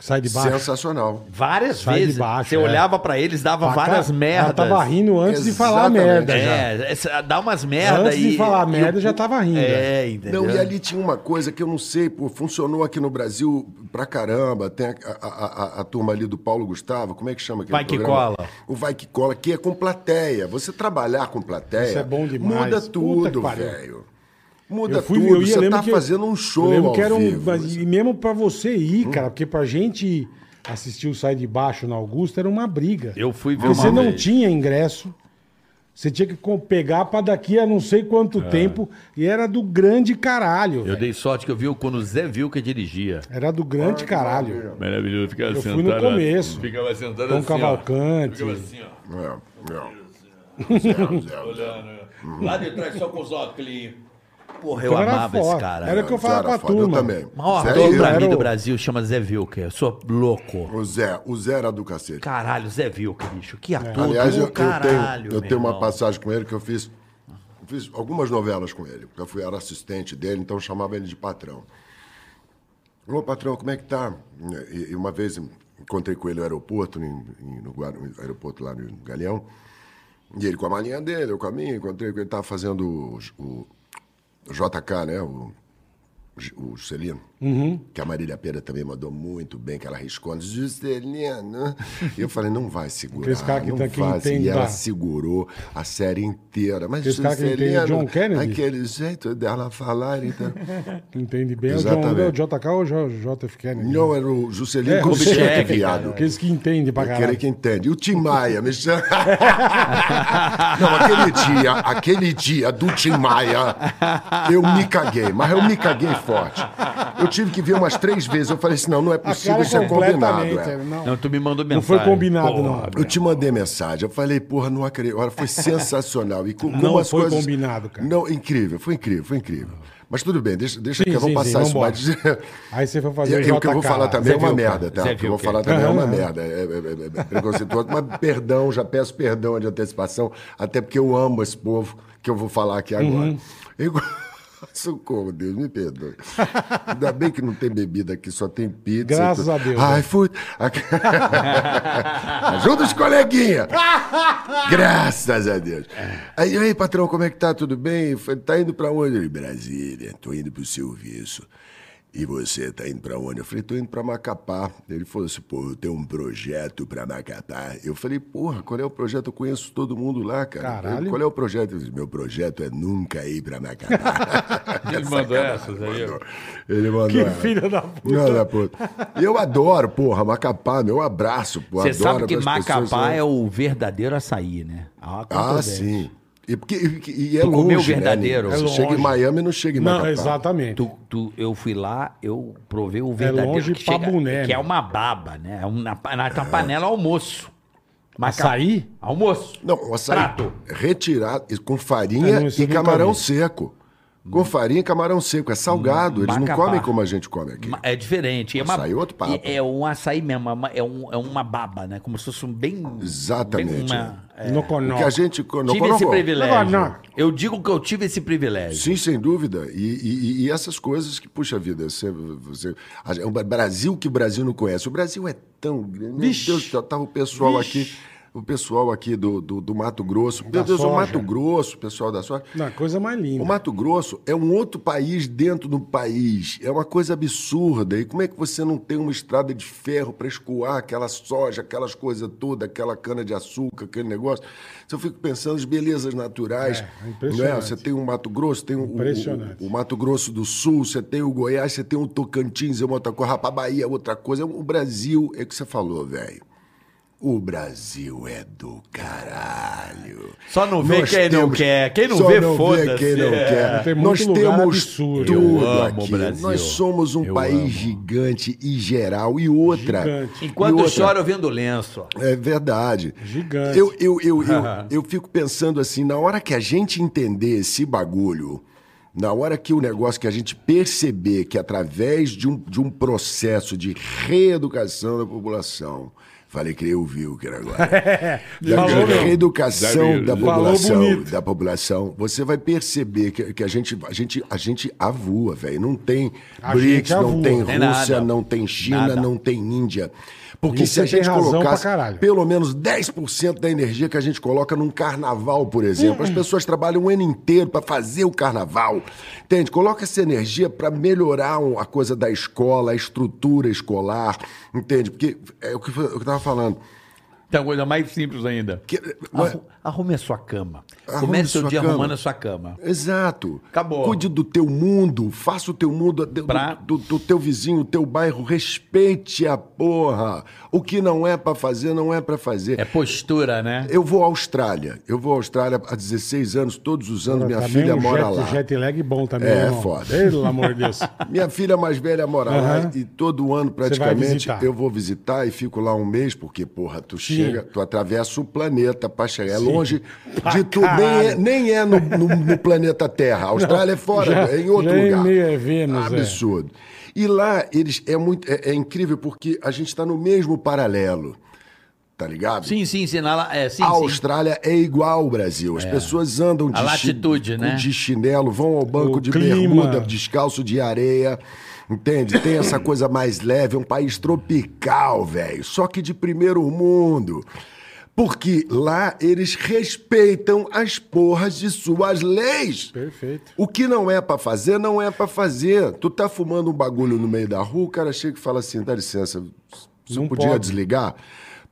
[SPEAKER 2] Sai de baixo.
[SPEAKER 1] Sensacional.
[SPEAKER 3] Várias
[SPEAKER 2] Sai de
[SPEAKER 3] vezes.
[SPEAKER 2] baixo,
[SPEAKER 3] você
[SPEAKER 2] é.
[SPEAKER 3] olhava pra eles, dava várias
[SPEAKER 2] Ela
[SPEAKER 3] merdas.
[SPEAKER 2] tava rindo antes de falar a
[SPEAKER 1] é Exatamente.
[SPEAKER 2] merda já.
[SPEAKER 3] É, essa- dá umas merdas
[SPEAKER 2] Antes de falar a merda, já tava rindo.
[SPEAKER 3] É, entendeu?
[SPEAKER 1] Não, e ali tinha uma coisa que eu não sei, pô, funcionou aqui no Brasil pra caramba. Tem a, a- a- a turma ali do Paulo Gustavo, como é que chama aquele
[SPEAKER 3] Vai que
[SPEAKER 1] programa?
[SPEAKER 3] cola.
[SPEAKER 1] O Vai Que Cola, que é com plateia. Você trabalhar com plateia.
[SPEAKER 2] Isso é bom demais.
[SPEAKER 1] Muda
[SPEAKER 2] Puta
[SPEAKER 1] tudo,
[SPEAKER 2] que pariu.
[SPEAKER 1] velho. Muda
[SPEAKER 2] Eu fui,
[SPEAKER 1] tudo.
[SPEAKER 2] eu ia,
[SPEAKER 1] Você
[SPEAKER 2] lembro
[SPEAKER 1] tá
[SPEAKER 2] que eu-
[SPEAKER 1] fazendo um
[SPEAKER 2] eu
[SPEAKER 1] show
[SPEAKER 2] lembro
[SPEAKER 1] ao
[SPEAKER 2] que era um,
[SPEAKER 1] vivo. assim. Hum?
[SPEAKER 2] mas- E mesmo pra você ir, cara, porque pra gente assistir o Sai de Baixo na Augusta era uma briga.
[SPEAKER 3] Eu fui ver
[SPEAKER 2] Porque você
[SPEAKER 3] uma
[SPEAKER 2] não
[SPEAKER 3] vez.
[SPEAKER 2] tinha ingresso, você tinha que co- pegar pra daqui a não sei quanto
[SPEAKER 1] É.
[SPEAKER 2] tempo, e era do grande caralho.
[SPEAKER 3] Eu
[SPEAKER 2] velho.
[SPEAKER 3] dei sorte que eu vi o- quando o Zé viu que dirigia.
[SPEAKER 2] Era do grande caralho.
[SPEAKER 6] Maravilhoso. Ficava
[SPEAKER 2] Eu fui
[SPEAKER 6] sentado.
[SPEAKER 2] no
[SPEAKER 3] assim,
[SPEAKER 2] começo.
[SPEAKER 6] Ficava sentado
[SPEAKER 2] Tom
[SPEAKER 6] assim.
[SPEAKER 2] Cavalcante.
[SPEAKER 6] Ó. Ficava assim, ó.
[SPEAKER 1] É,
[SPEAKER 2] *laughs*
[SPEAKER 1] é. Zero, zero, zero.
[SPEAKER 3] né? Lá de trás, só com os óculos. Hum. Porra, eu
[SPEAKER 2] Então era
[SPEAKER 3] amava esse
[SPEAKER 2] foda.
[SPEAKER 3] cara.
[SPEAKER 2] Era o que eu falava
[SPEAKER 1] Zero, é
[SPEAKER 2] com a
[SPEAKER 1] foda, eu
[SPEAKER 2] turma.
[SPEAKER 1] também.
[SPEAKER 3] O maior
[SPEAKER 1] Zé
[SPEAKER 3] ator
[SPEAKER 1] eu-
[SPEAKER 3] pra mim
[SPEAKER 2] era
[SPEAKER 3] do
[SPEAKER 2] o-
[SPEAKER 3] Brasil chama Zé Vilker. Eu sou louco.
[SPEAKER 1] O Zé, o Zé era do cacete.
[SPEAKER 3] Caralho, Zé Vilker, bicho.
[SPEAKER 2] É.
[SPEAKER 3] Que ator
[SPEAKER 1] É. Aliás,
[SPEAKER 3] do
[SPEAKER 1] eu, eu
[SPEAKER 3] caralho,
[SPEAKER 1] tenho,
[SPEAKER 3] meu
[SPEAKER 1] eu tenho uma
[SPEAKER 3] irmão.
[SPEAKER 1] passagem com ele que eu fiz. eu fiz algumas novelas com ele, porque eu fui, era assistente dele, então eu chamava ele de patrão. Ô, patrão, como é que tá? E, e uma vez encontrei com ele no aeroporto, em- em- no, Guar- no aeroporto lá no Galeão, e ele com a malinha dele, eu com a minha, encontrei com ele, estava fazendo o, J- o JK, né? O o Juscelino,
[SPEAKER 2] Uhum.
[SPEAKER 1] que a Marília Pera também mandou muito bem, que ela riscou, Juscelino. E eu falei, não vai segurar,
[SPEAKER 2] Aqueles cara que
[SPEAKER 1] não
[SPEAKER 2] tá- que
[SPEAKER 1] vai.
[SPEAKER 2] entende
[SPEAKER 1] E ela
[SPEAKER 2] da-
[SPEAKER 1] segurou a série inteira. Mas
[SPEAKER 2] Aqueles cara que entende
[SPEAKER 1] Juscelino,
[SPEAKER 2] John Kennedy?
[SPEAKER 1] aquele jeito dela falar,
[SPEAKER 2] *laughs*
[SPEAKER 1] então...
[SPEAKER 2] Quem Entende bem. É o John-
[SPEAKER 1] Exatamente.
[SPEAKER 2] é o JK ou o JF Kennedy?
[SPEAKER 1] não, era o Juscelino
[SPEAKER 2] É,
[SPEAKER 1] Kubitschek,
[SPEAKER 3] Kubitschek,
[SPEAKER 1] viado.
[SPEAKER 2] Aqueles que entendem pra
[SPEAKER 1] Aquele
[SPEAKER 2] caralho.
[SPEAKER 1] que entende. E o Tim Maia, me chama. *laughs* Não, aquele dia, aquele dia do Tim Maia, eu me caguei, mas eu me caguei forte. Eu tive que ver umas três vezes. Eu falei assim: não, não é possível, isso é combinado. é.
[SPEAKER 2] Não,
[SPEAKER 3] Não, tu me mandou mensagem.
[SPEAKER 2] não foi combinado, não.
[SPEAKER 1] Eu te mandei mensagem, eu falei, porra, não acredito. Olha, foi sensacional. E com,
[SPEAKER 2] Não
[SPEAKER 1] como as
[SPEAKER 2] foi
[SPEAKER 1] coisas...
[SPEAKER 2] combinado, cara.
[SPEAKER 1] Não, incrível, foi incrível, foi incrível. Mas tudo bem, deixa, deixa
[SPEAKER 2] Sim,
[SPEAKER 1] que eu vou
[SPEAKER 2] sim,
[SPEAKER 1] passar
[SPEAKER 2] sim,
[SPEAKER 1] isso
[SPEAKER 2] vambora.
[SPEAKER 1] mais. *laughs*
[SPEAKER 2] Aí você foi fazer
[SPEAKER 1] E,
[SPEAKER 2] o
[SPEAKER 1] e o que eu vou
[SPEAKER 2] JK
[SPEAKER 1] falar
[SPEAKER 2] lá.
[SPEAKER 1] também
[SPEAKER 3] Zé
[SPEAKER 1] é uma
[SPEAKER 3] Vilker.
[SPEAKER 1] merda, tá?
[SPEAKER 3] Zé
[SPEAKER 1] O que eu vou
[SPEAKER 3] Vilker.
[SPEAKER 1] falar também é uma
[SPEAKER 2] Aham.
[SPEAKER 1] merda. É, é, é, é preconceituoso, mas perdão, já peço perdão de antecipação, até porque eu amo esse povo que eu vou falar aqui agora.
[SPEAKER 2] Uhum.
[SPEAKER 1] *laughs* Eu- Socorro, Deus, me perdoe. Ainda bem que não tem bebida aqui, só tem pizza. e
[SPEAKER 2] Graças
[SPEAKER 1] tudo.
[SPEAKER 2] a Deus. né?
[SPEAKER 1] Ai, fui. *laughs* Ajuda os coleguinhas. Graças a Deus. Aí, e aí, patrão, como é que tá? Tudo bem? Eu falei, Tá indo pra onde? Ele, Brasília. Tô indo pro serviço. E você tá indo pra onde? Eu falei, tô indo pra Macapá. Ele falou assim, pô, eu tenho um projeto pra Macapá. Eu falei, porra, qual é o projeto? Eu conheço todo mundo lá, cara.
[SPEAKER 2] Caralho.
[SPEAKER 1] Eu, qual é o projeto? Ele disse, meu projeto é nunca ir pra Macapá.
[SPEAKER 3] *laughs* Ele mandou essas aí. ó.
[SPEAKER 1] Ele mandou.
[SPEAKER 2] Que
[SPEAKER 1] ela.
[SPEAKER 2] filha da puta.
[SPEAKER 1] Filha da puta. E Eu adoro, porra, Macapá, meu abraço, pô.
[SPEAKER 3] Você
[SPEAKER 1] adoro
[SPEAKER 3] sabe que
[SPEAKER 1] as
[SPEAKER 3] Macapá
[SPEAKER 1] pessoas, né?
[SPEAKER 3] é o verdadeiro açaí, né? Há uma
[SPEAKER 1] Ah,
[SPEAKER 3] controvérsia.
[SPEAKER 1] sim. E, porque, e, e é
[SPEAKER 3] Tu
[SPEAKER 1] longe,
[SPEAKER 3] comeu
[SPEAKER 1] né,
[SPEAKER 3] verdadeiro?
[SPEAKER 1] Nino?
[SPEAKER 3] É
[SPEAKER 1] Você
[SPEAKER 2] longe.
[SPEAKER 1] chega em Miami e não chega em
[SPEAKER 2] Não,
[SPEAKER 1] Macapá.
[SPEAKER 2] exatamente.
[SPEAKER 3] Tu, tu- eu fui lá, eu provei o verdadeiro.
[SPEAKER 2] É longe
[SPEAKER 3] que,
[SPEAKER 2] pra boné,
[SPEAKER 3] que é
[SPEAKER 2] meu.
[SPEAKER 3] uma baba, né? É uma, pa- na- na panela almoço. Macapá-
[SPEAKER 2] Açaí?
[SPEAKER 3] Almoço.
[SPEAKER 1] Não, o açaí
[SPEAKER 3] Prato.
[SPEAKER 1] retirado e- com farinha
[SPEAKER 2] É, não, isso
[SPEAKER 1] e
[SPEAKER 2] eu nunca
[SPEAKER 1] camarão
[SPEAKER 2] vi.
[SPEAKER 1] seco. Com farinha e camarão seco. É salgado. Eles não
[SPEAKER 3] Macapá.
[SPEAKER 1] comem como a gente come aqui.
[SPEAKER 3] Ma- É diferente. É uma,
[SPEAKER 1] Açaí é outro papo.
[SPEAKER 3] É, é um açaí mesmo, é uma- é, um, é uma baba, né? Como se fosse um bem.
[SPEAKER 1] Exatamente,
[SPEAKER 3] bem uma- é.
[SPEAKER 2] No
[SPEAKER 1] Porque a gente... Não,
[SPEAKER 3] Tive
[SPEAKER 1] não,
[SPEAKER 3] esse
[SPEAKER 1] não.
[SPEAKER 3] privilégio.
[SPEAKER 2] Agora, não.
[SPEAKER 3] Eu digo que eu tive esse privilégio.
[SPEAKER 1] Sim, sem dúvida. E, e- e- e essas coisas que, puxa vida, você, você, a- é o Brasil que o Brasil não conhece. O Brasil é tão grande. Meu
[SPEAKER 3] Vixe.
[SPEAKER 1] Deus, já tava o pessoal
[SPEAKER 3] Vixe.
[SPEAKER 1] aqui, o pessoal aqui do, do, do Mato Grosso. Meu
[SPEAKER 2] Da
[SPEAKER 1] Deus, o
[SPEAKER 2] soja.
[SPEAKER 1] Mato Grosso, o pessoal da soja.
[SPEAKER 2] Não, coisa mais
[SPEAKER 1] O
[SPEAKER 2] linda. *laughs*
[SPEAKER 1] Mato Grosso é um outro país dentro do país. É uma coisa absurda. E como é que você não tem uma estrada de ferro para escoar aquela soja, aquelas coisas todas, aquela cana-de-açúcar, aquele negócio? Eu fico pensando as belezas naturais.
[SPEAKER 2] É, é impressionante.
[SPEAKER 1] né? Você tem o Mato Grosso, tem o, o-
[SPEAKER 2] Impressionante.
[SPEAKER 1] o, o Mato Grosso do Sul, você tem o Goiás, você tem o Tocantins, é uma outra coisa. Rapaz, Bahia é outra coisa. O Brasil, é o que você falou, velho. O Brasil é do caralho.
[SPEAKER 3] Só não vê
[SPEAKER 1] Nós
[SPEAKER 3] quem não quer. Quem não
[SPEAKER 1] só
[SPEAKER 3] vê,
[SPEAKER 1] vê
[SPEAKER 3] foda-se.
[SPEAKER 1] quem não
[SPEAKER 3] É.
[SPEAKER 1] quer.
[SPEAKER 2] Tem muito
[SPEAKER 1] Nós
[SPEAKER 2] lugar
[SPEAKER 1] temos
[SPEAKER 2] absurdo.
[SPEAKER 1] tudo
[SPEAKER 3] Eu amo
[SPEAKER 1] aqui.
[SPEAKER 3] o Brasil.
[SPEAKER 1] Nós somos um
[SPEAKER 3] Eu
[SPEAKER 1] país
[SPEAKER 3] amo.
[SPEAKER 1] gigante e geral. E outra.
[SPEAKER 2] Gigante.
[SPEAKER 1] e
[SPEAKER 3] Enquanto
[SPEAKER 1] outra,
[SPEAKER 3] chora, eu vendo lenço.
[SPEAKER 1] É verdade.
[SPEAKER 2] Gigante.
[SPEAKER 1] Eu, eu, eu, eu, eu fico pensando assim, na hora que a gente entender esse bagulho, na hora que o negócio que a gente perceber que através de um, de um processo de reeducação da população. Falei que eu vi o que era agora.
[SPEAKER 2] É.
[SPEAKER 1] da
[SPEAKER 2] Falou mesmo.
[SPEAKER 1] reeducação da
[SPEAKER 2] Falou
[SPEAKER 1] população,
[SPEAKER 2] bonito.
[SPEAKER 1] da população, você vai perceber que, que a, gente, a, gente, a gente avua, velho. Não tem
[SPEAKER 2] A
[SPEAKER 1] BRICS,
[SPEAKER 2] gente
[SPEAKER 1] não
[SPEAKER 2] avua.
[SPEAKER 1] tem
[SPEAKER 3] Tem nada.
[SPEAKER 1] Rússia, não tem China,
[SPEAKER 3] Nada.
[SPEAKER 1] não tem Índia. Porque
[SPEAKER 2] Isso
[SPEAKER 1] se a
[SPEAKER 2] você tem
[SPEAKER 1] gente
[SPEAKER 2] razão pra
[SPEAKER 1] colocasse
[SPEAKER 2] caralho.
[SPEAKER 1] pelo menos 10% da energia que a gente coloca num carnaval, por exemplo.
[SPEAKER 2] Hum.
[SPEAKER 1] As pessoas trabalham o ano inteiro para fazer o carnaval. Entende? Coloca essa energia para melhorar um- a coisa da escola, a estrutura escolar. Entende? Porque é o que eu estava falando.
[SPEAKER 3] Tem uma coisa mais simples ainda.
[SPEAKER 1] Que-
[SPEAKER 3] Arru- Arrume a sua cama.
[SPEAKER 1] Arrume
[SPEAKER 3] Comece seu
[SPEAKER 1] sua
[SPEAKER 3] dia
[SPEAKER 1] cama.
[SPEAKER 3] arrumando a sua cama.
[SPEAKER 1] Exato.
[SPEAKER 3] Acabou.
[SPEAKER 1] Cuide do teu mundo, faça o teu mundo do,
[SPEAKER 3] Pra-
[SPEAKER 1] do, do teu vizinho, do teu bairro, respeite a porra. O que não é para fazer, não é para fazer.
[SPEAKER 3] É postura, né?
[SPEAKER 1] Eu vou à Austrália. Eu vou à Austrália há 16 anos, todos os anos. Minha
[SPEAKER 2] Também
[SPEAKER 1] filha
[SPEAKER 2] um
[SPEAKER 1] mora
[SPEAKER 2] jet,
[SPEAKER 1] lá.
[SPEAKER 2] Jet lag bom também,
[SPEAKER 1] É,
[SPEAKER 2] irmão.
[SPEAKER 1] foda.
[SPEAKER 2] Pelo amor de Deus. *laughs*
[SPEAKER 1] Minha filha mais velha mora lá
[SPEAKER 2] Aham.
[SPEAKER 1] e todo ano
[SPEAKER 2] vai
[SPEAKER 1] praticamente
[SPEAKER 2] visitar.
[SPEAKER 1] eu vou visitar e fico lá um mês, porque, porra, tu chega, tu atravessa o planeta pra chegar. É
[SPEAKER 2] *laughs*
[SPEAKER 1] longe de tudo. Nem é,
[SPEAKER 2] caralho.
[SPEAKER 1] nem é no, no- no planeta Terra. A Austrália é fora,
[SPEAKER 2] já-
[SPEAKER 1] é em outro
[SPEAKER 2] já é
[SPEAKER 1] lugar.
[SPEAKER 2] meio é Vênus, é.
[SPEAKER 1] Absurdo. E lá eles é muito é, é incrível porque a gente tá no mesmo paralelo. Tá ligado?
[SPEAKER 3] Sim, sim, sim. na la- é, sim,
[SPEAKER 1] a
[SPEAKER 3] sim.
[SPEAKER 1] Austrália é igual ao Brasil. As pessoas andam de,
[SPEAKER 3] A
[SPEAKER 1] chi-
[SPEAKER 3] latitude, né?
[SPEAKER 1] de chinelo, vão ao banco
[SPEAKER 2] O
[SPEAKER 1] de
[SPEAKER 2] clima.
[SPEAKER 1] bermuda, descalço de areia. Entende?
[SPEAKER 3] *coughs*
[SPEAKER 1] Tem essa coisa mais leve, é um país tropical, velho. Só que de primeiro mundo. Porque lá eles respeitam as porras de suas leis.
[SPEAKER 2] Perfeito.
[SPEAKER 1] O que não é pra fazer, não é pra fazer. Tu tá fumando um bagulho no meio da rua, o cara chega e fala assim: dá licença, você
[SPEAKER 2] Não
[SPEAKER 1] podia
[SPEAKER 2] pode.
[SPEAKER 1] desligar?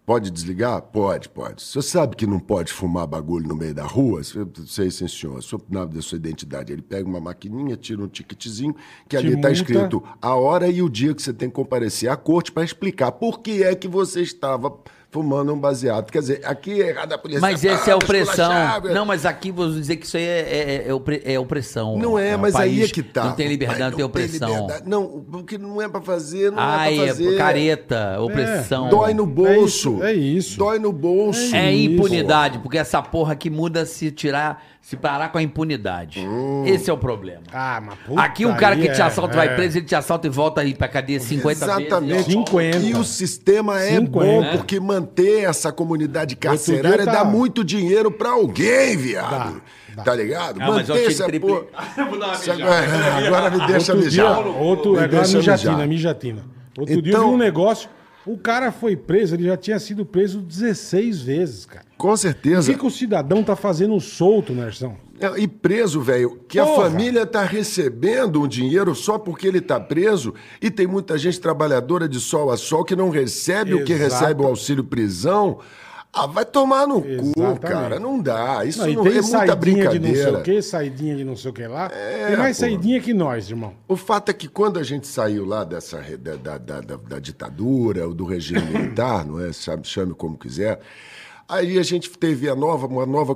[SPEAKER 1] Pode desligar? Pode, pode. Você sabe que não pode fumar bagulho no meio da rua? Você- Sei, sim, senhor. Sob nada da sua identidade. Ele pega uma maquininha, tira um ticketzinho, que ali
[SPEAKER 2] multa.
[SPEAKER 1] tá escrito a hora e o dia que você tem que comparecer à corte pra explicar por que é que você estava fumando um baseado. Quer dizer, aqui é errado a polícia.
[SPEAKER 3] Mas essa é
[SPEAKER 1] Ah,
[SPEAKER 3] opressão.
[SPEAKER 1] esculachava.
[SPEAKER 3] Não, mas aqui vou dizer que isso aí é, é- é opre- é opressão.
[SPEAKER 1] Não é,
[SPEAKER 3] um
[SPEAKER 1] mas aí é
[SPEAKER 3] país
[SPEAKER 1] que tá.
[SPEAKER 3] Não tem liberdade, não tem opressão.
[SPEAKER 1] liberdade. Não, o que não é pra fazer, não
[SPEAKER 3] Ai,
[SPEAKER 1] é pra fazer.
[SPEAKER 3] é careta, opressão.
[SPEAKER 1] Dói no bolso.
[SPEAKER 2] isso, é isso.
[SPEAKER 1] Dói no bolso.
[SPEAKER 3] É
[SPEAKER 2] Isso.
[SPEAKER 3] impunidade, porque essa porra aqui muda se tirar, se parar com a impunidade.
[SPEAKER 1] Oh.
[SPEAKER 3] Esse é o problema.
[SPEAKER 2] Ah, mas puta
[SPEAKER 3] Aqui um cara
[SPEAKER 2] aí
[SPEAKER 3] que te
[SPEAKER 2] é-
[SPEAKER 3] assalta vai
[SPEAKER 2] é.
[SPEAKER 3] preso, ele te assalta e volta aí pra cadeia 50 vezes.
[SPEAKER 1] Exatamente.
[SPEAKER 3] ó.
[SPEAKER 2] 50.
[SPEAKER 1] E o sistema é
[SPEAKER 2] 50.
[SPEAKER 1] bom, porque manter essa comunidade carcerária
[SPEAKER 2] dia tá-
[SPEAKER 1] dá muito dinheiro pra alguém, viado. Tá ligado?
[SPEAKER 3] Ah, mas eu tive tripli-
[SPEAKER 1] porra-
[SPEAKER 6] *laughs* Vou dar uma
[SPEAKER 1] Isso é
[SPEAKER 6] mijada.
[SPEAKER 1] Agora, *laughs* agora me deixa
[SPEAKER 2] outro dia,
[SPEAKER 1] mijar.
[SPEAKER 2] outro,
[SPEAKER 1] Me
[SPEAKER 2] é agora
[SPEAKER 1] deixa
[SPEAKER 2] mijatina,
[SPEAKER 1] mijar.
[SPEAKER 2] mijatina. Outro dia eu vi
[SPEAKER 1] Então-
[SPEAKER 2] um negócio, o cara foi preso, ele já tinha sido preso 16 vezes, cara.
[SPEAKER 1] Com
[SPEAKER 2] O que,
[SPEAKER 1] certeza.
[SPEAKER 2] que o cidadão tá fazendo solto, Nerção?
[SPEAKER 1] É, E preso, velho, que a
[SPEAKER 2] Porra.
[SPEAKER 1] família tá recebendo um dinheiro só porque ele tá preso e tem muita gente trabalhadora de sol a sol que não recebe o que
[SPEAKER 2] Exato.
[SPEAKER 1] recebe o auxílio prisão. Ah, vai tomar no cu,
[SPEAKER 2] Exatamente.
[SPEAKER 1] cara. Não dá. Isso
[SPEAKER 2] Não,
[SPEAKER 1] não,
[SPEAKER 2] e
[SPEAKER 1] é
[SPEAKER 2] tem
[SPEAKER 1] muita
[SPEAKER 2] saidinha de não sei
[SPEAKER 1] brincadeira.
[SPEAKER 2] o que, saidinha de não sei o que lá.
[SPEAKER 1] É,
[SPEAKER 2] tem mais
[SPEAKER 1] porra.
[SPEAKER 2] saidinha que nós, irmão.
[SPEAKER 1] O fato é que quando a gente saiu lá dessa re- da, da, da, da- da ditadura, ou do regime militar, não é? Chame, chame como quiser. Aí a gente teve a nova, uma nova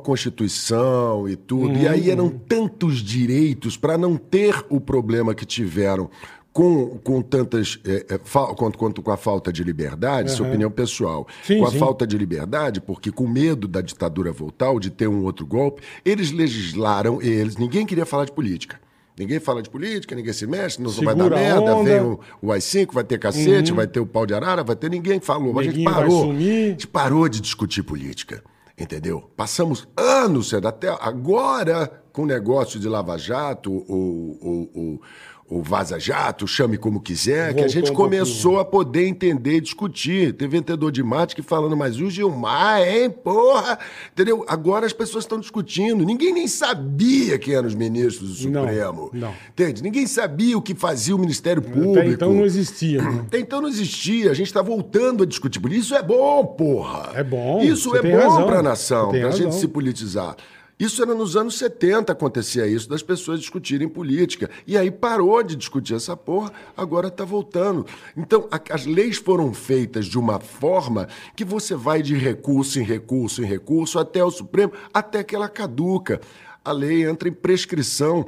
[SPEAKER 1] Constituição e tudo. E aí eram
[SPEAKER 2] Uhum.
[SPEAKER 1] tantos direitos para não ter o problema que tiveram com, com tantas. eh, eh, fal- quanto, quanto com a falta de liberdade, sua opinião pessoal.
[SPEAKER 2] Sim,
[SPEAKER 1] com a
[SPEAKER 2] sim.
[SPEAKER 1] falta falta de liberdade, porque com medo da ditadura voltar ou de ter um outro golpe, eles legislaram eles. Ninguém queria falar de política. Ninguém fala de política, ninguém se mexe, não vai dar
[SPEAKER 2] Segura a
[SPEAKER 1] merda,
[SPEAKER 2] onda. Uhum.
[SPEAKER 1] vem o, o AI-5, vai ter cacete, vai ter o pau de arara, vai ter ninguém. Falou, a gente
[SPEAKER 2] Neguinho vai
[SPEAKER 1] parou.
[SPEAKER 2] sumir.
[SPEAKER 1] A gente parou de discutir política, entendeu? Passamos anos sendo até agora com o negócio de Lava Jato ou, ou, ou- ou Vaza Jato, chame como quiser, que a
[SPEAKER 2] Voltou
[SPEAKER 1] gente
[SPEAKER 2] um
[SPEAKER 1] começou a poder entender e discutir. Teve vendedor de mate que falando, mas e o Gilmar, hein, porra? Entendeu? Agora as pessoas estão discutindo. Ninguém nem sabia quem eram os ministros do
[SPEAKER 2] Não,
[SPEAKER 1] Supremo.
[SPEAKER 2] não.
[SPEAKER 1] Entende? Ninguém sabia o que fazia o Ministério Público.
[SPEAKER 2] Até então não existia,
[SPEAKER 1] *clears throat*
[SPEAKER 2] né?
[SPEAKER 1] Até então não existia, a gente está voltando a discutir política. Isso é bom, porra.
[SPEAKER 2] É bom,
[SPEAKER 1] Isso
[SPEAKER 2] você
[SPEAKER 1] é
[SPEAKER 2] tem
[SPEAKER 1] bom
[SPEAKER 2] razão,
[SPEAKER 1] para a
[SPEAKER 2] você
[SPEAKER 1] nação,
[SPEAKER 2] tem
[SPEAKER 1] para a gente
[SPEAKER 2] razão.
[SPEAKER 1] se politizar. Isso era nos anos 70 acontecia isso, das pessoas discutirem política. E aí parou de discutir essa porra, agora está voltando. Então, a- as leis foram feitas de uma forma que você vai de recurso em recurso em recurso até o Supremo, até que ela caduca. A lei entra em prescrição.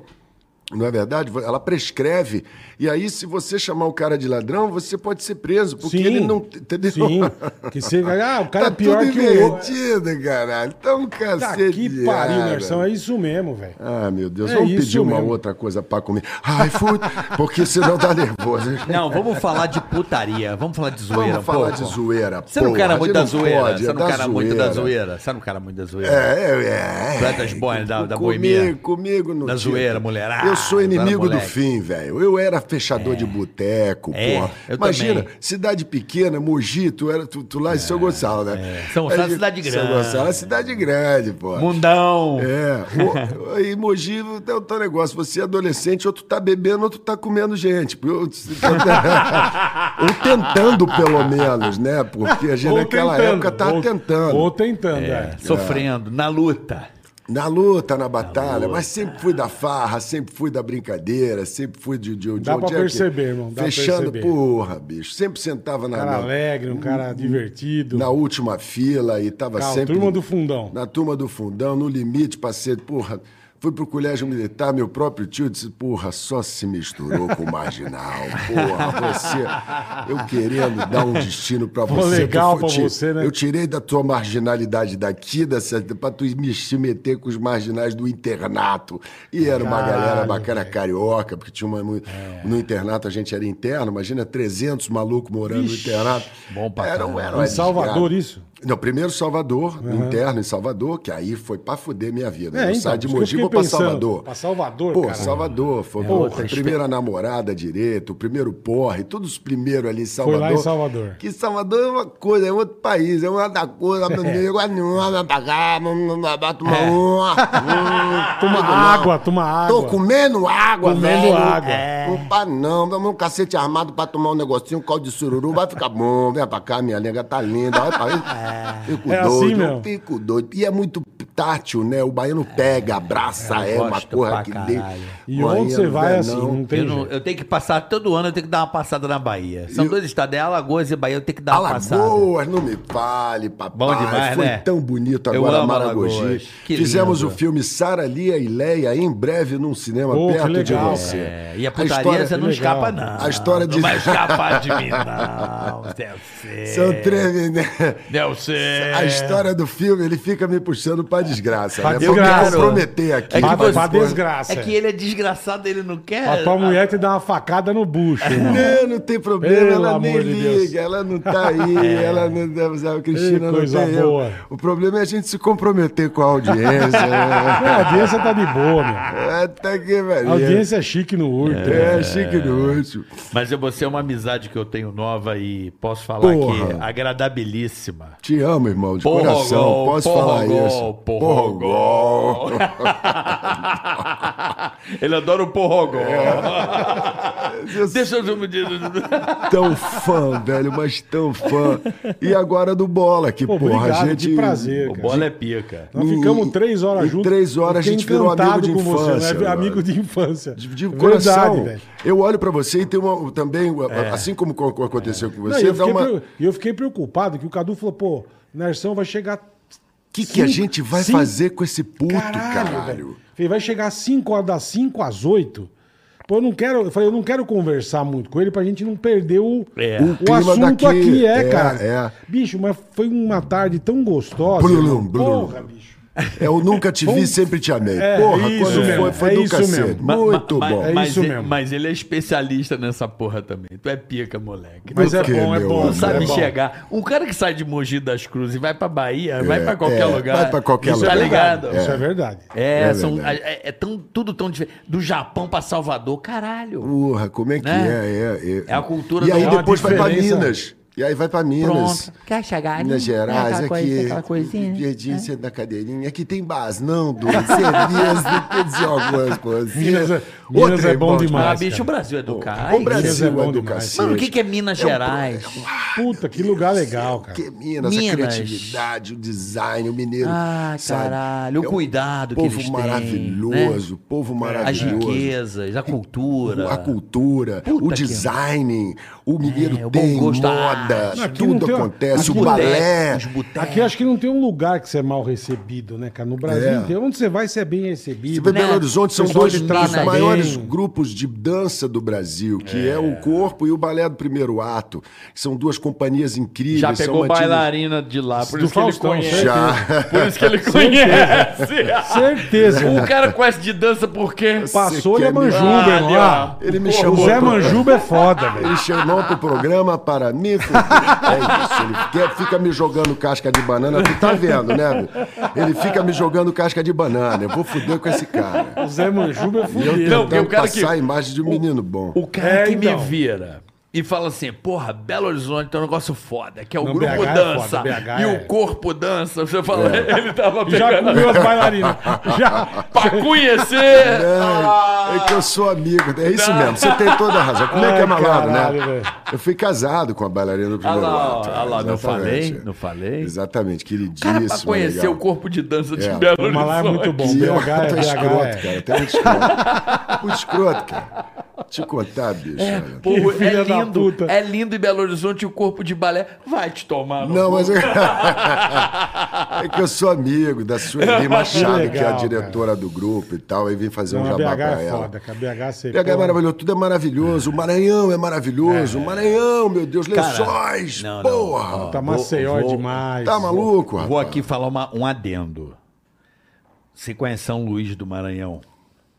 [SPEAKER 1] Não é verdade? Ela prescreve. E aí, se você chamar o cara de ladrão, você pode ser preso, porque ele não. Entendeu? *laughs*
[SPEAKER 2] Sim. Que você, ah, o cara
[SPEAKER 1] tá
[SPEAKER 2] é pior
[SPEAKER 1] tudo
[SPEAKER 2] que o outro.
[SPEAKER 1] invertido, caralho. Tá um
[SPEAKER 2] Tá
[SPEAKER 1] cacete.
[SPEAKER 2] que pariu,
[SPEAKER 1] cara.
[SPEAKER 2] Nerção. É isso mesmo, velho.
[SPEAKER 1] Ah, meu Deus.
[SPEAKER 2] É
[SPEAKER 1] Vamos
[SPEAKER 2] isso
[SPEAKER 1] pedir uma
[SPEAKER 2] mesmo.
[SPEAKER 1] outra coisa pra comer. Ai, food, porque senão dá nervoso. hein?
[SPEAKER 3] Não, vamos falar de putaria, vamos falar de zoeira.
[SPEAKER 1] Vamos
[SPEAKER 3] um
[SPEAKER 1] falar
[SPEAKER 3] pouco.
[SPEAKER 1] de zoeira.
[SPEAKER 3] Você não
[SPEAKER 1] porra.
[SPEAKER 3] cara
[SPEAKER 1] A
[SPEAKER 3] muito
[SPEAKER 1] gente
[SPEAKER 3] da
[SPEAKER 1] não
[SPEAKER 3] zoeira,
[SPEAKER 1] pode,
[SPEAKER 3] você
[SPEAKER 1] é
[SPEAKER 3] não cara muito da zoeira, você não cara muito da zoeira.
[SPEAKER 1] É, é.
[SPEAKER 3] Tu é das boi- da- da boemia.
[SPEAKER 1] comigo, comigo não
[SPEAKER 3] Da
[SPEAKER 1] tinha.
[SPEAKER 3] zoeira, mulherada.
[SPEAKER 1] Eu sou
[SPEAKER 3] Eu era
[SPEAKER 1] inimigo do
[SPEAKER 3] moleque.
[SPEAKER 1] fim, velho. Eu era fechador de boteco,
[SPEAKER 3] É,
[SPEAKER 1] porra.
[SPEAKER 3] eu
[SPEAKER 1] Imagina,
[SPEAKER 3] também.
[SPEAKER 1] cidade pequena, Mogi, tu, era, tu, tu lá em São Gonçalo, né?
[SPEAKER 3] São Gonçalo é
[SPEAKER 1] Aí,
[SPEAKER 3] cidade grande.
[SPEAKER 1] São Gonçalo é cidade grande, porra.
[SPEAKER 3] Mundão!
[SPEAKER 1] É,
[SPEAKER 3] *laughs*
[SPEAKER 1] o, e Mogi é o tal negócio. Você é adolescente, outro tá bebendo, outro tá comendo gente. Eu-
[SPEAKER 3] *laughs*
[SPEAKER 1] Ou tentando, pelo menos, né? Porque a gente
[SPEAKER 2] Ou
[SPEAKER 1] naquela
[SPEAKER 2] tentando,
[SPEAKER 1] época tava
[SPEAKER 2] ou-
[SPEAKER 1] tentando.
[SPEAKER 2] Ou tentando, é.
[SPEAKER 3] É, sofrendo, na luta.
[SPEAKER 1] Na luta, na batalha, mas sempre fui da farra, sempre fui da brincadeira, sempre fui de. de, de
[SPEAKER 2] Dá pra
[SPEAKER 1] onde é que-
[SPEAKER 2] perceber, irmão, dá pra
[SPEAKER 1] Fechando,
[SPEAKER 2] perceber.
[SPEAKER 1] porra, bicho. Sempre sentava
[SPEAKER 2] Um
[SPEAKER 1] na,
[SPEAKER 2] cara
[SPEAKER 1] na,
[SPEAKER 2] alegre, um cara divertido.
[SPEAKER 1] na última fila e tava
[SPEAKER 2] Cara,
[SPEAKER 1] sempre.
[SPEAKER 2] turma do fundão.
[SPEAKER 1] Na turma do fundão, no limite, passei, porra. Fui pro colégio militar, meu próprio tio disse, porra, só se misturou com o marginal. Porra, você. Eu querendo dar um destino pra
[SPEAKER 2] Pô,
[SPEAKER 1] você. tu
[SPEAKER 2] legal
[SPEAKER 1] foi-
[SPEAKER 2] pra
[SPEAKER 1] te-
[SPEAKER 2] você, né?
[SPEAKER 1] Eu tirei da tua marginalidade daqui, dessa, pra tu me se meter com os marginais do internato. E era uma
[SPEAKER 2] Caralho, É.
[SPEAKER 1] galera bacana, carioca, porque tinha uma. mu- No internato a gente era interno, imagina 300 malucos morando
[SPEAKER 2] Vixe,
[SPEAKER 1] no internato.
[SPEAKER 3] bom pra
[SPEAKER 1] Era, um-
[SPEAKER 3] caralho.
[SPEAKER 1] era
[SPEAKER 2] Em
[SPEAKER 1] uma
[SPEAKER 2] Salvador,
[SPEAKER 1] desgraça.
[SPEAKER 2] isso?
[SPEAKER 1] Não, primeiro Salvador, interno em Salvador, que aí foi pra fuder minha vida.
[SPEAKER 2] É,
[SPEAKER 1] eu
[SPEAKER 2] então,
[SPEAKER 1] saio de
[SPEAKER 2] isso que eu
[SPEAKER 1] Mogi
[SPEAKER 2] fiquei
[SPEAKER 1] e Vamos pra
[SPEAKER 2] pensando, É
[SPEAKER 1] Salvador.
[SPEAKER 2] pra Salvador,
[SPEAKER 1] Pô,
[SPEAKER 2] caralho.
[SPEAKER 1] Salvador. Foi
[SPEAKER 3] outra
[SPEAKER 1] porra,
[SPEAKER 3] experiência.
[SPEAKER 1] primeira namorada direito, o primeiro porre, todos os primeiros ali em
[SPEAKER 2] lá
[SPEAKER 1] Salvador.
[SPEAKER 2] em Salvador.
[SPEAKER 1] Que Salvador é uma coisa, é outro país, é outra coisa.
[SPEAKER 2] *laughs*
[SPEAKER 1] Meu amigo, ah, não, vai pagar, vamos lá, vai tomar uma. hum,
[SPEAKER 2] É. *laughs* Toma
[SPEAKER 1] tudo
[SPEAKER 2] água,
[SPEAKER 1] bom.
[SPEAKER 2] toma água.
[SPEAKER 1] Tô comendo água,
[SPEAKER 2] Comendo
[SPEAKER 1] velho.
[SPEAKER 2] água. É.
[SPEAKER 3] É.
[SPEAKER 1] Não pá, não. Vamos um cacete armado pra tomar um negocinho, um caldo de sururu, vai ficar bom. Vem pra cá, minha nega tá linda. Olha pra mim. Fico
[SPEAKER 2] É assim
[SPEAKER 1] doido,
[SPEAKER 2] mesmo.
[SPEAKER 1] fico doido. E é muito tátil, né? O baiano pega, abraça, é,
[SPEAKER 3] eu
[SPEAKER 1] uma
[SPEAKER 3] gosto
[SPEAKER 1] porra
[SPEAKER 3] pra
[SPEAKER 1] que
[SPEAKER 3] caralho.
[SPEAKER 1] deixa. né,
[SPEAKER 2] E
[SPEAKER 1] Bahia
[SPEAKER 2] onde você
[SPEAKER 1] no
[SPEAKER 2] vai assim,
[SPEAKER 1] verão.
[SPEAKER 2] não tem
[SPEAKER 3] Eu, não-
[SPEAKER 2] jeito.
[SPEAKER 3] eu tenho que passar todo ano, eu tenho que dar uma passada na Bahia. São
[SPEAKER 1] E-
[SPEAKER 3] dois estados, é Alagoas e Bahia, eu tenho que dar uma passada.
[SPEAKER 1] Alagoas, não me fale, papai.
[SPEAKER 3] Bom demais,
[SPEAKER 1] Foi
[SPEAKER 3] né?
[SPEAKER 1] tão bonito
[SPEAKER 3] Eu
[SPEAKER 1] agora
[SPEAKER 3] amo
[SPEAKER 1] Maragogi.
[SPEAKER 3] Alagoas. Que
[SPEAKER 1] Fizemos
[SPEAKER 3] lindo.
[SPEAKER 1] o filme Sara, Lia e Leia em breve num cinema
[SPEAKER 2] Pô, que
[SPEAKER 1] perto de
[SPEAKER 2] legal.
[SPEAKER 1] você.
[SPEAKER 3] É, e a
[SPEAKER 1] história-
[SPEAKER 3] putaria você não
[SPEAKER 2] legal.
[SPEAKER 3] escapa, não.
[SPEAKER 1] A história de-
[SPEAKER 3] Não vai escapar de
[SPEAKER 1] *laughs*
[SPEAKER 3] mim, não. é
[SPEAKER 1] São
[SPEAKER 3] Delcê.
[SPEAKER 1] três, né?
[SPEAKER 3] Delcê.
[SPEAKER 1] A história do filme, ele fica me puxando pra desgraça.
[SPEAKER 2] É. Pra
[SPEAKER 1] né?
[SPEAKER 2] desgraça.
[SPEAKER 1] Pra me comprometer aqui.
[SPEAKER 3] É que
[SPEAKER 2] Pra-
[SPEAKER 1] mas,
[SPEAKER 2] pra
[SPEAKER 1] pô,
[SPEAKER 2] desgraça.
[SPEAKER 3] É que ele é desgraçado, ele não quer.
[SPEAKER 2] É, A tua mulher te dá uma facada no bucho, *laughs* irmão.
[SPEAKER 1] Não, não tem problema,
[SPEAKER 2] Pelo
[SPEAKER 1] ela nem
[SPEAKER 2] amor de
[SPEAKER 1] liga,
[SPEAKER 2] Deus.
[SPEAKER 1] ela não
[SPEAKER 2] *laughs*
[SPEAKER 1] tá aí, ela não é, sabe, a
[SPEAKER 2] Ei,
[SPEAKER 1] Cristina não
[SPEAKER 2] coisa
[SPEAKER 1] tem eu.
[SPEAKER 2] boa.
[SPEAKER 1] O problema é a gente se comprometer com a *laughs*
[SPEAKER 2] Não,
[SPEAKER 1] audiência.
[SPEAKER 2] a audiência tá de boa, meu.
[SPEAKER 1] É, tá que
[SPEAKER 2] A
[SPEAKER 1] velho.
[SPEAKER 2] audiência é chique no né? urto.
[SPEAKER 1] É, chique do último.
[SPEAKER 3] Mas eu- você é uma amizade que eu tenho nova e posso falar
[SPEAKER 1] Porra.
[SPEAKER 3] que é agradabilíssima.
[SPEAKER 1] Te amo, irmão, de
[SPEAKER 3] Porra,
[SPEAKER 1] coração.
[SPEAKER 3] gol,
[SPEAKER 1] Posso
[SPEAKER 3] porra,
[SPEAKER 1] falar
[SPEAKER 3] gol,
[SPEAKER 1] isso?
[SPEAKER 3] porra,
[SPEAKER 1] Porra, gol.
[SPEAKER 3] Ele adora o porrogol.
[SPEAKER 1] Eu sou
[SPEAKER 3] *laughs* Deixa eu um me dizer.
[SPEAKER 1] tão fã, velho, mas tão fã. E agora do bola, que
[SPEAKER 2] Pô,
[SPEAKER 1] porra,
[SPEAKER 2] obrigado,
[SPEAKER 1] a gente.
[SPEAKER 2] que prazer,
[SPEAKER 3] O
[SPEAKER 2] cara.
[SPEAKER 3] bola é pica.
[SPEAKER 2] Nós
[SPEAKER 1] E-
[SPEAKER 2] ficamos três horas
[SPEAKER 1] e
[SPEAKER 2] juntos.
[SPEAKER 1] três horas
[SPEAKER 2] Fiquei
[SPEAKER 1] a gente virou amigo
[SPEAKER 2] encantado
[SPEAKER 1] de
[SPEAKER 2] com você,
[SPEAKER 1] infância,
[SPEAKER 2] né? Amigo
[SPEAKER 1] mano.
[SPEAKER 2] de infância.
[SPEAKER 1] De, de
[SPEAKER 2] É verdade,
[SPEAKER 1] coração.
[SPEAKER 2] velho. É.
[SPEAKER 1] eu olho pra você e tem uma, um também, assim como co- co- aconteceu com
[SPEAKER 2] Não,
[SPEAKER 1] você,
[SPEAKER 2] eu,
[SPEAKER 1] dá
[SPEAKER 2] fiquei
[SPEAKER 1] uma.
[SPEAKER 2] pre- eu fiquei preocupado que o Cadu falou, pô, Nersão vai chegar...
[SPEAKER 1] O que, que a
[SPEAKER 2] cinco-
[SPEAKER 1] gente vai
[SPEAKER 2] cinco-
[SPEAKER 1] fazer com esse puto, caralho?
[SPEAKER 2] velho. Falei, vai chegar às 5 horas, das 5 às 8. Pô, eu não quero. Eu falei, eu não quero conversar muito com ele pra gente não perder o,
[SPEAKER 3] É.
[SPEAKER 2] o,
[SPEAKER 1] O clima
[SPEAKER 2] assunto
[SPEAKER 1] daqui.
[SPEAKER 2] aqui, é,
[SPEAKER 1] É,
[SPEAKER 2] cara.
[SPEAKER 1] é.
[SPEAKER 2] Bicho, mas foi uma tarde tão gostosa.
[SPEAKER 1] Blulum,
[SPEAKER 2] irmão.
[SPEAKER 1] blulum.
[SPEAKER 2] Porra, bicho.
[SPEAKER 1] É o Nunca Te Vi,
[SPEAKER 2] Vamos-
[SPEAKER 1] Sempre Te Amei.
[SPEAKER 2] É,
[SPEAKER 1] Porra,
[SPEAKER 2] isso
[SPEAKER 1] quando
[SPEAKER 2] mesmo,
[SPEAKER 1] foi, foi
[SPEAKER 2] é
[SPEAKER 1] do
[SPEAKER 2] isso
[SPEAKER 1] cacete.
[SPEAKER 2] mesmo.
[SPEAKER 3] Ma- ma-
[SPEAKER 1] Muito
[SPEAKER 3] ma-
[SPEAKER 1] bom.
[SPEAKER 2] É
[SPEAKER 3] mas
[SPEAKER 2] isso
[SPEAKER 3] ele-
[SPEAKER 2] mesmo.
[SPEAKER 3] Mas ele é especialista nessa porra também. Tu é pica, moleque.
[SPEAKER 2] Mas é
[SPEAKER 1] quê,
[SPEAKER 2] bom, é
[SPEAKER 1] meu
[SPEAKER 2] bom.
[SPEAKER 1] amor?
[SPEAKER 3] Não sabe
[SPEAKER 2] é bom.
[SPEAKER 3] chegar. Um cara que sai de Mogi das Cruzes e vai pra Bahia, vai pra qualquer
[SPEAKER 1] é,
[SPEAKER 3] lugar.
[SPEAKER 1] vai pra qualquer
[SPEAKER 3] Isso
[SPEAKER 1] lugar.
[SPEAKER 3] Tá ligado?
[SPEAKER 2] Verdade, Isso é verdade.
[SPEAKER 3] É,
[SPEAKER 1] É
[SPEAKER 3] são,
[SPEAKER 1] verdade.
[SPEAKER 3] é, é tão, tudo tão diferente. Do Japão pra Salvador, caralho.
[SPEAKER 1] Porra, como é que
[SPEAKER 3] Né?
[SPEAKER 1] é? É,
[SPEAKER 3] É a cultura
[SPEAKER 1] E
[SPEAKER 3] do-
[SPEAKER 1] aí
[SPEAKER 3] é uma
[SPEAKER 1] depois vai pra
[SPEAKER 2] diferença.
[SPEAKER 1] Minas. E aí vai pra Minas.
[SPEAKER 3] Pronto. Quer chegar ali?
[SPEAKER 1] Minas
[SPEAKER 3] Aquela
[SPEAKER 1] Gerais, aqui.
[SPEAKER 3] coisa,
[SPEAKER 1] Coisa,
[SPEAKER 3] aquela coisinha. né? É.
[SPEAKER 1] Piadinha, senta na cadeirinha. Aqui tem base, não, doido. Serviço, tem *laughs* que dizer algumas coisas.
[SPEAKER 2] Minas é-
[SPEAKER 1] Outra
[SPEAKER 2] Minas é bom
[SPEAKER 1] de-
[SPEAKER 2] demais.
[SPEAKER 3] Ah,
[SPEAKER 2] Mas,
[SPEAKER 3] bicho,
[SPEAKER 2] cara.
[SPEAKER 3] o Brasil é do
[SPEAKER 1] O
[SPEAKER 3] caralho.
[SPEAKER 1] Brasil
[SPEAKER 2] é
[SPEAKER 1] é
[SPEAKER 2] bom
[SPEAKER 1] do
[SPEAKER 2] demais.
[SPEAKER 1] cacete.
[SPEAKER 3] Mano, o que, que é Minas
[SPEAKER 1] um
[SPEAKER 3] Gerais?
[SPEAKER 1] é
[SPEAKER 2] Puta, que lugar legal, cara.
[SPEAKER 1] Que Minas,
[SPEAKER 3] Minas.
[SPEAKER 1] a criatividade, o design, o mineiro.
[SPEAKER 3] Ah,
[SPEAKER 1] sabe?
[SPEAKER 3] caralho, o
[SPEAKER 1] É um
[SPEAKER 3] cuidado que
[SPEAKER 1] povo
[SPEAKER 3] eles têm, né? É,
[SPEAKER 1] maravilhoso, povo
[SPEAKER 3] As
[SPEAKER 1] maravilhoso.
[SPEAKER 3] riquezas, a cultura.
[SPEAKER 1] A cultura,
[SPEAKER 3] Puta
[SPEAKER 1] o
[SPEAKER 3] que-
[SPEAKER 1] design, o mineiro
[SPEAKER 3] É, o bom
[SPEAKER 1] tem
[SPEAKER 3] gosto da
[SPEAKER 1] moda,
[SPEAKER 3] arte.
[SPEAKER 2] Não, aqui não
[SPEAKER 1] tudo
[SPEAKER 2] tem-
[SPEAKER 1] acontece,
[SPEAKER 3] Os
[SPEAKER 1] o
[SPEAKER 3] botecos,
[SPEAKER 1] balé.
[SPEAKER 3] os botecos.
[SPEAKER 2] Aqui eu acho que não tem um lugar que você é mal recebido, né, cara? No Brasil
[SPEAKER 1] É.
[SPEAKER 2] inteiro, onde você vai, você é bem
[SPEAKER 1] Você
[SPEAKER 2] recebido.
[SPEAKER 1] vê
[SPEAKER 3] Né?
[SPEAKER 1] Belo Horizonte, são
[SPEAKER 2] Pessoal
[SPEAKER 1] dois
[SPEAKER 2] de
[SPEAKER 1] dos
[SPEAKER 2] Minas
[SPEAKER 1] maiores
[SPEAKER 2] bem.
[SPEAKER 1] grupos de dança do Brasil, que é. o corpo e o balé do primeiro ato. que São duas companhias incríveis.
[SPEAKER 3] Já
[SPEAKER 1] são
[SPEAKER 3] pegou
[SPEAKER 1] mantidas-
[SPEAKER 3] bailarina de lá, por
[SPEAKER 2] Do
[SPEAKER 3] isso que ele
[SPEAKER 2] Faustão,
[SPEAKER 3] conhece.
[SPEAKER 1] Já.
[SPEAKER 3] Por isso que
[SPEAKER 1] *laughs*
[SPEAKER 3] ele conhece.
[SPEAKER 2] Certeza.
[SPEAKER 3] O cara conhece de dança porque...
[SPEAKER 2] Passou,
[SPEAKER 1] Você
[SPEAKER 2] ele é
[SPEAKER 1] quer
[SPEAKER 2] manjuba,
[SPEAKER 3] me-
[SPEAKER 2] irmão.
[SPEAKER 3] Ah,
[SPEAKER 2] Ah,
[SPEAKER 1] Ele me
[SPEAKER 2] O
[SPEAKER 1] chamou.
[SPEAKER 2] Zé
[SPEAKER 1] pro-
[SPEAKER 2] Manjuba é foda, velho.
[SPEAKER 1] Ele chamou pro programa para me fuder. É isso, ele quer- fica me jogando casca de banana. Tu tá vendo, né? meu? Ele fica me jogando casca de banana. Eu vou fuder com esse cara.
[SPEAKER 2] O Zé Manjuba é
[SPEAKER 1] E eu
[SPEAKER 2] fudido.
[SPEAKER 3] Não,
[SPEAKER 1] tentando
[SPEAKER 3] porque o cara
[SPEAKER 1] passar
[SPEAKER 3] que-
[SPEAKER 1] a imagem de um menino bom.
[SPEAKER 3] O cara
[SPEAKER 2] É,
[SPEAKER 3] que
[SPEAKER 2] então.
[SPEAKER 3] me vira e fala assim, porra, Belo Horizonte tem um negócio foda, que é o
[SPEAKER 2] Não,
[SPEAKER 3] grupo
[SPEAKER 2] BH é
[SPEAKER 3] dança
[SPEAKER 2] foda, BH
[SPEAKER 3] e
[SPEAKER 2] é-
[SPEAKER 3] o corpo dança. Você fala, *laughs*
[SPEAKER 1] É.
[SPEAKER 3] ele tava
[SPEAKER 2] Já
[SPEAKER 3] pegando...
[SPEAKER 2] comeu as bailarinas. Já.
[SPEAKER 3] Pra conhecer...
[SPEAKER 1] *laughs* É, é que eu sou amigo. É isso mesmo. Você tem toda a razão. Como é que
[SPEAKER 2] Ai,
[SPEAKER 1] é malandro,
[SPEAKER 2] caralho,
[SPEAKER 1] né?
[SPEAKER 2] velho.
[SPEAKER 1] Eu fui casado com a bailarina do primeiro
[SPEAKER 3] Ah lá,
[SPEAKER 1] ato.
[SPEAKER 3] ah lá, não
[SPEAKER 1] Exatamente.
[SPEAKER 3] falei? Não falei?
[SPEAKER 1] Exatamente,
[SPEAKER 3] O cara pra
[SPEAKER 1] queridíssimo.
[SPEAKER 3] conhecer
[SPEAKER 1] é legal.
[SPEAKER 3] o corpo de dança de
[SPEAKER 1] É.
[SPEAKER 3] Belo
[SPEAKER 2] Mas lá é
[SPEAKER 3] Horizonte.
[SPEAKER 2] muito bom.
[SPEAKER 1] E eu,
[SPEAKER 2] BH é
[SPEAKER 1] tô escroto,
[SPEAKER 2] BH. é.
[SPEAKER 1] cara. Até muito escroto. muito escroto, cara. Te contar, bicho. olha.
[SPEAKER 3] Pô,
[SPEAKER 2] Que
[SPEAKER 3] é
[SPEAKER 2] filha da
[SPEAKER 3] lindo,
[SPEAKER 2] puta.
[SPEAKER 3] é lindo em Belo Horizonte o corpo de balé. Vai te tomar no
[SPEAKER 1] Não,
[SPEAKER 3] cu.
[SPEAKER 1] mas eu... *laughs* é que eu sou amigo
[SPEAKER 3] *laughs*
[SPEAKER 1] da Sueli Machado,
[SPEAKER 2] Legal,
[SPEAKER 1] que é a
[SPEAKER 2] cara.
[SPEAKER 1] diretora do grupo e tal, aí vim fazer um
[SPEAKER 2] Não, a
[SPEAKER 1] jabá
[SPEAKER 2] BH
[SPEAKER 1] pra
[SPEAKER 2] é
[SPEAKER 1] ela.
[SPEAKER 2] foda, cara. BH você.
[SPEAKER 1] BH é maravilhoso, tudo é maravilhoso. O Maranhão é maravilhoso. O Maranhão, meu Deus, lençóis,
[SPEAKER 3] não, não.
[SPEAKER 1] porra.
[SPEAKER 2] Tá Maceió é
[SPEAKER 3] Vou-
[SPEAKER 2] demais.
[SPEAKER 1] Tá maluco, rapaz?
[SPEAKER 3] Vou aqui falar uma- um adendo. Você conhece São Luís do Maranhão?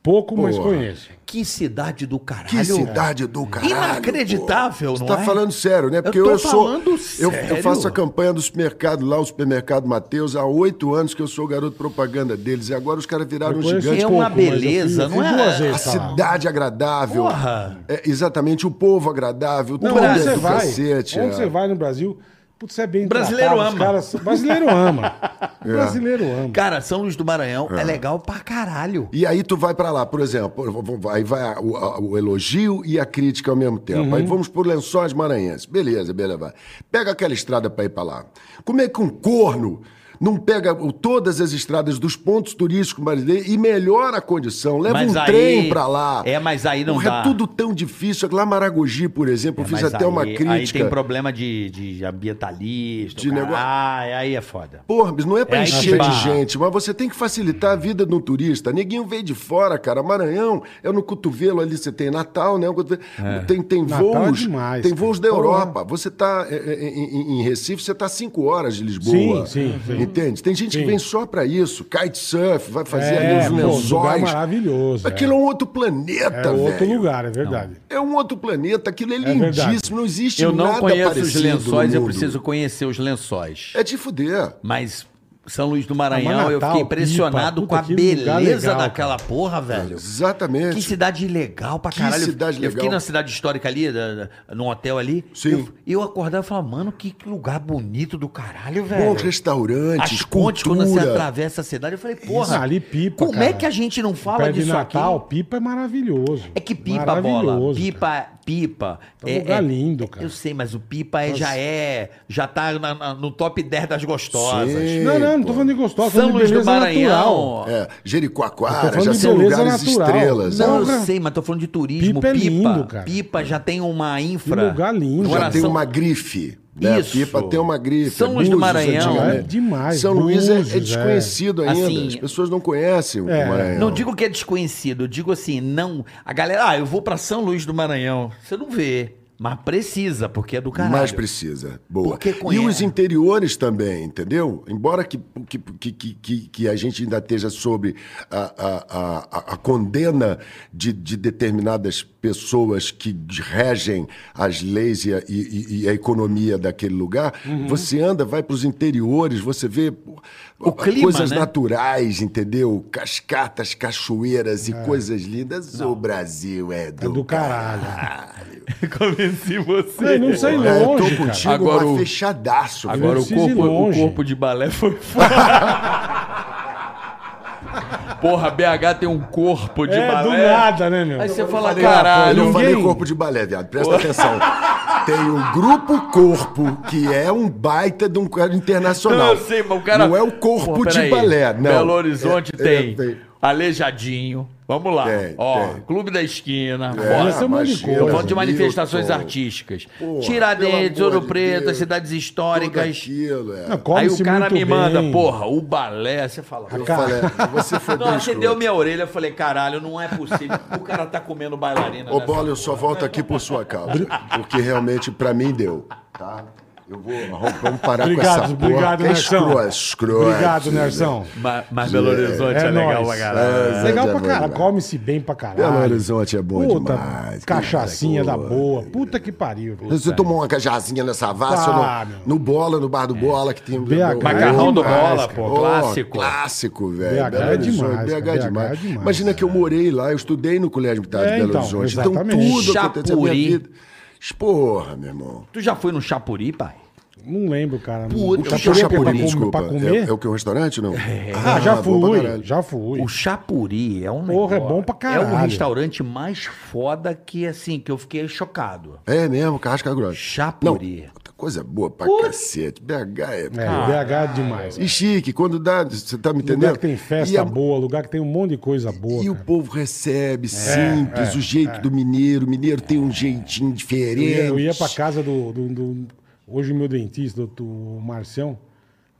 [SPEAKER 2] Pouco, mas
[SPEAKER 1] Porra.
[SPEAKER 2] conheço.
[SPEAKER 3] Que cidade do caralho.
[SPEAKER 1] Que cidade do caralho.
[SPEAKER 3] Inacreditável,
[SPEAKER 1] pô. Você
[SPEAKER 3] não
[SPEAKER 1] tá
[SPEAKER 3] é?
[SPEAKER 1] falando sério, né?
[SPEAKER 3] Eu
[SPEAKER 1] Porque
[SPEAKER 3] tô
[SPEAKER 1] eu, sou.
[SPEAKER 3] falando
[SPEAKER 1] eu,
[SPEAKER 3] sério.
[SPEAKER 1] eu faço a campanha do supermercado lá, o supermercado Mateus, há oito anos que eu sou garoto propaganda deles. E agora os caras viraram
[SPEAKER 2] Eu
[SPEAKER 1] um
[SPEAKER 2] conheço
[SPEAKER 1] gigante.
[SPEAKER 3] É
[SPEAKER 2] pouco,
[SPEAKER 3] uma
[SPEAKER 2] mas eu
[SPEAKER 3] beleza,
[SPEAKER 2] fiz-
[SPEAKER 3] não
[SPEAKER 2] fiz
[SPEAKER 3] é?
[SPEAKER 2] duas vezes,
[SPEAKER 1] A
[SPEAKER 2] tá lá.
[SPEAKER 1] cidade agradável.
[SPEAKER 3] Porra.
[SPEAKER 1] É, exatamente, o povo agradável.
[SPEAKER 2] Não,
[SPEAKER 1] tudo
[SPEAKER 2] onde
[SPEAKER 1] é
[SPEAKER 2] você
[SPEAKER 1] do
[SPEAKER 2] vai?
[SPEAKER 1] cacete,
[SPEAKER 2] onde
[SPEAKER 1] é.
[SPEAKER 2] você vai no Brasil? Putz, é bem
[SPEAKER 3] Brasileiro
[SPEAKER 2] tratado, os
[SPEAKER 3] ama.
[SPEAKER 2] caras são- brasileiro ama.
[SPEAKER 1] É.
[SPEAKER 2] Brasileiro ama.
[SPEAKER 3] Cara, São Luís do Maranhão é, legal pra caralho.
[SPEAKER 1] E aí tu vai pra lá, por exemplo, eu vou- vou- aí vai a- o, a- o elogio e a crítica ao mesmo tempo. Aí
[SPEAKER 3] Uhum.
[SPEAKER 1] vamos por Lençóis Maranhenses. Beleza, beleza, vai. Pega aquela estrada pra ir pra lá. Como é que um corno não pega o- todas as estradas dos pontos turísticos marinenses e melhora a condição? Leva
[SPEAKER 3] Mas
[SPEAKER 1] um
[SPEAKER 3] aí-
[SPEAKER 1] trem pra lá.
[SPEAKER 3] É, mas aí não
[SPEAKER 1] Porra,
[SPEAKER 3] dá. É,
[SPEAKER 1] É tudo tão difícil. Lá em Maragogi, por exemplo, eu fiz
[SPEAKER 3] Mas
[SPEAKER 1] até uma
[SPEAKER 3] aí-
[SPEAKER 1] crítica.
[SPEAKER 3] Aí tem problema de, de ambientalista.
[SPEAKER 1] De
[SPEAKER 3] o cara-
[SPEAKER 1] negócio-
[SPEAKER 3] Ah, aí é foda.
[SPEAKER 1] Porra, mas não é pra
[SPEAKER 3] É aí que
[SPEAKER 1] encher
[SPEAKER 3] barra.
[SPEAKER 1] de gente, mas você tem que facilitar a vida de um turista. Neguinho veio de fora, cara. Maranhão é no cotovelo ali, você tem Natal, né? O cotovelo- Tem, tem
[SPEAKER 2] Natal é
[SPEAKER 1] voos.
[SPEAKER 2] demais,
[SPEAKER 1] tem
[SPEAKER 2] cara.
[SPEAKER 1] voos da
[SPEAKER 2] Porra.
[SPEAKER 1] Europa. Você tá é, é, em, em Recife, você tá cinco horas de Lisboa.
[SPEAKER 2] Sim, sim, sim.
[SPEAKER 1] Entende? Tem gente
[SPEAKER 2] Sim.
[SPEAKER 1] que vem só pra isso. Kitesurf, vai fazer
[SPEAKER 2] É,
[SPEAKER 1] ali uns
[SPEAKER 2] pô, lugar
[SPEAKER 1] lençóis.
[SPEAKER 2] maravilhoso, é.
[SPEAKER 1] Aquilo é um outro planeta,
[SPEAKER 2] É
[SPEAKER 1] velho.
[SPEAKER 2] outro lugar, é verdade.
[SPEAKER 1] É um outro planeta, aquilo é,
[SPEAKER 2] verdade.
[SPEAKER 1] lindíssimo, não existe
[SPEAKER 3] Eu
[SPEAKER 1] nada
[SPEAKER 3] não conheço os
[SPEAKER 1] parecido no
[SPEAKER 3] lençóis, eu
[SPEAKER 1] mundo.
[SPEAKER 3] preciso conhecer os lençóis.
[SPEAKER 1] É de fuder.
[SPEAKER 3] Mas São Luís do Maranhão,
[SPEAKER 2] Ah, mas
[SPEAKER 3] eu
[SPEAKER 2] Natal,
[SPEAKER 3] fiquei impressionado
[SPEAKER 2] Pipa,
[SPEAKER 3] com a
[SPEAKER 2] puta, que
[SPEAKER 3] beleza
[SPEAKER 2] lugar legal,
[SPEAKER 3] daquela porra, velho.
[SPEAKER 1] Exatamente.
[SPEAKER 3] Que cidade legal pra
[SPEAKER 1] Que
[SPEAKER 3] caralho.
[SPEAKER 1] cidade
[SPEAKER 3] Eu fiquei
[SPEAKER 1] legal.
[SPEAKER 3] na cidade histórica ali, da- da- num hotel ali.
[SPEAKER 1] Sim.
[SPEAKER 3] Eu, eu acordava e falava, mano, que que lugar bonito do caralho, velho.
[SPEAKER 1] Bons restaurantes,
[SPEAKER 3] É. As pontes, quando você
[SPEAKER 1] cultura.
[SPEAKER 3] atravessa a cidade, eu falei, porra,
[SPEAKER 2] Isso, ali Pipa,
[SPEAKER 3] como é
[SPEAKER 2] cara.
[SPEAKER 3] que a gente não fala
[SPEAKER 2] Perto de
[SPEAKER 3] disso
[SPEAKER 2] Natal,
[SPEAKER 3] aqui?
[SPEAKER 2] Pipa é maravilhoso.
[SPEAKER 3] É que pipa, bola.
[SPEAKER 2] Maravilhoso, cara.
[SPEAKER 3] Pipa, pipa.
[SPEAKER 2] É um lugar lindo, cara.
[SPEAKER 3] Eu sei, mas o pipa é, já é. Já tá na- na- no top 10 das gostosas.
[SPEAKER 1] Sim.
[SPEAKER 2] Não, não, não tô falando de gostosa, tô
[SPEAKER 3] São
[SPEAKER 2] falando de
[SPEAKER 3] Luís do
[SPEAKER 2] beleza
[SPEAKER 3] Maranhão.
[SPEAKER 2] natural. Eu
[SPEAKER 1] É,
[SPEAKER 2] tô
[SPEAKER 1] Jericoacoara,
[SPEAKER 2] falando
[SPEAKER 1] já
[SPEAKER 2] de
[SPEAKER 1] são
[SPEAKER 2] beleza
[SPEAKER 1] lugares
[SPEAKER 2] natural.
[SPEAKER 1] estrelas.
[SPEAKER 3] Não,
[SPEAKER 1] né?
[SPEAKER 2] Porra.
[SPEAKER 3] eu sei, mas tô falando de turismo.
[SPEAKER 2] Pipa
[SPEAKER 3] Pipa,
[SPEAKER 2] é lindo, cara.
[SPEAKER 3] Pipa já tem uma infra.
[SPEAKER 2] Que lugar lindo.
[SPEAKER 3] No
[SPEAKER 1] Já
[SPEAKER 3] coração.
[SPEAKER 1] tem uma grife. Né?
[SPEAKER 3] Isso.
[SPEAKER 1] Pipa tem uma grife.
[SPEAKER 3] São Luís do
[SPEAKER 1] Búzios,
[SPEAKER 3] Maranhão.
[SPEAKER 1] antigamente.
[SPEAKER 2] É demais,
[SPEAKER 1] São Luís é-
[SPEAKER 2] Búzios,
[SPEAKER 1] é,
[SPEAKER 2] é.
[SPEAKER 1] desconhecido ainda.
[SPEAKER 3] Assim,
[SPEAKER 1] As pessoas não
[SPEAKER 2] é.
[SPEAKER 1] conhecem o Maranhão.
[SPEAKER 3] Não digo que é desconhecido, eu digo assim, não. A galera, ah, eu vou pra São Luís do Maranhão. Você não vê, mas precisa, porque é do caralho.
[SPEAKER 1] Mas precisa. Boa.
[SPEAKER 3] Porque
[SPEAKER 1] e
[SPEAKER 3] conhece.
[SPEAKER 1] os interiores também, entendeu? Embora que, que, que, que- que, que a gente ainda esteja sobre a, a, a, a- a condena de, de determinadas pessoas que regem as leis e a, e- e- e a economia daquele lugar, você anda, vai para os interiores, você vê
[SPEAKER 3] O clima,
[SPEAKER 1] coisas
[SPEAKER 3] né?
[SPEAKER 1] naturais, entendeu? Cascatas, cachoeiras e coisas lindas. O Brasil é do,
[SPEAKER 2] É do caralho.
[SPEAKER 3] *laughs* Convenci você.
[SPEAKER 2] Não, não sei
[SPEAKER 1] É, eu tô
[SPEAKER 2] longe, cara.
[SPEAKER 1] contigo
[SPEAKER 6] Agora
[SPEAKER 1] mas
[SPEAKER 6] o-
[SPEAKER 1] fechadaço. velho.
[SPEAKER 6] Agora o
[SPEAKER 2] precisa ir
[SPEAKER 6] corpo, o
[SPEAKER 2] longe.
[SPEAKER 6] corpo de balé
[SPEAKER 3] *laughs*
[SPEAKER 6] foi foda. Porra, BH tem um corpo de
[SPEAKER 2] É, do
[SPEAKER 6] balé.
[SPEAKER 2] nada, né, meu?
[SPEAKER 6] Aí você fala,
[SPEAKER 1] Falei,
[SPEAKER 6] caralho.
[SPEAKER 1] Eu não falei
[SPEAKER 2] ninguém-
[SPEAKER 1] corpo de balé, viado. Presta atenção. Tem o Grupo Corpo, que é um baita de um cara internacional.
[SPEAKER 6] Não, eu sei, mas o cara.
[SPEAKER 1] Não é o corpo
[SPEAKER 6] Pô,
[SPEAKER 1] de
[SPEAKER 6] peraí.
[SPEAKER 1] balé, não.
[SPEAKER 6] Belo Horizonte
[SPEAKER 1] É- é-
[SPEAKER 6] tem.
[SPEAKER 1] tem.
[SPEAKER 6] Aleijadinho. Vamos lá.
[SPEAKER 1] Tem,
[SPEAKER 6] Ó,
[SPEAKER 1] tem.
[SPEAKER 6] Clube da
[SPEAKER 1] É,
[SPEAKER 6] Esquina. Bora.
[SPEAKER 2] Essa é uma
[SPEAKER 1] mas
[SPEAKER 2] licor.
[SPEAKER 1] eu
[SPEAKER 6] Tô falando de
[SPEAKER 1] admiro,
[SPEAKER 6] manifestações
[SPEAKER 1] pô.
[SPEAKER 6] artísticas.
[SPEAKER 1] Porra,
[SPEAKER 6] Tiradentes,
[SPEAKER 1] pelo amor
[SPEAKER 6] Ouro
[SPEAKER 1] de
[SPEAKER 6] Preto,
[SPEAKER 1] Deus.
[SPEAKER 6] cidades
[SPEAKER 1] Tudo
[SPEAKER 6] históricas.
[SPEAKER 1] aquilo, é.
[SPEAKER 2] Não,
[SPEAKER 6] Aí
[SPEAKER 2] come-se
[SPEAKER 6] o cara
[SPEAKER 2] muito
[SPEAKER 6] me
[SPEAKER 2] bem.
[SPEAKER 6] manda, porra, o balé. Você fala.
[SPEAKER 1] Eu
[SPEAKER 2] Cara.
[SPEAKER 1] falei, "É, você foi
[SPEAKER 6] Não,
[SPEAKER 1] bem
[SPEAKER 6] você deu
[SPEAKER 1] escroto.
[SPEAKER 6] minha orelha, eu falei, caralho, não é possível. O cara tá comendo bailarina.
[SPEAKER 1] Ô,
[SPEAKER 6] nessa-
[SPEAKER 1] Bola, eu só volto aqui por sua causa. Porque realmente, pra mim, deu. Tá? Eu vou... Vamos parar
[SPEAKER 2] Obrigado,
[SPEAKER 1] Tá com essa porra.
[SPEAKER 2] obrigado,
[SPEAKER 1] que é
[SPEAKER 2] Nersão.
[SPEAKER 1] escroto, escroto.
[SPEAKER 2] Obrigado,
[SPEAKER 1] né?
[SPEAKER 2] Nersão.
[SPEAKER 6] Ma- Mas Belo Horizonte é,
[SPEAKER 2] É
[SPEAKER 6] legal
[SPEAKER 2] nóis.
[SPEAKER 6] pra caralho. né?"
[SPEAKER 1] É,
[SPEAKER 2] Legal
[SPEAKER 1] é
[SPEAKER 2] pra
[SPEAKER 1] bom
[SPEAKER 2] caralho.
[SPEAKER 1] demais.
[SPEAKER 2] Come-se bem pra caralho.
[SPEAKER 1] Belo Horizonte é bom
[SPEAKER 2] Puta,
[SPEAKER 1] demais.
[SPEAKER 2] Cachacinha
[SPEAKER 1] Que
[SPEAKER 2] da
[SPEAKER 1] coisa.
[SPEAKER 2] boa. Puta que pariu. velho.
[SPEAKER 1] Você tomou uma cajazinha nessa vassa
[SPEAKER 2] Ah,
[SPEAKER 1] no,
[SPEAKER 2] meu. É.
[SPEAKER 1] no Bola, no Bar do Bola, que tem...
[SPEAKER 2] BH
[SPEAKER 6] Macarrão do
[SPEAKER 2] Demais,
[SPEAKER 6] bola,
[SPEAKER 2] cara.
[SPEAKER 6] pô,
[SPEAKER 1] Pô,
[SPEAKER 6] clássico.
[SPEAKER 1] Clássico, velho.
[SPEAKER 2] BH
[SPEAKER 1] Belo
[SPEAKER 2] é demais,
[SPEAKER 1] Horizonte,
[SPEAKER 2] cara,
[SPEAKER 1] BH, é
[SPEAKER 2] BH é
[SPEAKER 1] demais.
[SPEAKER 2] demais,
[SPEAKER 1] Imagina que eu morei lá, eu estudei no Colégio
[SPEAKER 2] É,
[SPEAKER 1] Militar de Belo
[SPEAKER 2] então,
[SPEAKER 1] Horizonte.
[SPEAKER 2] exatamente.
[SPEAKER 1] Então tudo acontece na minha
[SPEAKER 3] Chapuri.
[SPEAKER 1] vida. Porra, meu irmão.
[SPEAKER 3] Tu já foi no Chapuri, pai?
[SPEAKER 2] Não lembro, cara.
[SPEAKER 3] Puta,
[SPEAKER 2] O
[SPEAKER 3] o
[SPEAKER 2] cachorro é pra
[SPEAKER 3] Chapuri,
[SPEAKER 2] comer?
[SPEAKER 1] desculpa.
[SPEAKER 2] Pra comer?
[SPEAKER 1] É, é o que, o restaurante, não?
[SPEAKER 2] Ah, já
[SPEAKER 1] bom pra
[SPEAKER 2] fui.
[SPEAKER 1] caralho.
[SPEAKER 2] Já fui.
[SPEAKER 3] O Chapuri é um
[SPEAKER 2] Porra, é bom pra caralho.
[SPEAKER 3] É o restaurante mais foda que, assim, que eu fiquei chocado.
[SPEAKER 1] É mesmo, casca grossa.
[SPEAKER 3] Chapuri.
[SPEAKER 1] Não, puta coisa boa pra cacete. BH é...
[SPEAKER 2] É, BH é demais.
[SPEAKER 1] E chique, quando dá, você tá me entendendo?
[SPEAKER 2] Lugar que tem
[SPEAKER 1] E
[SPEAKER 2] festa
[SPEAKER 1] é-
[SPEAKER 2] boa, lugar que tem um monte de coisa boa.
[SPEAKER 1] E o
[SPEAKER 2] cara. É,
[SPEAKER 1] povo recebe, simples, o jeito do mineiro. O mineiro tem um jeitinho
[SPEAKER 2] Eu
[SPEAKER 1] diferente.
[SPEAKER 2] ia, eu ia pra casa do, do- do- Hoje o meu dentista, do, o Marcião,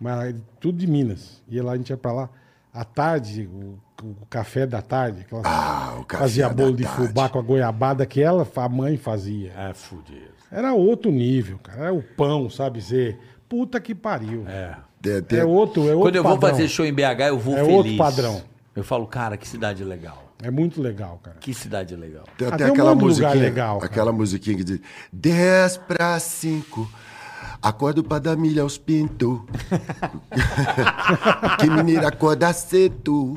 [SPEAKER 2] mas tudo de Minas. Ia lá, a gente ia pra lá. À tarde, o, o café da tarde, que ela
[SPEAKER 1] Ah, o café
[SPEAKER 2] fazia
[SPEAKER 1] da
[SPEAKER 2] bolo de
[SPEAKER 1] tarde.
[SPEAKER 2] fubá com a goiabada que ela, a mãe fazia.
[SPEAKER 6] É fudido.
[SPEAKER 2] Era outro nível, cara. Era o pão, sabe? Você. Puta que pariu. É,
[SPEAKER 1] Tem- tem-
[SPEAKER 2] outro, é outro
[SPEAKER 3] Quando eu vou
[SPEAKER 2] padrão.
[SPEAKER 3] fazer show em BH, eu vou
[SPEAKER 2] É
[SPEAKER 3] feliz.
[SPEAKER 2] outro padrão.
[SPEAKER 3] Eu falo, cara, que cidade legal.
[SPEAKER 2] É muito legal, cara.
[SPEAKER 3] Que cidade legal.
[SPEAKER 1] Tem
[SPEAKER 2] Ah,
[SPEAKER 1] até
[SPEAKER 2] tem um
[SPEAKER 1] aquela
[SPEAKER 2] monte de lugar
[SPEAKER 1] musiquinha.
[SPEAKER 2] legal, cara.
[SPEAKER 1] aquela musiquinha que diz: 10 para 5. Acordo pra dar milha aos pinto. que menina acorda cedo.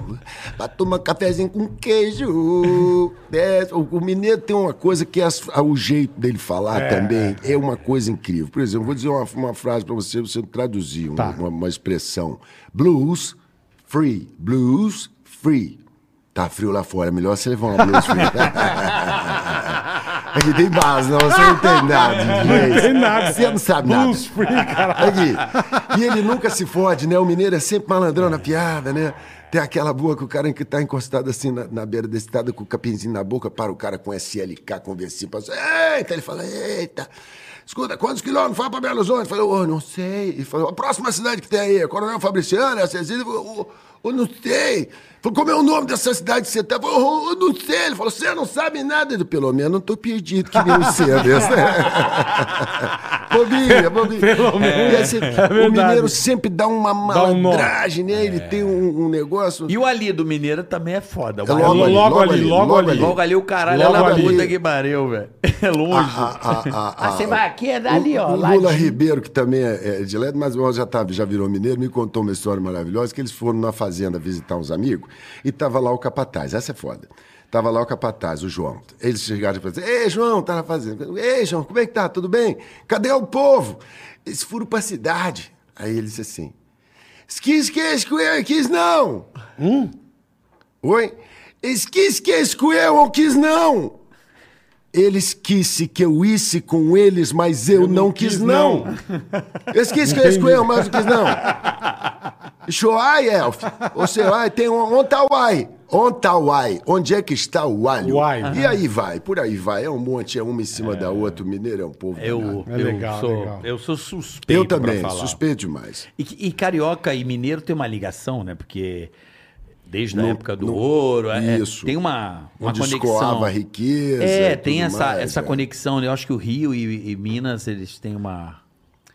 [SPEAKER 1] Pra tomar cafezinho com queijo. Dez- o, o mineiro tem uma coisa que é as- o jeito dele falar também é uma coisa incrível. Por exemplo, vou dizer uma, uma frase pra você, você traduzir um-
[SPEAKER 2] Tá.
[SPEAKER 1] uma, uma expressão. Blues free. Blues free. Tá frio lá fora, melhor você levar uma blues free. *laughs* Aqui tem base, não, você não tem nada de inglês.
[SPEAKER 2] tem nada.
[SPEAKER 1] Você não sabe
[SPEAKER 2] Blues
[SPEAKER 1] nada.
[SPEAKER 2] free, cara.
[SPEAKER 1] Aqui. E ele nunca se fode, né? O mineiro é sempre malandrão na piada, né? Tem aquela boa que o cara que tá encostado assim na, na beira da estrada com o capinzinho na boca, para o cara com SLK, conversível, passa, eita, ele fala, eita. Escuta, quantos quilômetros? Fala pra Belo Horizonte. Falei, ô, não sei. Ele falou, a próxima cidade que tem aí, é Coronel Fabriciano, é a Cecília. Ô, ô, não sei. Falou, como é o nome dessa cidade que você tá? Falou, ô, ô, não sei. Ele falou, você não sabe nada. Ele, pelo menos, não tô perdido, que nem né?" você, *laughs* dessa.
[SPEAKER 2] *laughs*
[SPEAKER 1] bobinha, bobinha.
[SPEAKER 2] Pelo menos. É
[SPEAKER 1] E assim, o
[SPEAKER 2] verdade.
[SPEAKER 1] mineiro sempre dá uma
[SPEAKER 2] Dá um nó.
[SPEAKER 1] malandragem, né? Ele tem um, um negócio...
[SPEAKER 3] E o ali do Mineiro também é foda. O
[SPEAKER 1] É
[SPEAKER 3] ali-
[SPEAKER 1] logo ali,
[SPEAKER 2] logo ali, logo ali.
[SPEAKER 3] Logo ali o caralho,
[SPEAKER 2] Logo
[SPEAKER 3] ela
[SPEAKER 2] ali.
[SPEAKER 3] puta que pariu, velho. *laughs* É longe.
[SPEAKER 1] Ah, ah, ah, ah,
[SPEAKER 3] Ah, você vai aqui, é dali, ó.
[SPEAKER 1] O, o
[SPEAKER 3] lá
[SPEAKER 1] Lula
[SPEAKER 3] de-
[SPEAKER 1] Ribeiro, que também é, é de LED, mas ó, já, tá, já virou mineiro, me contou uma história maravilhosa, que eles foram na fazenda visitar uns amigos e tava lá o capataz. Essa é foda. Tava lá o capataz, o João. Eles chegaram e falaram assim, Ei, João, tá na fazenda. Ei, João, como é que tá? Tudo bem? Cadê o povo? Eles foram pra cidade. Aí ele disse assim, esquis, esquis, quis não. Oi? Esquis, quis, eu ou quis não. Eles quisse que eu isse com eles, mas eu, não, quis, não. Eles quis que eu isse com eu, mas eu quis não. Shoai, Elf. Você vai, tem um. Onde tá o ai? Onde tá o ai? Onde é que está o alho?
[SPEAKER 2] O ai.
[SPEAKER 1] E aí vai, por aí vai. É um monte, é uma em cima da outra. O mineiro é um povo. danado.
[SPEAKER 3] Eu,
[SPEAKER 2] É
[SPEAKER 3] eu,
[SPEAKER 2] legal,
[SPEAKER 3] sou,
[SPEAKER 2] legal.
[SPEAKER 3] eu sou suspeito.
[SPEAKER 1] eu também,
[SPEAKER 3] pra falar.
[SPEAKER 1] suspeito demais.
[SPEAKER 3] E, que- e carioca e mineiro tem uma ligação, né? Porque desde a época do ouro, é,
[SPEAKER 1] isso.
[SPEAKER 3] tem uma, uma
[SPEAKER 1] Onde
[SPEAKER 3] conexão.
[SPEAKER 1] escoava a riqueza.
[SPEAKER 3] É,
[SPEAKER 1] e
[SPEAKER 3] tem
[SPEAKER 1] tudo
[SPEAKER 3] essa,
[SPEAKER 1] mais,
[SPEAKER 3] essa
[SPEAKER 1] é.
[SPEAKER 3] conexão. né? Eu acho que o Rio e, e Minas, eles têm uma.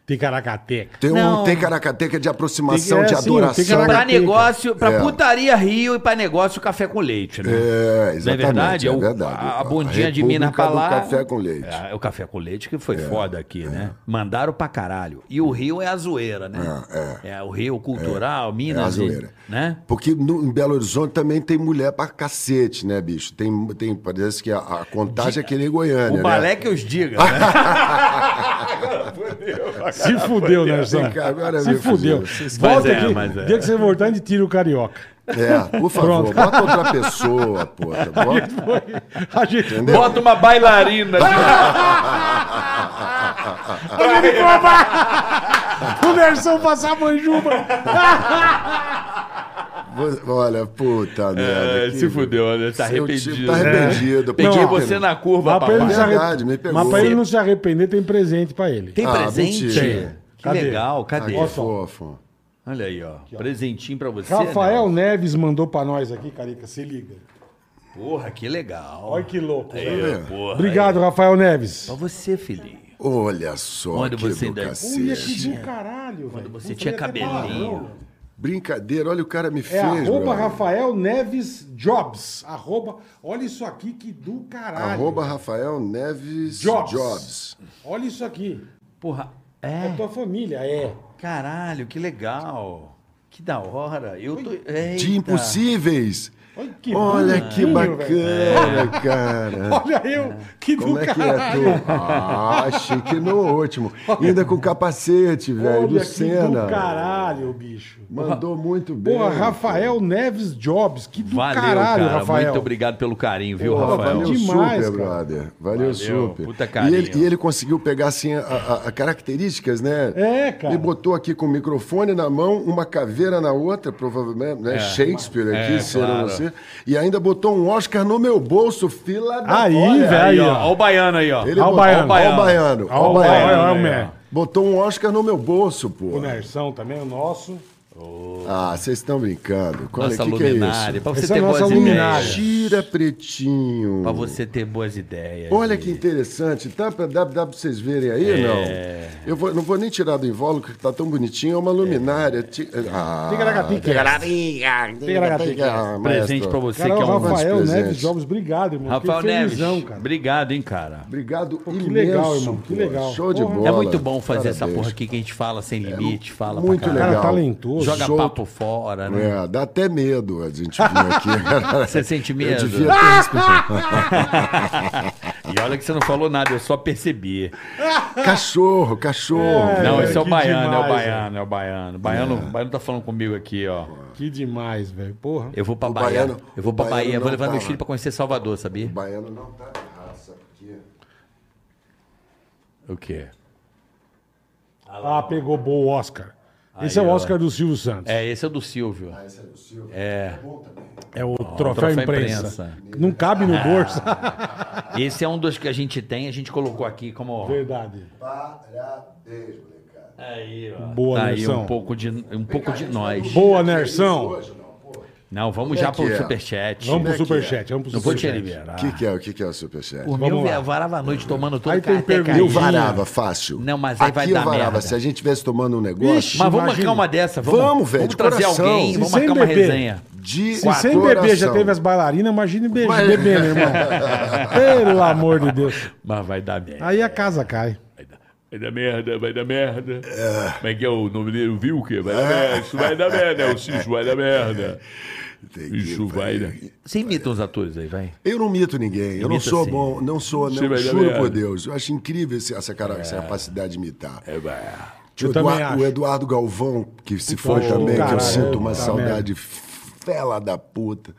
[SPEAKER 2] Ticaracateca.
[SPEAKER 1] Tem, um,
[SPEAKER 3] Não.
[SPEAKER 1] tem caracateca de aproximação,
[SPEAKER 2] Tem- é,
[SPEAKER 1] de
[SPEAKER 2] sim,
[SPEAKER 1] adoração.
[SPEAKER 2] tem
[SPEAKER 3] Pra
[SPEAKER 2] Caracateca.
[SPEAKER 3] negócio, pra putaria Rio e pra negócio café com leite, né?
[SPEAKER 1] É,
[SPEAKER 3] Não
[SPEAKER 1] exatamente.
[SPEAKER 3] é verdade?
[SPEAKER 1] é
[SPEAKER 3] O-
[SPEAKER 1] verdade.
[SPEAKER 3] A, a bondinha de Minas
[SPEAKER 1] República
[SPEAKER 3] pra
[SPEAKER 1] do
[SPEAKER 3] lá.
[SPEAKER 1] café com leite. É,
[SPEAKER 3] É, o café com leite que foi foda aqui, né? Mandaram pra caralho. E o Rio é a zoeira, né? É, o Rio cultural, Minas.
[SPEAKER 1] É a
[SPEAKER 3] e-
[SPEAKER 1] zoeira.
[SPEAKER 3] né?
[SPEAKER 1] Porque no, em Belo Horizonte também tem mulher pra cacete, né, bicho? Tem, tem, parece que a, a contagem é que nem Goiânia,
[SPEAKER 3] O
[SPEAKER 1] né?
[SPEAKER 3] balé que os diga, né?
[SPEAKER 2] Se fudeu, né,
[SPEAKER 3] é
[SPEAKER 2] Sam?
[SPEAKER 1] Vem cá, agora
[SPEAKER 2] Se
[SPEAKER 1] me
[SPEAKER 2] fudeu.
[SPEAKER 1] fudeu.
[SPEAKER 2] Volta
[SPEAKER 3] Mas é,
[SPEAKER 2] aqui.
[SPEAKER 3] mas é.
[SPEAKER 2] dia que você voltar, a gente tira
[SPEAKER 3] *laughs*
[SPEAKER 2] o carioca.
[SPEAKER 1] É, por favor,
[SPEAKER 2] Pronto.
[SPEAKER 1] bota outra pessoa, porra. Bota...
[SPEAKER 2] A gente...
[SPEAKER 3] Bota uma bailarina.
[SPEAKER 2] O Nerson passar manjuba.
[SPEAKER 1] Vo- Olha, puta merda.
[SPEAKER 3] É,
[SPEAKER 1] que-
[SPEAKER 3] se fudeu, né? Tá
[SPEAKER 1] Seu
[SPEAKER 3] arrependido. É.
[SPEAKER 1] tipo Tá arrependido.
[SPEAKER 3] Peguei
[SPEAKER 1] Não,
[SPEAKER 3] você na curva,
[SPEAKER 2] Mas pra,
[SPEAKER 3] papai.
[SPEAKER 2] ele não se arre-
[SPEAKER 1] Verdade, me pegou.
[SPEAKER 2] Mas pra ele não se arrepender, tem presente pra ele.
[SPEAKER 3] Tem
[SPEAKER 1] Ah,
[SPEAKER 3] presente?
[SPEAKER 1] mentira.
[SPEAKER 3] Que
[SPEAKER 2] Cadê?
[SPEAKER 3] legal, cadê?
[SPEAKER 1] Ai, que fofo.
[SPEAKER 3] Olha aí, ó. Presentinho pra você.
[SPEAKER 2] Rafael
[SPEAKER 3] né?
[SPEAKER 2] Neves mandou pra nós aqui, Carica, se liga.
[SPEAKER 3] Porra, que legal.
[SPEAKER 2] Olha que louco. né?
[SPEAKER 3] É, porra.
[SPEAKER 2] Obrigado, Rafael Neves.
[SPEAKER 3] Pra você, filhinho.
[SPEAKER 1] Olha só
[SPEAKER 3] Olha
[SPEAKER 1] que
[SPEAKER 3] você
[SPEAKER 1] do
[SPEAKER 3] daí.
[SPEAKER 2] Olha
[SPEAKER 1] cacete.
[SPEAKER 2] que do caralho, velho.
[SPEAKER 3] né? você
[SPEAKER 2] Não
[SPEAKER 3] tinha
[SPEAKER 2] falei até
[SPEAKER 3] cabelinho.
[SPEAKER 2] palavrão.
[SPEAKER 1] Brincadeira, olha o cara me
[SPEAKER 2] É
[SPEAKER 1] fez,
[SPEAKER 2] arroba
[SPEAKER 1] brother.
[SPEAKER 2] Rafael Neves Jobs. Arroba, olha isso aqui que do caralho.
[SPEAKER 1] Arroba Rafael Neves
[SPEAKER 2] Jobs.
[SPEAKER 1] Jobs.
[SPEAKER 2] Olha isso aqui.
[SPEAKER 3] Porra,
[SPEAKER 2] É
[SPEAKER 3] é.
[SPEAKER 2] tua família, é.
[SPEAKER 3] Caralho, que legal. Que da hora. Eu tô. Eita.
[SPEAKER 1] De impossíveis.
[SPEAKER 2] Olha que
[SPEAKER 1] Olha que
[SPEAKER 2] bonitinho,
[SPEAKER 1] bacana,
[SPEAKER 2] *laughs*
[SPEAKER 1] cara.
[SPEAKER 2] Olha eu, que do
[SPEAKER 1] Como é que é
[SPEAKER 2] caralho.
[SPEAKER 1] tu? Ah, chique no último. Ainda com capacete, velho,
[SPEAKER 2] Olha
[SPEAKER 1] do
[SPEAKER 2] que do
[SPEAKER 1] Senna.
[SPEAKER 2] caralho, bicho.
[SPEAKER 1] Mandou muito bem.
[SPEAKER 2] Porra, Rafael Neves Jobs, que do
[SPEAKER 3] Valeu,
[SPEAKER 2] caralho,
[SPEAKER 3] cara.
[SPEAKER 2] Rafael.
[SPEAKER 3] Muito obrigado pelo carinho, viu,
[SPEAKER 1] Pô,
[SPEAKER 3] Rafael?
[SPEAKER 1] Valeu
[SPEAKER 2] Demais,
[SPEAKER 1] super,
[SPEAKER 2] cara.
[SPEAKER 1] brother. Valeu, super.
[SPEAKER 3] puta
[SPEAKER 1] e,
[SPEAKER 3] carinho.
[SPEAKER 1] ele, e ele conseguiu pegar, assim, a, a- a características, né?
[SPEAKER 2] É, cara.
[SPEAKER 1] Ele botou aqui com o microfone na mão, uma caveira na outra, provavelmente, né? Shakespeare aqui,
[SPEAKER 3] É,
[SPEAKER 1] se eu não
[SPEAKER 3] claro.
[SPEAKER 1] sei. E ainda botou um Oscar no meu bolso, fila da...
[SPEAKER 2] Aí,
[SPEAKER 1] Olha,
[SPEAKER 2] velho.
[SPEAKER 3] Aí,
[SPEAKER 2] Aí,
[SPEAKER 3] ó.
[SPEAKER 2] ó.
[SPEAKER 3] Ó o baiano aí, ó.
[SPEAKER 1] Ele
[SPEAKER 2] Ó o
[SPEAKER 1] botou-
[SPEAKER 2] baiano.
[SPEAKER 1] Ó o baiano.
[SPEAKER 2] Olha
[SPEAKER 1] Ó o
[SPEAKER 2] o
[SPEAKER 1] baiano.
[SPEAKER 2] Olha o
[SPEAKER 3] né?
[SPEAKER 2] Mer.
[SPEAKER 1] Botou um Oscar no meu bolso, pô.
[SPEAKER 2] O Nersão também, o nosso.
[SPEAKER 1] Ah, vocês estão brincando. Olha,
[SPEAKER 3] nossa
[SPEAKER 1] que que é isso?
[SPEAKER 3] luminária. pra você
[SPEAKER 2] Essa é
[SPEAKER 3] ter
[SPEAKER 2] a nossa
[SPEAKER 3] boas
[SPEAKER 2] luminária.
[SPEAKER 3] ideias.
[SPEAKER 1] Tira, pretinho.
[SPEAKER 3] Pra você ter boas ideias.
[SPEAKER 1] Olha
[SPEAKER 3] e-
[SPEAKER 1] que interessante. Tá, pra- dá, dá pra vocês verem aí,
[SPEAKER 3] É.
[SPEAKER 1] não? Eu vou- não vou nem tirar do invólucro, que tá tão bonitinho. É uma luminária. Ti- Ah,
[SPEAKER 2] Ticaracatica.
[SPEAKER 1] ah,
[SPEAKER 3] Presente
[SPEAKER 1] maestro.
[SPEAKER 3] pra você
[SPEAKER 2] Cara,
[SPEAKER 3] que é
[SPEAKER 2] o
[SPEAKER 3] um.
[SPEAKER 1] Rafa-
[SPEAKER 2] Rafael
[SPEAKER 1] presente.
[SPEAKER 2] Neves Jogos, obrigado, irmão.
[SPEAKER 3] Rafael
[SPEAKER 2] Fiquei
[SPEAKER 3] Neves,
[SPEAKER 2] felizão, cara.
[SPEAKER 3] obrigado, hein, cara.
[SPEAKER 1] Obrigado
[SPEAKER 2] que
[SPEAKER 1] imenso.
[SPEAKER 2] legal, irmão, que
[SPEAKER 1] pô.
[SPEAKER 2] legal.
[SPEAKER 1] Show de
[SPEAKER 2] Porra. É
[SPEAKER 1] bola.
[SPEAKER 3] é muito bom fazer essa
[SPEAKER 1] Parabéns. É
[SPEAKER 3] porra aqui que a gente fala sem limite, fala
[SPEAKER 1] muito
[SPEAKER 3] pra
[SPEAKER 2] Cara
[SPEAKER 1] legal.
[SPEAKER 2] talentoso.
[SPEAKER 3] Joga
[SPEAKER 1] Show.
[SPEAKER 3] papo fora, né?
[SPEAKER 1] É, dá até medo a gente vir
[SPEAKER 3] *laughs*
[SPEAKER 1] aqui.
[SPEAKER 3] Você sente medo?
[SPEAKER 1] Eu devia ter respeitado.
[SPEAKER 3] E olha que você não falou nada, eu só percebi.
[SPEAKER 1] Cachorro, cachorro.
[SPEAKER 3] não, esse é o
[SPEAKER 2] que
[SPEAKER 3] baiano, é o
[SPEAKER 2] demais,
[SPEAKER 1] né?
[SPEAKER 3] baiano, é o baiano. Baiano, baiano tá falando comigo aqui, ó.
[SPEAKER 2] Que demais, velho. Porra.
[SPEAKER 3] Eu vou pra
[SPEAKER 1] O
[SPEAKER 3] Bahia.
[SPEAKER 1] baiano-
[SPEAKER 3] eu vou pra
[SPEAKER 1] o baiano
[SPEAKER 3] Bahia, vou
[SPEAKER 1] não
[SPEAKER 3] levar meu
[SPEAKER 1] fala.
[SPEAKER 3] filho pra conhecer Salvador, sabia?
[SPEAKER 1] O baiano não tá de raça, porque...
[SPEAKER 3] O quê?
[SPEAKER 2] Ah, pegou bom o Oscar. Esse
[SPEAKER 3] Aí,
[SPEAKER 2] é o
[SPEAKER 3] ó.
[SPEAKER 2] Oscar do Silvio Santos.
[SPEAKER 3] É, esse é o do Silvio.
[SPEAKER 2] É o troféu,
[SPEAKER 3] troféu
[SPEAKER 2] imprensa.
[SPEAKER 3] imprensa. Ah,
[SPEAKER 2] Não cabe no bolso.
[SPEAKER 3] Esse é um dos que a gente tem, a gente colocou aqui como.
[SPEAKER 2] *laughs* Verdade.
[SPEAKER 1] Parabéns, molecada.
[SPEAKER 3] Aí, ó.
[SPEAKER 2] Boa,
[SPEAKER 3] tá aí
[SPEAKER 2] Nelson.
[SPEAKER 3] um pouco de, um pouco de nós.
[SPEAKER 2] Boa, Nersão.
[SPEAKER 3] Não, vamos
[SPEAKER 1] Como
[SPEAKER 3] já
[SPEAKER 1] é que
[SPEAKER 3] pro
[SPEAKER 1] é?
[SPEAKER 3] superchat.
[SPEAKER 2] Vamos pro
[SPEAKER 1] que
[SPEAKER 2] superchat. Vamos pro
[SPEAKER 3] Não vou te
[SPEAKER 2] superchat.
[SPEAKER 3] liberar.
[SPEAKER 1] O que, que é, o que, que é o superchat?
[SPEAKER 3] Por mim, eu
[SPEAKER 2] Vamos lá.
[SPEAKER 3] varava a noite tomando todo
[SPEAKER 2] Aí
[SPEAKER 3] o
[SPEAKER 2] tem
[SPEAKER 3] cara até
[SPEAKER 2] pergunta.
[SPEAKER 3] cair.
[SPEAKER 1] Eu varava fácil.
[SPEAKER 3] Não, mas aí
[SPEAKER 1] Aqui
[SPEAKER 3] vai
[SPEAKER 1] eu
[SPEAKER 3] dar
[SPEAKER 1] varava.
[SPEAKER 3] merda.
[SPEAKER 1] Se a gente estivesse tomando um negócio
[SPEAKER 2] Ixi,
[SPEAKER 3] Mas vamos
[SPEAKER 2] Imagina.
[SPEAKER 3] marcar uma dessa. Vamos,
[SPEAKER 1] Vamos, velho,
[SPEAKER 3] Vamos
[SPEAKER 1] de
[SPEAKER 3] trazer
[SPEAKER 1] coração.
[SPEAKER 3] alguém.
[SPEAKER 1] Se
[SPEAKER 3] vamos
[SPEAKER 2] sem
[SPEAKER 3] marcar uma
[SPEAKER 2] beber.
[SPEAKER 3] resenha.
[SPEAKER 1] de
[SPEAKER 2] Se sem beber já teve as bailarinas, imagine be-
[SPEAKER 1] Mas-
[SPEAKER 2] beber, meu
[SPEAKER 1] *laughs*
[SPEAKER 2] irmão. Pelo amor de Deus.
[SPEAKER 3] *laughs* Mas vai dar merda.
[SPEAKER 2] Aí a casa cai.
[SPEAKER 6] Vai dar, vai dar merda, vai dar merda. Como é que é o nome dele? O Vilker? Vai
[SPEAKER 3] É.
[SPEAKER 6] dar merda. Isso vai dar merda, é o Cício, vai
[SPEAKER 3] *laughs*
[SPEAKER 6] dar merda. Isso vai dar.
[SPEAKER 3] Você imita uns atores aí, vai.
[SPEAKER 1] Eu não mito ninguém, eu não
[SPEAKER 3] Imita
[SPEAKER 1] sou
[SPEAKER 3] sim.
[SPEAKER 1] bom, não sou, não,
[SPEAKER 6] Você vai dar
[SPEAKER 1] juro
[SPEAKER 6] merda.
[SPEAKER 1] por Deus. Eu acho incrível esse- essa, cara- essa capacidade de imitar.
[SPEAKER 6] É, vai.
[SPEAKER 2] Eu
[SPEAKER 1] o,
[SPEAKER 2] também
[SPEAKER 1] Eduardo,
[SPEAKER 2] acho.
[SPEAKER 1] o Eduardo Galvão, que se foi
[SPEAKER 2] Puta,
[SPEAKER 1] também, que
[SPEAKER 2] caralho,
[SPEAKER 1] eu sinto uma
[SPEAKER 2] puta
[SPEAKER 1] saudade fela da puta.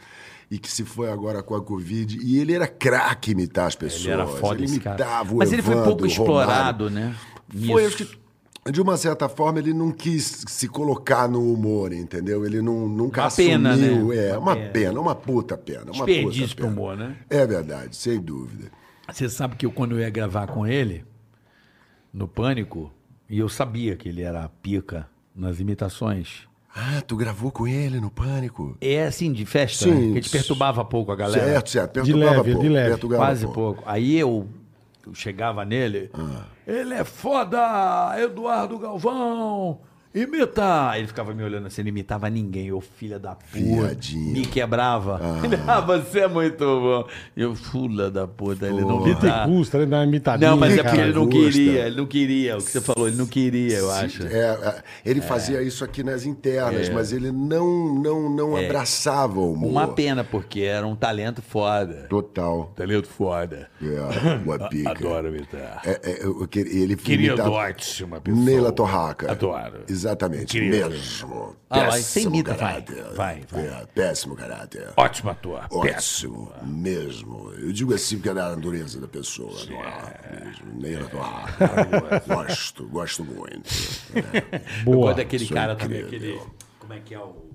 [SPEAKER 1] E que se foi agora com a Covid. E ele era craque em imitar as pessoas.
[SPEAKER 3] Ele era foda
[SPEAKER 1] ele
[SPEAKER 3] esse
[SPEAKER 1] imitava
[SPEAKER 3] cara.
[SPEAKER 1] o
[SPEAKER 3] Mas ele foi um
[SPEAKER 1] Evandro,
[SPEAKER 3] pouco
[SPEAKER 1] o
[SPEAKER 3] explorado, né?
[SPEAKER 1] Romário. Foi,
[SPEAKER 3] Nisso.
[SPEAKER 1] acho que, de uma certa forma, ele não quis se colocar no humor, entendeu? Ele não, nunca
[SPEAKER 3] Uma
[SPEAKER 1] assumiu.
[SPEAKER 3] pena, né?
[SPEAKER 1] É, uma pena, uma puta pena. Uma
[SPEAKER 3] Desperdício
[SPEAKER 1] puta
[SPEAKER 3] pro
[SPEAKER 1] pena.
[SPEAKER 3] humor, né?
[SPEAKER 1] É verdade, sem dúvida.
[SPEAKER 3] Você sabe que eu, quando eu ia gravar com ele, no Pânico, e eu sabia que ele era pica nas imitações.
[SPEAKER 1] Ah, tu gravou com ele no Pânico?
[SPEAKER 3] É assim, de festa,
[SPEAKER 1] Sim.
[SPEAKER 3] né? Porque a gente perturbava pouco a galera.
[SPEAKER 1] Certo, certo. Perturbava
[SPEAKER 2] leve,
[SPEAKER 1] pouco.
[SPEAKER 2] de leve.
[SPEAKER 1] perturbava
[SPEAKER 3] Quase pouco. Aí eu, eu chegava nele,
[SPEAKER 1] Ah.
[SPEAKER 3] ele é foda, Eduardo Galvão, imita. Ele ficava me olhando assim, não imitava ninguém, ô filha da puta.
[SPEAKER 1] Viadinho.
[SPEAKER 3] Me quebrava. *laughs* Ele, ah, você é muito bom. Eu, fula da puta, ele não me
[SPEAKER 2] E te
[SPEAKER 3] dá.
[SPEAKER 2] custa, né? Dar uma imitadinha.
[SPEAKER 3] Não, mas é
[SPEAKER 1] cara,
[SPEAKER 3] porque ele não
[SPEAKER 1] custa.
[SPEAKER 3] queria, ele não queria. O que você falou, ele não queria, eu acho.
[SPEAKER 1] É, é, ele fazia isso aqui nas
[SPEAKER 3] É.
[SPEAKER 1] internas, mas ele não não não abraçava o humor.
[SPEAKER 3] Uma pena, porque era um talento foda.
[SPEAKER 1] Total.
[SPEAKER 6] Talento foda.
[SPEAKER 3] *coughs*
[SPEAKER 1] É, uma pica.
[SPEAKER 6] Adoro imitar.
[SPEAKER 1] É, é, eu, eu que- ele
[SPEAKER 6] Queria
[SPEAKER 1] imitava
[SPEAKER 6] ótima pessoa.
[SPEAKER 1] Neila Torraca.
[SPEAKER 6] Adoro.
[SPEAKER 1] Exatamente.
[SPEAKER 6] Incrível.
[SPEAKER 1] Mesmo.
[SPEAKER 3] Ah, vai,
[SPEAKER 1] Péssimo
[SPEAKER 3] você imita, vai.
[SPEAKER 1] caráter.
[SPEAKER 3] Vai, vai.
[SPEAKER 1] É, péssimo caráter.
[SPEAKER 6] Ótimo ator. Péssimo.
[SPEAKER 1] Ótimo, mesmo. Eu digo assim porque é da natureza da pessoa. Não é? Mesmo. Neila
[SPEAKER 3] *laughs*
[SPEAKER 1] Torraca. gosto, gosto muito.
[SPEAKER 3] Eu
[SPEAKER 2] Boa.
[SPEAKER 3] gosto daquele
[SPEAKER 1] isso é
[SPEAKER 3] cara também,
[SPEAKER 1] incrível.
[SPEAKER 3] aquele. Como é que é o.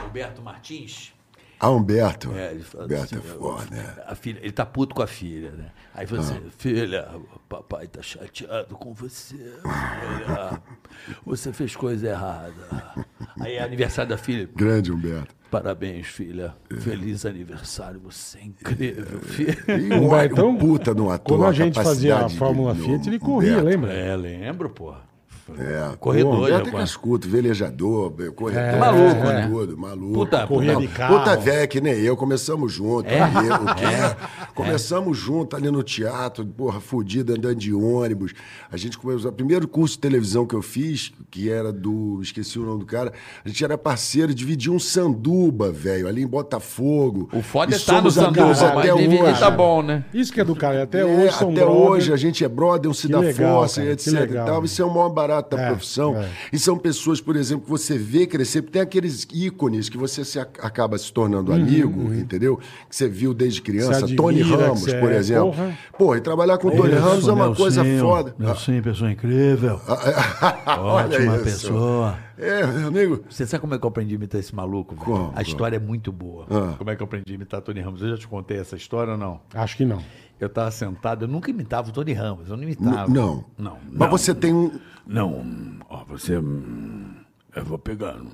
[SPEAKER 3] Roberto Martins?
[SPEAKER 1] Ah, Humberto.
[SPEAKER 3] É, ele fala
[SPEAKER 1] Humberto
[SPEAKER 3] assim,
[SPEAKER 1] é foda, né? Ah.
[SPEAKER 3] A filha, ele tá puto com a filha, né? Aí você, filha, o papai tá chateado com você. Filha. Você fez coisa errada. Aí é aniversário da filha.
[SPEAKER 1] Grande Humberto.
[SPEAKER 3] Parabéns, filha.
[SPEAKER 1] É.
[SPEAKER 3] Feliz aniversário. Você é incrível, filha.
[SPEAKER 1] E um
[SPEAKER 2] *laughs* Humbertão,
[SPEAKER 1] um puta no ator.
[SPEAKER 2] Quando a gente fazia a
[SPEAKER 1] capacidade de-
[SPEAKER 2] Fórmula
[SPEAKER 1] do
[SPEAKER 2] Fiat, ele corria,
[SPEAKER 1] Humberto.
[SPEAKER 2] lembra?
[SPEAKER 3] É, lembro, porra.
[SPEAKER 1] É.
[SPEAKER 3] Corredor,
[SPEAKER 1] Pô, Humberto
[SPEAKER 3] né,
[SPEAKER 1] é
[SPEAKER 3] quase.
[SPEAKER 1] cascudo, velejador, corredor.
[SPEAKER 2] É,
[SPEAKER 3] Maluco, né?
[SPEAKER 1] Tudo, maluco.
[SPEAKER 3] Puta- É.
[SPEAKER 2] Corria
[SPEAKER 1] Não,
[SPEAKER 2] de carro.
[SPEAKER 1] Puta velha que nem eu, começamos junto. ali, o quê? Começamos junto ali no teatro, porra, fudida, andando de ônibus. A gente começou. O primeiro curso de televisão que eu fiz, que era do. Esqueci o nome do cara. A gente era parceiro, dividia um sanduba, velho, ali em Botafogo.
[SPEAKER 3] O foda
[SPEAKER 1] E
[SPEAKER 3] é estar no
[SPEAKER 1] somos amigos
[SPEAKER 3] Sanduba, mas
[SPEAKER 1] até
[SPEAKER 3] deveria
[SPEAKER 1] hoje.
[SPEAKER 3] estar bom, né?
[SPEAKER 2] Isso que é do cara. Até
[SPEAKER 1] É,
[SPEAKER 2] hoje são
[SPEAKER 1] até
[SPEAKER 2] brother.
[SPEAKER 1] hoje a gente é brother, um se
[SPEAKER 2] Que
[SPEAKER 1] dá
[SPEAKER 2] legal,
[SPEAKER 1] força,
[SPEAKER 2] cara, que
[SPEAKER 1] etc.
[SPEAKER 2] legal,
[SPEAKER 1] e tal.
[SPEAKER 2] né?
[SPEAKER 1] Isso é o maior barato da
[SPEAKER 2] É,
[SPEAKER 1] profissão.
[SPEAKER 2] é.
[SPEAKER 1] E são pessoas, por exemplo, que você vê crescer, porque tem aqueles ícones que você se ac- acaba se tornando amigo, entendeu? Que você viu desde criança.
[SPEAKER 2] Uhum, admira,
[SPEAKER 1] Tony
[SPEAKER 2] que você
[SPEAKER 1] Ramos,
[SPEAKER 2] é,
[SPEAKER 1] por exemplo.
[SPEAKER 2] porra.
[SPEAKER 1] Pô, e trabalhar com o Tony Ramos é uma coisa foda.
[SPEAKER 3] Nelson, é pessoa incrível.
[SPEAKER 1] *laughs* Olha
[SPEAKER 3] Ótima
[SPEAKER 1] isso.
[SPEAKER 3] pessoa.
[SPEAKER 1] É, meu amigo.
[SPEAKER 3] Você sabe como é que eu aprendi a imitar esse maluco? velho?
[SPEAKER 1] Como?
[SPEAKER 3] A história é muito boa.
[SPEAKER 1] Ah.
[SPEAKER 3] Como é que eu aprendi a imitar Tony Ramos? Eu já te contei essa história ou não?
[SPEAKER 2] Acho que não.
[SPEAKER 3] Eu tava sentado, eu nunca imitava o Tony Ramos, eu Tá não imitava.
[SPEAKER 1] N- não.
[SPEAKER 3] Não.
[SPEAKER 1] Mas você tem um.
[SPEAKER 6] Não, ó, você. hum, Eu vou pegando.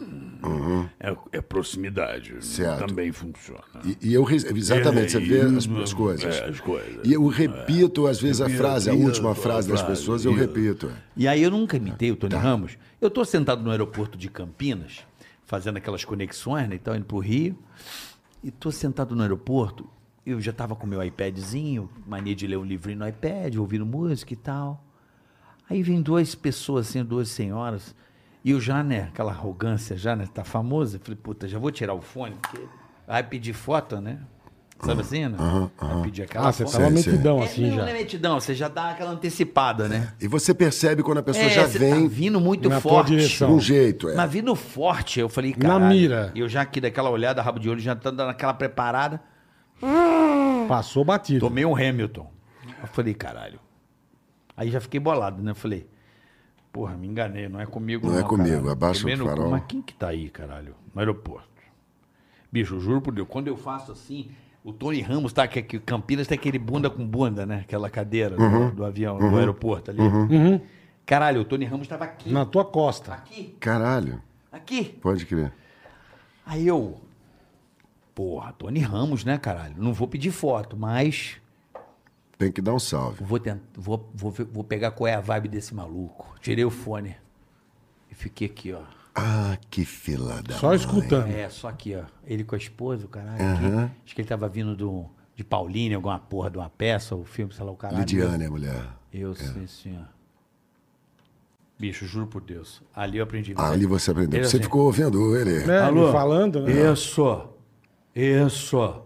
[SPEAKER 6] É, é proximidade.
[SPEAKER 1] Certo.
[SPEAKER 6] Também funciona.
[SPEAKER 1] E, e eu, re- exatamente, você vê as, as coisas.
[SPEAKER 6] É, as coisas.
[SPEAKER 1] E eu repito, às vezes, a
[SPEAKER 6] Repito,
[SPEAKER 1] frase, a
[SPEAKER 6] isso,
[SPEAKER 1] última
[SPEAKER 6] a
[SPEAKER 1] frase das
[SPEAKER 6] frase,
[SPEAKER 1] pessoas, eu
[SPEAKER 6] isso.
[SPEAKER 1] repito.
[SPEAKER 3] E aí eu nunca imitei o Tony Ramos. Eu tô sentado no aeroporto de Campinas, fazendo aquelas conexões, né? Então, indo pro Rio. E tô sentado no aeroporto. Eu já tava com meu iPadzinho, mania de ler um livrinho no iPad, ouvindo música e tal. Aí vem duas pessoas, assim, duas senhoras. E eu já, né, aquela arrogância já, né, tá famosa. Eu Falei, puta, já vou tirar o fone, porque vai pedir foto, né? Sabe assim, né? Vai pedir aquela
[SPEAKER 2] Ah, você
[SPEAKER 3] foto.
[SPEAKER 2] tava
[SPEAKER 1] Sei, sei.
[SPEAKER 2] metidão
[SPEAKER 3] É,
[SPEAKER 2] assim
[SPEAKER 3] não,
[SPEAKER 2] já.
[SPEAKER 3] não é lentidão, você já dá aquela antecipada, né?
[SPEAKER 1] E você percebe quando a pessoa
[SPEAKER 3] É,
[SPEAKER 1] já
[SPEAKER 3] você
[SPEAKER 1] vem
[SPEAKER 3] tá vindo muito
[SPEAKER 2] na tua
[SPEAKER 3] forte.
[SPEAKER 1] de
[SPEAKER 2] direção.
[SPEAKER 1] um jeito. É.
[SPEAKER 3] Mas vindo forte, eu falei,
[SPEAKER 2] Na
[SPEAKER 3] cara.
[SPEAKER 2] mira.
[SPEAKER 3] Eu já aqui daquela olhada, rabo de olho, já tá dando aquela preparada.
[SPEAKER 2] Passou batido.
[SPEAKER 3] Tomei um Hamilton. Eu falei, caralho. Aí já fiquei bolado, né? Eu falei, porra, me enganei, não é comigo.
[SPEAKER 1] Não é comigo, abaixa
[SPEAKER 3] Tomei
[SPEAKER 1] o
[SPEAKER 3] no cu,
[SPEAKER 1] farol.
[SPEAKER 3] Mas quem que tá aí, caralho? No aeroporto. Bicho, juro por Deus, quando eu faço assim, o Tony Ramos tá que que Campinas tem aquele bunda com bunda, né? Aquela cadeira do-
[SPEAKER 1] Uhum.
[SPEAKER 3] do, avião, do aeroporto ali. Caralho, o Tony Ramos tava aqui.
[SPEAKER 2] Na tua costa.
[SPEAKER 3] Aqui,
[SPEAKER 1] Caralho,
[SPEAKER 3] aqui.
[SPEAKER 1] pode crer.
[SPEAKER 3] Aí eu. Porra, Tony Ramos, né, caralho? Não vou pedir foto, mas
[SPEAKER 1] Tem que dar um salve.
[SPEAKER 3] vou, tent... vou, vou, ver- vou pegar qual é a vibe desse maluco. Tirei o fone e fiquei aqui, ó.
[SPEAKER 1] Ah, que fila da
[SPEAKER 2] Só
[SPEAKER 1] mãe.
[SPEAKER 2] escutando.
[SPEAKER 3] É, só aqui, ó. Ele com a esposa, o caralho. aqui. Acho que ele tava vindo do, de Pauline, alguma porra de uma peça, o filme, sei lá, o caralho.
[SPEAKER 1] Lidiane, a mulher. É.
[SPEAKER 3] Eu, sim, sim, ó. Bicho, juro por Deus. Ali eu aprendi.
[SPEAKER 1] Ali você aprendeu.
[SPEAKER 3] Ele
[SPEAKER 1] Você
[SPEAKER 3] assim,
[SPEAKER 1] ficou ouvindo ele.
[SPEAKER 2] É,
[SPEAKER 3] Alô?
[SPEAKER 2] ele falando, né?
[SPEAKER 3] Isso. Isso.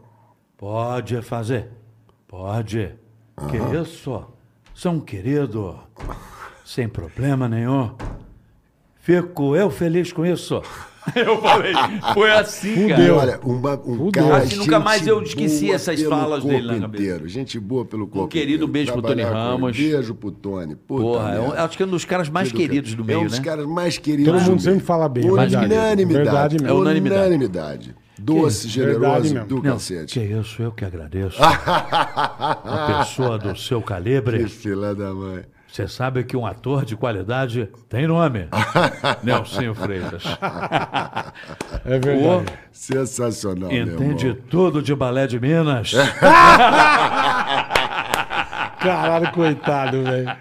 [SPEAKER 3] Pode fazer. Pode. Que isso? São querido. Sem problema nenhum. Fico eu feliz com isso. *laughs* Eu falei. Foi assim,
[SPEAKER 2] Fudeu.
[SPEAKER 1] Olha, um, ba- um
[SPEAKER 2] Fudeu.
[SPEAKER 1] cara.
[SPEAKER 2] Acho
[SPEAKER 3] que nunca
[SPEAKER 1] gente
[SPEAKER 3] mais eu
[SPEAKER 1] boa
[SPEAKER 3] esqueci essas
[SPEAKER 1] pelo
[SPEAKER 3] falas dele na
[SPEAKER 1] corpo
[SPEAKER 3] cabeça. Um
[SPEAKER 1] inteiro. Gente boa pelo corpo.
[SPEAKER 3] querido
[SPEAKER 1] inteiro.
[SPEAKER 3] beijo pro
[SPEAKER 1] Trabalhar
[SPEAKER 3] Tony
[SPEAKER 1] com ele.
[SPEAKER 3] Ramos.
[SPEAKER 1] Beijo pro Tony. Puta
[SPEAKER 3] Porra, é um-
[SPEAKER 1] merda.
[SPEAKER 3] acho que é um dos caras mais
[SPEAKER 1] Querido,
[SPEAKER 3] queridos do
[SPEAKER 1] é
[SPEAKER 3] meio,
[SPEAKER 1] um
[SPEAKER 3] né?
[SPEAKER 1] dos caras mais queridos
[SPEAKER 2] Todo
[SPEAKER 1] do
[SPEAKER 2] mundo
[SPEAKER 1] meio.
[SPEAKER 2] sempre fala bem, é verdade.
[SPEAKER 1] Unanimidade.
[SPEAKER 2] Verdade mesmo.
[SPEAKER 3] É unanimidade.
[SPEAKER 1] Unanimidade. Doce, generoso,
[SPEAKER 2] Verdade mesmo.
[SPEAKER 1] do
[SPEAKER 3] Não,
[SPEAKER 1] cacete.
[SPEAKER 3] que isso, eu que
[SPEAKER 1] *laughs*
[SPEAKER 3] agradeço. Uma pessoa do seu calibre.
[SPEAKER 1] Que fila da mãe.
[SPEAKER 3] Você sabe que um ator de qualidade tem
[SPEAKER 1] *laughs*
[SPEAKER 3] nome. Nelsinho Freitas.
[SPEAKER 2] É verdade.
[SPEAKER 1] Sensacional, meu
[SPEAKER 3] Entende
[SPEAKER 1] irmão. É
[SPEAKER 3] tudo de balé de Minas.
[SPEAKER 1] *laughs*
[SPEAKER 2] Caralho, coitado, *laughs* velho.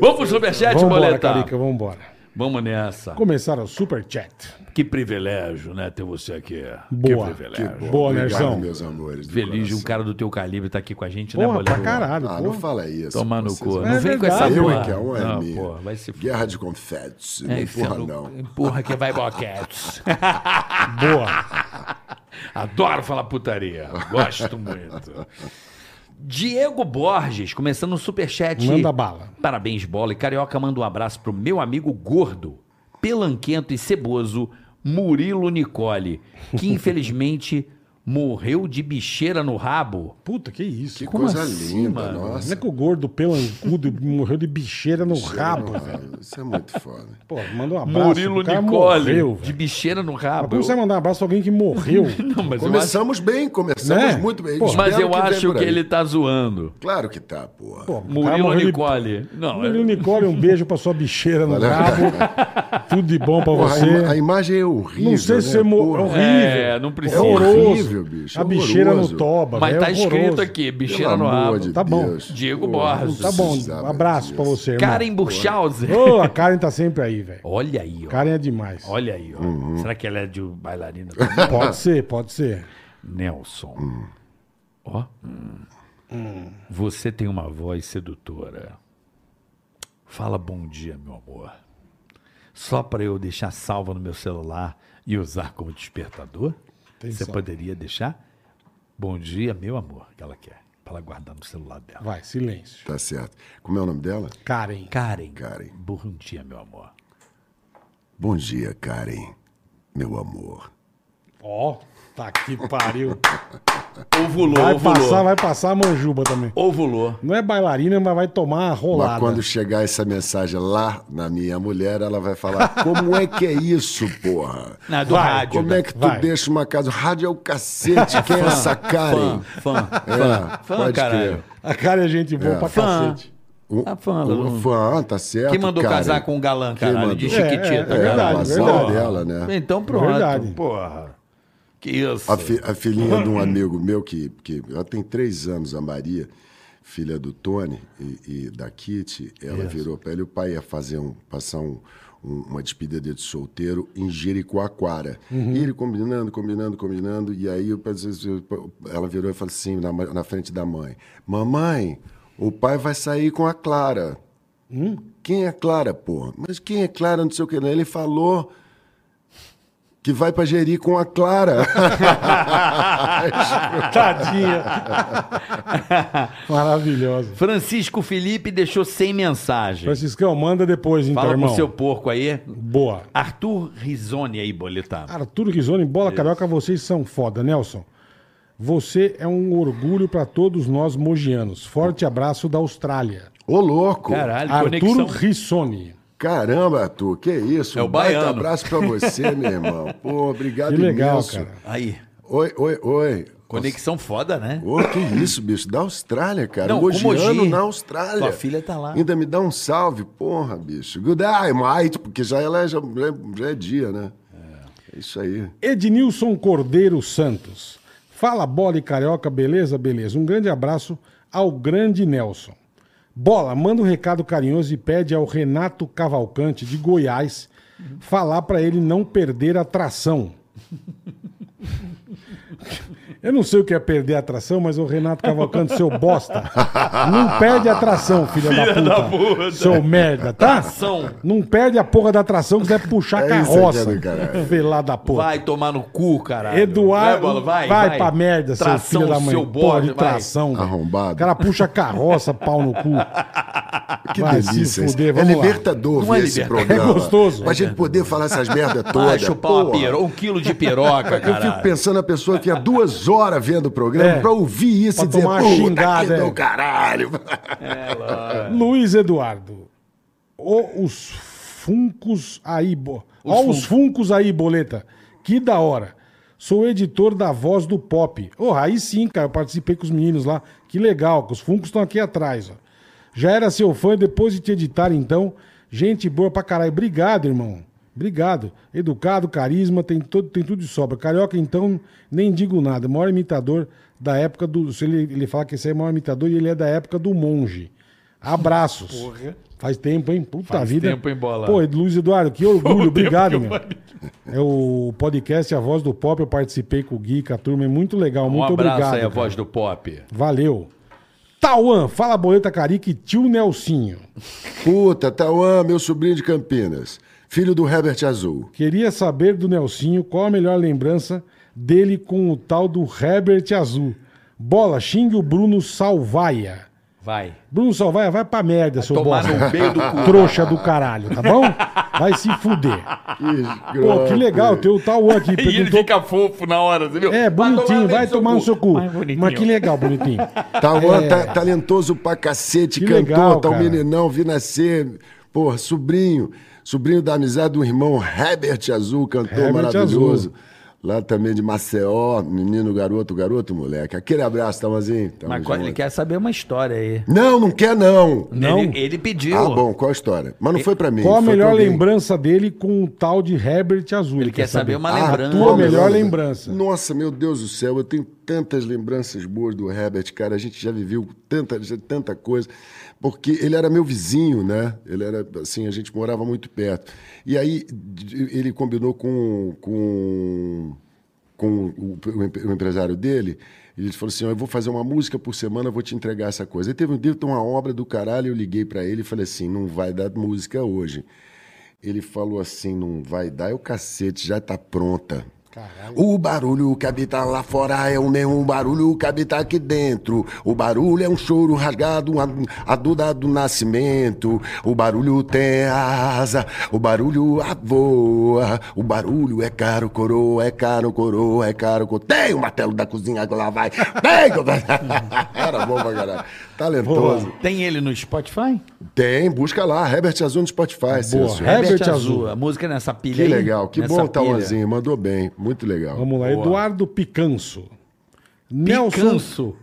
[SPEAKER 3] Vamos pro Superchat,
[SPEAKER 2] Vambora,
[SPEAKER 3] boleta.
[SPEAKER 2] Carica, vambora.
[SPEAKER 3] Vamos nessa.
[SPEAKER 2] Começaram o Super Chat.
[SPEAKER 6] Que privilégio, né, ter você aqui.
[SPEAKER 2] Boa.
[SPEAKER 6] Que privilégio.
[SPEAKER 2] Que Boa,
[SPEAKER 1] Obrigado,
[SPEAKER 2] Nerzão.
[SPEAKER 1] meus amores. do
[SPEAKER 3] Feliz de um
[SPEAKER 1] coração.
[SPEAKER 3] cara do teu calibre estar aqui com a gente, né,
[SPEAKER 2] Porra,
[SPEAKER 3] boleta?
[SPEAKER 2] pra caralho.
[SPEAKER 1] Ah,
[SPEAKER 2] porra.
[SPEAKER 1] não fala isso.
[SPEAKER 3] Tomar no
[SPEAKER 1] Vocês-
[SPEAKER 3] cu. né?
[SPEAKER 2] É
[SPEAKER 3] Não vem com essa
[SPEAKER 2] verdade.
[SPEAKER 1] Eu
[SPEAKER 3] porra.
[SPEAKER 1] é que é um é
[SPEAKER 3] não,
[SPEAKER 1] minha.
[SPEAKER 3] porra, vai se
[SPEAKER 1] Guerra de confetes. né?
[SPEAKER 3] É,
[SPEAKER 1] não
[SPEAKER 3] enfia
[SPEAKER 1] porra,
[SPEAKER 3] no-
[SPEAKER 1] não.
[SPEAKER 3] Empurra que vai boquete.
[SPEAKER 2] Boa.
[SPEAKER 6] Adoro falar putaria.
[SPEAKER 1] *laughs*
[SPEAKER 6] Gosto muito.
[SPEAKER 3] Diego Borges, começando um superchat.
[SPEAKER 2] Manda bala.
[SPEAKER 3] Parabéns, bola. E Carioca manda um abraço pro meu amigo gordo, pelanquento e ceboso, Murilo Nicole,
[SPEAKER 2] *laughs*
[SPEAKER 3] que infelizmente morreu de bicheira no rabo.
[SPEAKER 2] Puta, que isso.
[SPEAKER 1] Que
[SPEAKER 3] Como
[SPEAKER 1] coisa
[SPEAKER 3] assim,
[SPEAKER 1] linda,
[SPEAKER 3] mano?
[SPEAKER 2] Como é
[SPEAKER 1] nossa.
[SPEAKER 2] que o gordo pelancudo *laughs* morreu de bicheira no rabo, velho?
[SPEAKER 1] Isso é muito foda.
[SPEAKER 2] Pô, manda um abraço.
[SPEAKER 6] Murilo
[SPEAKER 2] o cara
[SPEAKER 6] Nicole.
[SPEAKER 2] Morreu,
[SPEAKER 3] De
[SPEAKER 2] velho.
[SPEAKER 3] bicheira no
[SPEAKER 2] Mas
[SPEAKER 3] rabo.
[SPEAKER 2] Como você vai mandar um abraço pra alguém que morreu?
[SPEAKER 3] Não, mas eu acho,
[SPEAKER 1] Começamos bem, começamos
[SPEAKER 2] Né?
[SPEAKER 1] muito bem.
[SPEAKER 2] Pô,
[SPEAKER 1] Espero
[SPEAKER 3] mas eu
[SPEAKER 1] venha
[SPEAKER 3] acho
[SPEAKER 1] por
[SPEAKER 3] que
[SPEAKER 1] aí.
[SPEAKER 3] ele tá zoando.
[SPEAKER 1] Claro que tá, porra.
[SPEAKER 2] Pô, o cara
[SPEAKER 3] Murilo
[SPEAKER 2] morreu de-
[SPEAKER 3] Nicole. Não,
[SPEAKER 2] Murilo
[SPEAKER 3] é...
[SPEAKER 2] Nicole, um beijo pra sua bicheira no
[SPEAKER 1] Valeu. *laughs*
[SPEAKER 2] rabo. Tudo de bom pra
[SPEAKER 1] Porra, a, ima- a
[SPEAKER 2] você.
[SPEAKER 1] imagem é horrível.
[SPEAKER 2] Não sei se
[SPEAKER 1] né?
[SPEAKER 2] você um morreu.
[SPEAKER 1] Porra.
[SPEAKER 2] Horrível.
[SPEAKER 3] É, não precisa.
[SPEAKER 2] É horroroso.
[SPEAKER 1] horrível, bicho, é
[SPEAKER 2] A bicheira
[SPEAKER 1] horroroso.
[SPEAKER 2] no toba.
[SPEAKER 3] Mas
[SPEAKER 2] velho,
[SPEAKER 3] tá
[SPEAKER 2] é
[SPEAKER 3] escrito
[SPEAKER 2] horroroso.
[SPEAKER 3] aqui,
[SPEAKER 1] Pelo
[SPEAKER 3] bicheira no
[SPEAKER 1] amor
[SPEAKER 3] rabo.
[SPEAKER 1] de
[SPEAKER 2] Tá bom.
[SPEAKER 1] Deus.
[SPEAKER 3] Diego Borges.
[SPEAKER 1] não
[SPEAKER 2] Tá bom,
[SPEAKER 1] precisava
[SPEAKER 2] abraço
[SPEAKER 1] disso.
[SPEAKER 2] pra você, irmão.
[SPEAKER 3] Karen Burchauser.
[SPEAKER 2] Ô, a Karen tá sempre aí, velho.
[SPEAKER 3] Olha aí, ó.
[SPEAKER 2] Karen é demais.
[SPEAKER 3] Olha aí, ó.
[SPEAKER 2] Uhum.
[SPEAKER 3] Será que ela é de
[SPEAKER 2] *laughs*
[SPEAKER 3] bailarina?
[SPEAKER 1] *laughs*
[SPEAKER 2] Pode ser, pode ser.
[SPEAKER 3] Nelson. Ó. Você tem uma voz sedutora. Fala bom dia, meu amor. Só para eu deixar salva no meu celular e usar como despertador?
[SPEAKER 2] Atenção.
[SPEAKER 3] Você poderia deixar? Bom dia, meu amor, que ela quer. Para ela guardar no celular dela.
[SPEAKER 2] Vai, silêncio.
[SPEAKER 1] Tá certo. Como é o nome dela?
[SPEAKER 2] Karen.
[SPEAKER 3] Karen.
[SPEAKER 1] Karen.
[SPEAKER 3] Bom dia, meu amor.
[SPEAKER 1] Bom dia, Karen. Meu amor.
[SPEAKER 2] Ó, tá que
[SPEAKER 3] *laughs*
[SPEAKER 2] pariu.
[SPEAKER 3] Ovulou,
[SPEAKER 2] Vai
[SPEAKER 3] ovulou.
[SPEAKER 2] passar, vai passar a manjuba também.
[SPEAKER 3] Ovulou.
[SPEAKER 2] Não é bailarina, mas vai tomar uma
[SPEAKER 1] Mas
[SPEAKER 2] rolada.
[SPEAKER 1] quando chegar essa mensagem lá na minha mulher, ela vai falar: Como é que é isso, porra?
[SPEAKER 3] *laughs* Na do
[SPEAKER 2] Vai,
[SPEAKER 3] rádio.
[SPEAKER 1] Como é que tu
[SPEAKER 2] Vai.
[SPEAKER 1] deixa uma casa? Rádio é o
[SPEAKER 2] *laughs*
[SPEAKER 1] cacete. Quem é essa Karen?
[SPEAKER 3] Fã, fã,
[SPEAKER 1] É,
[SPEAKER 3] fã,
[SPEAKER 1] pode
[SPEAKER 3] caralho.
[SPEAKER 1] crer.
[SPEAKER 2] A cara é gente boa
[SPEAKER 1] É.
[SPEAKER 2] pra
[SPEAKER 3] Fã.
[SPEAKER 2] cacete.
[SPEAKER 1] Um,
[SPEAKER 3] A fã,
[SPEAKER 1] um
[SPEAKER 3] um-
[SPEAKER 1] fã, tá certo.
[SPEAKER 3] Quem mandou
[SPEAKER 1] cara.
[SPEAKER 3] casar com um galã,
[SPEAKER 1] Quem
[SPEAKER 3] caralho?
[SPEAKER 1] mandou?
[SPEAKER 3] De
[SPEAKER 2] É, é,
[SPEAKER 3] chiquitita,
[SPEAKER 2] é
[SPEAKER 3] caralho.
[SPEAKER 1] É, o
[SPEAKER 2] Verdade,
[SPEAKER 1] azar
[SPEAKER 2] verdade.
[SPEAKER 1] dela, né?
[SPEAKER 3] Então pronto.
[SPEAKER 2] Verdade.
[SPEAKER 3] Porra. Que isso.
[SPEAKER 1] A, fi- a filhinha de um amigo meu, que, que ela tem três anos, a Maria, filha do Tony e, e da Kitty, ela virou pra ele, o pai ia fazer um, passar um- um- uma despedida de solteiro em Jericoacoara. E ele combinando, combinando, combinando, e aí o pai disse- ela virou e falou assim, na, ma- na frente da mãe, mamãe, o pai vai sair com a Clara. Quem é Clara, porra? Mas quem é Clara, não sei o que. Ele falou que vai pra Jeri com a *laughs* Clara.
[SPEAKER 3] *laughs*
[SPEAKER 2] Tadinha. Maravilhosa.
[SPEAKER 3] Francisco Felipe deixou sem mensagem.
[SPEAKER 2] Franciscão, manda depois, então,
[SPEAKER 3] Fala
[SPEAKER 2] irmão.
[SPEAKER 3] com seu porco aí.
[SPEAKER 2] Boa.
[SPEAKER 3] Arthur Risoni aí, boletar.
[SPEAKER 2] Arthur Risoni, bola carioca, vocês são foda, Nelson. Você é um orgulho pra todos nós mogianos. Forte abraço da Austrália.
[SPEAKER 1] Ô, louco!
[SPEAKER 3] Caralho,
[SPEAKER 2] Arthur
[SPEAKER 3] conexão.
[SPEAKER 2] Rissoni.
[SPEAKER 1] Caramba, Arthur, que isso?
[SPEAKER 3] É o
[SPEAKER 1] um baita
[SPEAKER 3] baiano.
[SPEAKER 1] abraço pra você,
[SPEAKER 3] *laughs*
[SPEAKER 1] meu irmão. Pô, obrigado
[SPEAKER 2] Que legal,
[SPEAKER 1] imenso.
[SPEAKER 2] cara.
[SPEAKER 3] Aí.
[SPEAKER 1] Oi, oi, oi.
[SPEAKER 3] Conexão foda, né?
[SPEAKER 1] Ô, que isso, bicho, da Austrália, cara.
[SPEAKER 3] Não,
[SPEAKER 1] Não,
[SPEAKER 3] com
[SPEAKER 1] Mogiano
[SPEAKER 3] Mogi.
[SPEAKER 1] na Austrália.
[SPEAKER 3] Tua filha tá lá.
[SPEAKER 1] Ainda me dá um salve, porra, bicho. Good day, mate, porque já ela é- já, é- já é dia, né? É. isso aí.
[SPEAKER 2] Ednilson Cordeiro Santos. Fala bola e carioca, beleza? Beleza. Um grande abraço ao grande Nelson. Bola, manda um recado carinhoso e pede ao Renato Cavalcante de Goiás falar pra ele não perder a tração. *laughs* Eu não sei o que é perder a tração, mas o Renato Cavalcante, seu bosta, não perde a tração, filha, da, puta.
[SPEAKER 6] da puta.
[SPEAKER 2] Seu merda, tá?
[SPEAKER 3] Tração.
[SPEAKER 2] Não perde a porra da tração que você vai puxar
[SPEAKER 1] É isso,
[SPEAKER 2] carroça. *laughs*
[SPEAKER 1] entendo, caralho.
[SPEAKER 2] Velá da porra.
[SPEAKER 3] Vai tomar no cu, caralho.
[SPEAKER 2] Eduardo,
[SPEAKER 3] Vai, bola, vai,
[SPEAKER 2] vai, pra merda, seu
[SPEAKER 3] Tração,
[SPEAKER 2] filho da mãe.
[SPEAKER 3] seu
[SPEAKER 2] Porra
[SPEAKER 3] bode,
[SPEAKER 2] de
[SPEAKER 3] vai.
[SPEAKER 2] tração. velho.
[SPEAKER 1] Arrombado.
[SPEAKER 2] O cara puxa carroça, pau
[SPEAKER 3] *laughs*
[SPEAKER 2] no cu.
[SPEAKER 1] Que
[SPEAKER 2] Ah, Vai se
[SPEAKER 1] delícia. isso.
[SPEAKER 2] fuder,
[SPEAKER 1] é
[SPEAKER 2] vamos lá.
[SPEAKER 1] libertador
[SPEAKER 3] Não é
[SPEAKER 1] ver esse
[SPEAKER 3] libertador.
[SPEAKER 1] programa.
[SPEAKER 2] É gostoso.
[SPEAKER 1] Pra gente poder falar essas merdas
[SPEAKER 3] Vai
[SPEAKER 1] todas.
[SPEAKER 3] chupar uma
[SPEAKER 1] porra.
[SPEAKER 3] piro- um quilo de piroca,
[SPEAKER 1] *laughs* Eu fico
[SPEAKER 3] caralho.
[SPEAKER 1] pensando na pessoa que há duas horas vendo o programa
[SPEAKER 2] É.
[SPEAKER 1] pra ouvir isso
[SPEAKER 2] Pra
[SPEAKER 1] e dizer,
[SPEAKER 2] tomar uma
[SPEAKER 1] puta
[SPEAKER 2] xingada,
[SPEAKER 1] que
[SPEAKER 2] é.
[SPEAKER 1] do caralho.
[SPEAKER 2] Luiz Eduardo. Ó os funcos aí, bo... Ó os funcos aí, boleta. Que da hora. Sou editor da Voz do Pop. Oh, aí sim, cara, eu participei com os meninos lá. Que legal, que os funcos estão aqui atrás, ó. Já era seu fã depois de te editar, então. Gente boa pra caralho. Obrigado, irmão. Obrigado. Educado, carisma, tem, todo, tem tudo de sobra. Carioca, então, nem digo nada. Maior imitador da época do. se Ele, ele fala que esse é o maior imitador e ele é da época do monge. Abraços. Faz tempo, hein? Puta
[SPEAKER 3] Faz
[SPEAKER 2] vida.
[SPEAKER 3] tempo, hein, Bola?
[SPEAKER 2] Pô, Luiz Eduardo,
[SPEAKER 3] *laughs*
[SPEAKER 2] que
[SPEAKER 3] Um
[SPEAKER 2] orgulho.
[SPEAKER 6] tempo que
[SPEAKER 2] Obrigado,
[SPEAKER 6] eu
[SPEAKER 2] meu.
[SPEAKER 6] falei.
[SPEAKER 2] É o podcast A Voz do Pop. Eu participei com o Gui, com a turma. É muito legal.
[SPEAKER 3] Um
[SPEAKER 2] muito
[SPEAKER 3] abraço
[SPEAKER 2] obrigado.
[SPEAKER 3] aí, a
[SPEAKER 2] cara.
[SPEAKER 3] voz do pop.
[SPEAKER 2] Valeu. Tauan, fala boleta carica e tio Nelsinho.
[SPEAKER 1] Puta, Tauã, meu sobrinho de Campinas. Filho do Herbert Azul.
[SPEAKER 2] Queria saber do Nelsinho qual a melhor lembrança dele com o tal do Herbert Azul. Bola, xingue o Bruno Salvaia.
[SPEAKER 3] Vai.
[SPEAKER 2] Bruno Salvaia, vai pra merda, seu
[SPEAKER 3] tomar
[SPEAKER 2] bosta.
[SPEAKER 3] no
[SPEAKER 2] *laughs*
[SPEAKER 3] meio do cu.
[SPEAKER 2] Trouxa do caralho, tá bom? Vai se fuder. Pô, que legal, tem o Tauan aqui.
[SPEAKER 3] *laughs* E ele
[SPEAKER 2] Perguntou...
[SPEAKER 3] fica fofo na hora, você viu?
[SPEAKER 2] É, bonitinho, vai tomar no seu cu.
[SPEAKER 3] Vai, bonitinho.
[SPEAKER 2] Mas que legal, bonitinho.
[SPEAKER 1] Tauã
[SPEAKER 2] É.
[SPEAKER 1] tá, talentoso pra cacete,
[SPEAKER 2] Que
[SPEAKER 1] cantor,
[SPEAKER 2] legal,
[SPEAKER 1] tá um
[SPEAKER 2] cara.
[SPEAKER 1] meninão, vi nascer. Porra, sobrinho. Sobrinho da amizade do irmão Herbert Azul, cantor
[SPEAKER 2] Herbert
[SPEAKER 1] maravilhoso. Lá também de Maceió, menino, garoto, garoto, moleque. Aquele abraço, Tauãzinho. Tamo
[SPEAKER 3] Mas qual- ele
[SPEAKER 1] junto.
[SPEAKER 3] quer saber uma história aí.
[SPEAKER 1] Não, não quer não.
[SPEAKER 2] Não?
[SPEAKER 3] Ele, ele pediu.
[SPEAKER 1] Ah, bom, qual a história? Mas não foi pra mim.
[SPEAKER 2] Qual a
[SPEAKER 1] foi pra
[SPEAKER 2] melhor
[SPEAKER 1] alguém.
[SPEAKER 2] lembrança dele com o tal de Herbert Azul?
[SPEAKER 3] Ele quer saber uma
[SPEAKER 1] Ah,
[SPEAKER 3] lembrança.
[SPEAKER 2] tua
[SPEAKER 1] qual a
[SPEAKER 2] melhor lembrança.
[SPEAKER 1] Nossa, meu Deus do céu, eu tenho tantas lembranças boas do Herbert, cara. A gente já viveu tanta, já- tanta coisa. Porque ele era meu vizinho, né? Ele era, assim, a gente morava muito perto. E aí de- ele combinou com, com, com o, o empre- o empresário dele. Ele falou assim: ó, Eu vou fazer uma música por semana, eu vou te entregar essa coisa. Aí teve um dia, tem uma obra do caralho. Eu liguei pra ele e falei assim: Não vai dar música hoje. Ele falou assim: Não vai dar, é o cacete, já tá pronta. O barulho que habita lá fora é o mesmo barulho que habita aqui dentro. O barulho é um choro rasgado, a, a duda do nascimento. O barulho tem asa, o barulho a voa. O barulho é caro, coroa, é caro, coroa, é caro. coroa. Tem o martelo da cozinha que lá vai. Tem! *laughs* Era bom pra caralho. Talentoso.
[SPEAKER 3] Tem ele no Spotify?
[SPEAKER 1] Tem, busca lá, Herbert Azul no Spotify. Celso.
[SPEAKER 2] Herbert Azul.
[SPEAKER 3] A música é nessa pilha
[SPEAKER 1] Que
[SPEAKER 3] aí.
[SPEAKER 1] legal, que
[SPEAKER 3] nessa
[SPEAKER 1] bom,
[SPEAKER 2] tá
[SPEAKER 3] pilha.
[SPEAKER 1] Tauanzinho. Mandou bem, muito legal.
[SPEAKER 2] Vamos lá, Eduardo Picanso. Nelson,
[SPEAKER 3] Picanço.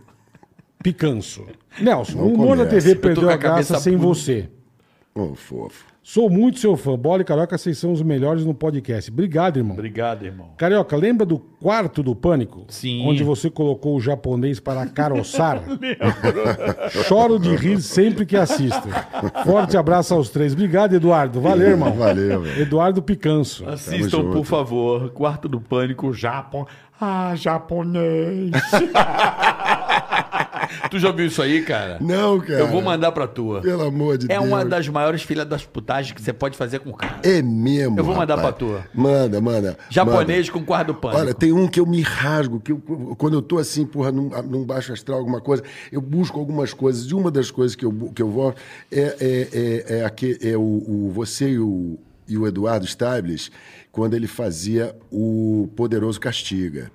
[SPEAKER 2] Picanço. Nelson,
[SPEAKER 1] Não
[SPEAKER 2] o humor da
[SPEAKER 1] começa.
[SPEAKER 2] TV
[SPEAKER 1] Eu tô
[SPEAKER 2] perdeu
[SPEAKER 3] com
[SPEAKER 2] a,
[SPEAKER 3] a cabeça
[SPEAKER 2] graça sem
[SPEAKER 3] puta.
[SPEAKER 2] você.
[SPEAKER 1] Ô, fofo.
[SPEAKER 2] Sou muito seu fã. Bola e Carioca, vocês são os melhores no podcast. Obrigado, irmão.
[SPEAKER 3] Obrigado, irmão.
[SPEAKER 2] Carioca, lembra do quarto do pânico?
[SPEAKER 3] Sim.
[SPEAKER 2] Onde você colocou o japonês para
[SPEAKER 6] *laughs*
[SPEAKER 2] caroçar? Choro de rir sempre que assisto. Forte abraço aos três. Obrigado, Eduardo. Valeu,
[SPEAKER 3] *laughs*
[SPEAKER 2] irmão.
[SPEAKER 1] Valeu, velho.
[SPEAKER 2] Eduardo Picanço.
[SPEAKER 6] Assistam,
[SPEAKER 1] junto.
[SPEAKER 6] por favor. Quarto do Pânico, Japão. Ah,
[SPEAKER 3] *laughs*
[SPEAKER 6] japonês.
[SPEAKER 3] Tu já viu isso aí, cara?
[SPEAKER 1] Não, cara.
[SPEAKER 3] Eu vou mandar pra tua.
[SPEAKER 1] Pelo amor de
[SPEAKER 3] É
[SPEAKER 1] Deus.
[SPEAKER 3] uma das maiores filhas das putagens que você pode fazer com o cara.
[SPEAKER 1] É mesmo.
[SPEAKER 3] Eu vou mandar
[SPEAKER 1] rapaz.
[SPEAKER 3] pra tua.
[SPEAKER 1] Manda, manda.
[SPEAKER 3] Japonês com quarto do pânico.
[SPEAKER 1] Olha, tem um que eu me rasgo, que eu- quando eu tô assim, porra, num, num baixo astral, alguma coisa, eu busco algumas coisas. E uma das coisas que eu, bu- que eu vou é, é, é, é, aque- é o, o- você e o, e o Eduardo Stables, quando ele fazia o Poderoso Castiga.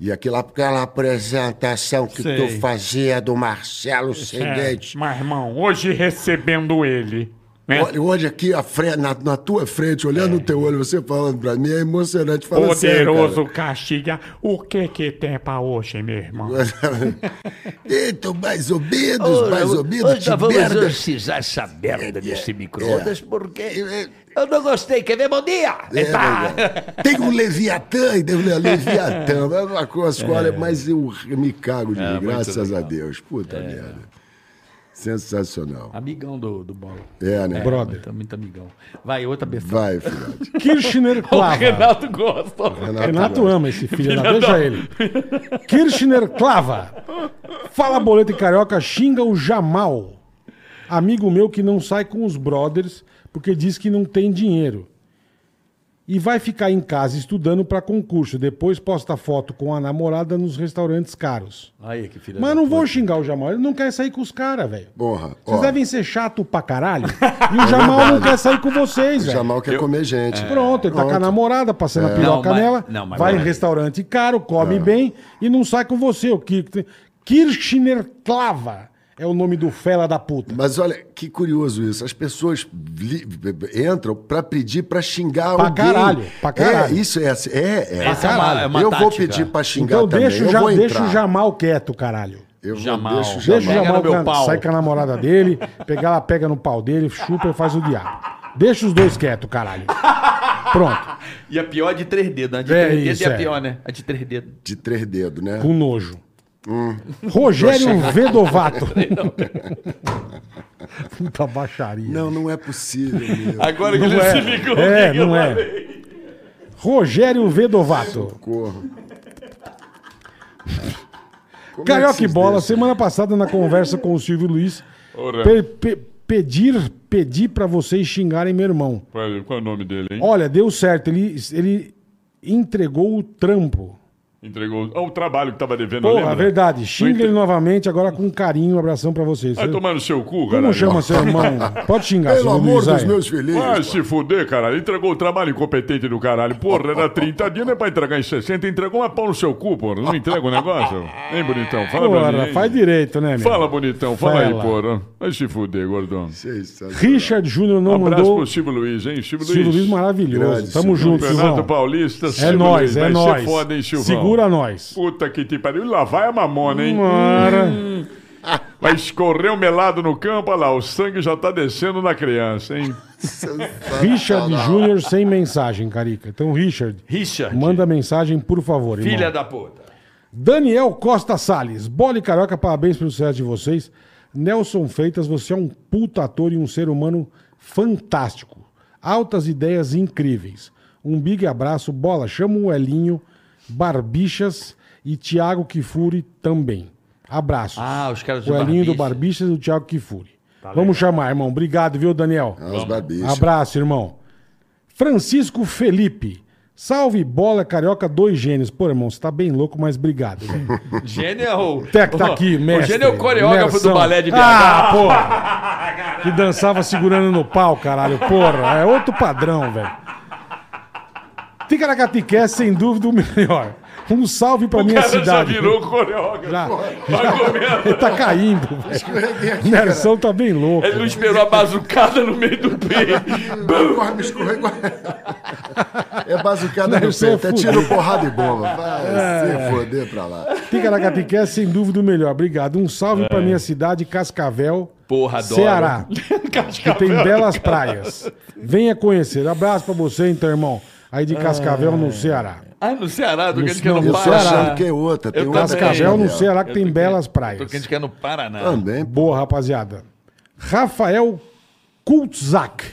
[SPEAKER 1] E aquela, aquela apresentação que
[SPEAKER 6] Sei.
[SPEAKER 1] tu fazia do Marcelo Seguinte.
[SPEAKER 6] mas, irmão, hoje recebendo ele. Né?
[SPEAKER 1] Olha, hoje aqui à fre- na, na tua frente,
[SPEAKER 6] É.
[SPEAKER 1] olhando no teu olho, você falando pra mim, é emocionante. Fala sério, cara.
[SPEAKER 6] Poderoso castiga. O que que tem pra hoje,
[SPEAKER 1] *laughs*
[SPEAKER 6] meu irmão?
[SPEAKER 1] Eita, Então, mais ou menos, mais ou menos,
[SPEAKER 3] Hoje
[SPEAKER 1] de
[SPEAKER 3] nós vamos um
[SPEAKER 1] merda. é,
[SPEAKER 3] exorcizar essa merda desse micro-ondas, porque eu não gostei. Quer ver? Bom dia!
[SPEAKER 1] É,
[SPEAKER 3] Tá.
[SPEAKER 1] mas- Tem um Leviatã, e tem um
[SPEAKER 6] *laughs*
[SPEAKER 1] Leviatã, mas uma
[SPEAKER 6] É.
[SPEAKER 1] coisa, olha, mas eu me cago de rir, graças a Deus. Puta merda. Sensacional.
[SPEAKER 3] Amigão do, do Bola.
[SPEAKER 1] É, né?
[SPEAKER 2] Brother.
[SPEAKER 3] Muito, muito amigão. Vai, outra
[SPEAKER 2] *laughs*
[SPEAKER 3] pessoa.
[SPEAKER 1] Vai, filhote.
[SPEAKER 2] Kirchner
[SPEAKER 6] *laughs* O
[SPEAKER 2] Clava.
[SPEAKER 6] Renato gosta.
[SPEAKER 1] Ah, tá
[SPEAKER 2] Renato
[SPEAKER 1] gosta.
[SPEAKER 2] ama esse filho, da- deixa ele. Kirchner Clava. Fala boleto e carioca, xinga o Jamal. Amigo meu que não sai com os brothers porque diz que não tem dinheiro. E vai ficar em casa estudando pra concurso. Depois posta foto com a namorada nos restaurantes caros.
[SPEAKER 3] Aí, que filha
[SPEAKER 2] Mas
[SPEAKER 3] da
[SPEAKER 2] não
[SPEAKER 3] puta.
[SPEAKER 2] vou xingar o Jamal, ele não quer sair com os caras, velho.
[SPEAKER 1] Porra,
[SPEAKER 2] Vocês
[SPEAKER 1] ó, É
[SPEAKER 2] devem ser chato pra
[SPEAKER 1] *laughs*
[SPEAKER 2] caralho. E o Jamal não quer sair com vocês,
[SPEAKER 1] o
[SPEAKER 2] velho.
[SPEAKER 1] Jamal quer comer gente.
[SPEAKER 6] É.
[SPEAKER 2] Pronto, ele tá com a namorada, passando
[SPEAKER 1] É.
[SPEAKER 2] a piroca
[SPEAKER 3] Não, mas-
[SPEAKER 2] nela,
[SPEAKER 3] não, mas
[SPEAKER 2] vai em
[SPEAKER 3] peraí.
[SPEAKER 2] restaurante caro, come bem e não sai com você. O Kir- Kirchner Clava é o nome do fela da puta.
[SPEAKER 1] Mas olha, que curioso isso. As pessoas li- entram pra pedir pra xingar
[SPEAKER 2] Pra
[SPEAKER 1] alguém.
[SPEAKER 2] caralho, pra caralho.
[SPEAKER 1] É, isso é assim. É, é.
[SPEAKER 3] Essa é uma- é uma
[SPEAKER 1] eu vou
[SPEAKER 3] tática.
[SPEAKER 1] pedir pra xingar
[SPEAKER 2] Então
[SPEAKER 1] também.
[SPEAKER 2] deixa, o
[SPEAKER 1] eu
[SPEAKER 2] Ja-
[SPEAKER 1] vou
[SPEAKER 2] deixa o
[SPEAKER 1] entrar.
[SPEAKER 2] Jamal quieto, caralho.
[SPEAKER 1] Eu vou-
[SPEAKER 3] Jamal.
[SPEAKER 1] Deixa o Jamal.
[SPEAKER 2] Deixa o
[SPEAKER 3] Pega
[SPEAKER 2] Jamal
[SPEAKER 3] no meu
[SPEAKER 2] can-
[SPEAKER 3] pau.
[SPEAKER 2] sai com a namorada dele, pegar ela pega no pau dele, chupa e faz o diabo. Deixa os dois quietos, caralho. Pronto,
[SPEAKER 3] E a pior é de três dedos. né? A de
[SPEAKER 2] É
[SPEAKER 3] três dedos
[SPEAKER 2] isso,
[SPEAKER 3] é
[SPEAKER 2] é.
[SPEAKER 3] a pior, né? A de três dedos.
[SPEAKER 1] De três dedos, né?
[SPEAKER 2] com nojo.
[SPEAKER 1] Hum.
[SPEAKER 2] Rogério
[SPEAKER 1] *laughs*
[SPEAKER 2] Vedovato. Puta baixaria.
[SPEAKER 1] Não, não é
[SPEAKER 2] *laughs*
[SPEAKER 1] possível, meu.
[SPEAKER 6] Agora que
[SPEAKER 2] Não
[SPEAKER 6] ele
[SPEAKER 2] é.
[SPEAKER 6] se *laughs* ligou.
[SPEAKER 2] É,
[SPEAKER 6] que eu
[SPEAKER 2] não é.
[SPEAKER 6] falei.
[SPEAKER 2] Rogério Vedovato.
[SPEAKER 1] Socorro. Como é que
[SPEAKER 2] Carioca e
[SPEAKER 1] vocês
[SPEAKER 2] Bola,
[SPEAKER 1] deixam?
[SPEAKER 2] semana passada na conversa com o Silvio Luiz,
[SPEAKER 6] Ora.
[SPEAKER 2] pe- pe- pedir, pedi pra vocês xingarem meu irmão.
[SPEAKER 6] Olha, Qual é o nome dele, hein?
[SPEAKER 2] Olha, deu certo, ele, ele entregou o trampo.
[SPEAKER 6] Entregou. Olha o trabalho que tava devendo,
[SPEAKER 2] Porra,
[SPEAKER 6] lembra?
[SPEAKER 2] verdade, xinga
[SPEAKER 6] Não
[SPEAKER 2] ele
[SPEAKER 6] ente-
[SPEAKER 2] novamente, agora com carinho, um abração pra vocês.
[SPEAKER 6] Vai
[SPEAKER 2] Como
[SPEAKER 6] tomar no seu cu, cara.
[SPEAKER 2] chama seu irmão? Pode xingar,
[SPEAKER 1] Pelo
[SPEAKER 2] Silvio
[SPEAKER 1] amor
[SPEAKER 2] Luiz.
[SPEAKER 1] dos
[SPEAKER 2] aí.
[SPEAKER 1] meus filhinhos.
[SPEAKER 6] Vai se fuder, caralho. Entregou o trabalho incompetente do caralho. Porra, era 30 dias, não é pra entregar em 60. Entregou uma pau no seu cu, porra. Não entrega o negócio? Hein, bonitão? Fala, pra mim,
[SPEAKER 2] Porra,
[SPEAKER 6] hein?
[SPEAKER 2] faz direito, né, meu?
[SPEAKER 6] Fala, bonitão. Fala,
[SPEAKER 2] Fala.
[SPEAKER 6] aí, porra. Vai se fuder, gordão.
[SPEAKER 1] Sensacional.
[SPEAKER 2] Richard Júnior não
[SPEAKER 6] Abraço
[SPEAKER 2] mandou.
[SPEAKER 6] pro Silvio Luiz, hein? Silvio,
[SPEAKER 2] Silvio Luiz maravilhoso.
[SPEAKER 1] Grande,
[SPEAKER 2] Tamo
[SPEAKER 1] Silvio
[SPEAKER 2] junto,
[SPEAKER 6] Campeonato
[SPEAKER 2] Silvão.
[SPEAKER 6] Paulista.
[SPEAKER 2] É
[SPEAKER 6] Silvio
[SPEAKER 2] nóis,
[SPEAKER 6] Luiz.
[SPEAKER 2] é
[SPEAKER 6] Vai ser
[SPEAKER 2] nóis.
[SPEAKER 6] foda, hein, Silvão?
[SPEAKER 2] Segura nós.
[SPEAKER 6] Puta que te pariu. Lá vai a mamona, hein? Hum.
[SPEAKER 2] Bora.
[SPEAKER 6] Vai escorrer o melado no campo, olha lá. O sangue já tá descendo na criança, hein?
[SPEAKER 2] Richard Júnior sem mensagem, Carica. Então, Richard,
[SPEAKER 3] Richard.
[SPEAKER 2] manda mensagem, por favor. irmão.
[SPEAKER 3] Filha da puta.
[SPEAKER 2] Daniel Costa Salles. Bola e Carioca, parabéns pelo sucesso de vocês. Nelson Freitas, você é um puta ator e um ser humano fantástico. Altas ideias incríveis. Um big abraço. Bola, chama o Elinho, Barbixas e Thiago Kifuri também. Abraços.
[SPEAKER 3] Ah, os caras Tá
[SPEAKER 2] O
[SPEAKER 3] do
[SPEAKER 2] Elinho do
[SPEAKER 3] Barbichas.
[SPEAKER 2] Barbixas e o Thiago Kifuri. Vamos chamar, irmão. Obrigado, viu, Daniel?
[SPEAKER 1] Ah, Os babichos.
[SPEAKER 2] Abraço, irmão. Francisco Felipe. Salve bola carioca, dois gênios. Pô, irmão, você tá bem louco, mas obrigado.
[SPEAKER 3] *laughs*
[SPEAKER 2] velho.
[SPEAKER 3] Gênio é o.
[SPEAKER 2] Até que tá aqui,
[SPEAKER 6] O
[SPEAKER 2] mestre.
[SPEAKER 3] gênio é o coreógrafo
[SPEAKER 2] Imersão.
[SPEAKER 3] do balé de BH.
[SPEAKER 2] Ah, porra.
[SPEAKER 3] *laughs*
[SPEAKER 2] Ah, Que dançava segurando no pau, caralho. Porra, é outro padrão, velho. Ticaracatiqué, sem dúvida, o melhor. Um salve pra
[SPEAKER 6] O
[SPEAKER 2] minha
[SPEAKER 6] cara já
[SPEAKER 2] cidade.
[SPEAKER 6] virou coreógrafo.
[SPEAKER 3] *laughs*
[SPEAKER 2] Já.
[SPEAKER 6] Vai comendo.
[SPEAKER 2] *laughs* Ele
[SPEAKER 3] né?
[SPEAKER 2] tá caindo. velho. O Nersão tá bem
[SPEAKER 3] É
[SPEAKER 2] louco.
[SPEAKER 6] Ele não esperou a bazucada no meio do peito.
[SPEAKER 1] Escorre, escorre, escorre. É bazucada no
[SPEAKER 2] Nelson é
[SPEAKER 1] peito, é tiro,
[SPEAKER 2] fudido. É.
[SPEAKER 1] porrada e bomba. Vai se foder pra lá.
[SPEAKER 2] Ticaracati é sem dúvida o melhor. Obrigado. Um salve pra minha cidade, Cascavel,
[SPEAKER 6] É. Porra, adoro.
[SPEAKER 2] Ceará. que tem belas praias. Venha conhecer. Abraço pra você, então, irmão. Aí de Cascavel, no Ceará.
[SPEAKER 6] Ah, no Ceará, do que a gente quer
[SPEAKER 2] não, eu
[SPEAKER 6] no
[SPEAKER 1] Eu
[SPEAKER 2] sou
[SPEAKER 1] tô
[SPEAKER 6] Paraná.
[SPEAKER 1] achando que é outra. Tem
[SPEAKER 6] Eu
[SPEAKER 1] outra
[SPEAKER 6] também.
[SPEAKER 2] Cascavel, no
[SPEAKER 1] Xavier.
[SPEAKER 2] Ceará, que tem belas
[SPEAKER 6] Do que a
[SPEAKER 2] praias.
[SPEAKER 6] gente quer no Paraná.
[SPEAKER 1] Também.
[SPEAKER 2] Boa, rapaziada. Rafael Kultzak.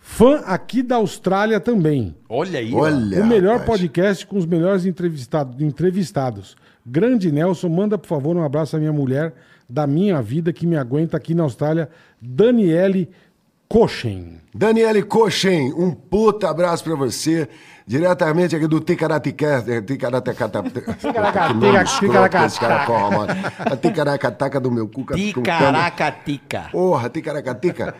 [SPEAKER 2] Fã aqui da Austrália também.
[SPEAKER 6] Olha aí. ó.
[SPEAKER 1] Olha.
[SPEAKER 2] o melhor
[SPEAKER 1] rapaz.
[SPEAKER 2] podcast com os melhores entrevistado- entrevistados. Grande Nelson, manda por favor um abraço à minha mulher da minha vida que me aguenta aqui na Austrália, Daniele Kochen.
[SPEAKER 1] Daniele Cochen, um puta abraço pra você. Diretamente aqui do é, Ticaraticaca. Ticaracataca. *laughs* A ticaracataca do meu cu. cara, com cana.
[SPEAKER 3] Ticaracatica.
[SPEAKER 1] Porra, ticaracatica.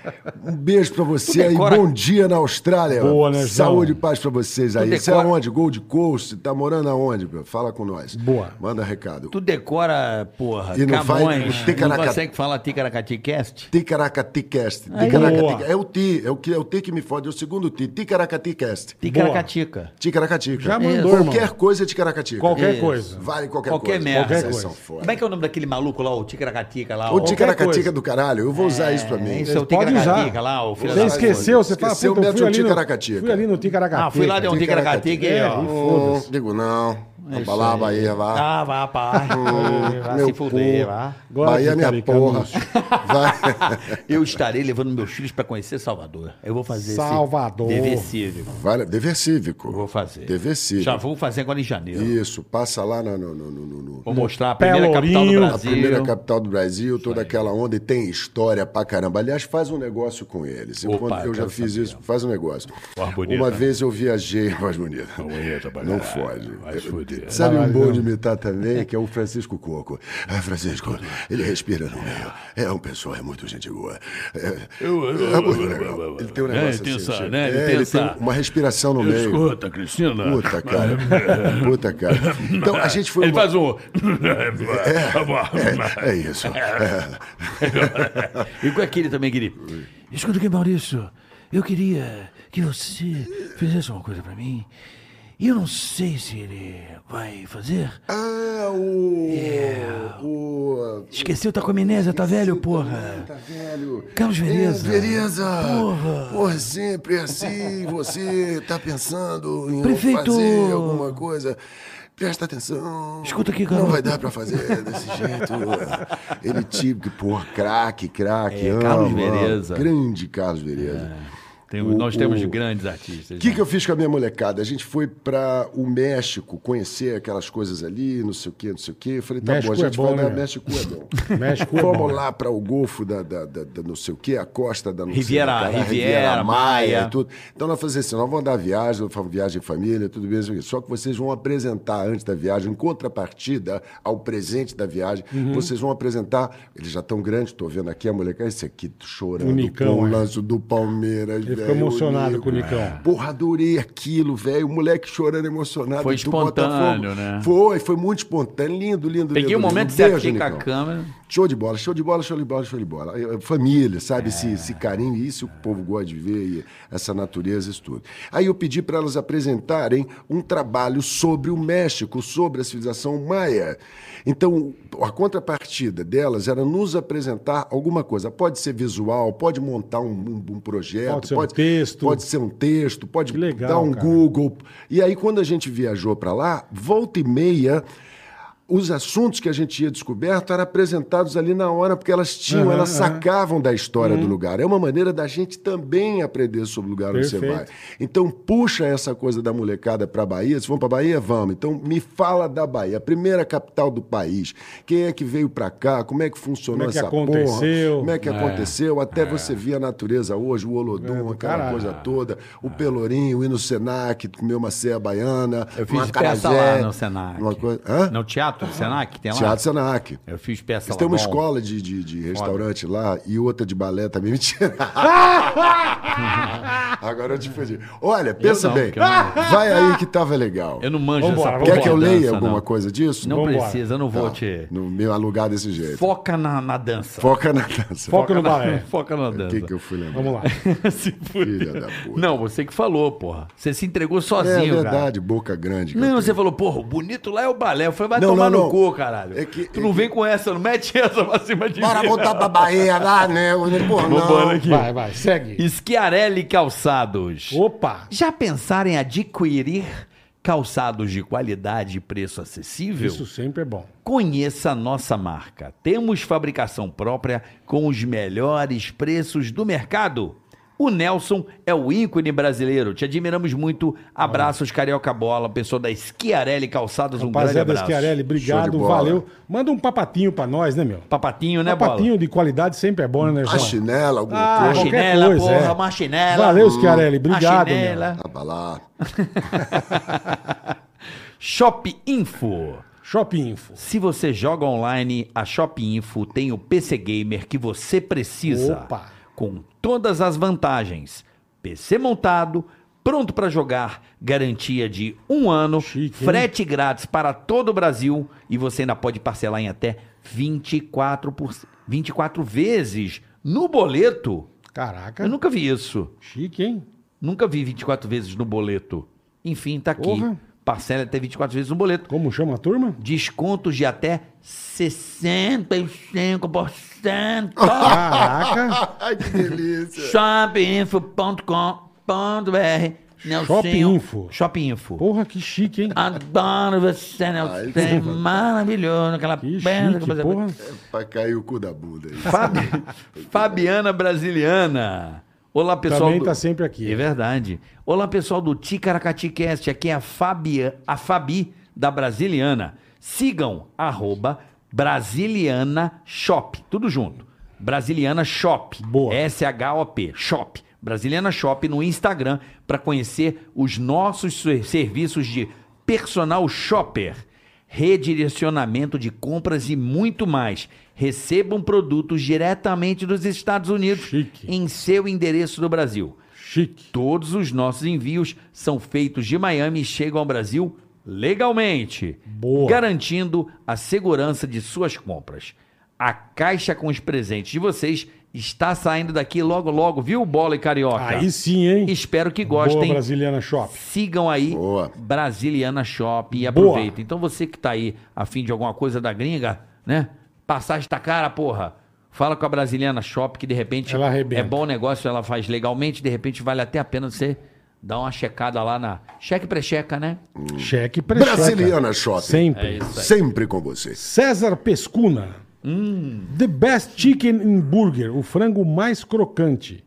[SPEAKER 1] Um beijo pra você aí.
[SPEAKER 3] decora-
[SPEAKER 1] Bom dia na Austrália.
[SPEAKER 2] Boa, né, João?
[SPEAKER 1] Saúde e paz pra vocês aí. Você é
[SPEAKER 3] decora-
[SPEAKER 1] onde? Gold Coast? Tá morando aonde? meu? Fala com nós.
[SPEAKER 2] Boa.
[SPEAKER 1] Manda recado.
[SPEAKER 3] Tu decora, porra,
[SPEAKER 1] E não faz-
[SPEAKER 3] Camões. Não
[SPEAKER 1] Ticaraca-
[SPEAKER 3] consegue falar Ticaracaticast?
[SPEAKER 1] Ticaracaticast.
[SPEAKER 2] Boa.
[SPEAKER 1] Ticaracatica. É o Ti, é o que é o Ti que me fode, é o segundo Ti. Ticaracaticast.
[SPEAKER 3] Ticaracatica.
[SPEAKER 1] Ticaracatica.
[SPEAKER 2] Já mandou,
[SPEAKER 1] Qualquer
[SPEAKER 2] irmão.
[SPEAKER 1] coisa é Ticaracatica.
[SPEAKER 2] Qualquer
[SPEAKER 3] Isso.
[SPEAKER 2] coisa.
[SPEAKER 1] Vale qualquer,
[SPEAKER 3] Qualquer
[SPEAKER 1] coisa.
[SPEAKER 3] merda.
[SPEAKER 1] Vocês
[SPEAKER 2] Qualquer coisa.
[SPEAKER 1] são foda.
[SPEAKER 3] Como é que é o nome daquele maluco lá, o Ticaracatica lá?
[SPEAKER 1] O
[SPEAKER 3] ó?
[SPEAKER 1] Ticaracatica
[SPEAKER 2] coisa.
[SPEAKER 1] do caralho, eu vou usar isso pra mim.
[SPEAKER 3] Esse é o
[SPEAKER 2] Pode usar.
[SPEAKER 3] Ticaracatica lá, o filho
[SPEAKER 2] Você
[SPEAKER 3] da-
[SPEAKER 2] esqueceu, você fala,
[SPEAKER 1] Esqueceu,
[SPEAKER 2] puta, eu
[SPEAKER 1] mete
[SPEAKER 2] fui
[SPEAKER 1] um
[SPEAKER 2] ali,
[SPEAKER 1] ticaracatica.
[SPEAKER 2] no, fui ali no Ticaracatica.
[SPEAKER 3] Ah, fui lá, deu um
[SPEAKER 1] Ticaracatica.
[SPEAKER 3] Ticaracatica e ó.
[SPEAKER 1] Hum, digo não.
[SPEAKER 3] É
[SPEAKER 1] A palavra aí, vá.
[SPEAKER 3] Ah, vá,
[SPEAKER 1] *laughs*
[SPEAKER 3] pá. Vai se
[SPEAKER 1] meu
[SPEAKER 3] fuder,
[SPEAKER 1] cu.
[SPEAKER 3] vá.
[SPEAKER 2] Gosto
[SPEAKER 1] Bahia
[SPEAKER 2] de
[SPEAKER 1] minha
[SPEAKER 2] caricano,
[SPEAKER 1] é porra.
[SPEAKER 2] Lúcio.
[SPEAKER 1] *laughs* Vai,
[SPEAKER 3] Eu estarei levando meus filhos pra conhecer Salvador. Eu vou fazer
[SPEAKER 2] Salvador.
[SPEAKER 3] esse dever cívico.
[SPEAKER 1] vai, dever cívico.
[SPEAKER 3] Vou fazer.
[SPEAKER 1] Dever cívico.
[SPEAKER 3] Já vou fazer agora em janeiro.
[SPEAKER 1] Isso, passa lá no- no- no- no- no- no-
[SPEAKER 3] Vou mostrar a primeira capital do
[SPEAKER 2] Pelourinho.
[SPEAKER 1] A
[SPEAKER 3] Brasil.
[SPEAKER 1] primeira capital do Brasil, toda aquela onda, e tem história pra caramba. Aliás, faz um negócio com eles.
[SPEAKER 6] Opa,
[SPEAKER 1] Enquanto eu já
[SPEAKER 6] quero
[SPEAKER 1] fiz
[SPEAKER 6] saber.
[SPEAKER 1] isso, faz um negócio.
[SPEAKER 6] Voz bonita. né?
[SPEAKER 1] Uma vez eu viajei, *laughs* voz bonita.
[SPEAKER 6] bonita pra
[SPEAKER 1] Não
[SPEAKER 6] caralho,
[SPEAKER 1] fode.
[SPEAKER 6] vai se fuder.
[SPEAKER 1] Sabe um bom de imitar também, que é o Francisco Coco. Ah, Francisco, ele respira no meio. É um pessoal, é muito gente boa. É, é muito legal. Ele tem um
[SPEAKER 6] É,
[SPEAKER 1] negócio
[SPEAKER 6] intensa,
[SPEAKER 1] assim,
[SPEAKER 6] né?
[SPEAKER 1] é, ele tem
[SPEAKER 6] Intensa.
[SPEAKER 1] uma respiração no meio.
[SPEAKER 6] Escuta, Cristina.
[SPEAKER 1] Puta, cara. Puta,
[SPEAKER 6] *laughs*
[SPEAKER 1] cara. Então, a gente foi...
[SPEAKER 6] Ele
[SPEAKER 1] uma- *laughs*
[SPEAKER 6] faz um.
[SPEAKER 1] É, é
[SPEAKER 6] *laughs*
[SPEAKER 1] isso. É.
[SPEAKER 3] E com aquele também, querido.
[SPEAKER 7] Escuta aqui, Maurício. Eu queria que você fizesse uma coisa pra mim. E eu não sei se ele vai fazer.
[SPEAKER 1] Ah, o.
[SPEAKER 7] É.
[SPEAKER 1] O.
[SPEAKER 7] Esqueceu, tá com amnésia, tá velho, porra.
[SPEAKER 1] Tá velho.
[SPEAKER 7] Carlos Vereza.
[SPEAKER 1] É, Vereza. Porra. sempre assim. Você tá pensando em
[SPEAKER 7] Prefeito.
[SPEAKER 1] fazer alguma coisa. Presta atenção.
[SPEAKER 7] Escuta aqui,
[SPEAKER 1] Não
[SPEAKER 7] garoto.
[SPEAKER 1] vai dar pra fazer desse
[SPEAKER 7] *laughs*
[SPEAKER 1] jeito. Ele tipo, porra, craque, craque.
[SPEAKER 3] É,
[SPEAKER 1] ama,
[SPEAKER 3] Carlos
[SPEAKER 1] ama.
[SPEAKER 3] Vereza.
[SPEAKER 1] Grande Carlos Vereza.
[SPEAKER 7] É.
[SPEAKER 3] Tem- um-
[SPEAKER 1] O-
[SPEAKER 3] nós temos
[SPEAKER 1] o-
[SPEAKER 3] grandes artistas.
[SPEAKER 1] O que,
[SPEAKER 3] né?
[SPEAKER 1] que eu fiz com a minha molecada? A gente foi para o México conhecer aquelas coisas ali, não sei o quê, não sei o quê. Eu falei, tá
[SPEAKER 2] México
[SPEAKER 1] bom, a
[SPEAKER 2] é
[SPEAKER 1] gente
[SPEAKER 2] bom,
[SPEAKER 1] vai
[SPEAKER 2] né,
[SPEAKER 1] dar
[SPEAKER 2] meu?
[SPEAKER 1] México é
[SPEAKER 2] *laughs*
[SPEAKER 1] bom.
[SPEAKER 2] México é bom.
[SPEAKER 1] Vamos lá para o Golfo da, da, da- da não sei o quê, a costa da não
[SPEAKER 3] Riviera-
[SPEAKER 1] sei o quê, cara,
[SPEAKER 3] Riviera, Maia.
[SPEAKER 1] e tudo. Então nós fazemos assim, nós vamos dar viagem, nós fazemos viagem em família, tudo bem, não sei o quê. só que vocês vão apresentar antes da viagem, em contrapartida ao presente da viagem,
[SPEAKER 2] Uhum.
[SPEAKER 1] vocês vão apresentar, eles já estão grandes, estou vendo aqui a molecada, esse aqui chorando
[SPEAKER 2] O Nicão,
[SPEAKER 1] com o
[SPEAKER 2] é.
[SPEAKER 1] lance do Palmeiras.
[SPEAKER 2] Ele ficou
[SPEAKER 1] velho, o
[SPEAKER 2] emocionado com o
[SPEAKER 1] Nico.
[SPEAKER 3] É.
[SPEAKER 2] Nicão.
[SPEAKER 1] Porra, adorei aquilo, velho. O moleque chorando emocionado.
[SPEAKER 3] Foi
[SPEAKER 1] do
[SPEAKER 3] espontâneo,
[SPEAKER 1] Botafogo.
[SPEAKER 3] né?
[SPEAKER 1] Foi, foi muito espontâneo. Lindo, lindo,
[SPEAKER 3] Peguei
[SPEAKER 1] lindo.
[SPEAKER 3] o momento
[SPEAKER 1] lindo.
[SPEAKER 3] de você
[SPEAKER 1] Beijo,
[SPEAKER 3] aqui com a
[SPEAKER 1] Nicão.
[SPEAKER 3] câmera.
[SPEAKER 1] Show de bola, show de bola, show de bola, show de bola. Eu- eu- Família, sabe? Esse,
[SPEAKER 2] É.
[SPEAKER 1] esse carinho, isso que o povo gosta de ver, e essa natureza, isso tudo. Aí eu pedi para elas apresentarem um trabalho sobre o México, sobre a civilização maia. Então, a contrapartida delas era nos apresentar alguma coisa. Pode ser visual, pode montar um, um- um projeto,
[SPEAKER 2] Pode ser um texto.
[SPEAKER 1] pode ser um texto, pode
[SPEAKER 2] Que legal,
[SPEAKER 1] dar um
[SPEAKER 2] cara.
[SPEAKER 1] Google. E aí, quando a gente viajou para lá, volta e meia, os assuntos que a gente tinha descoberto eram apresentados ali na hora, porque elas tinham,
[SPEAKER 2] Aham,
[SPEAKER 1] elas
[SPEAKER 2] aham. Uhum.
[SPEAKER 1] sacavam da história do lugar. É uma maneira da gente também aprender sobre o lugar onde você
[SPEAKER 2] Perfeito.
[SPEAKER 1] vai. Então, puxa essa coisa da molecada para Bahia. Se vão para Bahia, vamos. Então, me fala da Bahia, a primeira capital do país. Quem é que veio para cá? Como é que funcionou
[SPEAKER 2] Como é que
[SPEAKER 1] essa
[SPEAKER 2] aconteceu?
[SPEAKER 1] porra? Como é que aconteceu? Até você via a natureza hoje, o Olodum, aquela
[SPEAKER 2] É, caralho.
[SPEAKER 1] coisa toda, o Pelourinho, ir no Senac, comer uma ceia baiana.
[SPEAKER 3] Eu
[SPEAKER 1] um
[SPEAKER 3] fiz
[SPEAKER 1] acarajé,
[SPEAKER 3] peça lá no Senac.
[SPEAKER 1] Uma coisa... Hã?
[SPEAKER 3] No teatro Teatro Senac, tem lá?
[SPEAKER 1] Teatro Senac.
[SPEAKER 3] Eu fiz peça lá.
[SPEAKER 1] Eles têm uma
[SPEAKER 3] bom.
[SPEAKER 1] escola de, de, de restaurante lá e outra de balé também.
[SPEAKER 3] *laughs*
[SPEAKER 1] Mentira. Agora eu te fudi. Olha, pensa
[SPEAKER 3] não,
[SPEAKER 1] bem.
[SPEAKER 3] porque eu não-
[SPEAKER 1] Vai aí que tava legal.
[SPEAKER 3] Eu não manjo
[SPEAKER 2] Vambora,
[SPEAKER 3] essa
[SPEAKER 2] vambora.
[SPEAKER 3] porra
[SPEAKER 1] Quer que eu
[SPEAKER 3] de
[SPEAKER 1] leia
[SPEAKER 3] dança,
[SPEAKER 1] alguma
[SPEAKER 3] não.
[SPEAKER 1] coisa disso?
[SPEAKER 3] Não
[SPEAKER 2] Vambora.
[SPEAKER 3] precisa, eu não vou
[SPEAKER 1] Tá.
[SPEAKER 3] te...
[SPEAKER 1] No meu alugar desse jeito.
[SPEAKER 3] Foca na, na dança.
[SPEAKER 1] Foca na dança.
[SPEAKER 2] Foca no
[SPEAKER 3] na-
[SPEAKER 2] balé.
[SPEAKER 3] *laughs* Foca na
[SPEAKER 1] O
[SPEAKER 3] dança.
[SPEAKER 1] que, que eu fui lembrar?
[SPEAKER 2] Vamos
[SPEAKER 3] *laughs*
[SPEAKER 2] lá.
[SPEAKER 3] Se fuder.
[SPEAKER 1] Filha da puta.
[SPEAKER 3] Não, você que falou, porra. Você se entregou
[SPEAKER 1] É
[SPEAKER 3] sozinho, cara.
[SPEAKER 1] verdade, boca grande. que eu
[SPEAKER 3] Não,
[SPEAKER 1] tenho.
[SPEAKER 3] você falou, porra, o bonito lá é o balé. Eu falei, vai
[SPEAKER 1] Não,
[SPEAKER 3] tomar
[SPEAKER 1] não,
[SPEAKER 3] no
[SPEAKER 1] não.
[SPEAKER 3] cu, caralho.
[SPEAKER 1] É que-
[SPEAKER 3] tu
[SPEAKER 1] é
[SPEAKER 3] não
[SPEAKER 1] que-
[SPEAKER 3] vem com essa, não mete essa pra cima de
[SPEAKER 1] Bora
[SPEAKER 3] mim.
[SPEAKER 1] voltar pra Bahia lá, né? Porra, não.
[SPEAKER 6] Vambora aqui.
[SPEAKER 2] Vai, vai, segue.
[SPEAKER 3] Schiarelli Calçados.
[SPEAKER 2] Opa!
[SPEAKER 3] Já pensaram em adquirir calçados de qualidade e preço acessível?
[SPEAKER 2] Isso sempre é bom.
[SPEAKER 3] Conheça a nossa marca. Temos fabricação própria com os melhores preços do mercado. O Nelson é o ícone brasileiro. Te admiramos muito. Abraços, Carioca Bola, pessoa da Schiarelli Calçados. Um grande
[SPEAKER 2] Rapaziada
[SPEAKER 3] abraço.
[SPEAKER 2] Schiarelli,
[SPEAKER 1] Show de
[SPEAKER 2] obrigado,
[SPEAKER 1] bola.
[SPEAKER 2] valeu. Manda um papatinho pra nós, né, meu?
[SPEAKER 3] Papatinho, né,
[SPEAKER 2] papatinho
[SPEAKER 3] Bola?
[SPEAKER 2] de qualidade sempre é bom, né,
[SPEAKER 1] A
[SPEAKER 2] Nelson?
[SPEAKER 1] chinela, alguma
[SPEAKER 2] Ah,
[SPEAKER 1] coisa.
[SPEAKER 3] Uma
[SPEAKER 2] qualquer
[SPEAKER 3] chinela,
[SPEAKER 2] coisa,
[SPEAKER 3] porra,
[SPEAKER 2] é.
[SPEAKER 3] uma chinela.
[SPEAKER 2] Valeu, Schiarelli,
[SPEAKER 3] a
[SPEAKER 2] obrigado,
[SPEAKER 3] chinela.
[SPEAKER 1] Ah, pra lá.
[SPEAKER 3] Shop Info.
[SPEAKER 2] Shopping Info.
[SPEAKER 3] Se você joga online, a Shop Info tem o PC Gamer que você precisa.
[SPEAKER 2] Opa.
[SPEAKER 3] Com todas as vantagens. PC montado, pronto para jogar, garantia de um ano,
[SPEAKER 2] Chique, hein?
[SPEAKER 3] frete grátis para todo o Brasil e você ainda pode parcelar em até 24, por... 24 vezes no boleto.
[SPEAKER 2] Caraca,
[SPEAKER 3] Eu nunca vi isso.
[SPEAKER 2] chique, hein?
[SPEAKER 3] Nunca vi 24 vezes no boleto. Enfim, tá aqui.
[SPEAKER 2] Porra.
[SPEAKER 3] Parcela até 24 vezes no boleto
[SPEAKER 2] Como chama a turma?
[SPEAKER 3] descontos de até
[SPEAKER 2] *laughs*
[SPEAKER 3] 65%.
[SPEAKER 2] Ah.
[SPEAKER 3] *laughs*
[SPEAKER 2] Caraca,
[SPEAKER 1] *laughs* Ai, que delícia.
[SPEAKER 3] Shopinfo.com.br
[SPEAKER 2] Shopinfo.
[SPEAKER 3] Shopinfo.
[SPEAKER 2] porra, que chique,
[SPEAKER 3] Ah,
[SPEAKER 2] hein?
[SPEAKER 3] Adoro você, Nelson.
[SPEAKER 1] Ai, que-
[SPEAKER 3] maravilhoso. Aquela
[SPEAKER 2] Que
[SPEAKER 3] perna que
[SPEAKER 2] chique,
[SPEAKER 3] você...
[SPEAKER 2] porra.
[SPEAKER 1] Vai cair o cu da bunda aí.
[SPEAKER 2] *laughs*
[SPEAKER 3] Fabi- Fabiana Brasiliana. Olá, pessoal.
[SPEAKER 2] Também
[SPEAKER 3] do-
[SPEAKER 2] tá sempre aqui.
[SPEAKER 3] É verdade. Olá, pessoal do Ticaracati Cast. Aqui é a Fabi, a Fabi da Brasiliana. Sigam arroba Brasiliana Shop. Tudo junto. Brasiliana Shop.
[SPEAKER 2] Boa.
[SPEAKER 3] S-H-O-P. Shop. Brasiliana Shop no Instagram para conhecer os nossos ser- serviços de personal shopper, redirecionamento de compras e muito mais. Recebam produtos diretamente dos Estados Unidos
[SPEAKER 2] Chique.
[SPEAKER 3] em seu endereço do Brasil.
[SPEAKER 2] Chique.
[SPEAKER 3] Todos os nossos envios são feitos de Miami e chegam ao Brasil legalmente,
[SPEAKER 2] Boa.
[SPEAKER 3] garantindo a segurança de suas compras. A caixa com os presentes de vocês está saindo daqui logo logo, viu, Bola e Carioca?
[SPEAKER 2] Aí sim, hein?
[SPEAKER 3] Espero que
[SPEAKER 2] Boa
[SPEAKER 3] gostem.
[SPEAKER 2] Brasiliana Shop.
[SPEAKER 3] Sigam aí
[SPEAKER 1] Boa.
[SPEAKER 3] Brasiliana Shop e
[SPEAKER 2] Boa.
[SPEAKER 3] aproveitem. Então você que tá aí a fim de alguma coisa da gringa, né? Passagem tá cara, porra. Fala com a Brasiliana Shop que de repente
[SPEAKER 2] Ela arrebenta.
[SPEAKER 3] é bom negócio, ela faz legalmente, de repente vale até a pena você dar uma checada lá na cheque precheca, né?
[SPEAKER 2] Cheque precheca.
[SPEAKER 1] Brasiliana Shopping.
[SPEAKER 3] É
[SPEAKER 2] Sempre.
[SPEAKER 1] Sempre com você.
[SPEAKER 2] César Pescuna. The best chicken in burger, o frango mais crocante.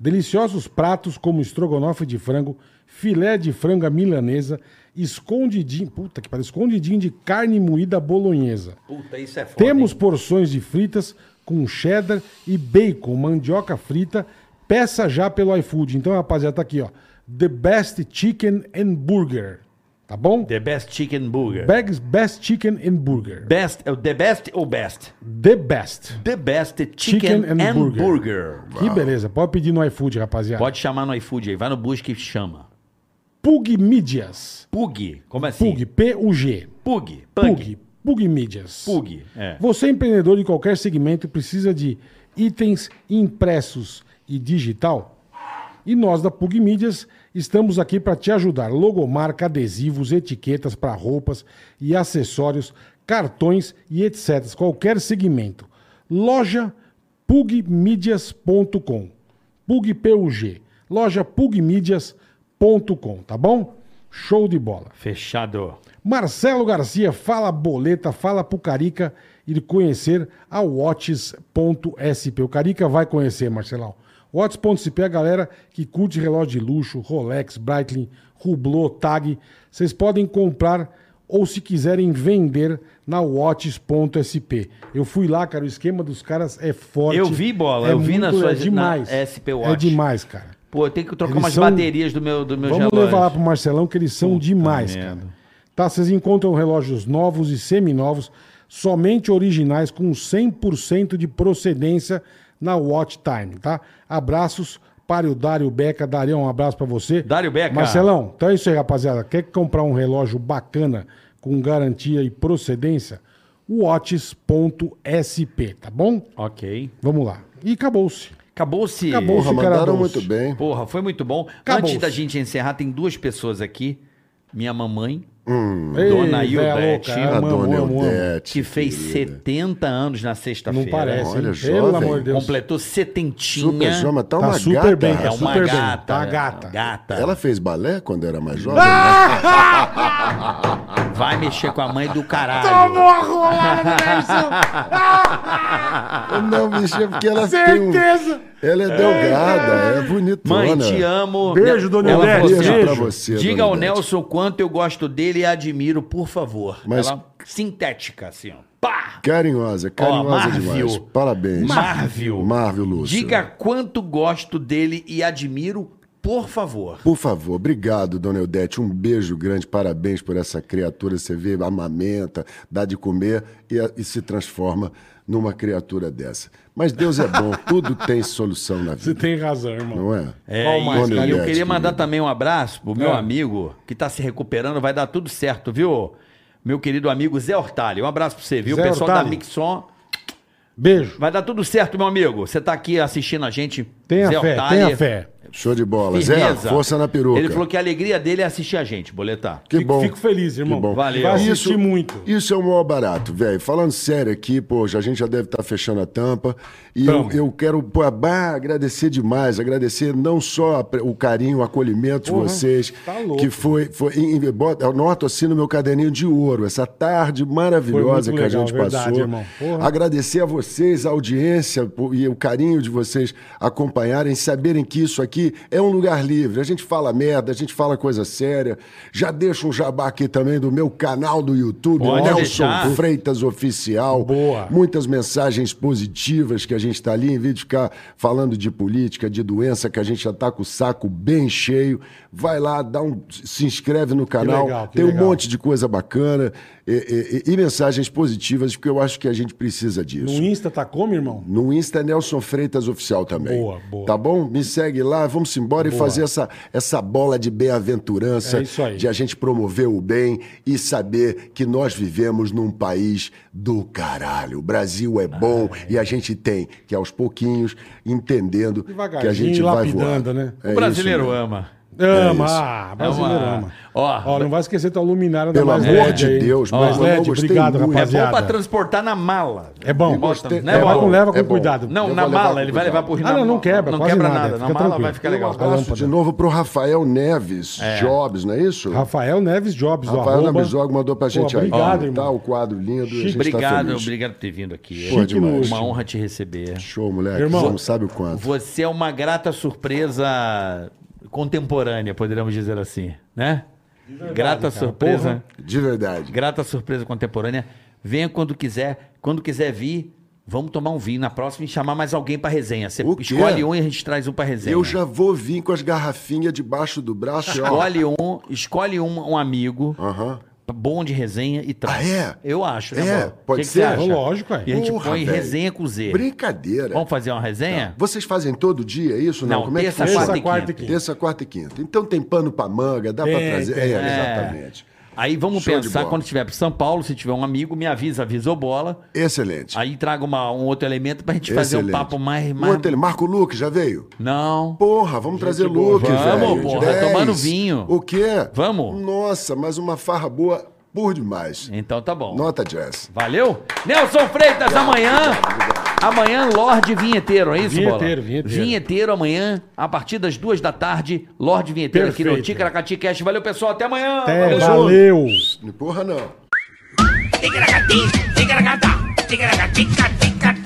[SPEAKER 2] Deliciosos pratos como estrogonofe de frango, filé de franga milanesa, escondidinho, puta que pariu, escondidinho de carne moída bolonhesa.
[SPEAKER 3] Puta, isso é foda.
[SPEAKER 2] Temos porções de fritas com cheddar e bacon, mandioca frita. Peça já pelo iFood. Então, rapaziada, tá aqui, ó. The Best Chicken and Burger. Tá bom?
[SPEAKER 3] The Best Chicken Burger.
[SPEAKER 2] Bag's Best Chicken and Burger.
[SPEAKER 3] Best, é o The Best ou Best?
[SPEAKER 2] The Best.
[SPEAKER 3] The Best Chicken,
[SPEAKER 2] Chicken and
[SPEAKER 3] and
[SPEAKER 2] Burger.
[SPEAKER 3] burger.
[SPEAKER 2] Que beleza. Pode pedir no iFood, rapaziada.
[SPEAKER 3] Pode chamar no iFood aí, vai no busca e chama.
[SPEAKER 2] Pug Mídias.
[SPEAKER 3] Pug, como assim?
[SPEAKER 2] Pug, P-U-G.
[SPEAKER 3] Pug.
[SPEAKER 2] Pug. Pug Mídias.
[SPEAKER 3] Pug. É.
[SPEAKER 2] Você, empreendedor de qualquer segmento, precisa de itens impressos e digital? E nós da Pug Mídias estamos aqui para te ajudar. Logomarca, adesivos, etiquetas para roupas e acessórios, cartões e etc. Qualquer segmento. Loja pugmídias.com. Pug PUG. Loja pugmídias.com, tá bom? Show de bola.
[SPEAKER 3] Fechado.
[SPEAKER 2] Marcelo Garcia, fala boleta, fala pro Carica ir conhecer a Watches.sp. O Carica vai conhecer, Marcelão. Watches.sp é a galera que curte relógio de luxo, Rolex, Breitling, Hublot, Tag. Vocês podem comprar ou se quiserem vender na Watches.sp. Eu fui lá, cara, o esquema dos caras é forte.
[SPEAKER 3] Eu vi, Bola, eu vi
[SPEAKER 2] muito
[SPEAKER 3] na
[SPEAKER 2] legal,
[SPEAKER 3] sua-
[SPEAKER 2] É demais.
[SPEAKER 3] na SP
[SPEAKER 2] É
[SPEAKER 3] Watch.
[SPEAKER 2] demais, cara.
[SPEAKER 3] Pô, eu tenho que trocar
[SPEAKER 2] Eles
[SPEAKER 3] umas
[SPEAKER 2] são-
[SPEAKER 3] baterias do meu, do meu
[SPEAKER 2] Vamos
[SPEAKER 3] gelante.
[SPEAKER 2] levar lá pro Marcelão que eles são demais, cara. Tá, vocês encontram relógios novos e seminovos, somente originais com 100% de procedência na Watch Time, tá? Abraços para o Dário Beca. Darião, um abraço para você.
[SPEAKER 3] Dário Beca.
[SPEAKER 2] Marcelão, então é isso aí, rapaziada. Quer comprar um relógio bacana, com garantia e procedência? Watches.sp, tá bom?
[SPEAKER 3] Ok.
[SPEAKER 2] Vamos lá. E acabou-se.
[SPEAKER 3] Acabou-se.
[SPEAKER 2] Acabou.
[SPEAKER 1] Porra,
[SPEAKER 2] Esse cara
[SPEAKER 1] mandaram
[SPEAKER 2] doce.
[SPEAKER 1] muito bem.
[SPEAKER 3] Porra, foi muito bom.
[SPEAKER 2] Acabou-se.
[SPEAKER 3] Antes da gente encerrar, tem duas pessoas aqui. Minha mamãe,
[SPEAKER 2] Dona
[SPEAKER 3] Ildete.
[SPEAKER 2] é, um
[SPEAKER 1] A dona
[SPEAKER 3] que
[SPEAKER 1] Eudete.
[SPEAKER 3] fez 70 anos na
[SPEAKER 2] Não
[SPEAKER 3] sexta-feira.
[SPEAKER 2] parece, hein?
[SPEAKER 1] Olha,
[SPEAKER 2] Pelo
[SPEAKER 1] jovem.
[SPEAKER 2] amor de Deus.
[SPEAKER 3] Completou setentinha.
[SPEAKER 1] Super jovem, tá
[SPEAKER 2] Tá
[SPEAKER 1] uma
[SPEAKER 2] super
[SPEAKER 1] gata.
[SPEAKER 2] bem, tá
[SPEAKER 3] É
[SPEAKER 1] rapaz.
[SPEAKER 3] uma
[SPEAKER 2] Super bem,
[SPEAKER 3] gata.
[SPEAKER 2] tá gata.
[SPEAKER 3] Gata.
[SPEAKER 1] Ela fez balé quando era mais jovem? né?
[SPEAKER 3] Vai mexer com a mãe do
[SPEAKER 2] Tá
[SPEAKER 3] caralho.
[SPEAKER 1] Eu Não, mexia porque ela Certeza! Ela é delgada, é bonitona.
[SPEAKER 3] Mãe, te amo.
[SPEAKER 2] Beijo, dona
[SPEAKER 3] Ela
[SPEAKER 2] Ivete,
[SPEAKER 3] falou assim,
[SPEAKER 1] beijo
[SPEAKER 3] ó,
[SPEAKER 1] pra você,
[SPEAKER 3] Diga
[SPEAKER 1] dona
[SPEAKER 3] ao
[SPEAKER 1] Ivete.
[SPEAKER 3] Nelson quanto eu gosto dele e admiro, por favor.
[SPEAKER 1] Mas-
[SPEAKER 3] Ela sintética, assim, ó. Pá!
[SPEAKER 1] Carinhosa, carinhosa
[SPEAKER 3] Marvel.
[SPEAKER 1] demais. Parabéns.
[SPEAKER 3] Marvel.
[SPEAKER 1] Marvel Lúcio.
[SPEAKER 3] Diga quanto gosto dele e admiro, por favor.
[SPEAKER 1] Por favor, obrigado, dona Eudete. Um beijo grande, parabéns por essa criatura. Você vê, amamenta, dá de comer e, e se transforma numa criatura dessa. Mas Deus é bom, tudo tem solução na
[SPEAKER 2] Você
[SPEAKER 1] vida,
[SPEAKER 2] tem razão, irmão.
[SPEAKER 1] não é?
[SPEAKER 3] É,
[SPEAKER 1] mais,
[SPEAKER 3] e
[SPEAKER 1] cara?
[SPEAKER 3] eu queria mandar
[SPEAKER 1] Querido.
[SPEAKER 3] também um abraço pro meu
[SPEAKER 2] É.
[SPEAKER 3] amigo que tá se recuperando, vai dar tudo certo, viu? Meu querido amigo Zé Hortali. Um abraço pra você, viu?
[SPEAKER 2] Zé
[SPEAKER 3] O pessoal
[SPEAKER 2] Hortali.
[SPEAKER 3] da Mixon.
[SPEAKER 2] Beijo.
[SPEAKER 3] Vai dar tudo certo, meu amigo. Você tá aqui assistindo a gente.
[SPEAKER 2] Tenha
[SPEAKER 3] Zé
[SPEAKER 2] fé,
[SPEAKER 3] Hortali.
[SPEAKER 2] tenha fé.
[SPEAKER 1] Show de bola. Zé,
[SPEAKER 3] Firmeza.
[SPEAKER 1] é, força na peruca.
[SPEAKER 3] Ele falou que a alegria dele é assistir a gente, boletar.
[SPEAKER 1] que
[SPEAKER 2] fico,
[SPEAKER 1] bom.
[SPEAKER 2] fico feliz, irmão.
[SPEAKER 1] bom.
[SPEAKER 3] Valeu.
[SPEAKER 2] Vai assistir
[SPEAKER 1] Isso,
[SPEAKER 2] muito.
[SPEAKER 1] isso é o maior barato, velho. Falando sério aqui, pô, já- a gente já deve estar fechando a tampa. E eu,
[SPEAKER 2] Tamo.
[SPEAKER 1] eu quero pô, bah, agradecer demais, agradecer não só a pre- o carinho, o acolhimento
[SPEAKER 2] Porra,
[SPEAKER 1] de vocês,
[SPEAKER 2] tá louco.
[SPEAKER 1] que foi. foi em, em, bota- eu anoto assim no meu caderninho de ouro, essa tarde maravilhosa
[SPEAKER 2] Foi
[SPEAKER 1] que a
[SPEAKER 2] muito legal,
[SPEAKER 1] gente
[SPEAKER 2] verdade,
[SPEAKER 1] passou.
[SPEAKER 2] irmão. Porra.
[SPEAKER 1] Agradecer a vocês, a audiência pô, e o carinho de vocês acompanharem, saberem que isso aqui é um lugar livre. A gente fala merda, a gente fala coisa séria. Já deixo um jabá aqui também do meu canal do YouTube,
[SPEAKER 3] Pode
[SPEAKER 1] Nelson
[SPEAKER 3] deixar.
[SPEAKER 1] Freitas Oficial.
[SPEAKER 2] Boa.
[SPEAKER 1] Muitas mensagens positivas que a gente está ali, em vez de ficar falando de política, de doença, que a gente já está com o saco bem cheio. Vai lá, dá um, se inscreve no canal.
[SPEAKER 2] legal, que
[SPEAKER 1] Tem um
[SPEAKER 2] legal.
[SPEAKER 1] monte de coisa bacana e, e- e mensagens positivas, porque eu acho que a gente precisa disso.
[SPEAKER 2] No Insta tá como, irmão?
[SPEAKER 1] No Insta é Nelson Freitas Oficial também.
[SPEAKER 2] Boa, boa.
[SPEAKER 1] Tá bom? Me segue lá, vamos embora e fazer essa, essa bola de bem-aventurança
[SPEAKER 2] É isso aí.
[SPEAKER 1] de a gente promover o bem e saber que nós vivemos num país do caralho. O Brasil é bom
[SPEAKER 2] Ah,
[SPEAKER 1] e a gente tem que, aos pouquinhos, entendendo que a gente
[SPEAKER 2] Devagarinho,
[SPEAKER 1] vai voar.
[SPEAKER 2] lapidando, né?
[SPEAKER 1] É
[SPEAKER 3] o brasileiro
[SPEAKER 1] isso mesmo.
[SPEAKER 3] ama.
[SPEAKER 1] É
[SPEAKER 2] Ama, ah, brasileiro
[SPEAKER 3] Ama.
[SPEAKER 2] ama.
[SPEAKER 3] Ó,
[SPEAKER 2] Ó, não vai esquecer tua luminária da
[SPEAKER 1] Pelo
[SPEAKER 2] Mais
[SPEAKER 1] amor
[SPEAKER 2] LED
[SPEAKER 1] de
[SPEAKER 2] aí.
[SPEAKER 1] Deus,
[SPEAKER 2] Ó, Mais
[SPEAKER 1] mas eu
[SPEAKER 2] LED,
[SPEAKER 1] gostei
[SPEAKER 2] obrigado,
[SPEAKER 1] muito.
[SPEAKER 3] É bom
[SPEAKER 2] rapaziada.
[SPEAKER 3] pra transportar na mala.
[SPEAKER 2] É bom.
[SPEAKER 3] Bota-
[SPEAKER 1] Gostei-
[SPEAKER 3] né,
[SPEAKER 1] é
[SPEAKER 2] Leva
[SPEAKER 1] bom,
[SPEAKER 2] com, leva com
[SPEAKER 1] é bom.
[SPEAKER 2] cuidado.
[SPEAKER 3] Não,
[SPEAKER 1] Eu
[SPEAKER 3] na
[SPEAKER 1] vou levar
[SPEAKER 3] mala,
[SPEAKER 1] com
[SPEAKER 3] ele vai levar por
[SPEAKER 1] cuidado.
[SPEAKER 2] Ah, não, não quebra,
[SPEAKER 3] Não
[SPEAKER 2] quase
[SPEAKER 3] quebra
[SPEAKER 2] nada,
[SPEAKER 3] nada.
[SPEAKER 2] fica
[SPEAKER 3] Na mala
[SPEAKER 2] tranquilo.
[SPEAKER 3] vai ficar
[SPEAKER 1] Um
[SPEAKER 3] legal.
[SPEAKER 1] abraço de novo pro Rafael Neves Jobs, não é isso?
[SPEAKER 2] Rafael Neves Jobs, do
[SPEAKER 1] Rafael
[SPEAKER 2] arroba.
[SPEAKER 1] Nabizog mandou pra gente
[SPEAKER 2] Pô, obrigado,
[SPEAKER 1] aí.
[SPEAKER 2] irmão.
[SPEAKER 1] Tá, o quadro lindo. e a gente tá
[SPEAKER 3] Obrigado,
[SPEAKER 1] feliz.
[SPEAKER 3] obrigado por ter vindo aqui.
[SPEAKER 1] Pô,
[SPEAKER 2] Chique no
[SPEAKER 1] demais.
[SPEAKER 3] Uma honra te receber.
[SPEAKER 1] Show, moleque.
[SPEAKER 2] Irmão,
[SPEAKER 1] Você não sabe o quanto.
[SPEAKER 3] Você é uma grata surpresa contemporânea, poderíamos dizer assim, né? grata surpresa,
[SPEAKER 2] Porra.
[SPEAKER 1] De verdade.
[SPEAKER 3] grata surpresa contemporânea. Venha quando quiser, quando quiser vir, vamos tomar um vinho na próxima e chamar mais alguém pra resenha. Você
[SPEAKER 1] O quê?
[SPEAKER 3] escolhe um e a gente traz um pra resenha.
[SPEAKER 1] Eu já vou vir com as garrafinhas debaixo do braço. ó.
[SPEAKER 3] escolhe um, escolhe um, um amigo
[SPEAKER 1] Aham.
[SPEAKER 3] bom de resenha e traz.
[SPEAKER 1] Ah, é?
[SPEAKER 3] Eu acho, né?
[SPEAKER 1] É,
[SPEAKER 3] amor?
[SPEAKER 1] pode
[SPEAKER 3] O que que
[SPEAKER 1] ser?
[SPEAKER 3] você acha?
[SPEAKER 2] Lógico, é.
[SPEAKER 3] E a gente
[SPEAKER 1] Porra,
[SPEAKER 3] põe
[SPEAKER 1] velho.
[SPEAKER 3] resenha com Z.
[SPEAKER 1] Brincadeira.
[SPEAKER 3] Vamos fazer uma resenha?
[SPEAKER 1] Vocês fazem todo dia isso? Não,
[SPEAKER 3] Não,
[SPEAKER 1] como é que
[SPEAKER 3] terça,
[SPEAKER 1] funciona?
[SPEAKER 2] quarta e Terça, quinta.
[SPEAKER 1] Terça, quarta e quinta. Então tem pano pra manga, dá pra
[SPEAKER 2] Tem,
[SPEAKER 1] trazer.
[SPEAKER 2] tem.
[SPEAKER 1] É,
[SPEAKER 3] É.
[SPEAKER 1] exatamente.
[SPEAKER 3] Aí vamos
[SPEAKER 1] Tá. Show de
[SPEAKER 3] pensar
[SPEAKER 1] bola.
[SPEAKER 3] quando estiver para São Paulo, se tiver um amigo, me avisa, avisa o bola.
[SPEAKER 1] Excelente.
[SPEAKER 3] Aí traga uma- um outro elemento pra gente fazer um
[SPEAKER 1] Excelente.
[SPEAKER 3] papo mais.
[SPEAKER 1] O
[SPEAKER 3] mais...
[SPEAKER 1] outro, ele- Marco Luque já veio?
[SPEAKER 3] Não.
[SPEAKER 1] Porra, vamos trazer
[SPEAKER 2] boa.
[SPEAKER 1] Luke,
[SPEAKER 3] Vamos,
[SPEAKER 1] velho.
[SPEAKER 3] porra,
[SPEAKER 1] Dez.
[SPEAKER 3] tomar no vinho.
[SPEAKER 1] O quê?
[SPEAKER 3] Vamos.
[SPEAKER 1] Nossa, mas uma farra boa por demais.
[SPEAKER 3] Então tá bom.
[SPEAKER 1] Nota jazz.
[SPEAKER 3] Valeu? Nelson Freitas, amanhã. Amanhã, Lorde Vinheteiro, é isso, Bola?
[SPEAKER 2] Vinheteiro, vinheteiro.
[SPEAKER 3] Vinheteiro, amanhã, a partir das duas da tarde, Lorde Vinheteiro aqui no
[SPEAKER 2] Perfeito.
[SPEAKER 3] Ticaracati Cash. Valeu, pessoal, até amanhã.
[SPEAKER 2] Até,
[SPEAKER 3] Valeu,
[SPEAKER 2] valeu.
[SPEAKER 1] Porra, não.
[SPEAKER 5] Ticaracati, ticaracata, ticaracati, ticaracati.